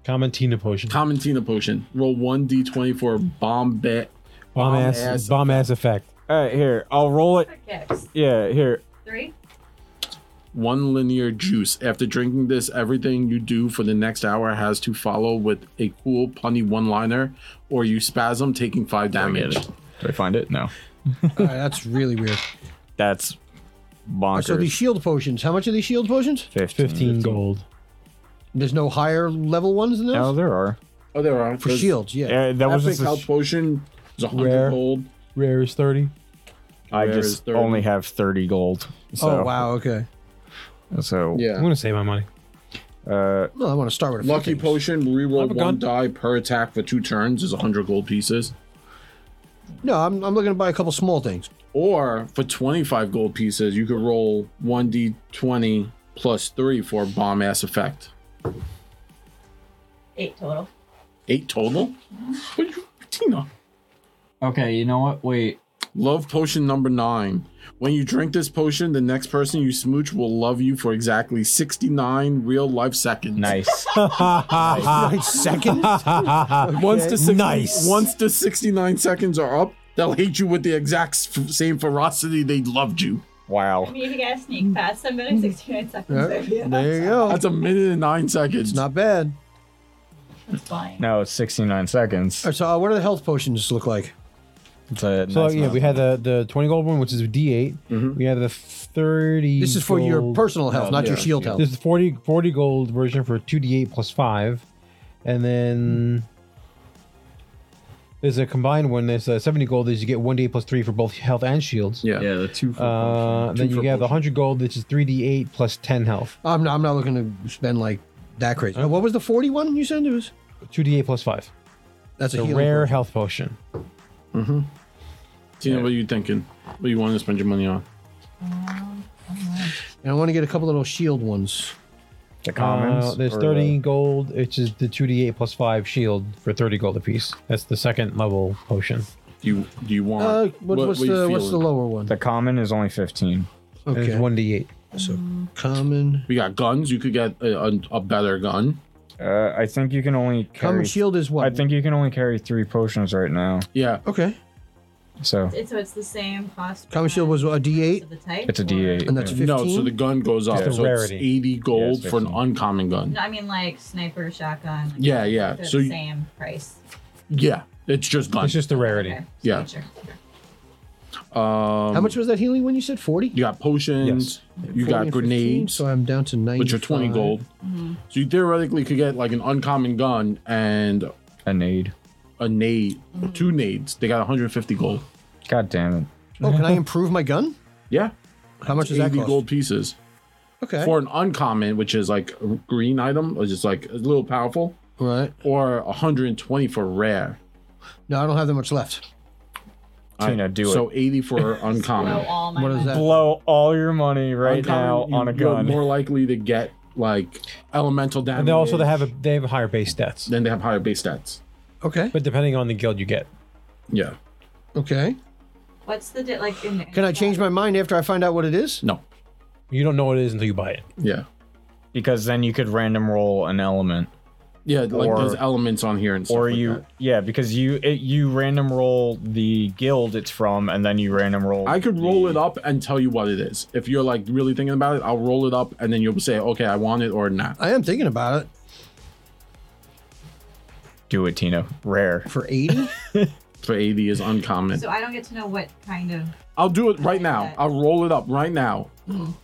[SPEAKER 5] common Tina potion,
[SPEAKER 1] common Tina potion. Roll one d20 for bomb bet.
[SPEAKER 5] bomb ass,
[SPEAKER 1] ass
[SPEAKER 5] bomb ass effect.
[SPEAKER 3] All right, here. I'll roll it.
[SPEAKER 6] X.
[SPEAKER 3] Yeah, here.
[SPEAKER 6] Three.
[SPEAKER 1] One linear juice. After drinking this, everything you do for the next hour has to follow with a cool punny one-liner, or you spasm, taking five damage.
[SPEAKER 3] Do I find it? No.
[SPEAKER 4] All right, that's really weird.
[SPEAKER 3] That's bonkers.
[SPEAKER 4] So these shield potions. How much are these shield potions?
[SPEAKER 3] 15.
[SPEAKER 5] Fifteen
[SPEAKER 4] Mm.
[SPEAKER 5] gold.
[SPEAKER 4] There's no higher level ones than those
[SPEAKER 3] Oh, there are.
[SPEAKER 1] Oh, there are
[SPEAKER 4] for shields. Yeah.
[SPEAKER 3] Yeah, that
[SPEAKER 1] That
[SPEAKER 3] was
[SPEAKER 1] Epic
[SPEAKER 3] just a
[SPEAKER 1] health
[SPEAKER 3] sh-
[SPEAKER 1] potion is a
[SPEAKER 5] Rare.
[SPEAKER 1] hundred gold.
[SPEAKER 5] Rare is thirty.
[SPEAKER 3] I
[SPEAKER 1] Where is
[SPEAKER 3] just
[SPEAKER 1] 30?
[SPEAKER 3] only have 30 gold. So,
[SPEAKER 4] oh wow. Okay.
[SPEAKER 3] So,
[SPEAKER 5] I'm gonna save my money.
[SPEAKER 3] uh,
[SPEAKER 4] Well, I want to start with a few
[SPEAKER 1] Lucky
[SPEAKER 4] things.
[SPEAKER 1] potion. Reroll
[SPEAKER 5] Have a
[SPEAKER 1] one
[SPEAKER 5] gun.
[SPEAKER 1] die per attack for two turns is hundred gold pieces,
[SPEAKER 4] No, I'm, I'm looking to buy a couple small things.
[SPEAKER 1] or for twenty-five gold pieces, you could roll one d20 plus three for bomb ass effect.
[SPEAKER 6] Eight total.
[SPEAKER 1] Eight total. What you- Tina?
[SPEAKER 9] Okay, you know what? Wait.
[SPEAKER 1] Love potion number nine. When you drink this potion, the next person you smooch will love you for exactly 69 real life seconds.
[SPEAKER 9] Nice.
[SPEAKER 4] Right second.
[SPEAKER 5] Once to six, nice.
[SPEAKER 1] Once the 69 seconds are up, they'll hate you with the exact f- same ferocity they loved you.
[SPEAKER 6] I
[SPEAKER 3] wow.
[SPEAKER 6] mean, if you gotta sneak past somebody, 69 seconds.
[SPEAKER 4] Yeah,
[SPEAKER 6] if you-
[SPEAKER 4] There you go.
[SPEAKER 1] That's a minute and nine seconds.
[SPEAKER 4] It's not bad.
[SPEAKER 6] That's fine.
[SPEAKER 3] No, it's 69 seconds.
[SPEAKER 4] All right, so uh, what do the health potions look like?
[SPEAKER 3] It's a
[SPEAKER 5] So
[SPEAKER 3] nice
[SPEAKER 5] yeah, we
[SPEAKER 3] amount.
[SPEAKER 5] had the the twenty gold one, which is a D8. We have the thirty.
[SPEAKER 4] Mm-hmm. This is for your
[SPEAKER 5] gold-
[SPEAKER 4] personal health, not your
[SPEAKER 1] yeah,
[SPEAKER 4] shield health.
[SPEAKER 5] This is 40, 40 gold version for two D8 plus five, and then there's a combined one. There's uh, seventy gold. Is you get one D8 plus three for both health and shields.
[SPEAKER 1] Yeah.
[SPEAKER 9] yeah, the two. For
[SPEAKER 5] Uh,
[SPEAKER 9] potion.
[SPEAKER 5] then
[SPEAKER 9] Two
[SPEAKER 5] you
[SPEAKER 9] for
[SPEAKER 5] get the
[SPEAKER 9] potion.
[SPEAKER 5] 100 gold, which is 3d8 plus 10 health.
[SPEAKER 4] I'm not, I'm not looking to spend like that crazy. Uh, what was the 41 you said it was?
[SPEAKER 5] 2d8 plus 5.
[SPEAKER 4] That's a
[SPEAKER 5] The
[SPEAKER 4] healing
[SPEAKER 5] rare
[SPEAKER 4] potion.
[SPEAKER 5] health potion.
[SPEAKER 1] Tina, what are you thinking? What do you want to spend your money on?
[SPEAKER 4] And I want to get a couple little shield ones.
[SPEAKER 3] the commons.
[SPEAKER 5] Uh, there's
[SPEAKER 3] or
[SPEAKER 5] 30
[SPEAKER 3] the-
[SPEAKER 5] gold, which is the 2d8 plus 5 shield for 30 gold apiece. That's the second level potion.
[SPEAKER 1] Do you, do you want.
[SPEAKER 4] Uh, what, what's
[SPEAKER 1] you
[SPEAKER 4] the what's the
[SPEAKER 1] feeling?
[SPEAKER 4] lower one?
[SPEAKER 3] The common is only 15.
[SPEAKER 5] There's
[SPEAKER 4] Okay,
[SPEAKER 5] 1d8.
[SPEAKER 4] so common
[SPEAKER 1] We got guns. You could get a, a, a better gun.
[SPEAKER 3] Uh, I think you can only
[SPEAKER 4] common
[SPEAKER 3] carry.
[SPEAKER 4] shield is what?
[SPEAKER 3] I think you can only carry three potions right now.
[SPEAKER 1] Yeah.
[SPEAKER 4] okay.
[SPEAKER 3] So
[SPEAKER 6] It's, so it's the same cost.
[SPEAKER 4] Common shield was a D8,
[SPEAKER 6] of the type.
[SPEAKER 3] it's a
[SPEAKER 6] or-
[SPEAKER 3] D8.
[SPEAKER 4] and that's
[SPEAKER 3] yeah.
[SPEAKER 4] 15.
[SPEAKER 1] No, so the gun goes up.
[SPEAKER 5] Just the
[SPEAKER 1] so
[SPEAKER 5] rarity.
[SPEAKER 1] it's 80 gold
[SPEAKER 3] Yeah, it's
[SPEAKER 1] for an
[SPEAKER 3] 15.
[SPEAKER 1] uncommon gun.
[SPEAKER 6] No, I mean like sniper, shotgun. Like
[SPEAKER 1] Yeah, yeah.
[SPEAKER 6] They're
[SPEAKER 1] So
[SPEAKER 6] the
[SPEAKER 1] you-
[SPEAKER 6] same price.
[SPEAKER 1] Yeah, it's just gun.
[SPEAKER 5] It's just the rarity.
[SPEAKER 6] Okay.
[SPEAKER 1] Yeah.
[SPEAKER 6] Make sure.
[SPEAKER 1] um,
[SPEAKER 4] How much was that healing one you said? 40?
[SPEAKER 1] You got potions. You
[SPEAKER 4] 40
[SPEAKER 1] got
[SPEAKER 4] and 15,
[SPEAKER 1] grenades,
[SPEAKER 4] So Mm-hmm. I'm down to 90.
[SPEAKER 1] which are twenty gold. So you theoretically could get like an uncommon gun and
[SPEAKER 3] a nade.
[SPEAKER 1] a nade,
[SPEAKER 4] Mm-hmm.
[SPEAKER 1] two nades. They got 150 gold.
[SPEAKER 3] God damn it.
[SPEAKER 4] Oh, can I improve my gun?
[SPEAKER 1] Yeah,
[SPEAKER 4] How much does that
[SPEAKER 1] 80
[SPEAKER 4] cost?
[SPEAKER 1] gold pieces
[SPEAKER 4] Okay.
[SPEAKER 1] for an uncommon, which is like a green item, which is like a little powerful,
[SPEAKER 4] Right.
[SPEAKER 1] or 120 for rare.
[SPEAKER 4] No, I don't have that much left.
[SPEAKER 3] Tina, do
[SPEAKER 1] so 80 for uncommon.
[SPEAKER 6] Blow all my
[SPEAKER 4] What is
[SPEAKER 6] money.
[SPEAKER 4] that?
[SPEAKER 3] Blow all your money right
[SPEAKER 1] Uncommon,
[SPEAKER 3] now on a
[SPEAKER 1] you- you're
[SPEAKER 3] gun.
[SPEAKER 1] more likely to get like elemental damage.
[SPEAKER 5] And they also they have a they have higher base stats,
[SPEAKER 1] then they have higher base stats.
[SPEAKER 4] Okay.
[SPEAKER 5] but depending on the guild you get.
[SPEAKER 1] Yeah.
[SPEAKER 4] Okay.
[SPEAKER 6] What's the di- like in?
[SPEAKER 4] Can I change my mind after I find out what it is?
[SPEAKER 1] No.
[SPEAKER 5] You don't know what it is until you buy it.
[SPEAKER 1] Yeah.
[SPEAKER 3] because then you could random roll an element.
[SPEAKER 1] Yeah, like
[SPEAKER 3] Or-
[SPEAKER 1] there's elements on here and stuff.
[SPEAKER 3] or
[SPEAKER 1] like
[SPEAKER 3] you
[SPEAKER 1] that.
[SPEAKER 3] yeah because you it, you random roll the guild it's from and then you random roll
[SPEAKER 1] I could roll it up and tell you what it is. If you're like really thinking about it, I'll roll it up and then you'll say, okay, I want it or not.
[SPEAKER 4] I am thinking about it.
[SPEAKER 3] do it tina rare
[SPEAKER 4] For 80?
[SPEAKER 1] For AD is uncommon.
[SPEAKER 6] So I don't get to know what kind of.
[SPEAKER 1] I'll do it right now. I'll roll it up right now.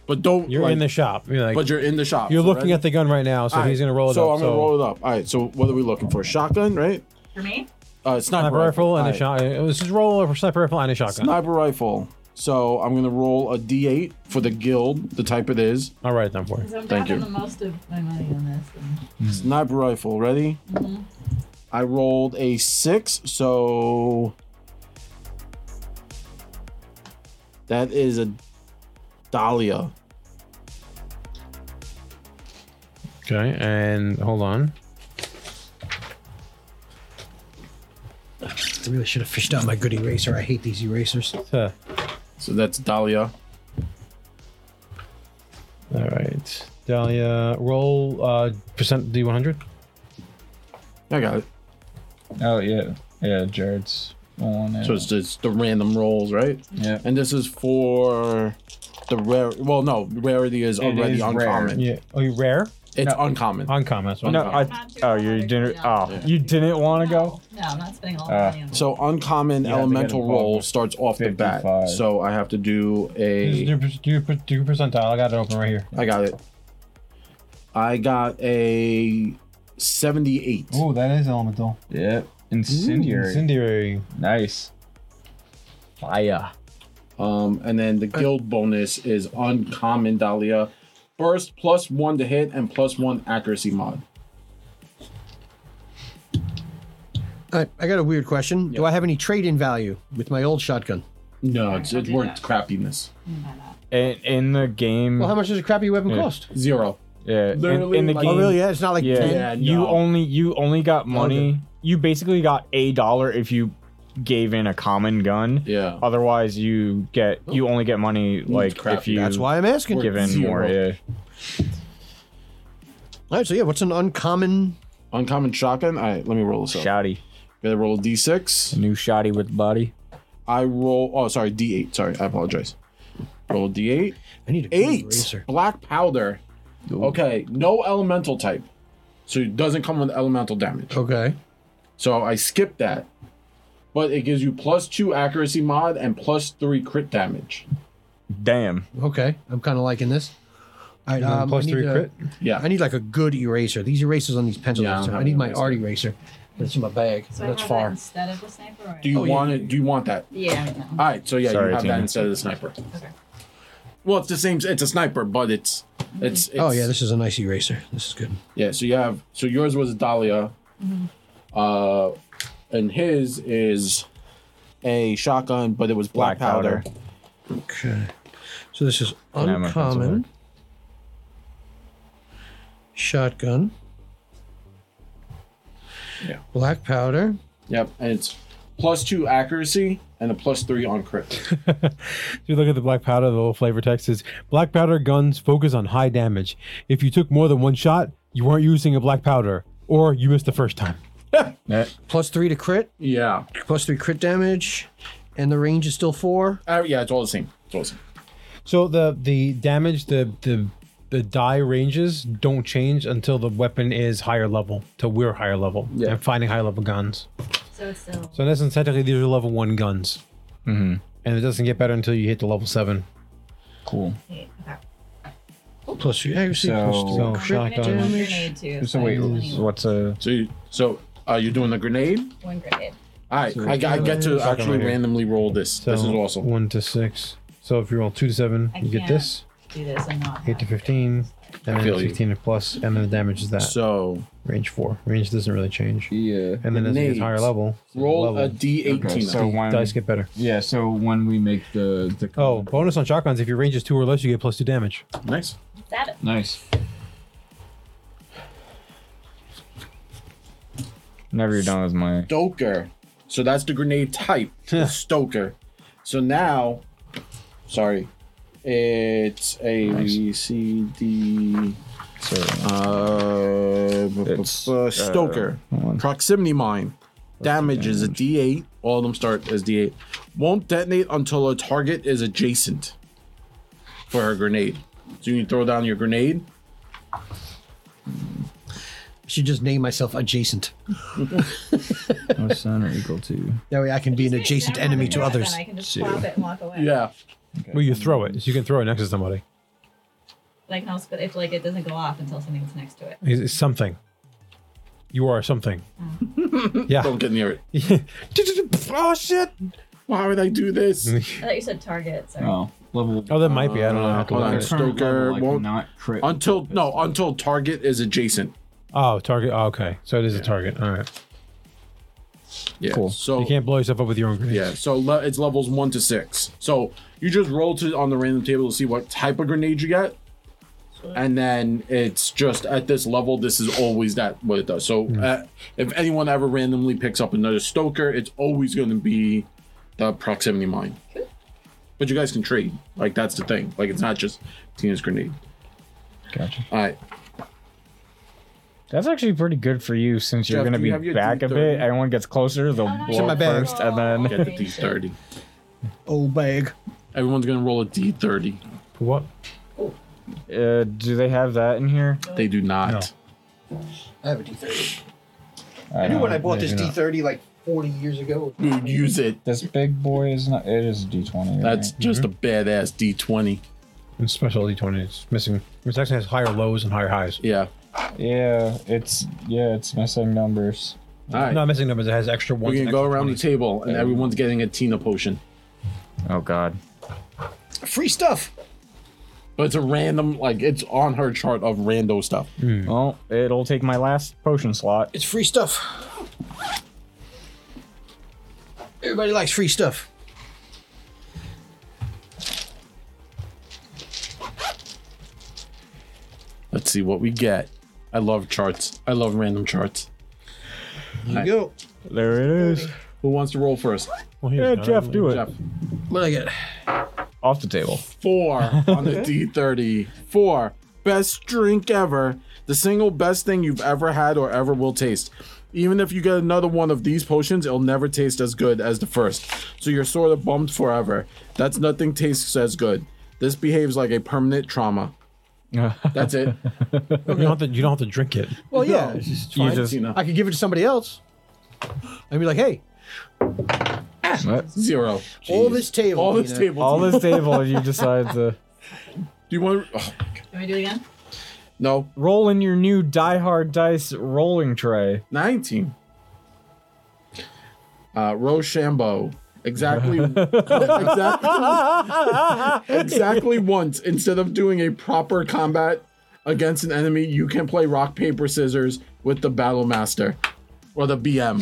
[SPEAKER 1] But don't.
[SPEAKER 5] You're
[SPEAKER 1] like-
[SPEAKER 5] in the shop. You're like
[SPEAKER 1] But you're in the shop.
[SPEAKER 5] you're looking at the gun right now, so he's gonna roll it
[SPEAKER 1] so
[SPEAKER 5] up.
[SPEAKER 1] I'm gonna roll it up. All right. So what are we looking for? Shotgun, right?
[SPEAKER 6] For me,
[SPEAKER 1] Uh, sniper,
[SPEAKER 5] sniper rifle and
[SPEAKER 1] All
[SPEAKER 5] a
[SPEAKER 1] right.
[SPEAKER 5] shot. It was just roll over sniper rifle and a shotgun.
[SPEAKER 1] Sniper rifle. So I'm gonna roll a D8 for the guild, the type it is.
[SPEAKER 5] I'll write it down for you.
[SPEAKER 6] because I'm
[SPEAKER 1] Thank
[SPEAKER 6] dropping
[SPEAKER 1] you.
[SPEAKER 6] the most of my money on this. And
[SPEAKER 9] Mm-hmm.
[SPEAKER 1] Sniper rifle. Ready? I rolled a six, so that is a Dahlia.
[SPEAKER 5] Okay, and hold on.
[SPEAKER 4] I really should have fished out my good eraser. I hate these erasers.
[SPEAKER 5] Huh.
[SPEAKER 1] So that's Dahlia.
[SPEAKER 5] All right, Dahlia, roll uh, percent D100.
[SPEAKER 1] I got it.
[SPEAKER 9] Oh yeah, yeah. Jared's on it.
[SPEAKER 1] So it's just the random rolls, right?
[SPEAKER 9] yeah.
[SPEAKER 1] And this is for the rare. Well, no, rarity is already
[SPEAKER 9] is rare.
[SPEAKER 1] uncommon.
[SPEAKER 5] Yeah. Oh, you rare?
[SPEAKER 1] It's uncommon.
[SPEAKER 5] Uncommon. That's what I'm
[SPEAKER 3] No,
[SPEAKER 5] talking
[SPEAKER 3] I, oh, you didn't. Oh, you didn't want to go.
[SPEAKER 6] No, I'm not spending all the
[SPEAKER 9] Uh,
[SPEAKER 6] money on that.
[SPEAKER 1] So uncommon
[SPEAKER 9] have to get
[SPEAKER 1] elemental
[SPEAKER 9] involved
[SPEAKER 1] roll
[SPEAKER 9] with
[SPEAKER 1] starts off the bat.
[SPEAKER 9] 55.
[SPEAKER 1] So I have to do
[SPEAKER 5] Just
[SPEAKER 1] a.
[SPEAKER 5] Do, do, do percentile. I got it open right here.
[SPEAKER 1] I got it. I got a seventy-eight.
[SPEAKER 5] Oh, that is elemental.
[SPEAKER 9] Yep. Incendiary.
[SPEAKER 5] Incendiary.
[SPEAKER 9] nice.
[SPEAKER 7] Fire.
[SPEAKER 1] Um, and then the guild bonus is uncommon Dahlia. Burst plus one to hit and plus one accuracy mod.
[SPEAKER 4] I, I got a weird question. Do
[SPEAKER 1] Yeah.
[SPEAKER 4] I have any trade in value with my old shotgun?
[SPEAKER 1] No, it's, it's
[SPEAKER 6] I'll do
[SPEAKER 1] worth crappiness.
[SPEAKER 3] In, in the game,
[SPEAKER 4] Well, how much does a crappy weapon cost?
[SPEAKER 1] Zero.
[SPEAKER 3] yeah, in,
[SPEAKER 1] Literally,
[SPEAKER 3] in the
[SPEAKER 1] like-
[SPEAKER 3] game,
[SPEAKER 4] Oh, really? Yeah, it's not like
[SPEAKER 3] yeah,
[SPEAKER 4] 10.
[SPEAKER 1] Yeah,
[SPEAKER 3] you
[SPEAKER 1] no.
[SPEAKER 3] only you only got money.
[SPEAKER 4] Okay.
[SPEAKER 3] You basically got a dollar if you gave in a common gun.
[SPEAKER 1] Yeah.
[SPEAKER 3] Otherwise, you get you only get money like
[SPEAKER 1] crap,
[SPEAKER 3] if you
[SPEAKER 4] That's why I'm asking.
[SPEAKER 3] give in
[SPEAKER 1] Zero.
[SPEAKER 3] more. Yeah.
[SPEAKER 4] All right, so yeah, what's an uncommon?
[SPEAKER 1] Uncommon shotgun. All right, let me roll this up.
[SPEAKER 7] Shoddy.
[SPEAKER 1] Gotta roll a d6.
[SPEAKER 7] New shoddy with body.
[SPEAKER 1] I roll. Oh, sorry, d8. Sorry, I apologize. Roll a d8.
[SPEAKER 4] I need a good
[SPEAKER 1] Eight.
[SPEAKER 4] eraser.
[SPEAKER 1] Black powder. Okay, no elemental type. So it doesn't come with elemental damage.
[SPEAKER 4] Okay.
[SPEAKER 1] So I skipped that. But it gives you plus two accuracy mod and plus three crit damage.
[SPEAKER 3] Damn.
[SPEAKER 4] Okay. I'm kind of liking this. All right. Um,
[SPEAKER 5] plus
[SPEAKER 4] I need
[SPEAKER 5] three
[SPEAKER 4] a-
[SPEAKER 5] crit.
[SPEAKER 1] Yeah.
[SPEAKER 4] I need like a good eraser. These erasers on these pencils.
[SPEAKER 1] Yeah, I
[SPEAKER 4] are
[SPEAKER 1] don't
[SPEAKER 4] so- I
[SPEAKER 1] have
[SPEAKER 4] need
[SPEAKER 1] an
[SPEAKER 4] my
[SPEAKER 1] eraser.
[SPEAKER 4] art eraser. That's in my bag. That's
[SPEAKER 6] So I have That
[SPEAKER 4] far.
[SPEAKER 6] instead of the sniper rifle.
[SPEAKER 1] do you Uh,
[SPEAKER 4] Oh, yeah.
[SPEAKER 1] want it? Do you want that?
[SPEAKER 6] Yeah. no.
[SPEAKER 1] All right. So yeah,
[SPEAKER 3] Sorry,
[SPEAKER 1] you have that
[SPEAKER 3] Tina.
[SPEAKER 1] instead of the sniper.
[SPEAKER 6] Okay.
[SPEAKER 1] Well, it's the same. It's a sniper, but it's it's. it's
[SPEAKER 4] Oh yeah, this is a nice eraser. This is good.
[SPEAKER 1] Yeah, so you have so yours was a Dahlia, uh, and his is a shotgun, but it was black,
[SPEAKER 3] Black
[SPEAKER 1] powder.
[SPEAKER 3] powder.
[SPEAKER 4] Okay. So this is
[SPEAKER 3] I have my pencil
[SPEAKER 4] uncommon. Shotgun.
[SPEAKER 1] Yeah.
[SPEAKER 4] Black powder.
[SPEAKER 1] Yep, and it's plus two accuracy and a plus three on crit.
[SPEAKER 5] If you look at the black powder, the little flavor text is black powder guns focus on high damage. If you took more than one shot, you weren't using a black powder, or you missed the first time.
[SPEAKER 4] Plus three to crit.
[SPEAKER 1] yeah,
[SPEAKER 4] Plus three crit damage. And the range is still four.
[SPEAKER 1] uh, yeah, it's all the same. It's all the same.
[SPEAKER 5] So the the damage, the the the die ranges don't change until the weapon is higher level. Till we're higher level
[SPEAKER 1] Yeah.
[SPEAKER 5] and finding higher level guns.
[SPEAKER 6] So it's still.
[SPEAKER 5] So in essence, technically, these are level one guns, mm-hmm. and it doesn't get better until you hit the level seven.
[SPEAKER 9] Cool.
[SPEAKER 6] Okay.
[SPEAKER 4] Plus three accuracy. plus three
[SPEAKER 5] So
[SPEAKER 4] crit
[SPEAKER 6] I'm gonna do
[SPEAKER 5] shotgun.
[SPEAKER 6] one grenade too.
[SPEAKER 9] So
[SPEAKER 6] I
[SPEAKER 9] wait,
[SPEAKER 6] only need
[SPEAKER 9] what's a
[SPEAKER 1] So you, so uh, you're doing the grenade.
[SPEAKER 6] one grenade.
[SPEAKER 1] All right, I, I get to actually randomly roll this.
[SPEAKER 5] So
[SPEAKER 1] this is awesome.
[SPEAKER 5] One to six. So if you roll two to seven,
[SPEAKER 6] I
[SPEAKER 5] you get
[SPEAKER 6] can't.
[SPEAKER 5] this.
[SPEAKER 6] Do this and not.
[SPEAKER 5] Eight to
[SPEAKER 6] have-
[SPEAKER 5] fifteen, and
[SPEAKER 1] I
[SPEAKER 5] then
[SPEAKER 1] feel you.
[SPEAKER 5] fifteen to plus, and then the damage is that.
[SPEAKER 1] So
[SPEAKER 5] range four. Range doesn't really change.
[SPEAKER 9] yeah?
[SPEAKER 5] And then as it gets higher
[SPEAKER 1] Grenades.
[SPEAKER 5] level,
[SPEAKER 1] roll
[SPEAKER 5] level,
[SPEAKER 1] a d18.
[SPEAKER 9] Okay, so when
[SPEAKER 5] dice get better.
[SPEAKER 9] yeah, so when we make the the
[SPEAKER 5] Oh, bonus on shotguns. If your range is two or less, you get plus two damage.
[SPEAKER 1] nice.
[SPEAKER 6] That it.
[SPEAKER 9] nice.
[SPEAKER 3] Never you're done with my.
[SPEAKER 1] Stoker. So that's the grenade type. the Stoker. So now, sorry, it's A B C D.
[SPEAKER 9] So
[SPEAKER 1] Uh, b- b- b-
[SPEAKER 9] It's, uh,
[SPEAKER 1] Stoker.
[SPEAKER 9] hold on.
[SPEAKER 1] Proximity mine. Damage is a D8. All of them start as D8. Won't detonate until a target is adjacent for her grenade. So you can throw down your grenade.
[SPEAKER 4] I should just name myself adjacent.
[SPEAKER 9] plus nine or equal to
[SPEAKER 4] That way I can be an adjacent
[SPEAKER 6] Now I'm
[SPEAKER 4] enemy to
[SPEAKER 6] gonna do it,
[SPEAKER 4] others.
[SPEAKER 6] Then I can just
[SPEAKER 9] Two.
[SPEAKER 6] plop it and walk away.
[SPEAKER 1] Yeah.
[SPEAKER 5] Well, you throw it. So you can throw it next to somebody.
[SPEAKER 6] But I can also, but if like it doesn't go off until something's next to it.
[SPEAKER 5] It's it's something. You are something. yeah.
[SPEAKER 1] Don't get near it.
[SPEAKER 5] oh shit.
[SPEAKER 1] Why would I do this?
[SPEAKER 6] I thought you said target. Sorry.
[SPEAKER 9] oh level.
[SPEAKER 5] Oh, that might be. I don't know.
[SPEAKER 1] Uh,
[SPEAKER 5] how to
[SPEAKER 1] hold
[SPEAKER 5] look
[SPEAKER 1] on.
[SPEAKER 5] at
[SPEAKER 9] Their
[SPEAKER 5] it.
[SPEAKER 9] current
[SPEAKER 1] Stoker
[SPEAKER 9] like,
[SPEAKER 1] won't-
[SPEAKER 9] not crit
[SPEAKER 1] Until no, until target is adjacent.
[SPEAKER 5] Oh, target. Oh, okay. So it is a target. All right.
[SPEAKER 1] Yeah.
[SPEAKER 3] Cool.
[SPEAKER 1] So
[SPEAKER 5] You can't blow yourself up with your own grenade.
[SPEAKER 1] Oh. yeah. So le- it's levels one to six. So you just roll to on the random table to see what type of grenade you get, and then it's just at this level. This is always that what it does. So uh, if anyone ever randomly picks up another Stoker, it's always going to be the proximity mine. But you guys can trade. Like that's the thing. Like it's not just Tina's grenade.
[SPEAKER 9] Gotcha.
[SPEAKER 1] All right.
[SPEAKER 3] That's actually pretty good for you since you're
[SPEAKER 1] Jeff,
[SPEAKER 3] going to
[SPEAKER 1] do you have
[SPEAKER 3] be
[SPEAKER 1] your
[SPEAKER 3] back a bit.
[SPEAKER 1] D30?
[SPEAKER 3] Everyone gets closer, they'll
[SPEAKER 6] Oh,
[SPEAKER 3] blow
[SPEAKER 6] my
[SPEAKER 3] up
[SPEAKER 6] bag.
[SPEAKER 3] first, and then
[SPEAKER 1] Get the D thirty.
[SPEAKER 4] Oh, bag.
[SPEAKER 1] Everyone's gonna roll a D thirty.
[SPEAKER 5] What?
[SPEAKER 3] Uh, do they have that in here?
[SPEAKER 1] They do not.
[SPEAKER 4] I have a D30.
[SPEAKER 9] I,
[SPEAKER 4] I knew
[SPEAKER 9] don't
[SPEAKER 4] when I
[SPEAKER 9] know,
[SPEAKER 4] bought
[SPEAKER 9] maybe
[SPEAKER 4] this
[SPEAKER 9] not.
[SPEAKER 4] D30 like 40 years ago.
[SPEAKER 1] Dude, use it.
[SPEAKER 9] This big boy is not. It is a D twenty.
[SPEAKER 1] That's just a badass D twenty.
[SPEAKER 5] It's special D20. It's missing. It actually has higher lows and higher highs.
[SPEAKER 1] Yeah.
[SPEAKER 9] yeah. It's yeah. It's missing numbers.
[SPEAKER 1] All right.
[SPEAKER 5] Not missing numbers. It has extra ones.
[SPEAKER 1] We're gonna
[SPEAKER 5] and
[SPEAKER 1] go
[SPEAKER 5] extra
[SPEAKER 1] around the
[SPEAKER 5] 20s.
[SPEAKER 1] table, and everyone's getting a Tina potion,
[SPEAKER 3] Oh, God.
[SPEAKER 4] Free stuff.
[SPEAKER 1] but it's a random, like it's on her chart of rando stuff.
[SPEAKER 3] Well, it'll take my last potion slot.
[SPEAKER 4] It's free stuff. Everybody likes free stuff.
[SPEAKER 1] Let's see what we get. I love charts. I love random charts.
[SPEAKER 4] Here you go.
[SPEAKER 3] There it is.
[SPEAKER 1] Who wants to roll first?
[SPEAKER 5] Well, here's
[SPEAKER 3] Yeah,
[SPEAKER 5] another
[SPEAKER 3] Jeff,
[SPEAKER 5] one.
[SPEAKER 3] do it.
[SPEAKER 1] Jeff.
[SPEAKER 4] What did I get?
[SPEAKER 3] Off the table.
[SPEAKER 1] Four on the D thirty. Four. Best drink ever. The single best thing you've ever had or ever will taste. Even if you get another one of these potions, it'll never taste as good as the first. So you're sort of bummed forever. That's nothing tastes as good. This behaves like a permanent trauma. That's it.
[SPEAKER 5] You don't, have to, you don't have to drink it.
[SPEAKER 4] Well, yeah. it's just
[SPEAKER 3] You
[SPEAKER 4] fine.
[SPEAKER 3] just-
[SPEAKER 1] Tina.
[SPEAKER 4] I could give it to somebody else. I'd be like, hey,
[SPEAKER 1] Zero.
[SPEAKER 4] all this table.
[SPEAKER 1] All this
[SPEAKER 4] Tina.
[SPEAKER 1] table.
[SPEAKER 3] All
[SPEAKER 1] Tina.
[SPEAKER 3] this table, you decide to
[SPEAKER 1] Do you want? Oh,
[SPEAKER 6] Can we do it again?
[SPEAKER 1] no.
[SPEAKER 3] roll in your new Die Hard Dice rolling tray.
[SPEAKER 1] Nineteen. Uh, Rochambeau. Exactly. exactly. exactly once. Instead of doing a proper combat against an enemy, you can play rock paper scissors with the battle master, or the BM.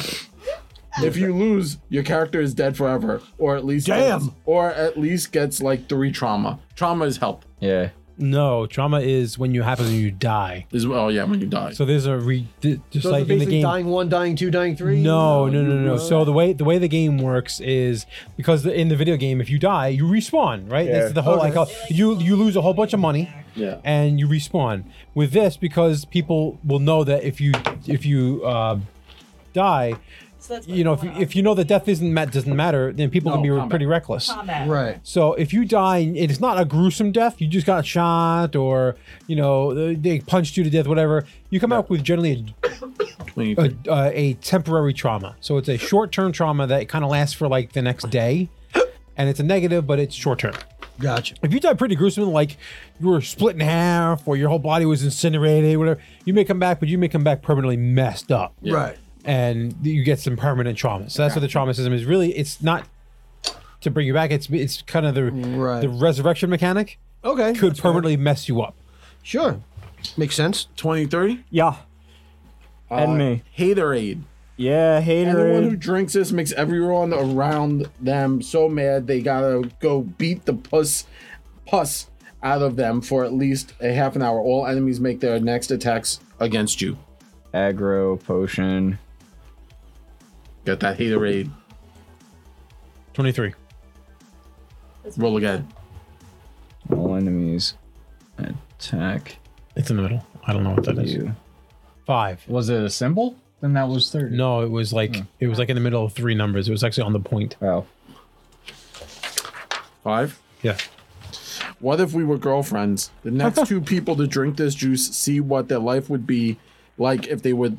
[SPEAKER 1] If you lose, your character is dead forever, or at least
[SPEAKER 4] Damn.
[SPEAKER 1] gets- or at least gets like three trauma. Trauma is health.
[SPEAKER 9] Yeah.
[SPEAKER 5] No, trauma is when you happen and you die.
[SPEAKER 1] Is oh yeah, when you die.
[SPEAKER 5] So there's a re, th- just
[SPEAKER 4] So it's
[SPEAKER 5] like in the
[SPEAKER 4] basically
[SPEAKER 5] game.
[SPEAKER 4] dying one, dying two, dying three.
[SPEAKER 5] No, no, no, no.
[SPEAKER 4] you-
[SPEAKER 5] So the way the way the game works is because the, in the video game, if you die, you respawn, right? That's the whole like uh, you you lose a whole bunch of money,
[SPEAKER 1] Yeah.
[SPEAKER 5] and you respawn. With this, because people will know that if you if you uh, die,
[SPEAKER 6] So that's
[SPEAKER 5] you know if you, if you know that death isn't ma- doesn't matter, then people can
[SPEAKER 1] No,
[SPEAKER 5] be
[SPEAKER 1] combat.
[SPEAKER 5] pretty reckless.
[SPEAKER 6] combat.
[SPEAKER 4] Right.
[SPEAKER 5] So if you die, and it's not a gruesome death. You just got shot, or you know they- they punched you to death, whatever. You come out with generally
[SPEAKER 1] When you-
[SPEAKER 5] a, a, uh, a temporary trauma. So it's a short-term trauma that kind of lasts for like the next day, and it's a negative, but it's short-term.
[SPEAKER 4] Gotcha.
[SPEAKER 5] If you die pretty gruesome, like you were split in half, or your whole body was incinerated, whatever, you may come back, but you may come back permanently messed up
[SPEAKER 4] Right.
[SPEAKER 5] and you get some permanent trauma. So that's what the trauma system is. Really, it's not to bring you back. It's it's kind of the
[SPEAKER 4] Right.
[SPEAKER 5] the resurrection mechanic
[SPEAKER 4] Okay.
[SPEAKER 5] could permanently mess you up.
[SPEAKER 4] Sure. Makes sense.
[SPEAKER 1] 2030?
[SPEAKER 3] Yeah. and me.
[SPEAKER 1] Hater aid.
[SPEAKER 3] Yeah,
[SPEAKER 1] Anyone who
[SPEAKER 3] hater.
[SPEAKER 1] drinks this makes everyone around them so mad they gotta go beat the puss pus out of them for at least a half an hour. All enemies make their next attacks against you.
[SPEAKER 9] Aggro potion.
[SPEAKER 1] Get that hater aid.
[SPEAKER 5] Twenty three.
[SPEAKER 1] Roll again.
[SPEAKER 9] All enemies. Attack
[SPEAKER 5] It's in the middle. I don't know what that is.
[SPEAKER 9] you.
[SPEAKER 5] Five.
[SPEAKER 9] Was it a symbol? Then that was thirty.
[SPEAKER 5] No, it was like it was like in the middle of three numbers. It was actually on the point.
[SPEAKER 9] Oh.
[SPEAKER 1] Five.
[SPEAKER 5] Yeah.
[SPEAKER 1] What if we were girlfriends? The next two people to drink this juice see what their life would be like if they would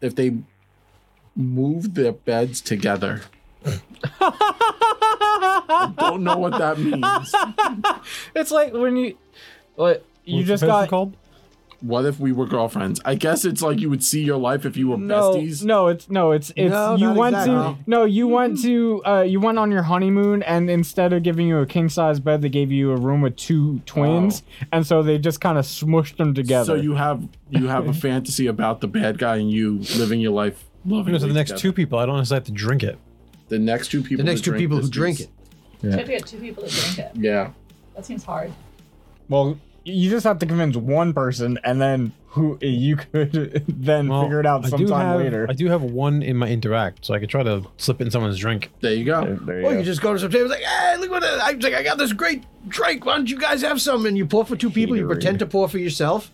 [SPEAKER 1] if they moved their beds together. I don't know what that means.
[SPEAKER 3] It's like when you. Like, you
[SPEAKER 5] What's
[SPEAKER 3] just
[SPEAKER 5] the person
[SPEAKER 3] got.
[SPEAKER 5] called.
[SPEAKER 1] What if we were girlfriends? I guess it's like you would see your life if you were
[SPEAKER 3] No,
[SPEAKER 1] besties.
[SPEAKER 3] no, it's no, it's it's
[SPEAKER 4] No,
[SPEAKER 3] you
[SPEAKER 4] not
[SPEAKER 3] went
[SPEAKER 4] exactly.
[SPEAKER 3] to no, you went to uh you went on your honeymoon and instead of giving you a king size bed, they gave you a room with two twins, and so they just kind of smushed them together.
[SPEAKER 1] So you have you have a fantasy about the bad guy and you living your life Loving
[SPEAKER 5] Because of the next two people, I don't necessarily have to drink it.
[SPEAKER 1] The next two people.
[SPEAKER 4] The next two people who drink it.
[SPEAKER 6] You have to get two people to drink it.
[SPEAKER 1] Yeah.
[SPEAKER 6] That seems hard.
[SPEAKER 3] Well, you just have to convince one person, and then who you could then
[SPEAKER 5] Well,
[SPEAKER 3] figure it out
[SPEAKER 5] I do
[SPEAKER 3] sometime
[SPEAKER 5] have-
[SPEAKER 3] later.
[SPEAKER 5] I do have one in my interact, so I could try to slip it in someone's drink.
[SPEAKER 1] There you go.
[SPEAKER 3] There you
[SPEAKER 4] Or
[SPEAKER 3] go.
[SPEAKER 4] Oh, you just go to some table, like, hey, look what I, I, like, I got this great drink. Why don't you guys have some? And you pour for two people. You
[SPEAKER 3] Hatery.
[SPEAKER 4] pretend to pour for yourself,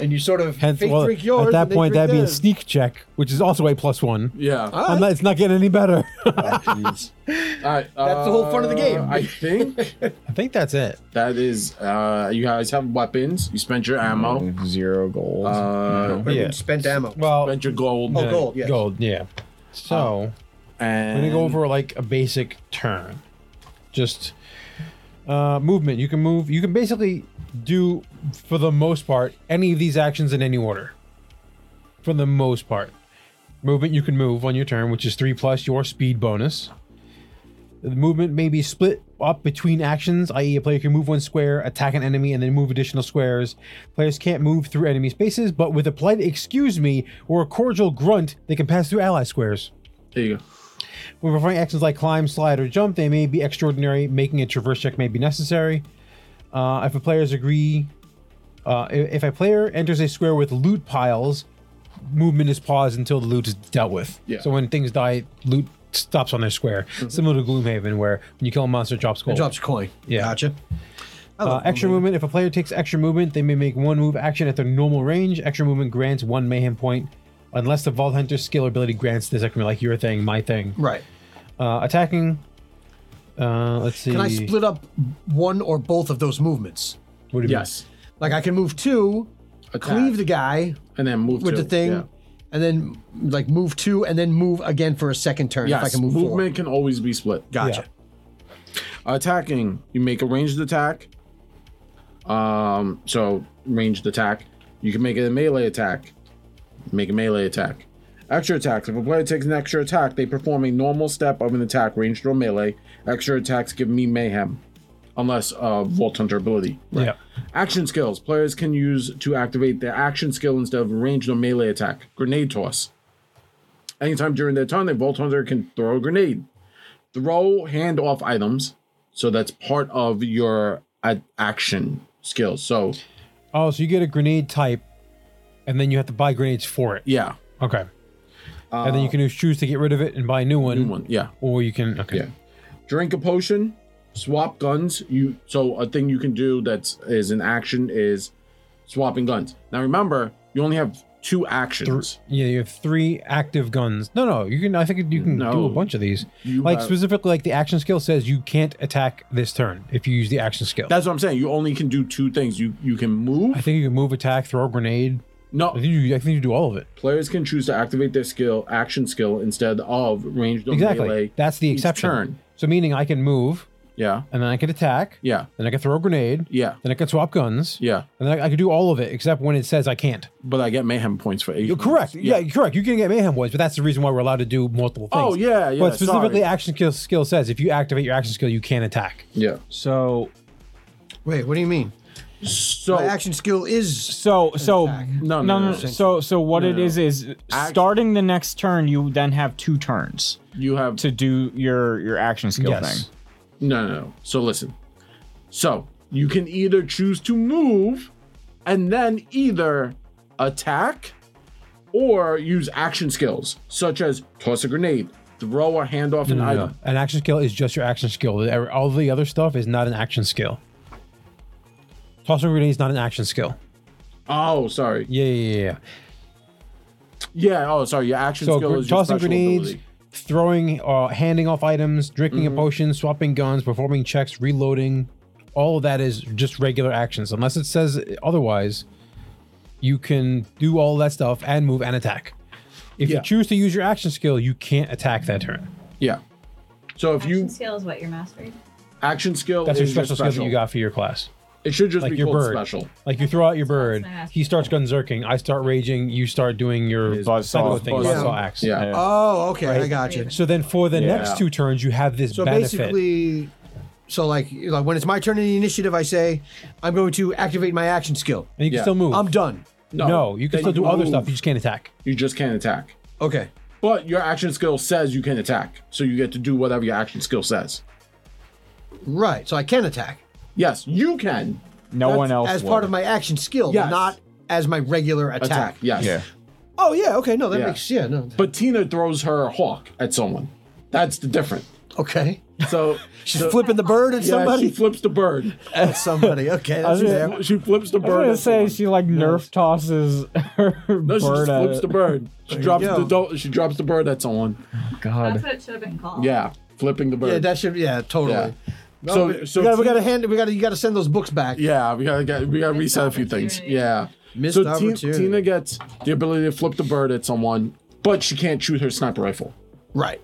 [SPEAKER 4] and you sort of
[SPEAKER 5] Hence,
[SPEAKER 4] fake
[SPEAKER 5] well,
[SPEAKER 4] drink yours.
[SPEAKER 5] at
[SPEAKER 4] and
[SPEAKER 5] that
[SPEAKER 4] they
[SPEAKER 5] point,
[SPEAKER 4] drink
[SPEAKER 5] that'd be a
[SPEAKER 4] theirs.
[SPEAKER 5] sneak check, which is also a plus one.
[SPEAKER 1] Yeah. All
[SPEAKER 5] I'm not, it's not getting any better.
[SPEAKER 1] right. uh,
[SPEAKER 4] That's the whole fun of the game.
[SPEAKER 1] I think
[SPEAKER 5] I think that's it.
[SPEAKER 1] that is. Uh, you guys have weapons. You spent your
[SPEAKER 3] Oh.
[SPEAKER 1] ammo.
[SPEAKER 4] Mm-hmm.
[SPEAKER 9] Zero gold.
[SPEAKER 1] Uh,
[SPEAKER 4] Or you
[SPEAKER 5] Yeah.
[SPEAKER 4] Spent ammo.
[SPEAKER 5] Well,
[SPEAKER 1] spent your gold.
[SPEAKER 4] Oh, gold, yes.
[SPEAKER 5] gold, yeah. So
[SPEAKER 1] And
[SPEAKER 5] I'm gonna go over like a basic turn, just uh, movement. You can move. You can basically do, for the most part, any of these actions in any order. For the most part, movement you can move on your turn, which is three plus your speed bonus. The movement may be split up between actions, i.e., a player can move one square, attack an enemy, and then move additional squares. Players can't move through enemy spaces, but with a polite excuse me or a cordial grunt, they can pass through ally squares.
[SPEAKER 1] There you go.
[SPEAKER 5] When performing actions like climb, slide, or jump, they may be extraordinary, making a traverse check may be necessary. Uh, if a players agree, uh, i- if a player enters a square with loot piles, movement is paused until the loot is dealt with.
[SPEAKER 1] Yeah.
[SPEAKER 5] So when things die, loot stops on their square, similar to Gloomhaven, where when you kill a monster, it drops gold.
[SPEAKER 4] Mm-hmm. It drops Mm-hmm. a coin.
[SPEAKER 5] Yeah.
[SPEAKER 4] Gotcha.
[SPEAKER 5] Uh, extra movement. If a player takes extra movement, they may make one move action at their normal range. Extra movement grants one mayhem point, unless the Vault Hunter's skill or ability grants this. That can be like your thing, my thing.
[SPEAKER 4] Right.
[SPEAKER 5] Uh, attacking. Uh, let's see.
[SPEAKER 4] Can I split up one or both of those movements?
[SPEAKER 5] What do you mean?
[SPEAKER 1] Yes.
[SPEAKER 4] Like I can move two, cleave the guy
[SPEAKER 1] and then move
[SPEAKER 4] with
[SPEAKER 1] to,
[SPEAKER 4] the thing,
[SPEAKER 1] yeah.
[SPEAKER 4] and then like move two, and then move again for a second turn
[SPEAKER 1] Yes,
[SPEAKER 4] if I can move
[SPEAKER 1] movement
[SPEAKER 4] forward.
[SPEAKER 1] can always be split.
[SPEAKER 4] Gotcha.
[SPEAKER 1] Attacking, you make a ranged attack. Um, so ranged attack. You can make it a melee attack. Make a melee attack. Extra attacks. If a player takes an extra attack, they perform a normal step of an attack, ranged or melee. Extra attacks give me mayhem, unless uh, Vault Hunter ability.
[SPEAKER 5] Yeah.
[SPEAKER 1] Action skills. Players can use to activate their action skill instead of ranged or melee attack. Grenade toss. Anytime during their turn, the Vault Hunter can throw a grenade. Throw hand off items. So that's part of your uh, action skill. So,
[SPEAKER 5] Oh, so you get a grenade type, and then you have to buy grenades for it.
[SPEAKER 1] yeah.
[SPEAKER 5] Okay. and then
[SPEAKER 1] Uh,
[SPEAKER 5] you can choose to get rid of it and buy a new one,
[SPEAKER 1] New one. Yeah.
[SPEAKER 5] or you can. Okay.
[SPEAKER 1] Yeah. Drink a potion. Swap guns. You so a thing you can do that is an action is swapping guns. Now remember, you only have two actions.
[SPEAKER 5] Yeah, you have three active guns. No, no, you can. I think you can do
[SPEAKER 1] No.
[SPEAKER 5] a bunch of these.
[SPEAKER 1] You
[SPEAKER 5] like
[SPEAKER 1] have-
[SPEAKER 5] specifically, like the action skill says, you can't attack this turn if you use the action skill.
[SPEAKER 1] That's what I'm saying. You only can do two things. You you can
[SPEAKER 5] I
[SPEAKER 1] move.
[SPEAKER 5] think you can move, attack, throw a grenade. I
[SPEAKER 1] No,
[SPEAKER 5] think you. I think you do all of it.
[SPEAKER 1] players can choose to activate their skill, action skill, instead of ranged or
[SPEAKER 5] Exactly.
[SPEAKER 1] melee.
[SPEAKER 5] That's the
[SPEAKER 1] each
[SPEAKER 5] exception.
[SPEAKER 1] Turn.
[SPEAKER 5] So meaning I can move,
[SPEAKER 1] Yeah,
[SPEAKER 5] and then I can attack,
[SPEAKER 1] yeah,
[SPEAKER 5] then I can throw a grenade,
[SPEAKER 1] yeah,
[SPEAKER 5] then I can swap guns,
[SPEAKER 1] yeah.
[SPEAKER 5] and then I, I can do all of it except when it says I can't.
[SPEAKER 1] But I get mayhem points for eight.
[SPEAKER 5] You're correct. Yeah. you're correct. You can get mayhem boys, but that's the reason why we're allowed to do multiple things.
[SPEAKER 1] Oh yeah, yeah.
[SPEAKER 5] but specifically,
[SPEAKER 1] sorry.
[SPEAKER 5] action skill, skill says if you activate your action skill, you can attack.
[SPEAKER 1] yeah.
[SPEAKER 3] so
[SPEAKER 4] Wait, what do you mean?
[SPEAKER 1] So
[SPEAKER 5] Oh.
[SPEAKER 4] My action skill is
[SPEAKER 3] so so
[SPEAKER 1] no,
[SPEAKER 3] no, no, no.
[SPEAKER 1] no.
[SPEAKER 3] So so what it is is
[SPEAKER 1] Act-
[SPEAKER 3] starting the next turn, you then have two turns
[SPEAKER 1] you have
[SPEAKER 3] to do your your action skill
[SPEAKER 5] Yes.
[SPEAKER 3] thing.
[SPEAKER 1] No, no, no. So listen. So you can either choose to move and then either attack or use action skills such as toss a grenade, throw a hand off an
[SPEAKER 5] No, no, no.
[SPEAKER 1] item.
[SPEAKER 5] An action skill is just your action skill. The- er, All the other stuff is not an action skill. Tossing a grenade is not an action skill.
[SPEAKER 1] Oh, sorry.
[SPEAKER 5] Yeah, yeah, yeah. yeah.
[SPEAKER 1] Yeah, oh, sorry. Your action
[SPEAKER 5] So
[SPEAKER 1] skill
[SPEAKER 5] gr-
[SPEAKER 1] is your
[SPEAKER 5] tossing
[SPEAKER 1] special
[SPEAKER 5] grenades,
[SPEAKER 1] ability. Mm-hmm.
[SPEAKER 5] throwing, uh, handing off items, drinking a potion, swapping guns, performing checks, reloading. All of that is just regular actions, unless it says otherwise. You can do all that stuff and move and attack. If
[SPEAKER 1] Yeah.
[SPEAKER 5] you choose to use your action skill, you can't attack that turn.
[SPEAKER 1] Yeah. So if
[SPEAKER 6] Action
[SPEAKER 1] you
[SPEAKER 6] skill is what your mastery.
[SPEAKER 1] action skill
[SPEAKER 5] That's your
[SPEAKER 1] is
[SPEAKER 5] special,
[SPEAKER 1] special
[SPEAKER 5] skill that you got for your class.
[SPEAKER 1] It should just
[SPEAKER 5] Like
[SPEAKER 1] be
[SPEAKER 5] your
[SPEAKER 1] called
[SPEAKER 5] bird.
[SPEAKER 1] special.
[SPEAKER 5] Like you throw out your bird,
[SPEAKER 6] That's my action
[SPEAKER 5] he starts gunzerking, I start raging, you start doing your
[SPEAKER 1] His
[SPEAKER 5] psycho
[SPEAKER 3] buzzsaw.
[SPEAKER 5] thing,
[SPEAKER 1] Buzzsaw.
[SPEAKER 5] buzzsaw axe.
[SPEAKER 1] Yeah. Uh,
[SPEAKER 4] Oh, okay, I got you.
[SPEAKER 5] So then for the
[SPEAKER 3] Yeah.
[SPEAKER 5] next two turns, you have this
[SPEAKER 4] So
[SPEAKER 5] benefit.
[SPEAKER 4] basically, so like, like when it's my turn in the initiative, I say I'm going to activate my action skill.
[SPEAKER 5] and you can
[SPEAKER 1] Yeah.
[SPEAKER 5] still move.
[SPEAKER 4] I'm done.
[SPEAKER 5] No, you can
[SPEAKER 1] Then
[SPEAKER 5] still do other
[SPEAKER 1] Oh, move.
[SPEAKER 5] stuff. You just can't attack.
[SPEAKER 1] You just can't attack.
[SPEAKER 4] Okay.
[SPEAKER 1] But your action skill says you can attack, so you get to do whatever your action skill says.
[SPEAKER 4] Right, so I can attack.
[SPEAKER 1] Yes, you can
[SPEAKER 3] No one else
[SPEAKER 4] As
[SPEAKER 3] would.
[SPEAKER 4] part of my action skill, but
[SPEAKER 1] Yes.
[SPEAKER 4] not as my regular attack.
[SPEAKER 1] attack. Yes.
[SPEAKER 9] Yeah.
[SPEAKER 4] Oh, yeah, okay, no, that
[SPEAKER 1] Yeah.
[SPEAKER 4] makes, yeah, no.
[SPEAKER 1] But Tina throws her hawk at someone. That's the difference.
[SPEAKER 4] Okay.
[SPEAKER 1] So
[SPEAKER 4] She's flipping the bird at
[SPEAKER 1] yeah,
[SPEAKER 4] somebody?
[SPEAKER 1] she flips the bird.
[SPEAKER 4] at somebody, okay, that's fair.
[SPEAKER 1] She flips the
[SPEAKER 3] I was
[SPEAKER 1] bird.
[SPEAKER 3] gonna
[SPEAKER 1] at
[SPEAKER 3] say
[SPEAKER 1] someone.
[SPEAKER 3] she like nerf tosses her
[SPEAKER 1] no,
[SPEAKER 3] bird
[SPEAKER 1] she just
[SPEAKER 3] at
[SPEAKER 1] flips
[SPEAKER 3] it.
[SPEAKER 1] the bird. She drops
[SPEAKER 4] go.
[SPEAKER 1] the do- she drops the bird at someone.
[SPEAKER 6] That's
[SPEAKER 9] God.
[SPEAKER 6] what it should have been called.
[SPEAKER 1] Yeah, flipping the bird.
[SPEAKER 4] Yeah, that should, yeah,
[SPEAKER 1] yeah.
[SPEAKER 4] totally.
[SPEAKER 1] So so
[SPEAKER 4] So we gotta, we gotta hand, we gotta, you gotta send those books back.
[SPEAKER 1] yeah, we gotta get, we gotta reset a few things.
[SPEAKER 6] opportunity.
[SPEAKER 1] Yeah.
[SPEAKER 4] Missed
[SPEAKER 1] so Ti-
[SPEAKER 4] opportunity.
[SPEAKER 1] Tina gets the ability to flip the bird at someone, but she can't shoot her sniper rifle.
[SPEAKER 4] Right.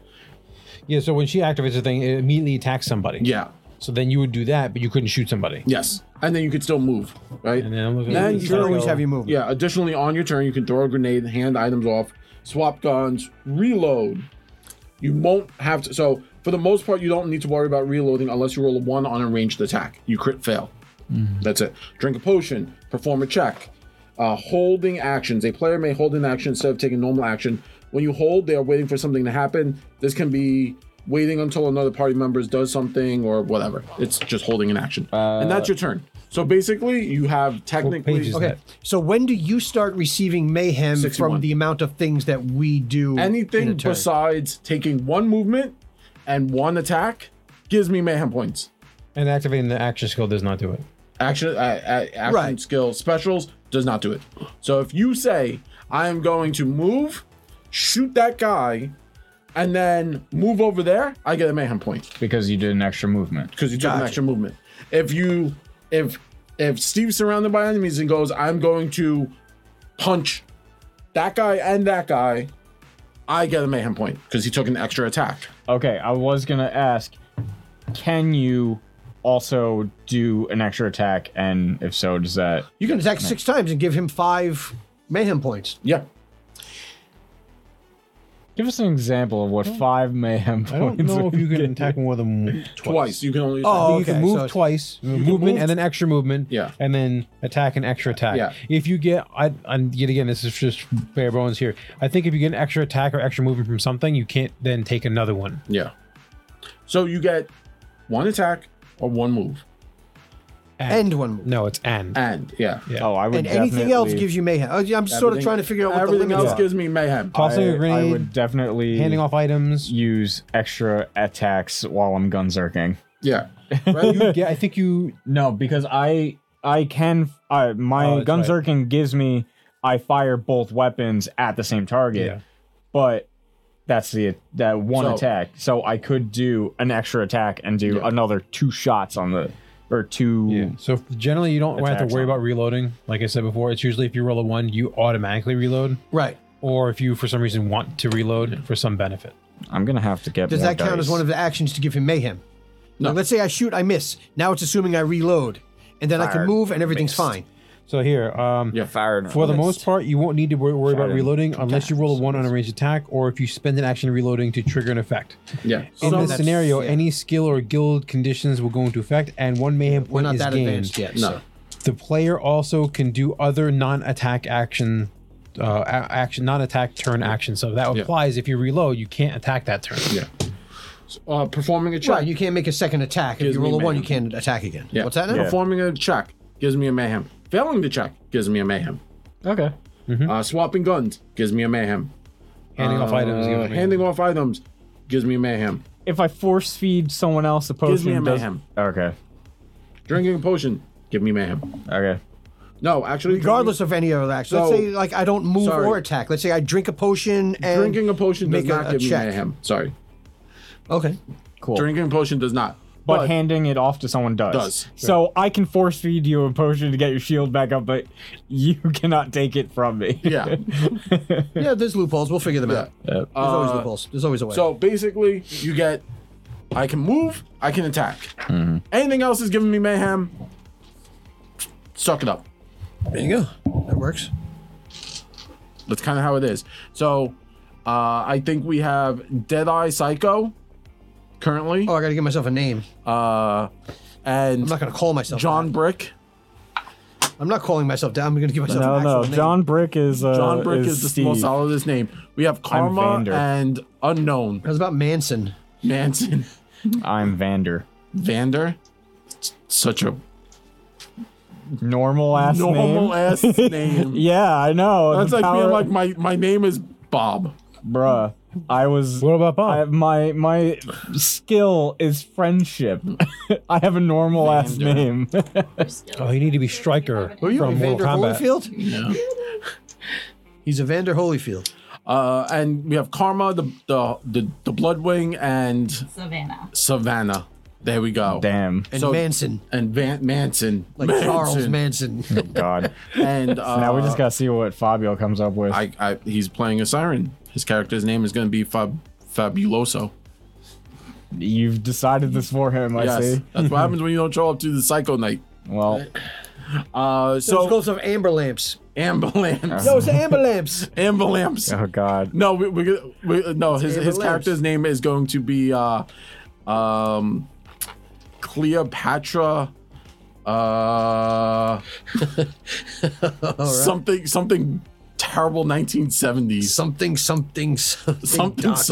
[SPEAKER 5] Yeah, so when she activates the thing, it immediately attacks somebody.
[SPEAKER 1] Yeah.
[SPEAKER 5] So then you would do that, but you couldn't shoot somebody.
[SPEAKER 1] Yes. And then you can still move, right?
[SPEAKER 5] And then I'm looking
[SPEAKER 1] Then
[SPEAKER 5] at
[SPEAKER 1] you
[SPEAKER 5] Psycho.
[SPEAKER 1] always
[SPEAKER 4] have you move.
[SPEAKER 1] Yeah. Additionally, on your turn, you can throw a grenade, hand items off, swap guns, reload. You won't have to. So, for the most part, you don't need to worry about reloading unless you roll a one on a ranged attack. You crit fail. That's it. Drink a potion, perform a check. Uh, holding actions. A player may hold an action instead of taking normal action. When you hold, they are waiting for something to happen. This can be waiting until another party member does something or whatever. It's just holding an action. and that's your turn. So basically, you have technically.
[SPEAKER 5] pages
[SPEAKER 1] Okay.
[SPEAKER 4] Okay. So when do you start receiving mayhem
[SPEAKER 1] 61.
[SPEAKER 4] from the amount of things that we do? in
[SPEAKER 1] anything
[SPEAKER 4] a turn?
[SPEAKER 1] besides taking one movement and one attack gives me mayhem points.
[SPEAKER 5] And activating the action skill does not do it.
[SPEAKER 1] Action, uh, uh, action
[SPEAKER 4] Right.
[SPEAKER 1] skill specials does not do it. So if you say I am going to move, shoot that guy, and then move over there, I get a mayhem point
[SPEAKER 9] Because you did an extra movement.
[SPEAKER 1] because you took an extra movement. If you, if if Steve's surrounded by enemies and goes, I'm going to punch that guy and that guy, I get a mayhem point because he took an extra attack.
[SPEAKER 3] Okay, I was gonna ask, can you also do an extra attack? And if so, does that
[SPEAKER 4] You can attack six times and give him five mayhem points.
[SPEAKER 1] Yeah.
[SPEAKER 3] give us an example of what five mayhem
[SPEAKER 5] I don't
[SPEAKER 3] points?
[SPEAKER 5] know if
[SPEAKER 3] would
[SPEAKER 5] you can
[SPEAKER 3] get?
[SPEAKER 5] attack more than
[SPEAKER 1] twice. You can only.
[SPEAKER 4] Oh,
[SPEAKER 5] you can
[SPEAKER 4] okay,
[SPEAKER 5] move
[SPEAKER 4] so it's-
[SPEAKER 5] twice, movement,
[SPEAKER 1] move-
[SPEAKER 5] and then extra movement,
[SPEAKER 1] Yeah.
[SPEAKER 5] and then attack and extra attack.
[SPEAKER 1] Yeah.
[SPEAKER 5] If you get, I, and yet again, this is just bare bones here. I think if you get an extra attack or extra movement from something, you can't then take another one.
[SPEAKER 1] Yeah. So you get one attack or one move,
[SPEAKER 4] And one move.
[SPEAKER 5] No, it's and.
[SPEAKER 1] and yeah.
[SPEAKER 5] Yeah.
[SPEAKER 3] Oh, I would.
[SPEAKER 4] And anything else gives you mayhem. Oh, yeah, I'm sort of
[SPEAKER 1] Everything-
[SPEAKER 4] trying to figure out what the
[SPEAKER 1] everything
[SPEAKER 4] limits
[SPEAKER 1] else
[SPEAKER 4] are.
[SPEAKER 1] gives me mayhem.
[SPEAKER 5] Tossing a
[SPEAKER 3] I,
[SPEAKER 5] grenade,
[SPEAKER 3] would definitely
[SPEAKER 5] handing off items.
[SPEAKER 3] use extra attacks while I'm gunzerking.
[SPEAKER 1] Yeah. Right? You-
[SPEAKER 5] Yeah, I think you.
[SPEAKER 3] No, because I I can I, my
[SPEAKER 5] Oh, that's right.
[SPEAKER 3] gunzerking gives me I fire both weapons at the same target,
[SPEAKER 5] Yeah.
[SPEAKER 3] but that's the that one
[SPEAKER 1] So-
[SPEAKER 3] attack. So I could do an extra attack and do another two shots on the or two.
[SPEAKER 5] So generally, you don't have
[SPEAKER 3] Attacks
[SPEAKER 5] to worry
[SPEAKER 3] on.
[SPEAKER 5] about reloading. Like I said before, it's usually if you roll a one, you automatically reload,
[SPEAKER 4] Right.
[SPEAKER 5] or if you for some reason want to reload for some benefit.
[SPEAKER 3] I'm gonna have to get.
[SPEAKER 4] Does
[SPEAKER 3] more
[SPEAKER 4] that count as
[SPEAKER 3] dice.
[SPEAKER 4] one of the actions to give him mayhem?
[SPEAKER 1] No.
[SPEAKER 4] Like, let's say I shoot, I miss. Now it's assuming I reload. And then I can
[SPEAKER 3] Fired,
[SPEAKER 4] move and everything's
[SPEAKER 3] missed.
[SPEAKER 4] fine.
[SPEAKER 5] So here, um,
[SPEAKER 1] Yeah.
[SPEAKER 3] fired?
[SPEAKER 5] For the most part, you won't need to wor- worry about
[SPEAKER 3] Shadow
[SPEAKER 5] reloading unless you roll a one on a ranged attack or if you spend an action reloading to trigger an effect.
[SPEAKER 1] yeah.
[SPEAKER 5] In
[SPEAKER 1] So-
[SPEAKER 5] this scenario, any skill or guild conditions will go into effect, and one mayhem
[SPEAKER 4] We're
[SPEAKER 5] point
[SPEAKER 4] not
[SPEAKER 5] is
[SPEAKER 4] that
[SPEAKER 5] gained.
[SPEAKER 4] advanced yet.
[SPEAKER 1] no.
[SPEAKER 4] so-
[SPEAKER 5] The player also can do other non-attack action, uh, a- action non-attack turn action. So that
[SPEAKER 1] Yeah.
[SPEAKER 5] applies if you reload, you can't attack that turn.
[SPEAKER 1] Yeah. Uh, performing a check.
[SPEAKER 4] Right, you can't make a second attack. If
[SPEAKER 1] Gives
[SPEAKER 4] you roll a
[SPEAKER 1] me
[SPEAKER 4] one, you
[SPEAKER 1] mayhem.
[SPEAKER 4] can't attack again.
[SPEAKER 1] yeah.
[SPEAKER 4] What's that now?
[SPEAKER 1] Performing a check gives me a mayhem. Failing the check gives me a mayhem.
[SPEAKER 3] Okay.
[SPEAKER 4] Hmm?
[SPEAKER 1] Uh, swapping guns gives me a mayhem.
[SPEAKER 5] Handing off items,
[SPEAKER 1] Uh,
[SPEAKER 5] you
[SPEAKER 1] handing off items gives me a mayhem.
[SPEAKER 3] If I force feed someone else a potion,
[SPEAKER 1] Gives me a
[SPEAKER 3] does-
[SPEAKER 1] mayhem.
[SPEAKER 3] Okay.
[SPEAKER 1] Drinking a potion give me mayhem.
[SPEAKER 3] Okay.
[SPEAKER 1] No, actually,
[SPEAKER 4] Regardless of any other action. Let's
[SPEAKER 1] So-
[SPEAKER 4] say, like, I don't move
[SPEAKER 1] Sorry.
[SPEAKER 4] or attack. Let's say I drink a potion and.
[SPEAKER 1] drinking a potion does
[SPEAKER 4] make a-
[SPEAKER 1] not
[SPEAKER 4] a
[SPEAKER 1] give
[SPEAKER 4] check.
[SPEAKER 1] me mayhem. Sorry,
[SPEAKER 4] Okay.
[SPEAKER 3] Cool.
[SPEAKER 1] drinking a potion does not.
[SPEAKER 3] but, handing it off to someone does.
[SPEAKER 1] Does.
[SPEAKER 3] So I can force feed you a potion to get your shield back up, but you cannot take it from me.
[SPEAKER 1] yeah.
[SPEAKER 4] Yeah, there's loopholes. We'll figure them out. There's
[SPEAKER 1] Uh,
[SPEAKER 4] always loopholes. There's always a way.
[SPEAKER 1] So basically, you get I can move, I can attack. Anything else is giving me mayhem. Suck it up.
[SPEAKER 4] there you go. That works.
[SPEAKER 1] That's kind of how it is. So uh, I think we have Deadeye Psycho currently,
[SPEAKER 4] Oh, I gotta give myself a name.
[SPEAKER 1] uh,
[SPEAKER 4] I'm
[SPEAKER 1] and
[SPEAKER 4] not gonna call myself.
[SPEAKER 1] John Brick.
[SPEAKER 4] I'm not calling myself down. I'm going to give myself
[SPEAKER 3] No,
[SPEAKER 4] an actual
[SPEAKER 3] no.
[SPEAKER 4] name.
[SPEAKER 3] John Brick is uh,
[SPEAKER 1] John Brick is, the most
[SPEAKER 3] Steve.
[SPEAKER 1] solidest name. We have Karma
[SPEAKER 3] Vander.
[SPEAKER 1] and Unknown.
[SPEAKER 4] How's about Manson?
[SPEAKER 1] Manson.
[SPEAKER 3] I'm Vander.
[SPEAKER 1] Vander. It's Such a
[SPEAKER 3] Normal ass
[SPEAKER 1] normal
[SPEAKER 3] name.
[SPEAKER 1] ass name.
[SPEAKER 3] yeah, I know.
[SPEAKER 1] That's
[SPEAKER 3] the
[SPEAKER 1] like
[SPEAKER 3] power-
[SPEAKER 1] being like my my name is Bob.
[SPEAKER 3] bruh. I was.
[SPEAKER 5] What about Bob?
[SPEAKER 3] I, my my skill is friendship. I have a normal ass
[SPEAKER 1] Vander.
[SPEAKER 3] name.
[SPEAKER 5] Oh, you need to be Striker
[SPEAKER 4] Who are you,
[SPEAKER 5] from
[SPEAKER 4] Evander
[SPEAKER 5] Mortal Kombat.
[SPEAKER 4] Holyfield? He's Evander Holyfield.
[SPEAKER 1] Uh, and we have Karma, the the the, the Bloodwing, and
[SPEAKER 6] Savannah.
[SPEAKER 1] Savannah. There we go.
[SPEAKER 3] Damn. Oh,
[SPEAKER 4] And
[SPEAKER 1] So-
[SPEAKER 4] Manson.
[SPEAKER 1] And Van- Manson,
[SPEAKER 4] Like Charles Manson.
[SPEAKER 3] God.
[SPEAKER 1] and uh,
[SPEAKER 3] now we just gotta see what Fabio comes up with.
[SPEAKER 1] I, I he's playing a siren. His character's name is going to be Fab Fabuloso.
[SPEAKER 3] You've decided this for him, I
[SPEAKER 1] yes,
[SPEAKER 3] see.
[SPEAKER 1] that's what happens when you don't show up to the Psycho Night.
[SPEAKER 3] Well,
[SPEAKER 1] Uh,
[SPEAKER 4] Those
[SPEAKER 1] so
[SPEAKER 4] ghosts of amber lamps.
[SPEAKER 1] ambulance,
[SPEAKER 4] Those amber lamps.
[SPEAKER 1] ambulance.
[SPEAKER 3] oh god.
[SPEAKER 1] No, we, we, we no. His his
[SPEAKER 4] Ambulance.
[SPEAKER 1] character's name is going to be uh, um, Cleopatra. Uh, something something terrible 1970s
[SPEAKER 4] Something, something, something.
[SPEAKER 1] something
[SPEAKER 4] dark side.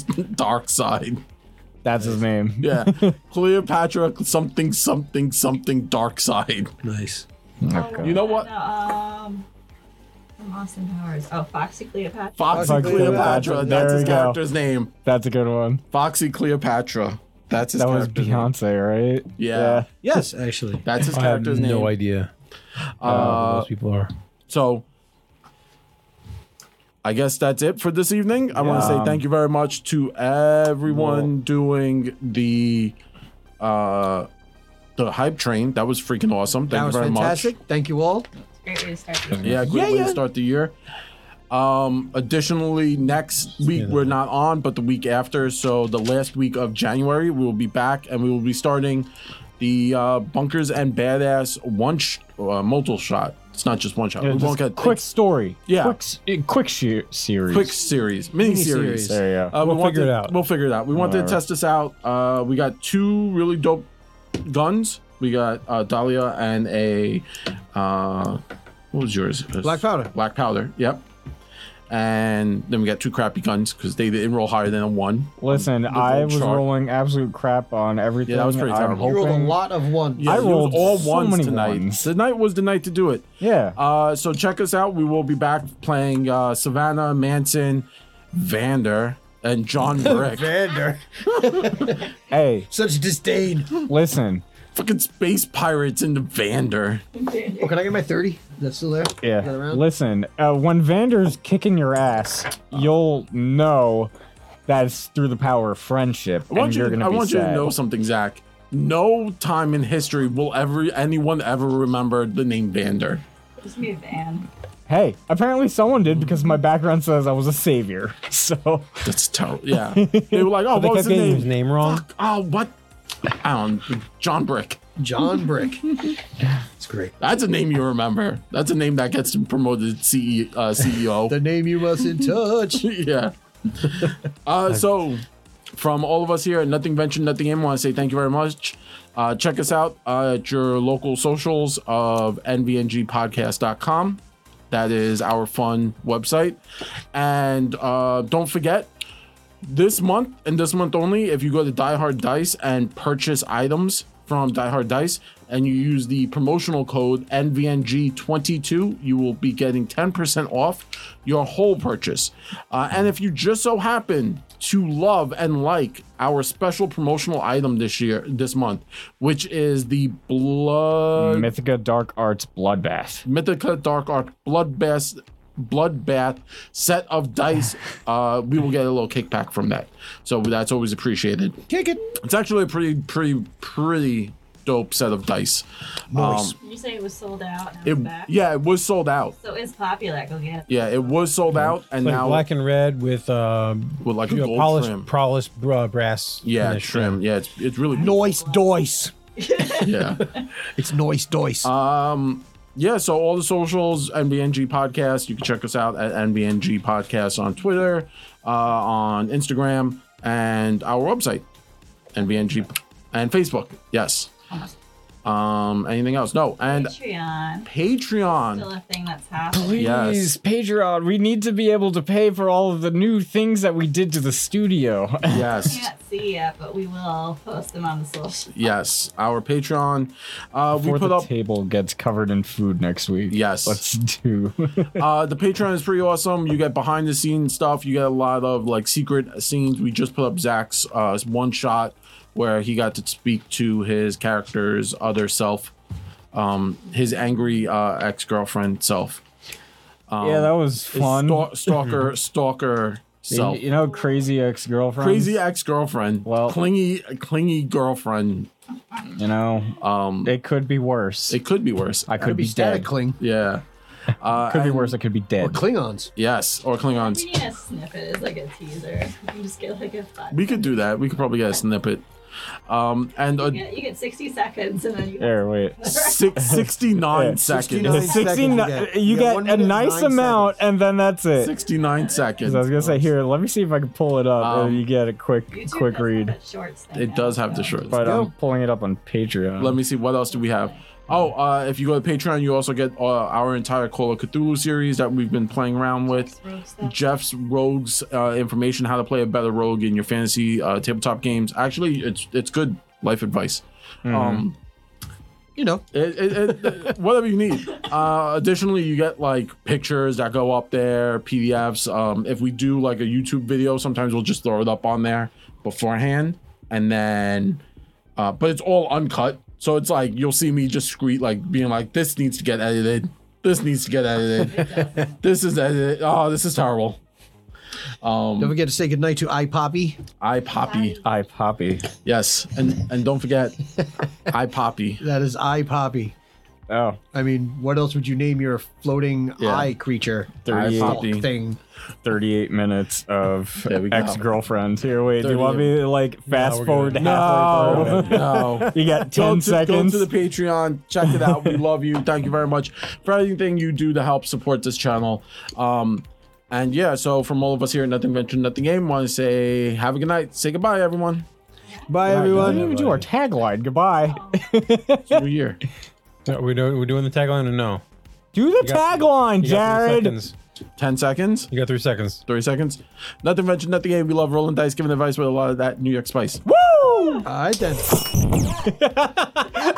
[SPEAKER 1] something dark side
[SPEAKER 3] That's his name.
[SPEAKER 1] yeah cleopatra something something something dark side
[SPEAKER 4] Nice.
[SPEAKER 1] you know what
[SPEAKER 6] No, um, from Austin Powers. Oh, Foxy Cleopatra.
[SPEAKER 1] foxy,
[SPEAKER 4] Foxy
[SPEAKER 1] cleopatra,
[SPEAKER 3] Cleopatra,
[SPEAKER 1] that's
[SPEAKER 3] there
[SPEAKER 1] his
[SPEAKER 3] we go.
[SPEAKER 1] character's name
[SPEAKER 3] That's a good one.
[SPEAKER 1] foxy cleopatra that's his
[SPEAKER 3] That was
[SPEAKER 1] character's name.
[SPEAKER 3] Beyonce, right?
[SPEAKER 1] Yeah.
[SPEAKER 4] Yes, actually.
[SPEAKER 1] that's his
[SPEAKER 5] I have
[SPEAKER 1] character's name
[SPEAKER 5] no idea uh, who
[SPEAKER 1] Uh,
[SPEAKER 5] those people are.
[SPEAKER 1] so I guess that's it for this evening. I want to say
[SPEAKER 3] Um,
[SPEAKER 1] thank you very much to everyone doing the uh the hype train. That was freaking awesome. Thank
[SPEAKER 4] That
[SPEAKER 1] you
[SPEAKER 4] was
[SPEAKER 1] very
[SPEAKER 4] fantastic.
[SPEAKER 1] much.
[SPEAKER 4] Thank you all.
[SPEAKER 6] Great way to start. the year.
[SPEAKER 1] Yeah, great
[SPEAKER 4] Yeah,
[SPEAKER 1] way
[SPEAKER 4] yeah.
[SPEAKER 1] to start the year. Um additionally next week we're not on, but the week after, so the last week of January, we will be back and we will be starting the uh bunkers and badass one sh- uh, multiple shot. It's not just one shot.
[SPEAKER 3] Yeah,
[SPEAKER 1] we
[SPEAKER 3] just
[SPEAKER 1] won't get
[SPEAKER 3] quick story.
[SPEAKER 1] Yeah.
[SPEAKER 3] Quick, s- uh, quick shoot series.
[SPEAKER 1] quick series, mini series.
[SPEAKER 4] Miniseries.
[SPEAKER 3] There you go.
[SPEAKER 1] Uh,
[SPEAKER 5] We'll
[SPEAKER 1] want
[SPEAKER 5] figure it
[SPEAKER 1] to-
[SPEAKER 5] out.
[SPEAKER 1] We'll figure it out. We want to
[SPEAKER 3] Whatever.
[SPEAKER 1] test this out. Uh, we got two really dope guns. We got uh, Dahlia and a uh, what was yours?
[SPEAKER 4] Black powder.
[SPEAKER 1] Black powder. Yep. And then we got two crappy guns because they didn't roll higher than a one.
[SPEAKER 3] Listen, I was
[SPEAKER 1] chart.
[SPEAKER 3] rolling absolute crap on everything.
[SPEAKER 1] was pretty
[SPEAKER 3] I'm
[SPEAKER 1] terrible.
[SPEAKER 4] You rolled a
[SPEAKER 3] hoping-
[SPEAKER 4] lot of one.
[SPEAKER 1] Yeah,
[SPEAKER 3] I
[SPEAKER 1] it was
[SPEAKER 3] rolled
[SPEAKER 1] all
[SPEAKER 3] so
[SPEAKER 1] ones
[SPEAKER 3] many
[SPEAKER 1] tonight.
[SPEAKER 3] ones.
[SPEAKER 1] Tonight was the night to do it.
[SPEAKER 3] Yeah.
[SPEAKER 1] Uh, so check us out. We will be back playing uh, Savannah, Manson, Vander, and John Brick.
[SPEAKER 4] Vander.
[SPEAKER 3] hey,
[SPEAKER 4] Such disdain.
[SPEAKER 3] listen.
[SPEAKER 1] Fucking space pirates into Vander.
[SPEAKER 4] Oh, can I get my 30? Is that still there?
[SPEAKER 3] Yeah.
[SPEAKER 4] Another round?
[SPEAKER 3] Listen, uh, when Vander's kicking your ass,
[SPEAKER 1] Oh.
[SPEAKER 3] you'll know that's through the power of friendship.
[SPEAKER 1] I want
[SPEAKER 3] and
[SPEAKER 1] you.
[SPEAKER 3] are
[SPEAKER 1] To,
[SPEAKER 3] gonna
[SPEAKER 1] I
[SPEAKER 3] be
[SPEAKER 1] want you
[SPEAKER 3] sad.
[SPEAKER 1] to know something, Zach. No time in history will ever anyone ever remember the name Vander.
[SPEAKER 6] Just move Anne.
[SPEAKER 3] Hey, apparently someone did because my background says I was a savior. So
[SPEAKER 1] That's terrible. Yeah, they were like, "Oh,
[SPEAKER 5] They
[SPEAKER 1] what was his
[SPEAKER 5] kept getting
[SPEAKER 1] name?
[SPEAKER 5] his name wrong.
[SPEAKER 1] Fuck, Oh, what? I don't. know. John Brick.
[SPEAKER 4] John Brick. It's great.
[SPEAKER 1] That's a name you remember. That's a name that gets him promoted CE, uh, CEO.
[SPEAKER 4] The name you mustn't touch.
[SPEAKER 1] yeah. Uh, so, from all of us here at Nothing Venture, Nothing In, want to say thank you very much. Uh, check us out uh, at your local socials of nvngpodcast.com. That is our fun website. And uh, don't forget, this month and this month only, if you go to Die Hard Dice and purchase items from Die Hard Dice and you use the promotional code NVNG22, you will be getting 10% off your whole purchase. Uh, and if you just so happen to love and like our special promotional item this year, this month, which is the Blood
[SPEAKER 3] Mythica Dark Arts Bloodbath.
[SPEAKER 1] Mythica Dark Arc Bloodbath Bloodbath set of dice. Uh, we will get a little kickback from that, so that's always appreciated.
[SPEAKER 4] Kick it.
[SPEAKER 1] It's actually a pretty, pretty, pretty dope set of dice.
[SPEAKER 4] Nice.
[SPEAKER 6] Did you say it was sold out? And
[SPEAKER 1] It,
[SPEAKER 6] it, back?
[SPEAKER 1] yeah, it was sold out.
[SPEAKER 6] So it's popular. Go get it.
[SPEAKER 1] Yeah, it was sold out, and
[SPEAKER 5] Like
[SPEAKER 1] now
[SPEAKER 5] black and red with um,
[SPEAKER 1] with like a
[SPEAKER 5] you know,
[SPEAKER 1] gold
[SPEAKER 5] polished,
[SPEAKER 1] trim.
[SPEAKER 5] polished uh, brass.
[SPEAKER 1] yeah,
[SPEAKER 5] finish.
[SPEAKER 1] trim. Yeah, it's it's really
[SPEAKER 4] Noise Doice.
[SPEAKER 1] yeah.
[SPEAKER 4] It's Noise Doice.
[SPEAKER 1] yeah, so all the socials, NBNG Podcast. You can check us out at NBNG Podcast on Twitter, uh, on Instagram, and our website, NBNG and Facebook. Yes. Um, anything else? No. And
[SPEAKER 6] Patreon. Still
[SPEAKER 1] Patreon.
[SPEAKER 6] a thing that's happening.
[SPEAKER 3] Please,
[SPEAKER 1] Yes.
[SPEAKER 3] Patreon, we need to be able to pay for all of the new things that we did to the studio.
[SPEAKER 1] Yes.
[SPEAKER 6] Can't see yet, but we will post them on the social.
[SPEAKER 1] Yes. Our Patreon. Uh, we
[SPEAKER 3] Before
[SPEAKER 1] put
[SPEAKER 3] the
[SPEAKER 1] up.
[SPEAKER 3] table gets covered in food next week.
[SPEAKER 1] Yes.
[SPEAKER 3] Let's do.
[SPEAKER 1] Uh, the Patreon is pretty awesome. You get behind the scenes stuff. You get a lot of like secret scenes. We just put up Zach's uh, one shot where he got to speak to his character's other self, um, his angry uh, ex girlfriend self, Um,
[SPEAKER 3] yeah, that was
[SPEAKER 1] His
[SPEAKER 3] fun.
[SPEAKER 1] stalk- stalker, stalker
[SPEAKER 3] You,
[SPEAKER 1] self,
[SPEAKER 3] you know, crazy ex girlfriend.
[SPEAKER 1] crazy ex girlfriend,
[SPEAKER 3] Well-
[SPEAKER 1] clingy, clingy girlfriend.
[SPEAKER 3] You know,
[SPEAKER 1] Um,
[SPEAKER 3] it could be worse.
[SPEAKER 1] it could be worse.
[SPEAKER 3] I could
[SPEAKER 4] Could
[SPEAKER 3] be
[SPEAKER 4] be static
[SPEAKER 3] dead.
[SPEAKER 4] Kling
[SPEAKER 1] yeah. Uh,
[SPEAKER 3] Could be
[SPEAKER 1] and-
[SPEAKER 3] worse. I could be
[SPEAKER 4] or
[SPEAKER 3] dead.
[SPEAKER 4] Klingons.
[SPEAKER 1] Yes, or Klingons.
[SPEAKER 6] We need a snippet as like a teaser. You can just get like a five.
[SPEAKER 1] We could do that. We could probably get a snippet. Um, and
[SPEAKER 6] You
[SPEAKER 1] a
[SPEAKER 6] get, you get 60 seconds and then you.
[SPEAKER 3] There, wait.
[SPEAKER 1] six, 69
[SPEAKER 3] Yeah,
[SPEAKER 1] seconds.
[SPEAKER 2] 69
[SPEAKER 1] 69,
[SPEAKER 2] Nine seconds
[SPEAKER 3] Sixteen. uh,
[SPEAKER 2] you get.
[SPEAKER 3] You
[SPEAKER 2] You get
[SPEAKER 3] get
[SPEAKER 2] one
[SPEAKER 3] a
[SPEAKER 2] minute,
[SPEAKER 3] nice
[SPEAKER 2] nine
[SPEAKER 3] amount, and then that's it.
[SPEAKER 1] 69
[SPEAKER 3] I was
[SPEAKER 1] seconds.
[SPEAKER 3] gonna say here. Let me see if I can pull it up.
[SPEAKER 1] Um,
[SPEAKER 3] and you get a quick,
[SPEAKER 6] YouTube
[SPEAKER 3] quick
[SPEAKER 6] does have
[SPEAKER 3] read.
[SPEAKER 6] that shorts thing
[SPEAKER 1] It
[SPEAKER 6] now,
[SPEAKER 1] does have
[SPEAKER 6] so-
[SPEAKER 1] the shorts.
[SPEAKER 3] But
[SPEAKER 4] go.
[SPEAKER 3] I'm pulling it up on Patreon.
[SPEAKER 1] Let me see. What else do we have? Oh, uh, if you go to Patreon, you also get uh, our entire Call of Cthulhu series that we've been playing around with.
[SPEAKER 6] Rogue stuff.
[SPEAKER 1] Jeff's rogues uh, information, how to play a better rogue in your fantasy uh, tabletop games. Actually, it's it's good life advice.
[SPEAKER 3] Mm-hmm.
[SPEAKER 1] Um,
[SPEAKER 4] You know,
[SPEAKER 1] It, it, it, whatever you need. Uh, additionally, you get like pictures that go up there, PDFs. Um, if we do like a YouTube video, sometimes we'll just throw it up on there beforehand, and then, uh, but it's all uncut. So it's like you'll see me just scree like being like, "This needs to get edited. This needs to get edited. this is edited. Oh, this is terrible." Um.
[SPEAKER 4] don't forget to say goodnight to I Poppy.
[SPEAKER 1] I poppy.
[SPEAKER 3] I Poppy.
[SPEAKER 1] Yes, and and don't forget, I poppy.
[SPEAKER 4] That is I Poppy.
[SPEAKER 3] Oh,
[SPEAKER 4] I mean, what else would you name your floating
[SPEAKER 1] Yeah.
[SPEAKER 4] eye creature?
[SPEAKER 1] I
[SPEAKER 3] 38,
[SPEAKER 1] poppy.
[SPEAKER 4] Thing.
[SPEAKER 3] 38 minutes of
[SPEAKER 1] There we go.
[SPEAKER 3] ex girlfriend. Here, wait. Do you want me to like fast
[SPEAKER 5] we're
[SPEAKER 3] forward
[SPEAKER 5] good.
[SPEAKER 3] halfway through?
[SPEAKER 1] No.
[SPEAKER 3] You got 10
[SPEAKER 1] go to,
[SPEAKER 3] seconds.
[SPEAKER 1] Go to the Patreon. Check it out. We love you. Thank you very much for anything you do to help support this channel. Um, and yeah, so from all of us here at Nothing Venture, Nothing Game, want to say have a good night. Say goodbye, everyone.
[SPEAKER 2] Bye,
[SPEAKER 3] we
[SPEAKER 2] everyone.
[SPEAKER 3] didn't even do our tagline. Goodbye.
[SPEAKER 1] It's a new year.
[SPEAKER 5] No, Uh, we do, we're doing the tagline or no?
[SPEAKER 3] Do the
[SPEAKER 5] got-
[SPEAKER 3] tagline,
[SPEAKER 5] You got three
[SPEAKER 3] Jared.
[SPEAKER 5] seconds.
[SPEAKER 1] 10 seconds.
[SPEAKER 5] You got three seconds.
[SPEAKER 1] 30 seconds. Nothing Venture, Nothing Game. We love rolling dice, giving advice with a lot of that New York spice.
[SPEAKER 3] Woo!
[SPEAKER 4] All right, then.